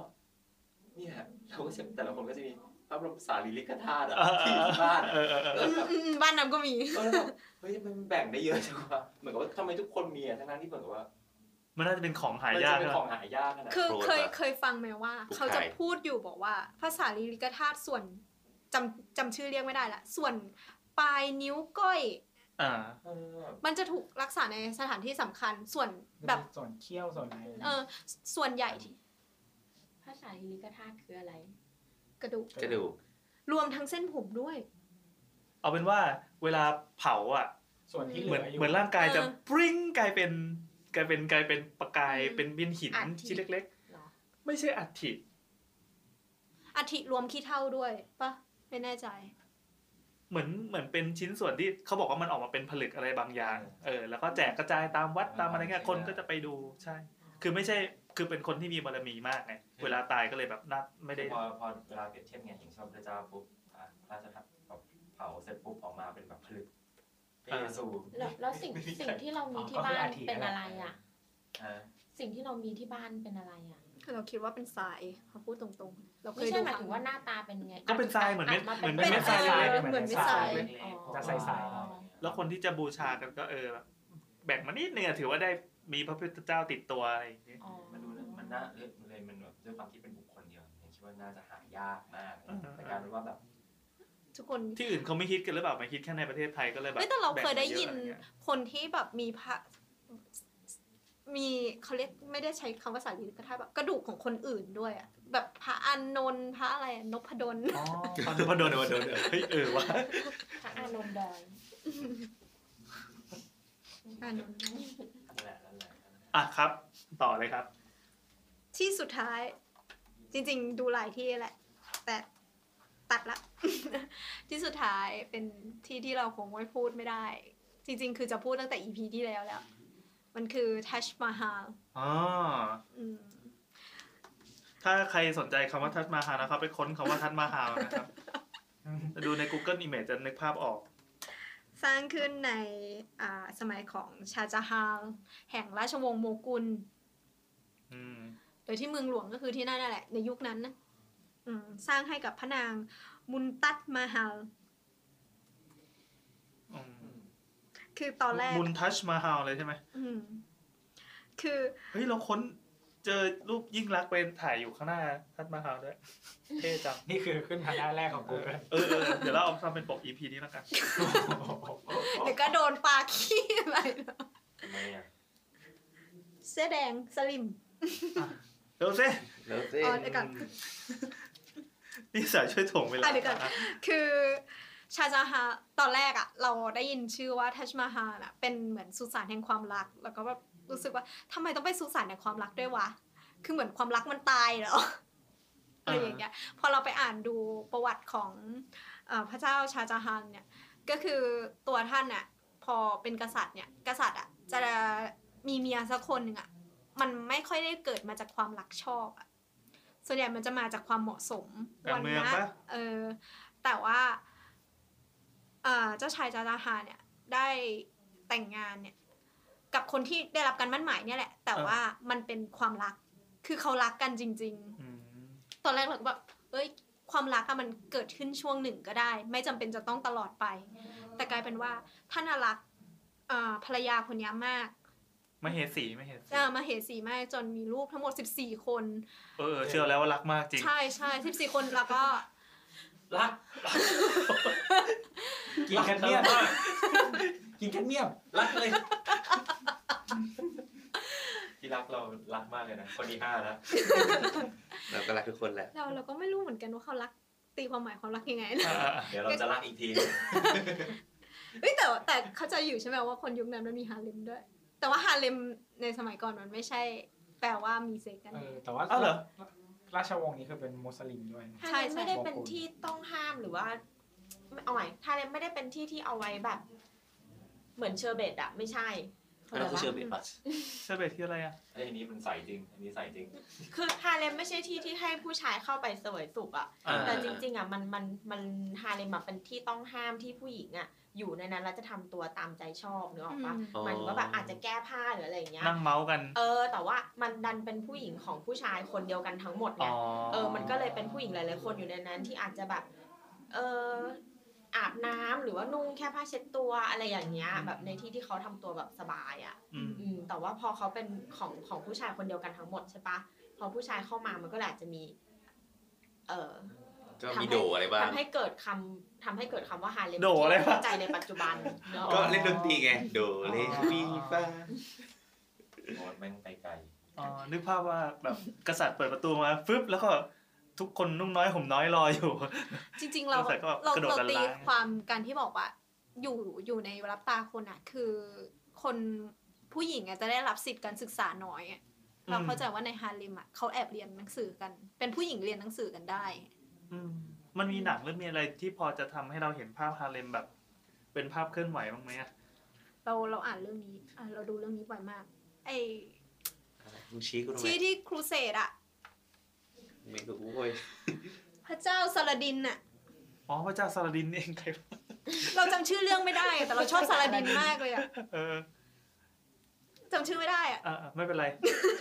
[SPEAKER 9] เนี่ยเราก็จะแต่ละคนก็จะมีพระบรมสารีริกธาตุอะที่อยู่ที่บ้านอะ
[SPEAKER 2] เออเออเออ
[SPEAKER 9] แล้วแบบ
[SPEAKER 5] อืมบ้านน้ำก็มี
[SPEAKER 9] ก็เลยแบบเฮ้ยทำไมมันแบ่งได้เยอะจังวะเหมือนกับว่าทำไมทุกคนมีอะทั้งนั้นที่เหมือนกับว่า
[SPEAKER 2] มันน่าจะเป็นของหา
[SPEAKER 9] มั
[SPEAKER 2] ยา
[SPEAKER 9] จะ
[SPEAKER 2] ก
[SPEAKER 9] เป็น
[SPEAKER 2] นะ
[SPEAKER 9] ของหายากขนาด
[SPEAKER 5] คือ
[SPEAKER 1] โปรด
[SPEAKER 5] เคย
[SPEAKER 1] อะ
[SPEAKER 5] เคยฟังไหมว่า
[SPEAKER 1] ถูก
[SPEAKER 5] เขาจะ
[SPEAKER 1] ขาย
[SPEAKER 5] พูดอยู่บอกว่า ภาษาลิลิกธาตุส่วนจำจำชื่อเรียกไม่ได้ละส่วนปลายนิ้วก้อย
[SPEAKER 2] อ่า
[SPEAKER 9] เออ
[SPEAKER 5] มันจะถูกรักษาในสถานที่สำคัญส่วนแบบ
[SPEAKER 8] มีส่วนเคี้ยวส่วนอะไร
[SPEAKER 5] เออส่วนใหญ่ที่
[SPEAKER 4] ภาษาฮิลิกธาตุคืออะไร
[SPEAKER 5] กระดูก
[SPEAKER 1] กระดูก
[SPEAKER 5] รวมทั้งเส้นผมด้วย
[SPEAKER 2] เอาเป็นว่าเวลาเผาอ่ะ
[SPEAKER 8] ส่วนที่เห
[SPEAKER 2] เห
[SPEAKER 8] ลื
[SPEAKER 2] มือน
[SPEAKER 8] ออยู่
[SPEAKER 2] เหมือนร่างกายจะ
[SPEAKER 5] เออ
[SPEAKER 2] ปริ้งกลายเป็นกลายเป็นกลายเป็นประกาย
[SPEAKER 5] อืม
[SPEAKER 2] เป็นเป็นหิน
[SPEAKER 4] อัฐิ
[SPEAKER 2] ชิ้นเล็ก
[SPEAKER 4] เหรอ
[SPEAKER 2] ๆ ไม่ใช่อัฐิ
[SPEAKER 5] อาทิรวมขี้เท่าด้วยปะไม่แน่ใจ
[SPEAKER 2] เหมือนเหมือนเป็นชิ้นส่วนที่เขาบอกว่ามันออกมาเป็นผลึกอะไรบางอย่างเออแล้วก็แจกกระจายตามวัดตามอะไรเงี้ยคนก็จะไปดูใช่ คือไม่ใช่คือเป็นคนที่มีบารมีมากไงเวลาตายก็เลยแบบน่าไม่ได้
[SPEAKER 9] พอพอเวลาเปรียบเทียบไงอย่างชอบพระเจ้าปุ๊บอ่ะพระราชทานแบบเผาเสร็จปุ๊บออกมาเป็นแบบผลึกพระเยซู
[SPEAKER 4] แล้วแล้วสิ่ง
[SPEAKER 9] ไม่มี
[SPEAKER 4] สิ่
[SPEAKER 9] ใครง
[SPEAKER 4] ที่เรามีที่บ้านเป็นอะไรอ่ะ
[SPEAKER 9] ฮะ
[SPEAKER 4] สิ่งที่เรามีที่บ้านเป็นอะไรอ่ะ
[SPEAKER 5] เราคิดว่าเป็นสายเขาพูดตรงๆ เราเค
[SPEAKER 4] ไม่
[SPEAKER 5] ย
[SPEAKER 4] ใช่
[SPEAKER 5] ดู
[SPEAKER 4] หมายถึงว่าหน้าตาเป็นไง
[SPEAKER 2] ก็เป็นทรายเหมือนเม็ด
[SPEAKER 4] ะา
[SPEAKER 2] เหมือน
[SPEAKER 4] ป็
[SPEAKER 5] เป็น
[SPEAKER 2] ไม่ใส่
[SPEAKER 5] เอ
[SPEAKER 8] ทราย
[SPEAKER 5] อ
[SPEAKER 8] เป็น
[SPEAKER 5] เหมือนไม่
[SPEAKER 8] ท
[SPEAKER 5] ใส่
[SPEAKER 8] รายเล็กๆจะใสๆหน่อย
[SPEAKER 2] แล้วคนที่จะบูชากันก็เออแบบแบ่งมานิดนึงอะถือว่าได้มีพระพุทธเจ้าติดตัวอะไรอย่างเงี้ย
[SPEAKER 4] อ๋อ
[SPEAKER 9] มันดูแล้วมันน่าเอ้ยมันเลยมันแบบด้วยความที่เป็นบุคคลเดียวเนี่ยคิดว่าน่าจะหายากมากแต่กลารเป็นว่าแบบ
[SPEAKER 5] ทุกคน
[SPEAKER 2] ที่อื่นเขาไม่คิดกันหรือเปล่ามาคิดแค่ในประเทศไทยก็เลยแบบ
[SPEAKER 5] ไม่แต่เราเคยได้ยิน
[SPEAKER 2] แบ่งมาเอะอะไรเงี้ย
[SPEAKER 5] คนที่แบบมีพระมีเขาเรียกไม่ได้ใช้คำว่าสายลิลิกธาตุแบบกระดูกของคนอื่นด้วยอะแบบพระอานนท์พระอะไรอะนพดล
[SPEAKER 2] อ๋อตอนนพดลนพดลเฮ้ยเออวะ
[SPEAKER 4] พระอานนท์ดอย
[SPEAKER 5] อานนท์
[SPEAKER 9] นั่นแหละนั่นแหละนั่นแหละ
[SPEAKER 2] อ่ะครับ ต่อเลยครับ
[SPEAKER 5] ที่สุดท้าย จริงๆ ดูหลายที่แหละ แต่ตัดละ ที่สุดท้ายเป็นที่ที่เราคงไม่พูดไม่ได้ จริง ๆ คือจะพูดตั้งแต่ EP ที่แล้วแล้ว มันคือทัชมาฮาล
[SPEAKER 2] อ๋อ
[SPEAKER 5] อืม
[SPEAKER 2] ถ้าใครสนใจคำว่าทัดมาฮานะครับ ไปค้นคำว่าทัดมาฮานะครับ ดูใน Google Image จะนึกภาพออก
[SPEAKER 5] สร้างขึ้นในอ่าสมัยของชาจาฮาลแห่งราชวงศ์โมกุล
[SPEAKER 2] อืม
[SPEAKER 5] โดยที่เมืองหลวงก็คือที่นั่นนั่นแหละ ในยุคนั้นนะอืมสร้างให้กับพระนางมุนตัดมาฮาล
[SPEAKER 2] อืม
[SPEAKER 5] คือตอนแรก
[SPEAKER 2] มุนทัชมาฮาเลยใช่ไหม
[SPEAKER 5] อืมคือ
[SPEAKER 2] เฮ้ย เราค้นเจอรูปยิ่งรักษณ์เป็นถ่ายอยู่ข้างหน้าทัดมาฮาด้วย เท่จัง
[SPEAKER 8] นี่คือขึ้นมาหน้าแรกของกูเลย
[SPEAKER 2] เออเออเดี๋ยวเราเอาทำเป็นปก EP นี้แล้วกัน
[SPEAKER 5] เดี๋ยวก็โดนปลาขี้อะไรแล้ว
[SPEAKER 9] ทำไมอ่ะ
[SPEAKER 5] เสื้อแดงสลิม
[SPEAKER 2] เร็วสิ
[SPEAKER 1] แล้วเต้น
[SPEAKER 5] อ๋อเดี๋ยวก่อน
[SPEAKER 2] นี่สายช่วยถ่วงเวลา
[SPEAKER 5] อ่ะเดี๋ยวก่อน
[SPEAKER 2] ะ
[SPEAKER 5] คือชาจาฮาตอนแรกอะเราได้ยินชื่อว่าทัชมาฮาอะเป็นเหมือนสุสานแห่งความรัก แล้วก็แบบรู้สึกว่าทำไมต้องไปสุสานแห่งความรักด้วยวะ คือเหมือนความ รักมันตายเหรออะไรอย่างเงี้ยพอเราไปอ่านดูประวัติของเอ่อพระเจ้าชาจาฮานเนี่ยก็คือตัวท่านอะพอเป็นกษัตริย์เนี่ยกษัตริย์อะจะมีเมียสักคนหนึ่งอะมันไม่ค่อยได้เกิดมาจากความรักชอบอะส่วนใหญ่มันจะมาจากความเหมาะสม
[SPEAKER 2] การเมือง
[SPEAKER 5] วั
[SPEAKER 2] ปะ
[SPEAKER 5] นะเออ แต่ว่าเอ่อเจ้าชายจาราฮาเนี่ยได้แต่งงานเนี่ย กับคนที่ได้รับการมั่นหมายเนี่ยแหละ แต่ว่ามันเป็นความรัก คือเขารักกันจริง
[SPEAKER 2] อืม
[SPEAKER 5] ๆ ตอนแรกเราก็แบบเอ้ย ความรักอะมันเกิดขึ้นช่วงหนึ่งก็ได้ ไม่จำเป็นจะต้องตลอดไป แต่กลายเป็นว่าท่านอะรักเอ่อภรรยาคนเนี้ยมาก
[SPEAKER 2] ไม่เห็นสีไม่เห็นสี
[SPEAKER 5] เอ่อมาเหสีมากจนมีลูกทั้งหมด 14 คน
[SPEAKER 2] เออ เชื่อแล้วว่ารักมากจริง
[SPEAKER 5] ใช่ใช่14 คนแล้วก็
[SPEAKER 8] รักกินแคดเมียมกินแคดเมียม
[SPEAKER 9] รักเลย ที่รักเรารักมากเลยนะคนที่ห้านะ
[SPEAKER 1] เราก็รักทุกคนแหละ
[SPEAKER 5] เราเราก็ไม่รู้เหมือนกันว่าเขารักตีความหมายความรักยังไงนะ
[SPEAKER 9] เดี๋ยวเราจะรักอีกที
[SPEAKER 5] เอ้ยแต่แต่เข้าใจอยู่ใช่ไหมว่าคนยุคนั้นมันมีฮาเลมด้วย แต่ว่าฮาเลมในสมัยก่อนมันไม่ใช่ แปลว่ามีเซ็กกัน
[SPEAKER 8] เออแต่ว่า
[SPEAKER 2] อ้าวเหรอ
[SPEAKER 8] ราชวงศ์นี้คือเป็นมุสลิมด้วย
[SPEAKER 5] ใช่
[SPEAKER 4] ใช่
[SPEAKER 5] ใช่
[SPEAKER 4] ไม่ได้เป็น
[SPEAKER 8] บอกคุณ
[SPEAKER 4] ที่ต้องห้ามหรือว่าเอาใหม่ถ้าเนี่ยไม่ได้เป็นที่ที่เอาไว้แบบ เหมือนเชอร์เบตอะไม่ใช่
[SPEAKER 1] อันนั้นคือเชื่อเบ็ดปะ
[SPEAKER 2] เชื่อเบสที่อะไรอ่ะ
[SPEAKER 9] ไอ้ยอันนี้มันใสจริง อันนี้ใสจริง
[SPEAKER 4] คือฮาเลมไม่ใช่ที่ที่ให้ผู้ชายเข้าไปเสวยสุขอะ
[SPEAKER 2] อ่า
[SPEAKER 4] แต่จริง ๆอะมันมันมันฮาเลมอะเป็นที่ต้องห้ามที่ผู้หญิงอะอยู่ในนั้นแล้วจะทำตัวตามใจชอบนึกออกปะ
[SPEAKER 5] อืม
[SPEAKER 1] อ๋อ
[SPEAKER 4] หมายถึงว่าแบบอาจจะแก้ผ้าหรืออะไรอย่างเงี้ย
[SPEAKER 2] นั่งเมาส์กัน
[SPEAKER 4] เออ แต่ว่ามันดันเป็นผู้หญิงของผู้ชายคนเดียวกันทั้งหมดไง
[SPEAKER 2] อ๋อ
[SPEAKER 4] เออ มันก็เลยเป็นผู้หญิงหลาย ๆ คนอยู่ในนั้นที่อาจจะแบบ เอออาบน้ำหรือว่านุ่งแค่ผ้าเช็ดตัวอะไรอย่างเงี้ย แบบในที่ที่เขาทำตัวแบบสบายอ่ะ
[SPEAKER 2] อืม
[SPEAKER 4] อืม แต่ว่าพอเขาเป็นของของผู้ชายคนเดียวกันทั้งหมดใช่ปะพอผู้ชายเข้ามามันก็เลยอาจจะมี เออ
[SPEAKER 1] ก็มีโดอะไรบ้าง
[SPEAKER 4] ทำให้เกิดคำทำให้เกิดคำว่าฮาเลม
[SPEAKER 2] โด่อะไรวะ
[SPEAKER 4] ที่เข้าใจในปัจจุบันเนอะ
[SPEAKER 1] ก็เล่นดนตรีไง โดเลมีฟา
[SPEAKER 9] โอ้แม่งไปไกล
[SPEAKER 2] อ๋อ นึกภาพว่าแบบกษัตริย์เปิดประตูมาฟึบแล้วก็ทุกคนนุ่งน้อยห่มน้อยรออยู่
[SPEAKER 5] จริง ๆ เรา
[SPEAKER 2] แต่ก็
[SPEAKER 5] เรา
[SPEAKER 2] กระโดด
[SPEAKER 5] เรา
[SPEAKER 2] กัน
[SPEAKER 5] ตี
[SPEAKER 2] ล้าง
[SPEAKER 5] ความการที่บอกว่า อยู่อยู่ในรับตาคนอะคือคนผู้หญิงอะจะได้รับสิทธิ์การศึกษาน้อยอะเราเข้าใจว่าในฮาเลมอะเขาแอบเรียนหนังสือกัน เป็นผู้หญิงเรียนหนังสือกันได้
[SPEAKER 2] อืมมันมีหนังหรือมีอะไรที่พอจะทำให้เราเห็นภาพฮาเลมแบบ เป็นภาพเคลื่อนไหวบ้างไหมอะ
[SPEAKER 5] เราเราอ่านเรื่องนี้อ่ะเราดูเรื่องนี้บ่อยมาก ไอ
[SPEAKER 1] มึงชี้กูทำไม
[SPEAKER 5] ที่ที่ครูเสดอะ
[SPEAKER 1] ไม่รู้เว้ย
[SPEAKER 5] พระเจ้าซาลาดินอะ
[SPEAKER 2] อ๋อพระเจ้าซาลาดินเองใครวะ
[SPEAKER 5] เราจำชื่อเรื่องไม่ได้อะแต่เราชอบซาลาดินมากเลยอะ
[SPEAKER 2] เออ
[SPEAKER 5] จำชื่อไม่ได้อะ
[SPEAKER 2] อ่ะอ่ะไม่เป็นไร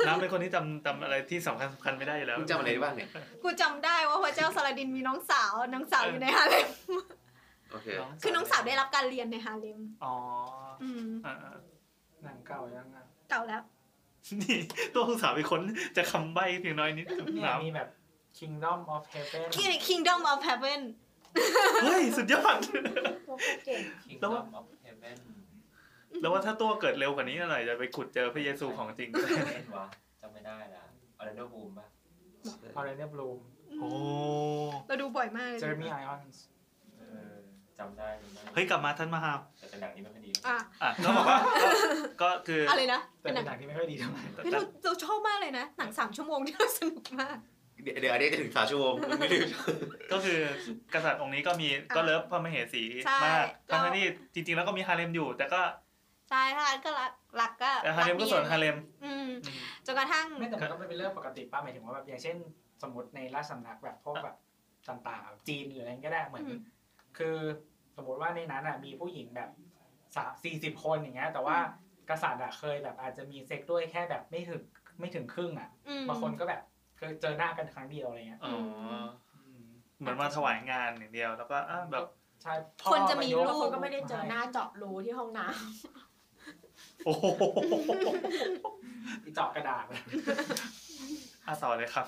[SPEAKER 2] น้ำเป็นคนที่จำจำอะไรที่สำคัญสำคัญไม่ได้อยู่แล้ว
[SPEAKER 1] มึงจำอะไรได้บ้างเนี่ย
[SPEAKER 5] กูจำได้ว่าพระเจ้าซาลาดินมีน้องสาวน้องสาวอยู่ในฮาเลม
[SPEAKER 1] โอเค
[SPEAKER 5] คือน้องสาวได้รับการเรียนในฮาเลม
[SPEAKER 2] อ๋อ
[SPEAKER 5] อืม
[SPEAKER 2] อ่ะอ่ะ
[SPEAKER 8] หนังเก่ายังอ่ะ
[SPEAKER 5] เก่าแล้ว
[SPEAKER 2] นี่ ตัวลูกสาวไปค้นจะคำใบ้เพียงน้อยนิดคำ
[SPEAKER 8] เนี่ย
[SPEAKER 2] ถาม
[SPEAKER 8] มีแบบ Kingdom of Heaven
[SPEAKER 5] Kingdom of Heaven
[SPEAKER 2] เฮ้ย สุดยอด แล้วว่า
[SPEAKER 9] Kingdom of Heaven
[SPEAKER 2] แล้วว่าถ้าตัวเกิดเร็วกว่านี้หน่อยจะไปขุดเจอพระเยซูของ จริง
[SPEAKER 9] เล่นวะจำไม่ได้ละออร์แลนโดบูมปะ
[SPEAKER 8] Orlando Bloom
[SPEAKER 2] โอ้
[SPEAKER 5] เราดูบ่อยมากเลย
[SPEAKER 8] Jeremy Irons
[SPEAKER 9] เออ จำได้จำได้
[SPEAKER 2] เฮ้ยกลับมาท่านมหา
[SPEAKER 9] แต่เป็นหนังที่ไม่ค่อยดี
[SPEAKER 5] อ่ะ
[SPEAKER 2] อ่ะก็บอกว่าก็ก็คืออ
[SPEAKER 5] อะไรนะ
[SPEAKER 8] แต่
[SPEAKER 5] เป็นห
[SPEAKER 8] เป็
[SPEAKER 5] นั
[SPEAKER 8] น
[SPEAKER 5] ง
[SPEAKER 8] หนังที่ไม่ค่อยดีเท่าไหร่
[SPEAKER 5] เฮ้ยเราเราชอบมากเลยนะ หนังสามชั่วโมงที่เราสนุกมาก
[SPEAKER 1] เดี๋ยวเดี๋ยวอันนี้จะถึงสามชั่วโมงมึงไม่ถึง
[SPEAKER 2] ก็คือกษัตริย์องค์นี้ก็ มีก็เลิฟพระมเหสี
[SPEAKER 5] ใช่
[SPEAKER 2] มาก
[SPEAKER 5] แล้ว
[SPEAKER 2] ทั้งที่จริง ๆ แล้วก็มีฮาเร็มอยู่ แต่ก็
[SPEAKER 5] ใช่ถ้าก็รักรักก็
[SPEAKER 2] แต่ฮาเร็มก็สวนฮาเร็ม
[SPEAKER 5] อืมจนกระทั่ง
[SPEAKER 8] ไม่แต่มันก็เป็นเรื่องปกติป่ะหมายถึงว่าแบบอย่างเช่น สมมติในราชสำนักแบบพวกแบบต่างๆจีนหรืออะไรก็ได้เหมือน
[SPEAKER 5] อืม
[SPEAKER 8] คือสมมติว่าในนั้นอ่ะมีผู้หญิงแบบสามสี่สิบคนอย่างเงี้ยแต่ว่า
[SPEAKER 5] อืม
[SPEAKER 8] กษัตริย์อ่ะเคยแบบอาจจะมีเซ็กด้วยแค่แบบไม่ถึงไม่ถึงครึ่งอ่ะ
[SPEAKER 5] อืม
[SPEAKER 8] บางคนก็แบบเคยเจอหน้ากันครั้งเดียวอะไรเงี้ย
[SPEAKER 5] อื ม
[SPEAKER 2] เหมือนมาถวายงานอย่างเดียว แล้วก็อ่ะแบบ
[SPEAKER 8] ใช่พอ
[SPEAKER 5] คนจะมี
[SPEAKER 8] ายุ
[SPEAKER 5] ลู
[SPEAKER 4] บางคนก็ไม่ได้เจอหน้าเจาะรูที่ห้องน้
[SPEAKER 2] โอ้โห
[SPEAKER 8] อีเจาะกระ ดาษ
[SPEAKER 2] อ่ะต่อเลยครับ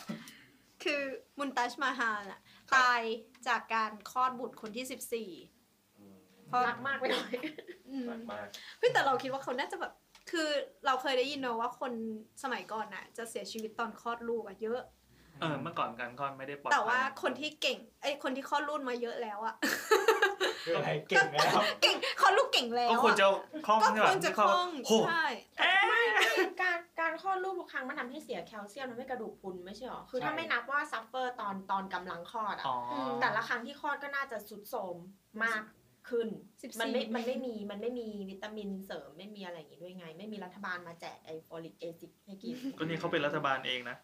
[SPEAKER 5] คือมุนตัชมาฮาลน่ะ
[SPEAKER 8] ครับ
[SPEAKER 5] ตายจากการคลอดบุตรคนที่สิบสี่
[SPEAKER 9] อืม
[SPEAKER 5] เพราะ
[SPEAKER 4] ำรักมากไปหน่อย
[SPEAKER 5] อืม
[SPEAKER 9] มากมาก
[SPEAKER 5] เฮ้ยแต่เราคิดว่าเขาน่าจะแบบ คือเราเคยได้ยินเนอะว่าคนสมัยก่อนน่ะ จะเสียชีวิตตอนคลอดลูกอะเยอะ
[SPEAKER 2] เออเมื่อก่อนการคลอดไม่ได้ปลอดภัย
[SPEAKER 5] แต่ว่าคนที่เก่งไอ้ยคนที่คลอดลูกมาเยอะแล้วอะ
[SPEAKER 8] คืออะไรเก่งแล้ว
[SPEAKER 5] เก่งคลอดลูกเก่งแล้
[SPEAKER 2] ก็
[SPEAKER 5] วอะ
[SPEAKER 2] ควรจะคล่อง
[SPEAKER 5] ก็
[SPEAKER 2] ใช่ไหม
[SPEAKER 5] ควรจะคล่อง
[SPEAKER 2] โอ้โห
[SPEAKER 5] ใช่
[SPEAKER 4] ไม่ไม่การการคลอดลูกทุกครั้งมันทำให้เสียแคลเซียมทำให้กระดูกพรุนไม่ใช่หรอ คือ
[SPEAKER 8] ใช่
[SPEAKER 4] ถ้าไม่นับว่าซัฟเฟอร์ตอนตอนกำลังคลอดอ่ะ
[SPEAKER 2] อ๋อ
[SPEAKER 4] แต่ละครั้งที่คลอดก็น่าจะสุดโทรมมากขึ้น
[SPEAKER 5] สิบสี่
[SPEAKER 4] มันไม่ มันไม่มี มันไม่มีวิตามินเสริมไม่มีอะไรอย่างงี้ด้วยไง ไม่มีรัฐบาลมาแจกไอโฟลิกเอซิดให้กิน
[SPEAKER 2] ก็นี่เขาเป็นรัฐบาลเองนะ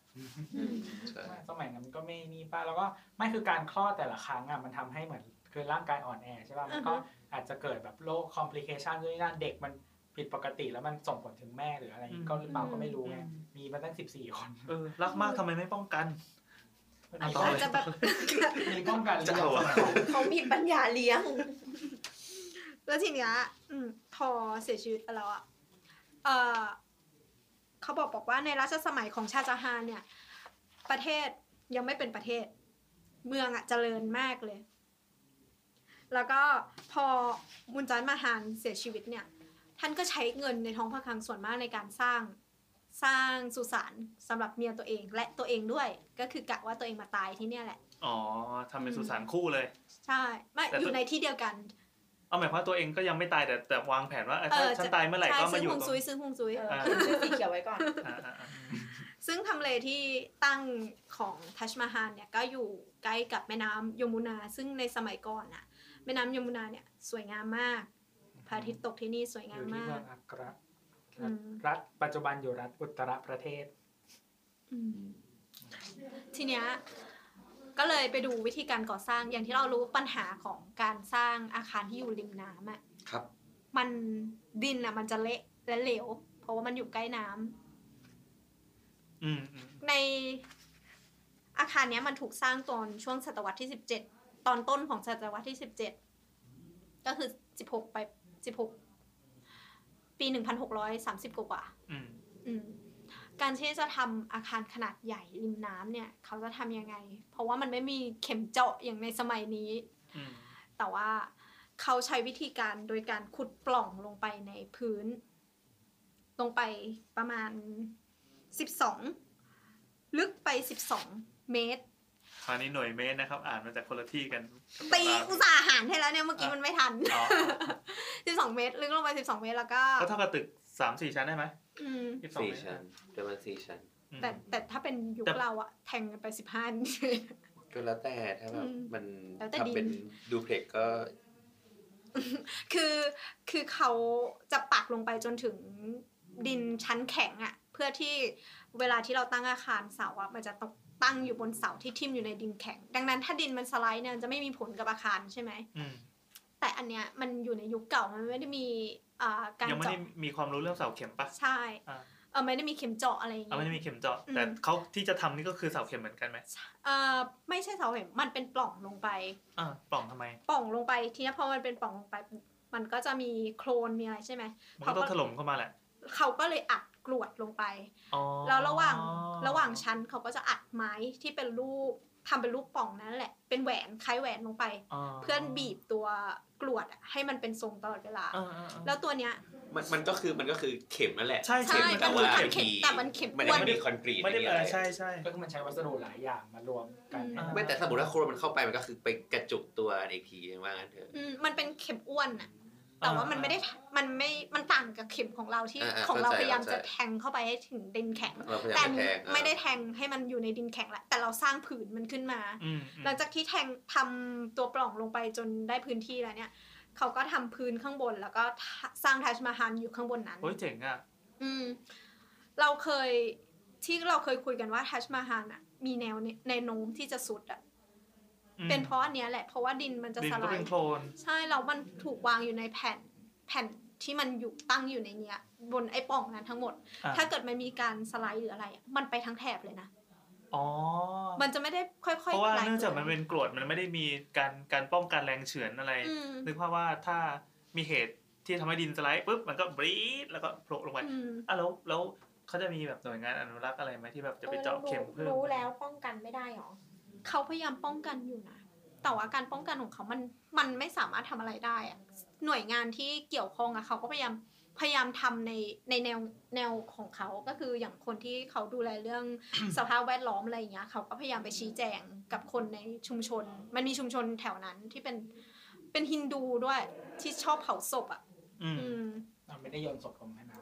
[SPEAKER 8] สมัยนั้นก็ไม่นี่ป้าแล้วก็ไม่คือการคลอดแต่ละครั้งอ่ะมันทำให้เหมือนคือร่างกายอ่อนแอใช่ป่ะมันก็อาจจะเกิดแบบโรคคอมพลิเคชันด้วยนั่นเด็กมันผิดปกติแล้วมันส่งผลถึงแม่หรืออะไรอย่างงี้ก็หรือเปล่าก็ไม่รู้ไงมีมาตั้งสิบสี่คน
[SPEAKER 2] เออรักมากทำไมไม่ป้องกัน
[SPEAKER 8] มัน
[SPEAKER 2] อ่ะ
[SPEAKER 8] มี
[SPEAKER 2] ต่อ
[SPEAKER 8] ป้อง
[SPEAKER 2] เลย
[SPEAKER 8] กัน
[SPEAKER 5] จะแบบ
[SPEAKER 8] มีป้องกัน
[SPEAKER 1] จะเอาอะ
[SPEAKER 4] เขามีปัญญาเลี้ยง
[SPEAKER 5] แล้วทีเนี้ยอืมพอเสียชีวิตไปแล้วอะเออเขาบอกบอกว่าในรัชสมัยของชาจาฮานเนี่ย ประเทศยังไม่เป็นประเทศ เมืองอะเจริญมากเลย แล้วก็พอมุนจันมาฮานเสียชีวิตเนี่ย ท่านก็ใช้เงินในท้องพระคลังส่วนมากในการสร้างสร้างสุสานสำหรับเมียตัวเองและตัวเองด้วย ก็คือกะว่าตัวเองมาตายที่เนี่ยแหละ
[SPEAKER 2] อ๋อทำเป็นสุสานคู่เลย
[SPEAKER 5] ใช่ไม่
[SPEAKER 2] แต่ตัว
[SPEAKER 5] อยู่ในที่เดียวกัน
[SPEAKER 2] เอาหมายความว่าตัวเองก็ยังไม่ตายแต่แต่วางแผนว่าเอ้ยถ้า
[SPEAKER 5] เออ
[SPEAKER 2] ฉัน
[SPEAKER 5] จะ
[SPEAKER 2] ตายเมื่อไหร่
[SPEAKER 5] ใช่
[SPEAKER 2] ก็
[SPEAKER 5] ซึ่
[SPEAKER 2] มางอยู่
[SPEAKER 5] ฮวง
[SPEAKER 2] ตร
[SPEAKER 5] ซุ
[SPEAKER 2] ง
[SPEAKER 5] ยซึ่งฮวงซุย
[SPEAKER 4] เออ
[SPEAKER 2] อ่า
[SPEAKER 4] เขียนชื่อสีเขียวไว้ก่อน
[SPEAKER 2] อ่าอ่าอ่า
[SPEAKER 5] ซึ่งทำเลที่ตั้งของทัชมาฮาลเนี่ยก็อยู่ใกล้กับแม่น้ำยมุนา ซึ่งในสมัยก่อนน่ะแม่น้ำยมุนาเนี่ยสวยงามมากพระอาทิตย์ตกที่นี่สว
[SPEAKER 8] อง
[SPEAKER 5] ยาม
[SPEAKER 8] ยู่ที่
[SPEAKER 5] มา
[SPEAKER 8] เมื
[SPEAKER 5] ก
[SPEAKER 8] องอักระ
[SPEAKER 5] อืม
[SPEAKER 8] รัฐปัจจุบันอยู่รัฐอุตรประเทศ
[SPEAKER 5] อืมทีเนี้ยก็เลยไปดูวิธีการก่อสร้างอย่างที่เรารู้ปัญหาของการสร้างอาคารที่อยู่ริมน้ำอ่ะ
[SPEAKER 1] ครับ
[SPEAKER 5] มันดินอ่ะมันจะเละและเหลว เพราะว่ามันอยู่ใกล้น้ำ
[SPEAKER 2] อืมอืม
[SPEAKER 5] ในอาคารเนี้ยมันถูกสร้างตอนช่วงศตวรรษที่ 17 ตอนต้นของศตวรรษที่ 17 ก็คือ 16 ไป 16 ปี 1630 กว่ากว่า
[SPEAKER 2] อืม
[SPEAKER 5] ๆอืมการที่จะทำอาคารขนาดใหญ่ริมน้ำเนี่ย เขาจะทำยังไง เพราะว่ามันไม่มีเข็มเจาะอย่างในสมัยนี้
[SPEAKER 2] อืม
[SPEAKER 5] แต่ว่าเขาใช้วิธีการโดยการขุดปล่องลงไปในพื้น ลงไปประมาณ 12 ลึกไป 12 เมตร
[SPEAKER 2] คราวนี้หน่วยเมตรนะครับ อ่านมาจากคนละที่กัน
[SPEAKER 5] ตีอุตสาหหารให้แล้วเนี่ย เมื่อกี้มันไม่ทัน
[SPEAKER 2] อ๋อ
[SPEAKER 5] 12 เมตร ลึกลงไป 12 เมตรแล้วก็
[SPEAKER 2] ก็เท่ากับตึกสามสี่ชั้นได้ไหม
[SPEAKER 5] อืม
[SPEAKER 2] ยี่สิบสอง
[SPEAKER 1] สี่
[SPEAKER 2] เมตร
[SPEAKER 1] ชั้นเดี๋ยวมันสี่ชั้น
[SPEAKER 2] อืม
[SPEAKER 5] แต่แต่ถ้าเป็นยุค
[SPEAKER 2] แต่
[SPEAKER 5] เราอะแทงกันไป 15นิด
[SPEAKER 1] ก็แล้วแต่ถ้าแบบ
[SPEAKER 5] อืม
[SPEAKER 1] มัน
[SPEAKER 5] แล้วแต่ดิน
[SPEAKER 1] ทำเป็นดูเพล็กก็
[SPEAKER 5] คือคือเขาจะปักลงไปจนถึงดินชั้นแข็งอะ่ะ เพื่อที่เวลาที่เราตั้งอาคารเสาอะ่ะมันจะตกตั้งอยู่บนเสาที่ทิ่มอยู่ในดินแข็ง ดังนั้นถ้าดินมันสไลด์เนี่ยมันจะไม่มีผลกับอาคารใช่ไหม
[SPEAKER 2] อืม
[SPEAKER 5] แต่อันเนี้ยมันอยู่ในยุคเก่ามันไม่ได้มีอ่าการ
[SPEAKER 2] ยังไม่
[SPEAKER 5] เจาะ
[SPEAKER 2] ได้มีความรู้เรื่องเสาเข็มปะ
[SPEAKER 5] ใช่
[SPEAKER 2] อ่า
[SPEAKER 5] เออไม่ได้มีเข็มเจาะอะไรอย่าง
[SPEAKER 2] เอา
[SPEAKER 5] เงี้
[SPEAKER 2] ไม่ได้
[SPEAKER 5] ย
[SPEAKER 2] มีเข็มเจาะ
[SPEAKER 5] อืม
[SPEAKER 2] แต่เขาที่จะทำนี่ก็คือเสาเข็มเหมือนกันไหม
[SPEAKER 5] เออไม่ใช่เสาเข็มมันเป็นปล่องลงไป
[SPEAKER 2] อ่าปล่องทำไม
[SPEAKER 5] ปล่องลงไปทีเนี้ยพอมันเป็นปล่องลงไปปุ๊บมันก็จะมีโคลนมีอะไรใช่ไหม
[SPEAKER 2] มันก็ต้องถล่มเข้ามาแหละ
[SPEAKER 5] เขาก็เลยอัดกรวดลงไป
[SPEAKER 2] อ๋อ
[SPEAKER 5] แล้วระหว่างระหว่างชั้นเขาก็จะอัดไม้ที่เป็นรูป ทำเป็นลูกป่องนั่นแหละ เป็นแหวนคล้ายแหวนลงไป เพื่อนบีบตัวกรวดอะให้มันเป็นทรงตลอดเวลา
[SPEAKER 2] อ่าอ่าอ่า
[SPEAKER 5] แล้วตัวเนี้ย
[SPEAKER 1] มันมันก็คือมันก็คือเข็มนั่นแหละ
[SPEAKER 2] ใช่ใช่
[SPEAKER 1] เข็มแต่ว่า
[SPEAKER 5] มันคือเข็มแต่มันเข็ม
[SPEAKER 1] มัน
[SPEAKER 5] อ้วน
[SPEAKER 1] ไม่ได้คอนกรีต
[SPEAKER 2] ไม่ได้
[SPEAKER 1] มี
[SPEAKER 2] เอ
[SPEAKER 1] อะไร
[SPEAKER 2] อใช่ใช่
[SPEAKER 8] ก็คือมันใช้วัสดุหลายอย่างมารวมกัน
[SPEAKER 5] อืม
[SPEAKER 8] ให้น
[SPEAKER 1] ไม่แต่สมมติว่าโครนมันเข้าไปมันก็คือไปกระจุกตัวอีกทีว่างั้นเถอะ
[SPEAKER 5] อืมมันเป็นเข็มอ้วนอะแต่ว่า
[SPEAKER 2] อ่ามั
[SPEAKER 5] มันไม่ได้ มันไม่ มันต่างกับเข็มของเราที่
[SPEAKER 1] อ่าอ่า
[SPEAKER 5] ของเรา
[SPEAKER 1] เข้าใจ
[SPEAKER 5] พยายามจะ
[SPEAKER 1] เข้าใจ
[SPEAKER 5] แทงเข้าไปให้ถึงดินแข็ง
[SPEAKER 1] เราพยายา
[SPEAKER 5] แต่
[SPEAKER 1] มจะแทงอ่ะ
[SPEAKER 5] ไม่ได้แทงให้มันอยู่ในดินแข็งละแต่เราสร้างผืนมันขึ้นมา
[SPEAKER 2] อืม
[SPEAKER 5] หลังจากที่แทงทำตัวปล่องลงไปจนได้พื้นที่แล้วเนี่ย เขาก็ทำพื้นข้างบนแล้วก็สร้างทัชมาฮานอยู่ข้างบนนั้น
[SPEAKER 2] โอ้ยเจ๋งอ่ะ
[SPEAKER 5] อืมเราเคยที่เราเคยคุยกันว่าทัชมาฮานอะมีแนวเนี่ยในโน้มที่จะสุดอะ
[SPEAKER 2] อืม
[SPEAKER 5] เป็นเพราะอันเนี้ยแหละเพราะว่าดินมันจะ
[SPEAKER 2] ดิน
[SPEAKER 5] ส
[SPEAKER 2] ก็
[SPEAKER 5] ลา
[SPEAKER 2] เป็
[SPEAKER 5] ย
[SPEAKER 2] นโคลน
[SPEAKER 5] ใช่แล้วมันถูกวางอยู่ในแผ่นแผ่นที่มันอยู่ตั้งอยู่ในเนี้ย บนไอ้ปล่องนั้นทั้งหมด
[SPEAKER 2] อ่ะ
[SPEAKER 5] ถ้าเกิดมันมีการสไลด์หรืออะไรอะมันไปทั้งแถบเลยนะ
[SPEAKER 2] อ๋อ
[SPEAKER 5] มันจะไม่ได้ค่อยๆ
[SPEAKER 2] เพราะว่า
[SPEAKER 5] ไหล
[SPEAKER 2] เนื่องจากมันเป็นกรวดมันไม่ได้มีการการป้องกันแรงเฉือนอะไร
[SPEAKER 5] อืม
[SPEAKER 2] นึกภาพว่าถ้ามีเหตุที่ทำให้ดินสไลด์ปุ๊บมันก็บรี๊ดแล้วก็โผล่ลงไป
[SPEAKER 5] อืม
[SPEAKER 2] อ่ะแล้วแล้วเขาจะมีแบบหน่วยงานอนุรักษ์อะไรไหมที่แบบจะไปเจาะเข็มเพิ่ม
[SPEAKER 4] รู้แล้วป้องกันไม่ได้หรอ
[SPEAKER 5] เขาพยายามป้องกันอยู่นะ แต่ว่าการป้องกันของเขามัน มันไม่สามารถทำอะไรได้อะหน่วยงานที่เกี่ยวข้องอะเขาก็พยายาม พยายามทำใน ในแนว แนวของเขา ก็คืออย่างคนที่เขาดูแล เรื่อง สภาพแวดล้อมอะไรอย่างเงี้ย เขาก็พยายามไปชี้แจงกับคนในชุมชน มันมีชุมชนแถวนั้นที่เป็น เป็นฮินดูด้วยที่ชอบเผาศพอะ
[SPEAKER 2] อืม
[SPEAKER 5] อืม
[SPEAKER 8] เราไม่ได้โยนศพลงแม่น้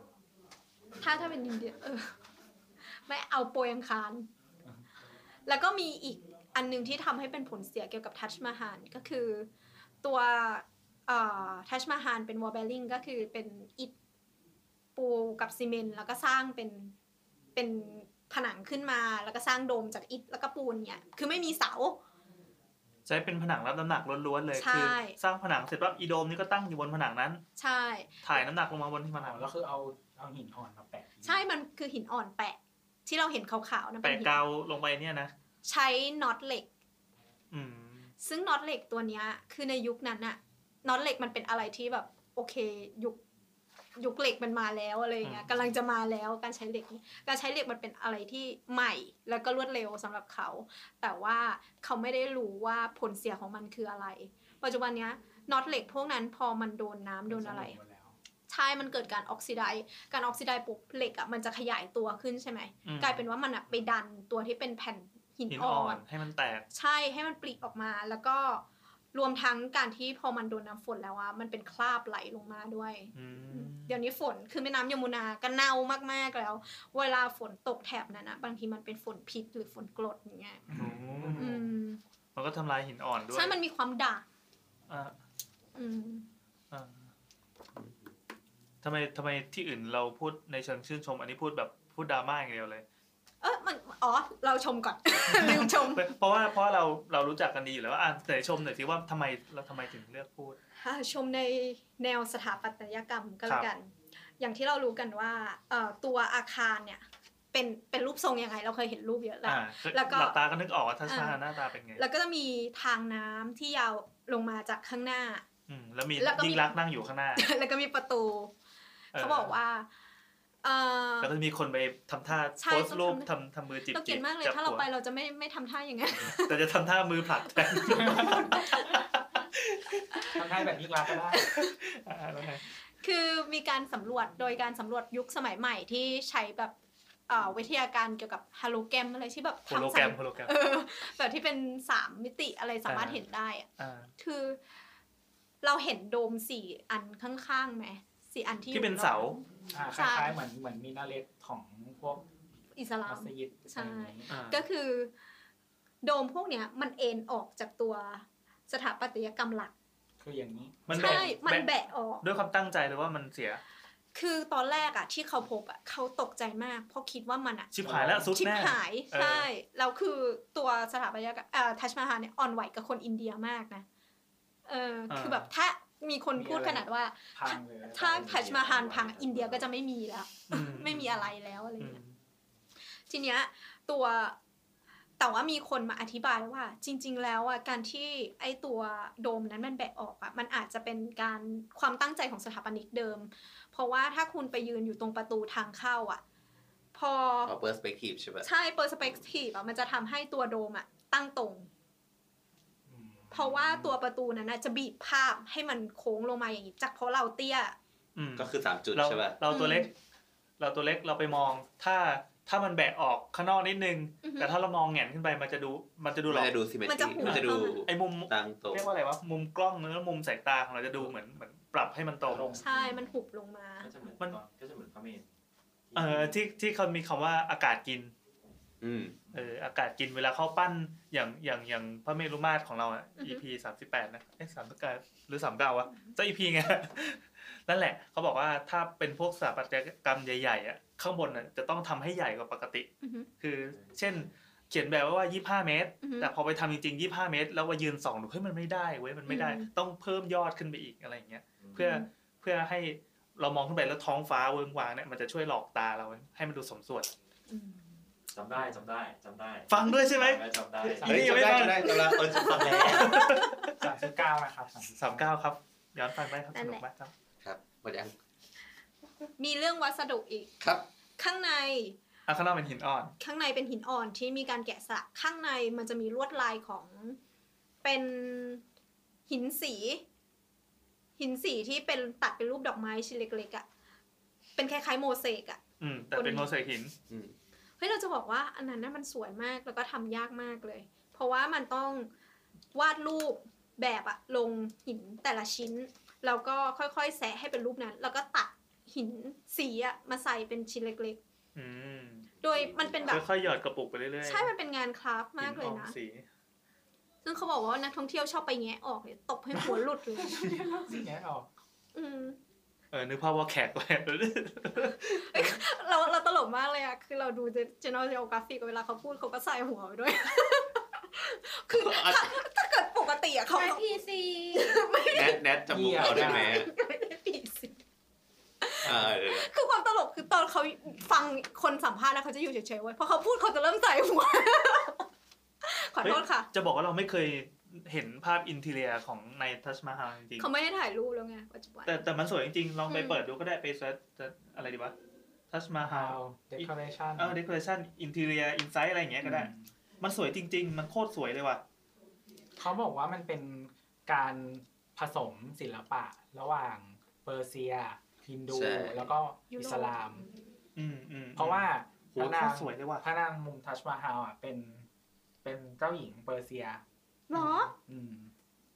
[SPEAKER 8] ำ
[SPEAKER 5] ถ้าถ้าเป็นอินเดียเออไม่เอาโปรยอังคาร แล้วก็มีอีกอันหนึงที่ทำให้เป็นผลเสียเกี่ยวกับทัชมาฮานก็คือตัวทัชมาฮานเป็นวอลเบลลิงก็คือเป็นอิฐปูกับซีเมนต์แล้วก็สร้างเป็นเป็นผนังขึ้นมา แล้วก็สร้างโดมจากอิฐแล้วก็ปูนเนี่ย คือไม่มีเสา
[SPEAKER 2] ใช้เป็นผนังรับน้ำหนักล้วนๆเลย
[SPEAKER 5] ใช่
[SPEAKER 2] คืสร้างผนังเสร็จปั๊บอีโดมนี่ก็ตั้งอยู่บนผนังนั้น
[SPEAKER 5] ใช่
[SPEAKER 2] ถ่ายน้ำหนักลงมาบนผนัง
[SPEAKER 8] แล้วคือเอาเอาหินอ่อนมาแปะ
[SPEAKER 5] ใช่มันคือหินอ่อนแปะ ที่เราเห็นขาวๆนะ
[SPEAKER 2] แปะ
[SPEAKER 5] นหิน
[SPEAKER 2] กาวลงไปเนี่ยนะ
[SPEAKER 5] ใช้น็อตเหล็ก
[SPEAKER 2] อืม
[SPEAKER 5] ซึ่งน็อตเหล็กตัวเนี้ย คือในยุคนั้นอะน็อตเหล็กมันเป็นอะไรที่แบบ โอเค ยุคยุคเหล็กมันมาแล้วอะไรอย่างเงี้ย
[SPEAKER 2] อืม
[SPEAKER 5] กำลังจะมาแล้วการใช้เหล็กนี่การใช้เหล็กมันเป็นอะไรที่ใหม่ แล้วก็รวดเร็วสำหรับเขา แต่ว่าเขาไม่ได้รู้ว่าผลเสียของมันคืออะไร ปัจจุบันเนี้ยน็อตเหล็กพวกนั้นพอมันโดนน้ำโดนอะไร
[SPEAKER 8] หมดแล้ว
[SPEAKER 5] ใช่ มันเกิดการออกซิไดซ์การออกซิไดซ์ปุ๊บเหล็กอะมันจะขยายตัวขึ้นใช่ไหม
[SPEAKER 2] อืม
[SPEAKER 5] กลายเป็นว่ามันอะไปดันตัวที่เป็นแผ่นหิน
[SPEAKER 2] หิน
[SPEAKER 5] อ่
[SPEAKER 2] อ่
[SPEAKER 5] อ
[SPEAKER 2] อน นให้มันแตก
[SPEAKER 5] ใช่ให้มันปลีกออกมาแล้วก็รวมทั้งการที่พอมันโดนน้ำฝนแล้วอะมันเป็นคราบไหลลงมาด้วย
[SPEAKER 2] อืม
[SPEAKER 5] เดี๋ยวนี้ฝนคือแม่น้ำยมุนาก็เน่ามากๆแล้ว เวลาฝนตกแถบนั้นอะบางทีมันเป็นฝนพิษหรือฝนกรดอย่างเงี้ย
[SPEAKER 2] โอ้
[SPEAKER 5] อืม
[SPEAKER 2] มันก็ทำลายหินอ่อนด้วย
[SPEAKER 5] ใช่มันมีความด่าง
[SPEAKER 2] อ่า
[SPEAKER 5] อืม
[SPEAKER 2] อ่าทำไมทำไมที่อื่นเราพูดในเชิงชื่นชม อันนี้พูดแบบพูดดราม่าอย่างเดียวเลย
[SPEAKER 5] เออมันอ๋อเราชมก่อน ลืมชม
[SPEAKER 2] เพราะว่าเพราะว่าเราเรารู้จักกันดีอยู่แล้วว่าอ่ะไหนชมหน่อยสิว่าทำไมเราทำไมถึงเลือกพูด
[SPEAKER 5] อ่ะชมในแนวสถาปัตยกรรมก็แล้วกัน อย่างที่เรารู้กันว่าเอ่อตัวอาคารเนี่ย เป็นเป็นรูปทรงยังไง เราเคยเห็นรูปเยอะแล้ว
[SPEAKER 2] อ่า
[SPEAKER 5] แล้วก็
[SPEAKER 2] หลับตาก็นึกออกว่าทัศนาหน้าตาเป็นไง
[SPEAKER 5] แล้วก็จะมีทางน้ำที่ยาวลงมาจากข้างหน้า
[SPEAKER 2] อืมแล้วมี
[SPEAKER 5] แล้วก็มี
[SPEAKER 2] ยิ่งรักษณ์นั่งอยู่ข้างหน้า
[SPEAKER 5] แล้วก็มีประตูเขาบอกว่าเออ
[SPEAKER 2] แล้วก็มีคนไปทำท่า
[SPEAKER 5] ใช่
[SPEAKER 2] โพสต์รูป
[SPEAKER 5] ต้อง
[SPEAKER 2] ทำ
[SPEAKER 5] ทำ
[SPEAKER 2] ทำมือจิบ
[SPEAKER 5] เราเกลียดมากเลย
[SPEAKER 2] จับ
[SPEAKER 5] ถ้าเรา
[SPEAKER 2] หัว
[SPEAKER 5] ไปเราจะไม่ไม่ทำท่าอย่างนั้น
[SPEAKER 2] แต่จะทำท่ามือผลักแทน
[SPEAKER 8] ทำให้แบบยิ่งรักก็ได้
[SPEAKER 2] อ่าแล้วไง
[SPEAKER 5] คือมีการสำรวจโดยการสำรวจยุคสมัยใหม่ที่ใช้แบบเอ่อวิทยาการเกี่ยวกับฮาโลแกรมอะไรที่แบบ
[SPEAKER 2] โฮโลแกรมโฮ
[SPEAKER 5] ทำสาม
[SPEAKER 2] โลแกรม
[SPEAKER 5] เออแบบที่เป็นสามมิติอะไรสามารถ
[SPEAKER 2] อ่า
[SPEAKER 5] เห็นได้ อะ
[SPEAKER 2] อ่า
[SPEAKER 5] คือ เราเห็นโดมสี่อันข้างๆไหมสี่อันที่
[SPEAKER 2] ที่เป็นเสา
[SPEAKER 8] อ่าคล้ายๆเหมือนเหมือนมีนาเลสของพวก
[SPEAKER 5] อิสลา
[SPEAKER 8] มั
[SPEAKER 5] ม
[SPEAKER 8] สยิด
[SPEAKER 5] ใช่
[SPEAKER 8] อะไรอย่างงี้
[SPEAKER 2] อ่า
[SPEAKER 5] ก็คือโดมพวกเนี้ยมันเอ็นออกจากตัวสถาปัตยกรรมหลัก
[SPEAKER 8] คืออย่างนี้
[SPEAKER 2] มันแบะ
[SPEAKER 5] ใช่ มัน
[SPEAKER 2] แบะ
[SPEAKER 5] แบะออก
[SPEAKER 2] ด้วยความตั้งใจเลยว่ามันเสีย
[SPEAKER 5] คือตอนแรกอะที่เขาพบอะเขาตกใจมาก เพราะคิดว่ามันอะ
[SPEAKER 2] ชิบหายแล้วสุด
[SPEAKER 5] ชิบ
[SPEAKER 2] แน่
[SPEAKER 5] หาย
[SPEAKER 2] เออ
[SPEAKER 5] ใช่ แล้วคือตัวสถาปัตยกรรมเอ่อทัชมาฮาลเนี่ยอ่อนไหวกับคนอินเดียมากนะ เออคือแบบถ้ามีคนพูดขนาดว่า
[SPEAKER 8] พังเลย
[SPEAKER 5] ถ้าทัชมาฮาลพังอินเดียก็จะไม่มีแล้ว
[SPEAKER 2] อื
[SPEAKER 5] ไม่มีอะไรแล้วอะไร
[SPEAKER 2] อื
[SPEAKER 5] เงี้ย
[SPEAKER 2] ม
[SPEAKER 5] ทีเนี้ยตัวแต่ว่ามีคนมาอธิบายว่า จริง ๆ แล้วอ่ะการที่ไอตัวโดมนั้นมันแบะออกอ่ะมันอาจจะเป็นการความตั้งใจของสถาปนิกเดิม เพราะว่าถ้าคุณไปยืนอยู่ตรงประตูทางเข้าอ่ะ พอ
[SPEAKER 1] ขอเปอร์สเปกทีฟใช่ปะ
[SPEAKER 5] ใช่เปอร์สเปกทีฟอ่ะมันจะทำให้ตัวโดมอ่ะ ตั้งตรง เพราะว่าตัวประตูนั้นน่ะจะบีบภาพให้มันโค้งลงมาอย่างนี้จากเพราะเราเตี้ย
[SPEAKER 2] อืม
[SPEAKER 1] ก็คือสามจุด
[SPEAKER 2] เรา
[SPEAKER 1] ใช่ป่ะ
[SPEAKER 2] เราตัวเล็ก
[SPEAKER 5] อืม
[SPEAKER 2] เราตัวเล็กเราไปมองถ้าถ้ามันแบะออกข้างนอกนิดนึง
[SPEAKER 5] อือฮึ
[SPEAKER 2] แต่ถ้าเรามองแหงนขึ้นไปมันจะดูมันจะดูหร
[SPEAKER 1] มั
[SPEAKER 2] อน ก
[SPEAKER 1] จะดูซิเมตรี
[SPEAKER 5] มันจะหัว
[SPEAKER 1] มันจะดู
[SPEAKER 2] ไอ้มุม
[SPEAKER 1] ตังตรง
[SPEAKER 2] เรียกว่าอะไรวะมุมกล้องแล้วมุมสายตาของเราจะดูเหมือนเหมือนปรับให้มันตรง
[SPEAKER 5] ใช่มันหุบลงมา
[SPEAKER 9] ก็จะเหมือน
[SPEAKER 2] มัน
[SPEAKER 9] ตอนก็จะเหมือนพระเมน
[SPEAKER 2] เออที่ที่เขามีคำว่าอากาศกิน
[SPEAKER 1] อืม
[SPEAKER 2] เอออากาศกินเวลาเขาปั้นอย่างอย่างอย่างพระเมรุมาตรของเราอ่ะ
[SPEAKER 5] อือฮึ
[SPEAKER 2] EP สามสิบแปดนะเอ้สามสิบแปดหรือสามเก้าวะเจ้า EP ไง นั่นแหละเขาบอกว่าถ้าเป็นพวกสถาปัตยกรรมใหญ่ๆอ่ะข้างบนอ่ะจะต้องทำให้ใหญ่กว่าปกติ
[SPEAKER 5] อือฮึ
[SPEAKER 2] คือเช่น เขียนแบบไว้ว่า 25 เมตร
[SPEAKER 5] อือฮึ
[SPEAKER 2] แต่พอไปทำจริง ๆ 25 เมตร แล้วมายืนส่องดูเฮ้ยมันไม่ได้เว้ยมันไม่ได้
[SPEAKER 5] อืม
[SPEAKER 2] ต้องเพิ่มยอดขึ้นไปอีกอะไรอย่างเงี้ยเพื่อเพื่อให้เรามองขึ้นไปแล้วท้องฟ้าเวิงวางเนี่ยมันจะช่วยหลอกตาเราให้มันดูสมส่วน
[SPEAKER 5] อืม
[SPEAKER 9] จำได้จำได้จำได้
[SPEAKER 2] ฟังด้วยใช่ไหม
[SPEAKER 9] จำได้จำ
[SPEAKER 1] เฮ้ย
[SPEAKER 9] ได้
[SPEAKER 2] ยังไม่
[SPEAKER 1] จำได้
[SPEAKER 2] ฟัง
[SPEAKER 1] จำได้จำได้เออฟังแล้ว
[SPEAKER 8] สามสิบเก้านะครับ
[SPEAKER 2] สามเก้าครับ ย้อนฟังได้ครับ
[SPEAKER 5] นั่
[SPEAKER 2] ส
[SPEAKER 5] น
[SPEAKER 2] นุ
[SPEAKER 5] แห
[SPEAKER 2] ก
[SPEAKER 5] ละ
[SPEAKER 2] มากครับ
[SPEAKER 1] ครับหมดยัง
[SPEAKER 5] มีเรื่องวัสดุอีก
[SPEAKER 1] ครับ
[SPEAKER 5] ข้างใน
[SPEAKER 2] อ่ะข้างนอกเป็นหินอ่อน
[SPEAKER 5] ข้างในเป็นหินอ่อนที่มีการแกะสลักข้างในมันจะมีลวดลายของเป็นหินสี หินสีที่เป็นตัดเป็นรูปดอกไม้ชิ้นเล็กๆอะ่ะเป็นคล้ายๆโมเสกอะ่ะ
[SPEAKER 2] อืม แต่เป็นโมเสกหิน
[SPEAKER 1] อืม
[SPEAKER 5] เฮ้ยเราจะบอกว่าอันนั้นน่ะมันสวยมากแล้วก็ทำยากมากเลย เพราะว่ามันต้องวาดรูปแบบอะลงหินแต่ละชิ้น แล้วก็ค่อยๆแสะให้เป็นรูปนั้น แล้วก็ตัดหินสีอะมาใส่เป็นชิ้นเล็ก
[SPEAKER 2] อืม
[SPEAKER 5] ๆ โดยมันเป็นแบบ
[SPEAKER 2] ค่อยๆหยอดกระปุกไปเรื่อยๆ
[SPEAKER 5] ใช่มันเป็นงานคราฟต์มากเลย
[SPEAKER 2] หิออ
[SPEAKER 5] นะ
[SPEAKER 2] สี
[SPEAKER 5] ซึ่งเขาบอกว่านักท่องเที่ยวชอบไปแงะออกเนี่ยตบให้หัวหลุดเลย
[SPEAKER 8] สิ่งนี้ออก
[SPEAKER 5] อืม
[SPEAKER 2] เออนึกภาพว่าแขกแหวก
[SPEAKER 5] เราเราตลกมากเลยอะคือเราดู General Geographic เวลาเขาพูดเขาก็ใส่หัวไปด้วย คือถ้าถ้าเกิดปกติอะเขา
[SPEAKER 4] ไม่พีซี
[SPEAKER 1] แนทแนทจำมุกเราได้ไหมอะเออเดี๋ยว
[SPEAKER 5] คือความตลกคือตอนเขาฟังคนสัมภาษณ์แล้วเขาจะอยู่เฉยๆไว้ยพอเขาพูดเขาจะเริ่มใส่หัว ขอโทษค่ะ
[SPEAKER 2] จะบอกว่าเราไม่เคยเห็นภาพอินเทเรียของในทัชมาฮาลจริงๆ
[SPEAKER 5] เขาไม่ได้ถ่ายรูปแล้วไงปัจจุบัน
[SPEAKER 2] แต่แต่มันสวยจริงๆ ลองไป
[SPEAKER 5] อืม
[SPEAKER 2] เปิดดูก็ได้ไปเซิร์ชจะอะไรดีวะทัชมาฮา
[SPEAKER 8] how
[SPEAKER 2] ล
[SPEAKER 8] decoration
[SPEAKER 2] เออเดคอเรชั่นอินเทเรียอินไซต์อะไรอย่างเงี้ยก็ได้ มันสวยจริง ๆ มันโคตรสวยเลยว่ะ
[SPEAKER 8] เขาบอกว่ามันเป็นการผสมศิลปะระหว่างเปอร์เซียฮินดู
[SPEAKER 1] ใช่
[SPEAKER 8] แล้วก็อิสลาม
[SPEAKER 2] อืมอืม
[SPEAKER 8] เพราะว่า
[SPEAKER 2] โห
[SPEAKER 8] พ
[SPEAKER 2] โคน
[SPEAKER 8] ระาง
[SPEAKER 2] ตรสวยเลยว่ะ
[SPEAKER 8] พระนางมุมทัชมาฮาลอ่ะเป็น เป็นเจ้าหญิงเปอร์เซีย
[SPEAKER 5] เหรอ
[SPEAKER 8] อืม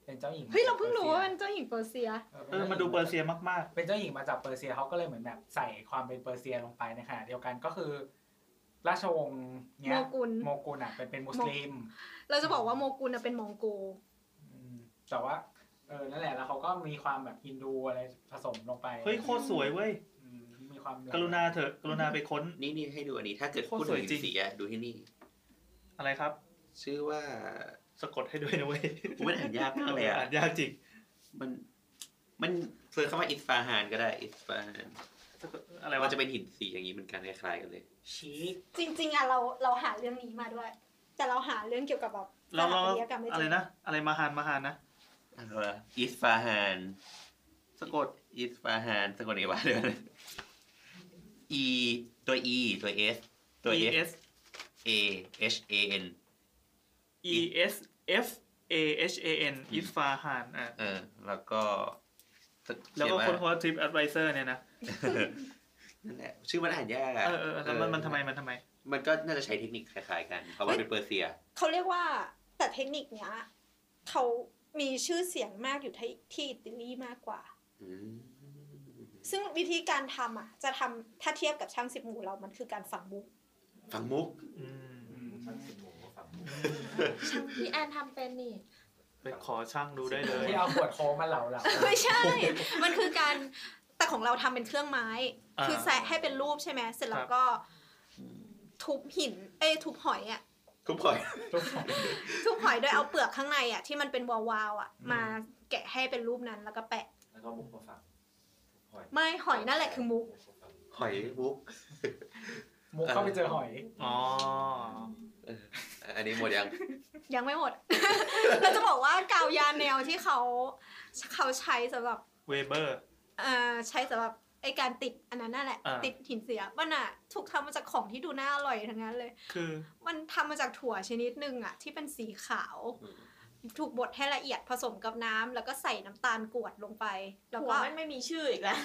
[SPEAKER 8] เป็นเจ้าหญิง
[SPEAKER 5] เฮ้ยเราเพิ่งรู้ว่าเป็นเจ้าหญิงเปอร์เซีย
[SPEAKER 2] เออมาดูเปอร์เซียมาก
[SPEAKER 8] เป็นเจ้าหญิงมาจากเปอร์เซียเขาก็เลยเหมือนแบบใส่ความเป็นเปอร์เซียลงไปในขณะเดียวกันก็คือ ราชวงศ์เนี้ย
[SPEAKER 5] โมกุล
[SPEAKER 8] โมกุลอ่ะเป็นเป็นมุสลิม
[SPEAKER 5] เราจะบอกว่าโมกุลน่ะเป็นมองโก
[SPEAKER 8] อืมแต่ว่าเออนั่นแหละแล้วเขาก็มีความแบบฮินดูอะไรผสมลงไป
[SPEAKER 2] ๆ เฮ้ยโคตรสวยเว้ย
[SPEAKER 8] อืมมีความ
[SPEAKER 2] กรุณาเถอะกรุณาไปค้น
[SPEAKER 1] นี่นี่ให้ดูอันนี้ ถ้าเกิด
[SPEAKER 2] โคตร
[SPEAKER 1] พูด
[SPEAKER 2] สวย
[SPEAKER 1] ถึง
[SPEAKER 2] จริง
[SPEAKER 1] สีอะดูที่นี่
[SPEAKER 2] อะไรครับ
[SPEAKER 1] ชื่อว่า
[SPEAKER 2] สะกดให้ด้วยนะเว้ย
[SPEAKER 1] ผมไม่ได้อ่านยากมากเลยอะ
[SPEAKER 2] อ่านยากจริง
[SPEAKER 1] มัน มันเซิร์ชคำว่าอิสฟาฮานก็ได้อิสฟาฮาน
[SPEAKER 2] สะกดอะไร
[SPEAKER 1] มั
[SPEAKER 2] วะ
[SPEAKER 1] นจะเป็นหินสีอย่างนี้เหมือนกันคล้ายๆกันเลย
[SPEAKER 8] ชีส
[SPEAKER 5] จริงๆอะเราเราหาเรื่องนี้มาด้วย แต่เราหาเรื่องเกี่ยวกับแบบ
[SPEAKER 2] เราเรา
[SPEAKER 5] สถปัตยกรรมไม่
[SPEAKER 2] อะ
[SPEAKER 5] เจ
[SPEAKER 2] ไร
[SPEAKER 5] อ
[SPEAKER 2] นะ อะไรมาฮานมาฮานนะ
[SPEAKER 1] อันว่าอิสฟาฮานสะกดอิสฟาฮานสะกดไงวะเดี๋ยวนะ E ตัว E ตัว S ตัว
[SPEAKER 2] E
[SPEAKER 1] F
[SPEAKER 2] S
[SPEAKER 1] A H A N
[SPEAKER 2] E S F A H A N อิฟาฮานอ่ะ
[SPEAKER 1] เออ แล้วก็สะ
[SPEAKER 2] แล้วก็
[SPEAKER 1] เขีย
[SPEAKER 2] คนเขาทริปแอดไวเซอร์เนี่ยนะ
[SPEAKER 1] นั่นแหละชื่อมันอ่านยากอะ
[SPEAKER 2] เออเออแล้วมันมันทำไมมันทำไม
[SPEAKER 1] มันก็น่าจะใช้เทคนิคคล้ายๆกัน เพราะว่าเป็นเปอร์เซีย
[SPEAKER 5] เขาเรียกว่าแต่เทคนิคเนี้ยเขามีชื่อเสียงมากอยู่ที่ที่อิตาลีมากกว่า
[SPEAKER 1] อืม
[SPEAKER 5] ซึ่งวิธีการทำอ่ะ จะทำถ้าเทียบกับช่างสิบหมู่เรามันคือการฝังมุก
[SPEAKER 1] ฟังมุก
[SPEAKER 2] อืม
[SPEAKER 8] อืม
[SPEAKER 9] ช่างสิบหมูฝั่งหมู
[SPEAKER 4] พี่แอนทำเป็นนี่
[SPEAKER 2] ไปขอช่างดูได้เลย
[SPEAKER 8] ที่เอาขวดโค้กมาเหลาเหลา
[SPEAKER 5] ไม่ใช่ มันคือการแต่ของเราทำเป็นเครื่องไม้
[SPEAKER 2] อ่า
[SPEAKER 5] คือแสะให้เป็นรูปใช่ไหมเสร็จแล้
[SPEAKER 2] ครั
[SPEAKER 5] ว
[SPEAKER 2] บ
[SPEAKER 5] ก็ทุบหิน เอ้ยทุบหอยอ่ะ
[SPEAKER 1] ทุกคน
[SPEAKER 5] ทุบหอยโดยเอาเปลือกข้างในอ่ะที่มันเป็นวาวๆอ่ะมาแกะให้เป็นรูปนั้นแล้วก็แปะ
[SPEAKER 9] แล้วก็มุกมาฝั่งหอย
[SPEAKER 5] ไม่หอยนั่นแหละคือมุก
[SPEAKER 1] หอยมุก
[SPEAKER 8] มุกเข้าไปเจอหอย
[SPEAKER 2] อ๋อ
[SPEAKER 1] อันนี้หมดยัง
[SPEAKER 5] ยังไม่หมด เราจะบอกว่ากาวยาแนวที่เขาเขาใช้สำหรับ
[SPEAKER 2] เวเบอร์
[SPEAKER 5] เอ่อใช้สำหรับไอ การติดอันนั้นน่ะแหละ
[SPEAKER 2] อ่า
[SPEAKER 5] ติดหินเสียมันอ่ะถูกทำมาจากของที่ดูน่าอร่อยทั้งนั้นเลย
[SPEAKER 2] คือ
[SPEAKER 5] มันทำมาจากถั่วชนิดหนึ่งอ่ะ ที่เป็นสีขาว ถูกบดให้ละเอียดผสมกับน้ำแล้วก็ใส่น้ำตาลกรวดลงไป แล้ว
[SPEAKER 7] หัว
[SPEAKER 5] ก็
[SPEAKER 7] มันไม่มีชื่ออีกแล้ว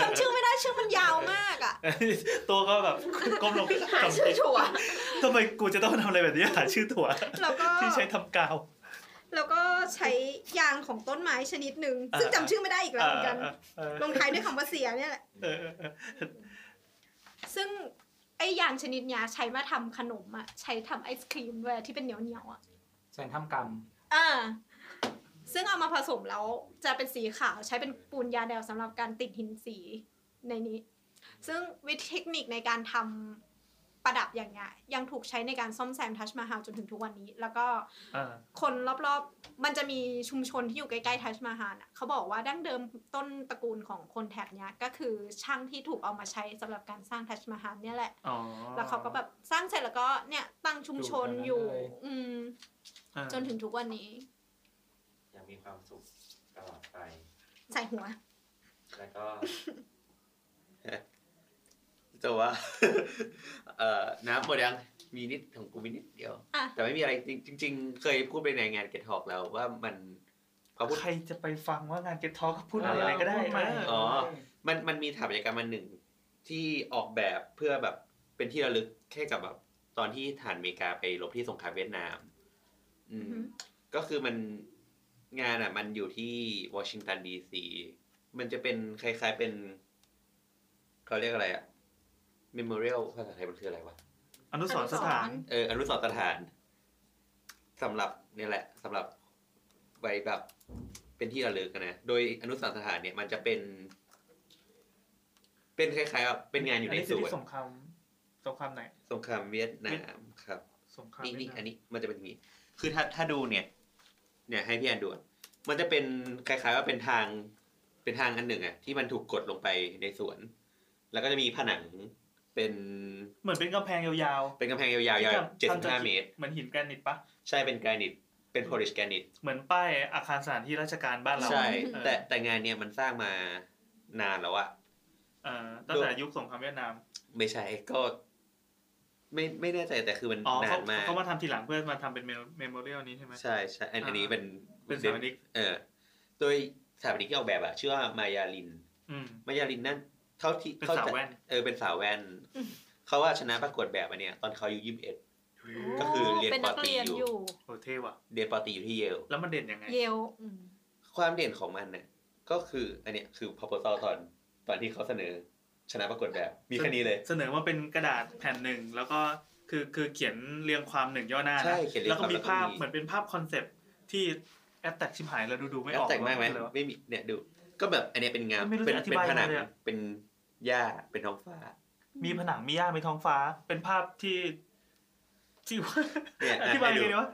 [SPEAKER 5] จำชื่อไม่ได้ชื่อมันยาวมากอ่ะ
[SPEAKER 2] ตัวก็แบบก้มลง
[SPEAKER 7] หาชื่อถั่ว
[SPEAKER 2] ทำไมกูจะต้องทำอะไรแบบนี้หาชื่อถั่ว
[SPEAKER 5] แล้วก็
[SPEAKER 2] ที่ใช้ทำกาว
[SPEAKER 5] แล้วก็ใช้ยางของต้นไม้ชนิดหนึ่งซึ่งจำชื่อไม่ได้อีกแล้วเหมือนกัน
[SPEAKER 2] เออ
[SPEAKER 5] ลงท้ายด้วยคำว่าเสียเนี่ยแหละ
[SPEAKER 2] เออเออเออ
[SPEAKER 5] ซึ่งไอ้ยางชนิดเนี้ยใช้มาทำขนมอ่ะ ใช้ทำไอศครีมด้วยที่เป็นเหนียวเหนียวๆอ่ะ
[SPEAKER 8] แสนทำกรรม
[SPEAKER 5] อ่าซึ่งเอามาผสมแล้วจะเป็นสีขาวใช้เป็นปูนยาแดวสำหรับการติดหินสีในนี้ ซึ่งวิธีเทคนิคในการทำประดับอย่างเงี้ยยังถูกใช้ในการซ่อมแซมทัชมาฮาลจนถึงทุกวันนี้ แล้วก็
[SPEAKER 2] อ่า
[SPEAKER 5] คนรอบๆ มันจะมีชุมชนที่อยู่ใกล้ๆทัชมาฮาลน่ะเขาบอกว่าดั้งเดิมต้นตระกูลของคนแถบเนี้ยก็คือช่างที่ถูกเอามาใช้สำหรับการสร้างทัชมาฮาลเนี่ยแหละ
[SPEAKER 2] อ๋อ
[SPEAKER 5] แล้วเขาก็แบบสร้างเสร็จแล้วก็เนี่ยตั้งชุมชน
[SPEAKER 8] อ
[SPEAKER 5] อยู่ ยู่
[SPEAKER 8] ตรงนั้นเลย
[SPEAKER 5] อืม
[SPEAKER 2] อ่า
[SPEAKER 5] จนถึงทุกวันนี้
[SPEAKER 9] ยังมีความสุขตลอดไป
[SPEAKER 5] ใส่หัว
[SPEAKER 9] แล้วก็
[SPEAKER 1] จะว่า เอ่อน้ำหมดยังมีนิดของกูมีนิดเดียว
[SPEAKER 5] อ่ะ
[SPEAKER 1] แต่ไม่มีอะไรจริงๆ เคยพูดไปในงานเก t ทอกแล้วว่ามันพอพูด
[SPEAKER 2] ใครจะไปฟังว่างานเก็ตทอลก็พูดอะไรก็ได้
[SPEAKER 8] พูมา
[SPEAKER 2] เออ
[SPEAKER 1] อ๋อ มันมันมีสถาปัตยกรรมมันหนึ่งที่ออกแบบเพื่อแบบเป็นที่ระลึกแค่กับแบบตอนที่ฐานอเมริกาไปรบที่สงครามเวียดนาม อืม
[SPEAKER 5] อือหือ
[SPEAKER 1] ก็คือมันงานอ่ะ มันอยู่ที่วอชิงตันดีซีมันจะเป็นคล้ายๆเป็นเขาเรียกอะไรอะเมมโมเรียลภาษาไทยมันคืออะไรวะ
[SPEAKER 2] อนุสรณ์สถาน
[SPEAKER 1] เอออนุสรณ์สถานสำหรับเนี่ยแหละสำหรับไว้แบบเป็นที่ระลึกอะนะโดยอนุสรณ์สถานเนี่ยมันจะเป็น เป็นคล้ายๆแบบเป็นงานอยู่ใน
[SPEAKER 2] อันนี้
[SPEAKER 1] ส
[SPEAKER 2] คือ
[SPEAKER 1] วน
[SPEAKER 2] ที่สงครามสงครามไหน
[SPEAKER 1] สงครามเวียดนามครับ
[SPEAKER 2] สงคราม
[SPEAKER 1] นี่
[SPEAKER 2] เวี
[SPEAKER 1] นี่
[SPEAKER 2] ยดาม
[SPEAKER 1] อันนี้มันจะเป็นอย่างนี้ คือถ้าถ้าดูเนี่ย เนี่ยให้พี่แอนดูอะมันจะเป็นคล้าย ๆ ว่าเป็นทาง เป็นทางอันหนึ่งอะที่มันถูกกดลงไปในสวน แล้วก็จะมีผนังเป็น
[SPEAKER 2] เหมือนเป็นกำแพงยาว
[SPEAKER 1] เป็นกำแพงยาวๆยาว
[SPEAKER 2] ที่
[SPEAKER 1] เจ็ด
[SPEAKER 2] ทำ
[SPEAKER 1] สิบห้าเมตร
[SPEAKER 2] เหมือนหินแกรนิตปะ
[SPEAKER 1] ใช่เป็นแกรนิต เป็นโพลิชแกรนิต
[SPEAKER 2] เหมือนป้ายอาคารสถานที่ราชการบ้านเรา
[SPEAKER 1] ใช่
[SPEAKER 2] เออ
[SPEAKER 1] แต่แต่งานเนี่ยมันสร้างมานานแล้วอะ
[SPEAKER 2] เออตั้งแต่ยุคสงครามเวียดนาม
[SPEAKER 1] ไม่ใช่ก็ ไม่ไม่แน่ใจแต่คือมัน
[SPEAKER 2] อ๋อน
[SPEAKER 1] าน
[SPEAKER 2] เขา
[SPEAKER 1] มาก
[SPEAKER 2] เขามาทำทีหลังเพื่อมาทำเป็นเมมโมเรียลนี้ใช่ไหม
[SPEAKER 1] ใช่ใช่อันอันนี้
[SPEAKER 2] อ่า
[SPEAKER 1] เป็น
[SPEAKER 2] เป็นสถาปนิก
[SPEAKER 1] เออโดยสถาปนิกที่ออกแบบอะชื่อว่ามายาลิน
[SPEAKER 2] อืม
[SPEAKER 1] มายาลินนั่นเท่าที่
[SPEAKER 2] เป็น
[SPEAKER 1] เข้า
[SPEAKER 2] สาว
[SPEAKER 1] ใจ
[SPEAKER 2] แว่น
[SPEAKER 1] เออเป็นสาวแว่น เขาว่าชนะประกวดแบบอันเนี้ยตอนเขาอายุยี่สิบเอ็ด ก็คือเรียน
[SPEAKER 5] เป็นนักเรียน
[SPEAKER 1] ปอตรี
[SPEAKER 5] อ
[SPEAKER 1] อยู่
[SPEAKER 5] ยู่
[SPEAKER 2] โหเท่ว่ะ
[SPEAKER 1] เรียนปอตรีอยู่ที่เยล
[SPEAKER 2] แล้วมันเด่นยังไง
[SPEAKER 5] เยล
[SPEAKER 1] ความเด่นของมันเนี่ยก็คืออันเนี้ยคือ proposal ตอนตอนที่เขาเสนอชนะประกวดแบบ มีแค่นี้เลย
[SPEAKER 2] เสนอมาเป็นกระดาษแผ่นหนึ่งแล้วก็คือคือเขียนเรียงความหนึ่งย่อหน้านะ
[SPEAKER 1] ใช่เขียนเรียง
[SPEAKER 2] แล้วก็มี
[SPEAKER 1] ความแล้วก็
[SPEAKER 2] ภาพ
[SPEAKER 1] มี
[SPEAKER 2] เหมือนเป็นภาพคอนเซปต์ที่แอปแตกชิบหายแล้วดูดูไม่
[SPEAKER 1] แล้
[SPEAKER 2] อ
[SPEAKER 1] ว
[SPEAKER 2] อก
[SPEAKER 1] แต่งมากไหม
[SPEAKER 2] เลยวะ
[SPEAKER 1] ไม่มีเนี่ยดู ก็แบบอันเนี้ยเป็นงาม
[SPEAKER 2] ไม่รู้
[SPEAKER 1] เป็น
[SPEAKER 2] จะอธิ
[SPEAKER 1] เป็น
[SPEAKER 2] บาย
[SPEAKER 1] ผนัง
[SPEAKER 2] ยังไงเลยอะ
[SPEAKER 1] เป็นหญ้าเป็นท้องฟ้า
[SPEAKER 2] มีผนังมีหญ้ามีท้องฟ้า เป็นภาพที่ที่ว่า
[SPEAKER 1] เนี่ย
[SPEAKER 2] อ
[SPEAKER 1] อ่ะ
[SPEAKER 2] ธิบาย
[SPEAKER 1] ให้ดู
[SPEAKER 2] ยังไงดีวะ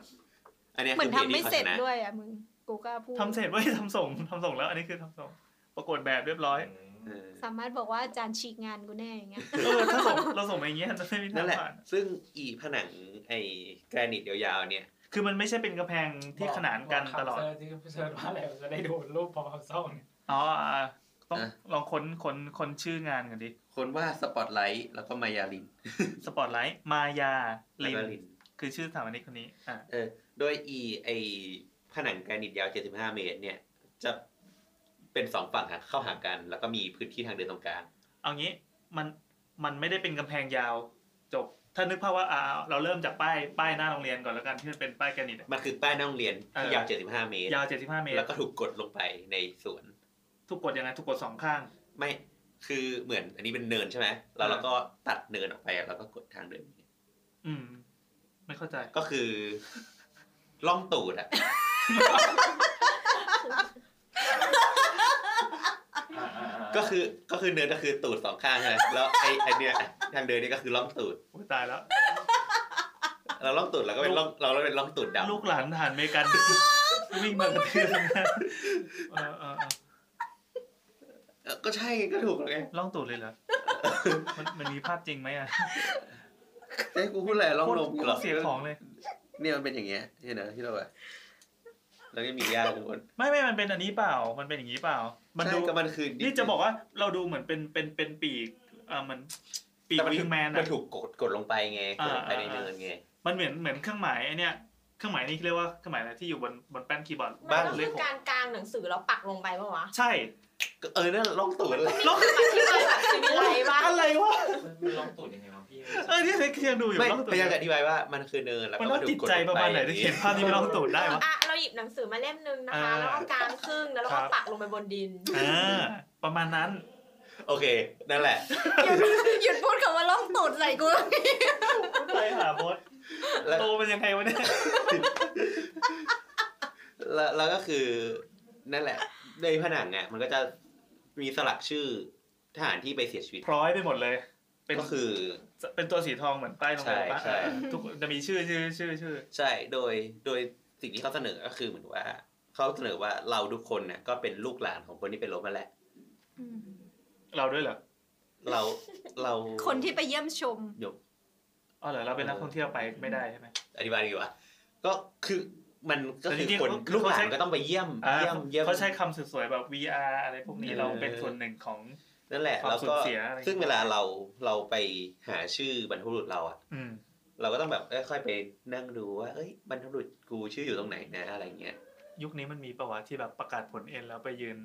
[SPEAKER 1] อันเนี้ย
[SPEAKER 5] เหมือน
[SPEAKER 1] คื
[SPEAKER 5] ทำ
[SPEAKER 1] พลง
[SPEAKER 5] ไม่เสร็จ
[SPEAKER 1] ขาชนะ
[SPEAKER 5] ด้วยอ่ะมึงกูก็พูด
[SPEAKER 2] ทำเสร็จไว้ยทำส่งทำส่งแล้ว อันนี้คือทำส่งประกวดแบบเรียบร้อย
[SPEAKER 1] เออ
[SPEAKER 5] สามารถบอกว่าอาจารย์ฉีกงานกูแน่อย่างเงี้ย
[SPEAKER 2] เออถ้าส่งเราส่งมาอย่างเงี้ยจะไม่มี
[SPEAKER 1] นั่
[SPEAKER 2] ทาน ง
[SPEAKER 1] แหละ
[SPEAKER 2] ผ่าน
[SPEAKER 1] ซึ่งอีผนังไอ้แกรนิตยาวๆเนี่ย
[SPEAKER 2] คือมันไม่ใช่เป็นกระแพงที่ขนานกันตลอด
[SPEAKER 8] เซิร์ชที่เซิร์ชว่าอะไรจะได้ดูรูปพอเศร้าเนี่ย
[SPEAKER 2] อ๋ออ่ะต้องลองค้นค้นค้นชื่องานกันดิ
[SPEAKER 1] คนว่าสปอตไลท์แล้วก็มายาลิน
[SPEAKER 2] สปอตไลท์มายา
[SPEAKER 1] แล้ว
[SPEAKER 2] ลิ
[SPEAKER 1] ก็
[SPEAKER 2] น
[SPEAKER 1] ลิน
[SPEAKER 2] คือชื่อสถาปนิกคนนี้อ่ะ
[SPEAKER 1] เออโดยอีไอผนังแกรนิตยาว 75 เมตร เนี่ย จะเป็นสองฝั่งหักเข้าหากัน แล้วก็มีพื้นที่ทางเดินตรงกลาง
[SPEAKER 2] เอางี้มันมันไม่ได้เป็นกำแพงยาวจบ ถ้านึกภาพว่าอ่าเราเริ่มจากป้ายป้ายหน้าโรงเรียนก่อนแล้วกันที่มันเป็นป้ายแกรนิตอะ
[SPEAKER 1] มันคือป้ายหน้าโรงเรียนที่
[SPEAKER 2] เออ
[SPEAKER 1] ยาว 75 เมตร
[SPEAKER 2] ยาว 75 เมต
[SPEAKER 1] แล้ว
[SPEAKER 2] ร
[SPEAKER 1] ก็ถูกกดลงไปในสวน
[SPEAKER 2] ถูกกดยังไงถูกกดสองข้าง
[SPEAKER 1] ไม่ คือเหมือนอันนี้เป็นเนินใช่ไหม แล้วเราก็ตัดเนินออกไป แล้วก็กดทางเดิน
[SPEAKER 2] อืม ไม่เข้าใจ
[SPEAKER 1] ก็คือ ล่องตูดอะ ก็คือ ก็คือเนินก็คือตูดสองข้างใช่ไหมแล้วไอ้ไอ้เนี่ยทางเดินนี่ก็คือล่องตูด
[SPEAKER 2] โอ้ยตายแล้ว
[SPEAKER 1] เราล่องตูดเราก็เป็นล่อง เราก็เป็นล่องตูดดำ
[SPEAKER 2] ลูกหลานทหารอเมริกัน วิ่งมากระทืบนะ เออเออเออ
[SPEAKER 1] เออก็ใช่ไงก็ถูกแล้วไง
[SPEAKER 2] ล่องตูดเลยเหรอ มันมันมีภาพจริงไหมอ่ะ
[SPEAKER 1] เอ้ยกูพูดอะไรล่องลม
[SPEAKER 2] โคต
[SPEAKER 1] กู
[SPEAKER 2] ร
[SPEAKER 1] เหรอ
[SPEAKER 2] เสียของเลย
[SPEAKER 1] เนี่ยมันเป็นอย่างเงี้ยเห็นไหมที่เราอะ แล้วยังมีญาติทุกคน
[SPEAKER 2] ไม่ไม่มันเป็นอันนี้เปล่า มันเป็นอย่างนี้เปล่า มัน
[SPEAKER 1] ใช่
[SPEAKER 2] ดู
[SPEAKER 1] ก็มันคือ
[SPEAKER 2] นี่จะบอกว่าเราดูเหมือนเป็นเป็นเป็นปีกเอ่อมันปีก
[SPEAKER 1] แต่มัน
[SPEAKER 2] วิ
[SPEAKER 1] ถู
[SPEAKER 2] ง
[SPEAKER 1] ก
[SPEAKER 2] แมน
[SPEAKER 1] มั
[SPEAKER 2] อะ
[SPEAKER 1] นถูกกดกดลงไปไงกดลงไป
[SPEAKER 2] อ่า
[SPEAKER 1] ในเนินไง
[SPEAKER 2] มันเหมือนเหมือนเครื่องหมายไอเนี่ยเครื่องหมายนี่เรียกว่าเครื่องหมายอะไรที่อยู่บนบนแป้นคีย์บอร์ด
[SPEAKER 1] บ้า
[SPEAKER 4] มั
[SPEAKER 1] น
[SPEAKER 4] นก็
[SPEAKER 2] เล
[SPEAKER 4] คื
[SPEAKER 2] ข
[SPEAKER 4] อ
[SPEAKER 2] หก
[SPEAKER 4] การกลางหนังสือแล้วปักลงไปปะวะ
[SPEAKER 2] ใช่
[SPEAKER 1] ก็เออนั่นล่องตูดเลย
[SPEAKER 2] แล้ว
[SPEAKER 4] มันที่มาแบบซีวิไลซ์ปะ
[SPEAKER 2] อะไรวะ
[SPEAKER 9] มันลองตรวจยังไงวะพี่
[SPEAKER 2] เออที่เซ็กเคียงดูอยู่
[SPEAKER 1] ไม่
[SPEAKER 2] แล้วก็ตัว
[SPEAKER 1] พยายามจะอย
[SPEAKER 2] เนี้
[SPEAKER 1] ธิบายว่ามันคือเนินแล้ว
[SPEAKER 2] มัน
[SPEAKER 1] ก็
[SPEAKER 2] ต้อง
[SPEAKER 1] ถูก
[SPEAKER 2] จิต
[SPEAKER 1] กด
[SPEAKER 2] ใจ
[SPEAKER 1] ลง
[SPEAKER 2] ประมาณไหนที่เขียนภาพนี้ไม่ต้องตูดได้วะ
[SPEAKER 4] อ่ะเราหยิบหนังสือมาเล่มนึงนะคะ
[SPEAKER 2] อ่า
[SPEAKER 4] แล้วก็กางครึ่งแล้วเรา
[SPEAKER 2] ครั
[SPEAKER 4] ก็
[SPEAKER 2] บ
[SPEAKER 4] ปักลงไปบนดิน
[SPEAKER 2] อ่าประมาณนั้น
[SPEAKER 1] โอเค นั่นแหละ
[SPEAKER 5] หยุดพูดคำว่าล่องตูดใส่กู
[SPEAKER 2] ไปหาบด
[SPEAKER 1] แล้ว
[SPEAKER 2] โตเป็นยังไงวะเนี่ย
[SPEAKER 1] แล้วแล้วก็คือนั่นแหละ ในผนังอ่ะมันก็จะมีสลักชื่อทหารที่ไปเสียชีวิต
[SPEAKER 2] พร้อยไปหมดเลย เป็น
[SPEAKER 1] ก็คือ
[SPEAKER 2] เป็นตัวสีทองเหมือนป้ายโรงแรมปะ
[SPEAKER 1] ใช่ใช่
[SPEAKER 2] ทุกคนจะมีชื่อชื่อชื่อชื่อ
[SPEAKER 1] ใช่โดยโดยสิ่งที่เขาเสนอก็คือเหมือนว่าเขาเสนอว่าเราทุกคนเนี่ยก็เป็นลูกหลานของคนที่ไปลบนั่นแหละ
[SPEAKER 2] เราด้วยเหรอ
[SPEAKER 1] เราเรา
[SPEAKER 5] คนที่ไปเยี่ยมชม
[SPEAKER 2] อ๋อเหรอเราเป็นนักท่องเที่ยวไปไม่ได้ใช่ไหม
[SPEAKER 1] อธิบายดีกว่า ก็คือมันก็
[SPEAKER 2] แต่จ
[SPEAKER 1] คือ
[SPEAKER 2] ริงๆ
[SPEAKER 1] คน
[SPEAKER 2] เขา
[SPEAKER 1] ลูกหลา
[SPEAKER 2] เขาใช้
[SPEAKER 1] นก็ต้องไปเยี่ยม
[SPEAKER 2] อ่า
[SPEAKER 1] เยี่ยมเยี่ยม
[SPEAKER 2] เขาใช้คำสวยๆแบบ VR อะไรพวกนี้
[SPEAKER 1] เออ
[SPEAKER 2] เราเป็นส่วนหนึ่งของ
[SPEAKER 1] นั่นแหละ
[SPEAKER 2] ความ
[SPEAKER 1] แล้ว
[SPEAKER 2] สู
[SPEAKER 1] ก็
[SPEAKER 2] ญเสียอะไร
[SPEAKER 1] ซึ่งเวลาเราเราไปหาชื่อบรรพบุรุษเราอะ
[SPEAKER 2] อืม
[SPEAKER 1] เราก็ต้องแบบเอ้ยค่อยไปนั่งดูว่าเอ้ยบรรพบุรุษกูชื่ออยู่ตรงไหนนะอะไรเงี้ย
[SPEAKER 2] ยุคนี้มันมีประวัติที่แบบประกาศผลเอ็นแล้วไปยืน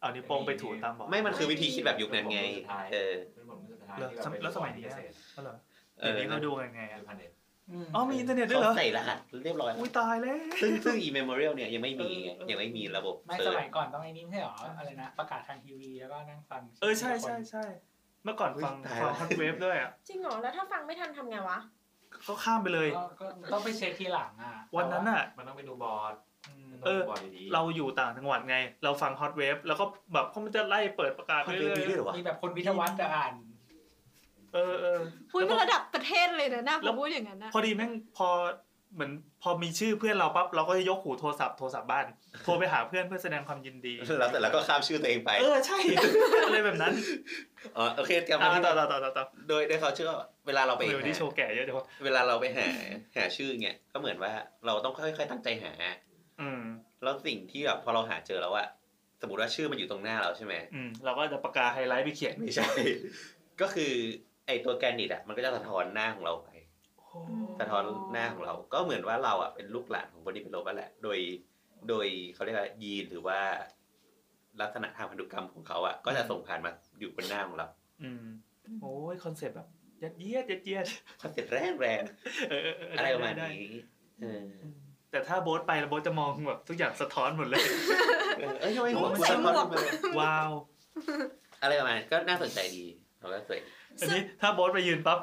[SPEAKER 2] เอานิ้วโป้งไปถูตามบอก
[SPEAKER 1] ไม่มันคือวิธีคิดแบบยุคนั้นไง
[SPEAKER 3] สุดท้าย
[SPEAKER 1] เออ
[SPEAKER 3] เป็นบทสุดท้าย
[SPEAKER 2] แล้ว
[SPEAKER 3] ที่เราไป
[SPEAKER 2] แล้วสมัยนี้
[SPEAKER 3] เกษตร
[SPEAKER 2] อ๋อเหรอ
[SPEAKER 1] เอ
[SPEAKER 2] เดี๋
[SPEAKER 1] อ
[SPEAKER 2] ยวนี้เราดูกันไงอะ
[SPEAKER 3] คือพันเอ็ด
[SPEAKER 2] อ๋อมีอินเทอร์เน็ตด้วยเหรอ
[SPEAKER 1] เขาใส่รหัสเรียบร้อยแล้ว
[SPEAKER 2] อุ้ยตายแล้ว
[SPEAKER 1] ซึ่งซึ่ง e-memorial เนี่ยยังไม่มีไงยังไม่มีระบบ
[SPEAKER 8] ไม่
[SPEAKER 1] เซิ
[SPEAKER 8] ส
[SPEAKER 1] ร์ช
[SPEAKER 8] มัยก่อนต้องไอ้นี่ไม่ใช่หรออะไรนะ ประกาศทางทีวีแล้วก็นั่งฟัง
[SPEAKER 2] เออใช่ใช่ใช่เมื่อก่อนฟัง
[SPEAKER 1] อุ๊ยตาย
[SPEAKER 2] ฟั
[SPEAKER 1] ละ
[SPEAKER 2] งฮอตเวฟด้วยอ่ะ
[SPEAKER 4] จริงเหรอ แล้วถ้าฟังไม่ทันทำไงวะ
[SPEAKER 2] เขาข้ามไปเลย
[SPEAKER 8] ก็ก็ต้องไปเช็คทีหลังอ่ะ
[SPEAKER 2] วันนั้นอ่ะ
[SPEAKER 3] มันต้องไปดูบอร์ด
[SPEAKER 8] อืม
[SPEAKER 3] มันต้องดูบอร์ดดีๆ
[SPEAKER 2] เราอยู่ต่างจังหวัดไง เราฟังฮอตเวฟแล้วก็แบบเขามันจะไล่เปิดประกาศ
[SPEAKER 1] มัน
[SPEAKER 2] เรื่
[SPEAKER 1] เป็นมี
[SPEAKER 2] อย
[SPEAKER 1] ด้วยเหรอวะ
[SPEAKER 8] มีแบบคนวิทยาวัฒน์จะอ่าน
[SPEAKER 2] ๆเออเออ
[SPEAKER 5] พูดเป็นระดับประเทศเลยนะน่า
[SPEAKER 2] แล้ว
[SPEAKER 5] พูดอย่างนั้นนะ
[SPEAKER 2] พอดีแม่งพอเหมือนพอมีชื่อเพื่อนเราปั๊บเราก็จะยกหูโทรศัพท์โทรศัพท์บ้านโทรไปหาเพื่อนเพื่อแสดงความยินดี
[SPEAKER 1] แล้วเสร็จแล้วก็ข้ามชื่อตัวเองไป
[SPEAKER 2] เออใช่ อะไรแบบนั้น
[SPEAKER 1] อ๋อโอเคกลับ
[SPEAKER 2] อ่า
[SPEAKER 1] มาที่
[SPEAKER 2] ต่อต่อต่อต่อต่อ
[SPEAKER 1] โดยโดยเขาเชื่อว่าเวลาเราไป
[SPEAKER 2] เดี๋ยว
[SPEAKER 1] หา
[SPEAKER 2] นี้โชว์แก่เยอะจังวะ
[SPEAKER 1] เวลาเราไปหาหาชื่อเนี่ยก็เหมือนว่าเราต้องค่อยๆตั้งใจหา
[SPEAKER 2] อืม
[SPEAKER 1] แล้วสิ่งที่แบบพอเราหาเจอแล้วอะสมมติว่าชื่อมันอยู่ตรงหน้าเราใช่ไหม
[SPEAKER 2] อืมเราก็จะปากกาไฮไลท์ไปเขียน
[SPEAKER 1] ไม่ใช่ ก็คือไอตัวแกรนิตอะมันก็จะสะท้อนหน้าของเราไป สะท้อนหน้าของเรา ก็เหมือนว่าเราอ่ะเป็นลูกหลานของคนที่เป็นโรคนั่นแหละ โดย โดยเขาเรียกว่ายีนหรือว่า ลักษณะทางพันธุกรรมของเขาอ่ะ ก็จะส่งผ่านมาอยู่บนหน้าของเรา
[SPEAKER 2] อืมโอ้ยคอนเซ็ปต์แบบยัดเยียดยัดเยียด
[SPEAKER 1] คอนเซ็ปต์แรงแรง
[SPEAKER 2] เออเเ
[SPEAKER 1] อะไรประมาณ
[SPEAKER 2] ด้ด้
[SPEAKER 1] นี้เออ
[SPEAKER 2] แต่ถ้าโบ๊ทไปแล้วโบ๊ทจะมองแบบทุกอย่างสะท้อนหมดเลย
[SPEAKER 1] เออเอ้ยทำไม หัวกู
[SPEAKER 5] ใส่
[SPEAKER 1] สะ
[SPEAKER 5] หม
[SPEAKER 1] ท้อน
[SPEAKER 5] วก
[SPEAKER 1] มาเลย
[SPEAKER 2] ว้าว
[SPEAKER 1] อะไรประมาณนั้นก็น่าสนใจดีเราก็สวย
[SPEAKER 2] อันนี้ถ้าโบ๊ทไปยืนปั๊บ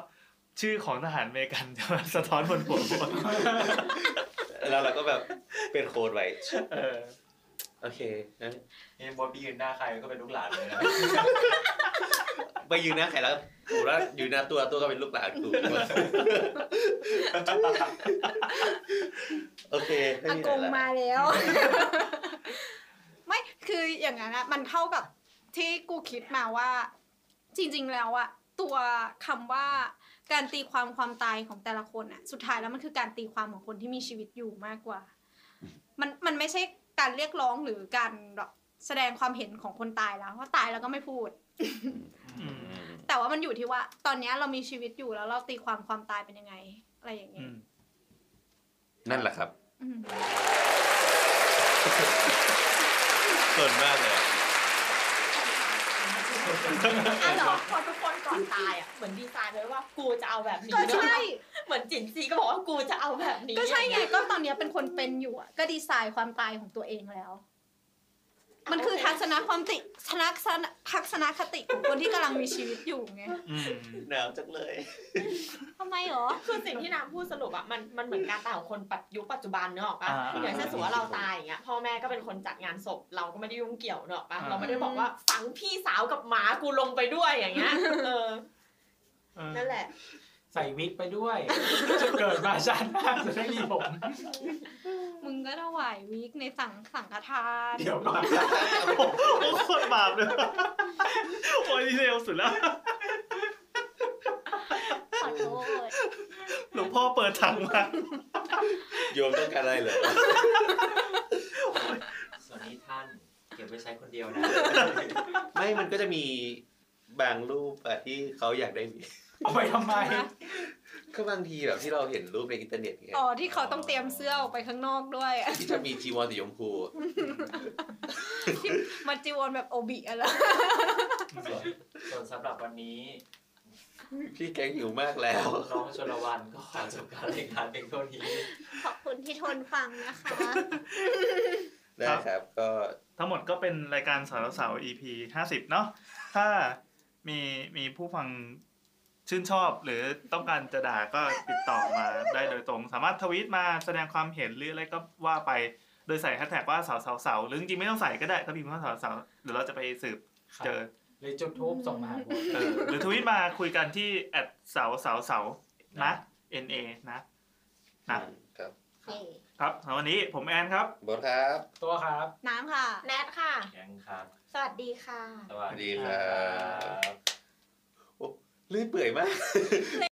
[SPEAKER 2] ชื่อของทหารอเมริกันจะมาสะท้อนบนหัวโบ๊ท
[SPEAKER 1] แล้วเราก็แบบเป็นโค้ดไว้
[SPEAKER 2] เออ
[SPEAKER 1] โอเคงั้น
[SPEAKER 9] นี่บอสพี่ยืนหน้าใครก็เป็นลูกหลานเลยนะ
[SPEAKER 1] ไปยืนหน้าใครแล้วกูแล้วยืนหน้าตัวตัวก็เป็นลูกหลานกู โอเคไ
[SPEAKER 5] อาก
[SPEAKER 1] อะ
[SPEAKER 5] ง
[SPEAKER 1] ไรละ
[SPEAKER 5] มาแล้ว ไม่คืออย่างนั้นอะมันเท่ากับที่กูคิดมาว่า จริงๆแล้วอะตัวคำว่าการตีความความตายของแต่ละคนอะสุดท้ายแล้วมันคือการตีความของคนที่มีชีวิตอยู่มากกว่า มันมันไม่ใช่การเรียกร้องหรือการแบบแสดงความเห็นของคนตายแล้วว่าตายแล้วก็ไม่พูด
[SPEAKER 2] อืม
[SPEAKER 5] แต่ว่ามันอยู่ที่ว่า ตอนเนี้ยเรามีชีวิตอยู่แล้วเราตีความความตายเป็นยังไง อะไรอย่างเงี้
[SPEAKER 2] อื
[SPEAKER 5] ย
[SPEAKER 2] ม
[SPEAKER 1] นั่นแหละครับ
[SPEAKER 5] อืม
[SPEAKER 1] ส่วนมากเลย
[SPEAKER 4] อ่ะเหรอพอทุกคนก่อนตายอ่ะเหมือนดีไซน์ไว้ว่ากูจะเอาแบบนี้
[SPEAKER 5] ก็ใช่
[SPEAKER 4] เหมือนจินซีก็บอกว่ากูจะเอาแบบนี้
[SPEAKER 5] ก็ใช่ไงก็ตอนเนี้ยเป็นคนเป็นอยู่อะก็ดีไซน์ความตายของตัวเองแล้ว มันคือทัศนความติทัศนคติทัศนคติของคนที่กำลังมีชีวิตอยู่ไง
[SPEAKER 2] อืม
[SPEAKER 1] หนาวจังเลย
[SPEAKER 5] ทำไมหรอ
[SPEAKER 4] คือสิ่งที่น้ำพูดสรุปอ่ะมันมันเหมือนการตายของคนปัจยุคปัจจุบันเนอะออกปะอย่างเช่นสมมติว่าเราตายอย่างเงี้ยพ่อแม่ก็เป็นคนจัดงานศพเราก็ไม่ได้ยุ่งเกี่ยวเนอะออกปะเราไม่ได้บอกว่าฝังพี่สาวกับหมากูลงไปด้วยอย่างเงี้ยเออ
[SPEAKER 2] เออ
[SPEAKER 4] นั่นแหละ
[SPEAKER 8] ใส่วิกไปด้วย จะเกิดมาชาติหน้าจะได้มีผม
[SPEAKER 5] มึงก็ถวายวิกในสังสังฆทาน
[SPEAKER 8] เดี๋ยวก่อน
[SPEAKER 2] โอ้โหโคตรบาปเลย โอ้ยนี่เร็วสุดแล้ว
[SPEAKER 5] ขอโทษ
[SPEAKER 2] หลวงพ่อเปิดถังมา
[SPEAKER 1] โยมต้องการอะไรเหรอ
[SPEAKER 2] โอ้โห
[SPEAKER 9] นี้ท่านเก็บไว้ใช้คนเดียวนะ
[SPEAKER 1] ไม่มันก็จะมีบางรูปอะที่เขาอยากได้
[SPEAKER 8] เอาไปทำไม
[SPEAKER 1] ก็บางทีแบบที่เราเห็นรูปในอินเทอร์เน็ตไง
[SPEAKER 5] อ๋อที่เขาต้องเตรียมเสื้อออกไปข้างนอกด้วย
[SPEAKER 1] ที่จะมีจีวรสีชมพู
[SPEAKER 5] ที่มาจีวรแบบโอบิอะไร
[SPEAKER 9] ส่วนส่วนสำหรับวันนี้
[SPEAKER 1] พี่แกงหิวมากแล้ว
[SPEAKER 9] น้องชลวันก็ขอจบการรายการเพียงเท่านี้
[SPEAKER 5] ขอบคุณที่ทนฟังนะคะ
[SPEAKER 1] ได้ครับก็
[SPEAKER 2] ทั้งหมดก็เป็นรายการสาวสาว EP ห้าสิบเนาะ ถ้ามีมีผู้ฟังชื่นชอบหรือต้องการจะด่าก็ติดต่อมาได้โดยตรง สามารถทวีตมาแสดงความเห็นหรืออะไรก็ว่าไป โดยใส่แฮชแท็กว่าสาวสาวสาวหรือจริงๆไม่ต้องใส่ก็ได้ถ้าพิมพ์ว่าสาวสาวเดี๋ยวเราจะไปสืบ
[SPEAKER 8] ครับ
[SPEAKER 2] เจอ
[SPEAKER 8] หรือจุดทูบส่งมาหาผม
[SPEAKER 2] เออหรือทวิตมาคุยกันที่แอดเสาเสาเสานะ N A นะ
[SPEAKER 1] ครับ
[SPEAKER 2] ครับสำหรับวันนี้ผมแอนครับ
[SPEAKER 1] บอสครับ
[SPEAKER 8] ตัวครับ
[SPEAKER 5] น้ำค่ะ
[SPEAKER 4] แนทค่ะ
[SPEAKER 9] แกงครับ
[SPEAKER 4] สวัสดีค่ะ
[SPEAKER 9] สวัส
[SPEAKER 1] สวัสดี
[SPEAKER 9] ดี
[SPEAKER 1] ค
[SPEAKER 9] ค
[SPEAKER 1] รั
[SPEAKER 9] รับ บ
[SPEAKER 1] ลื่นเปื่อยมาก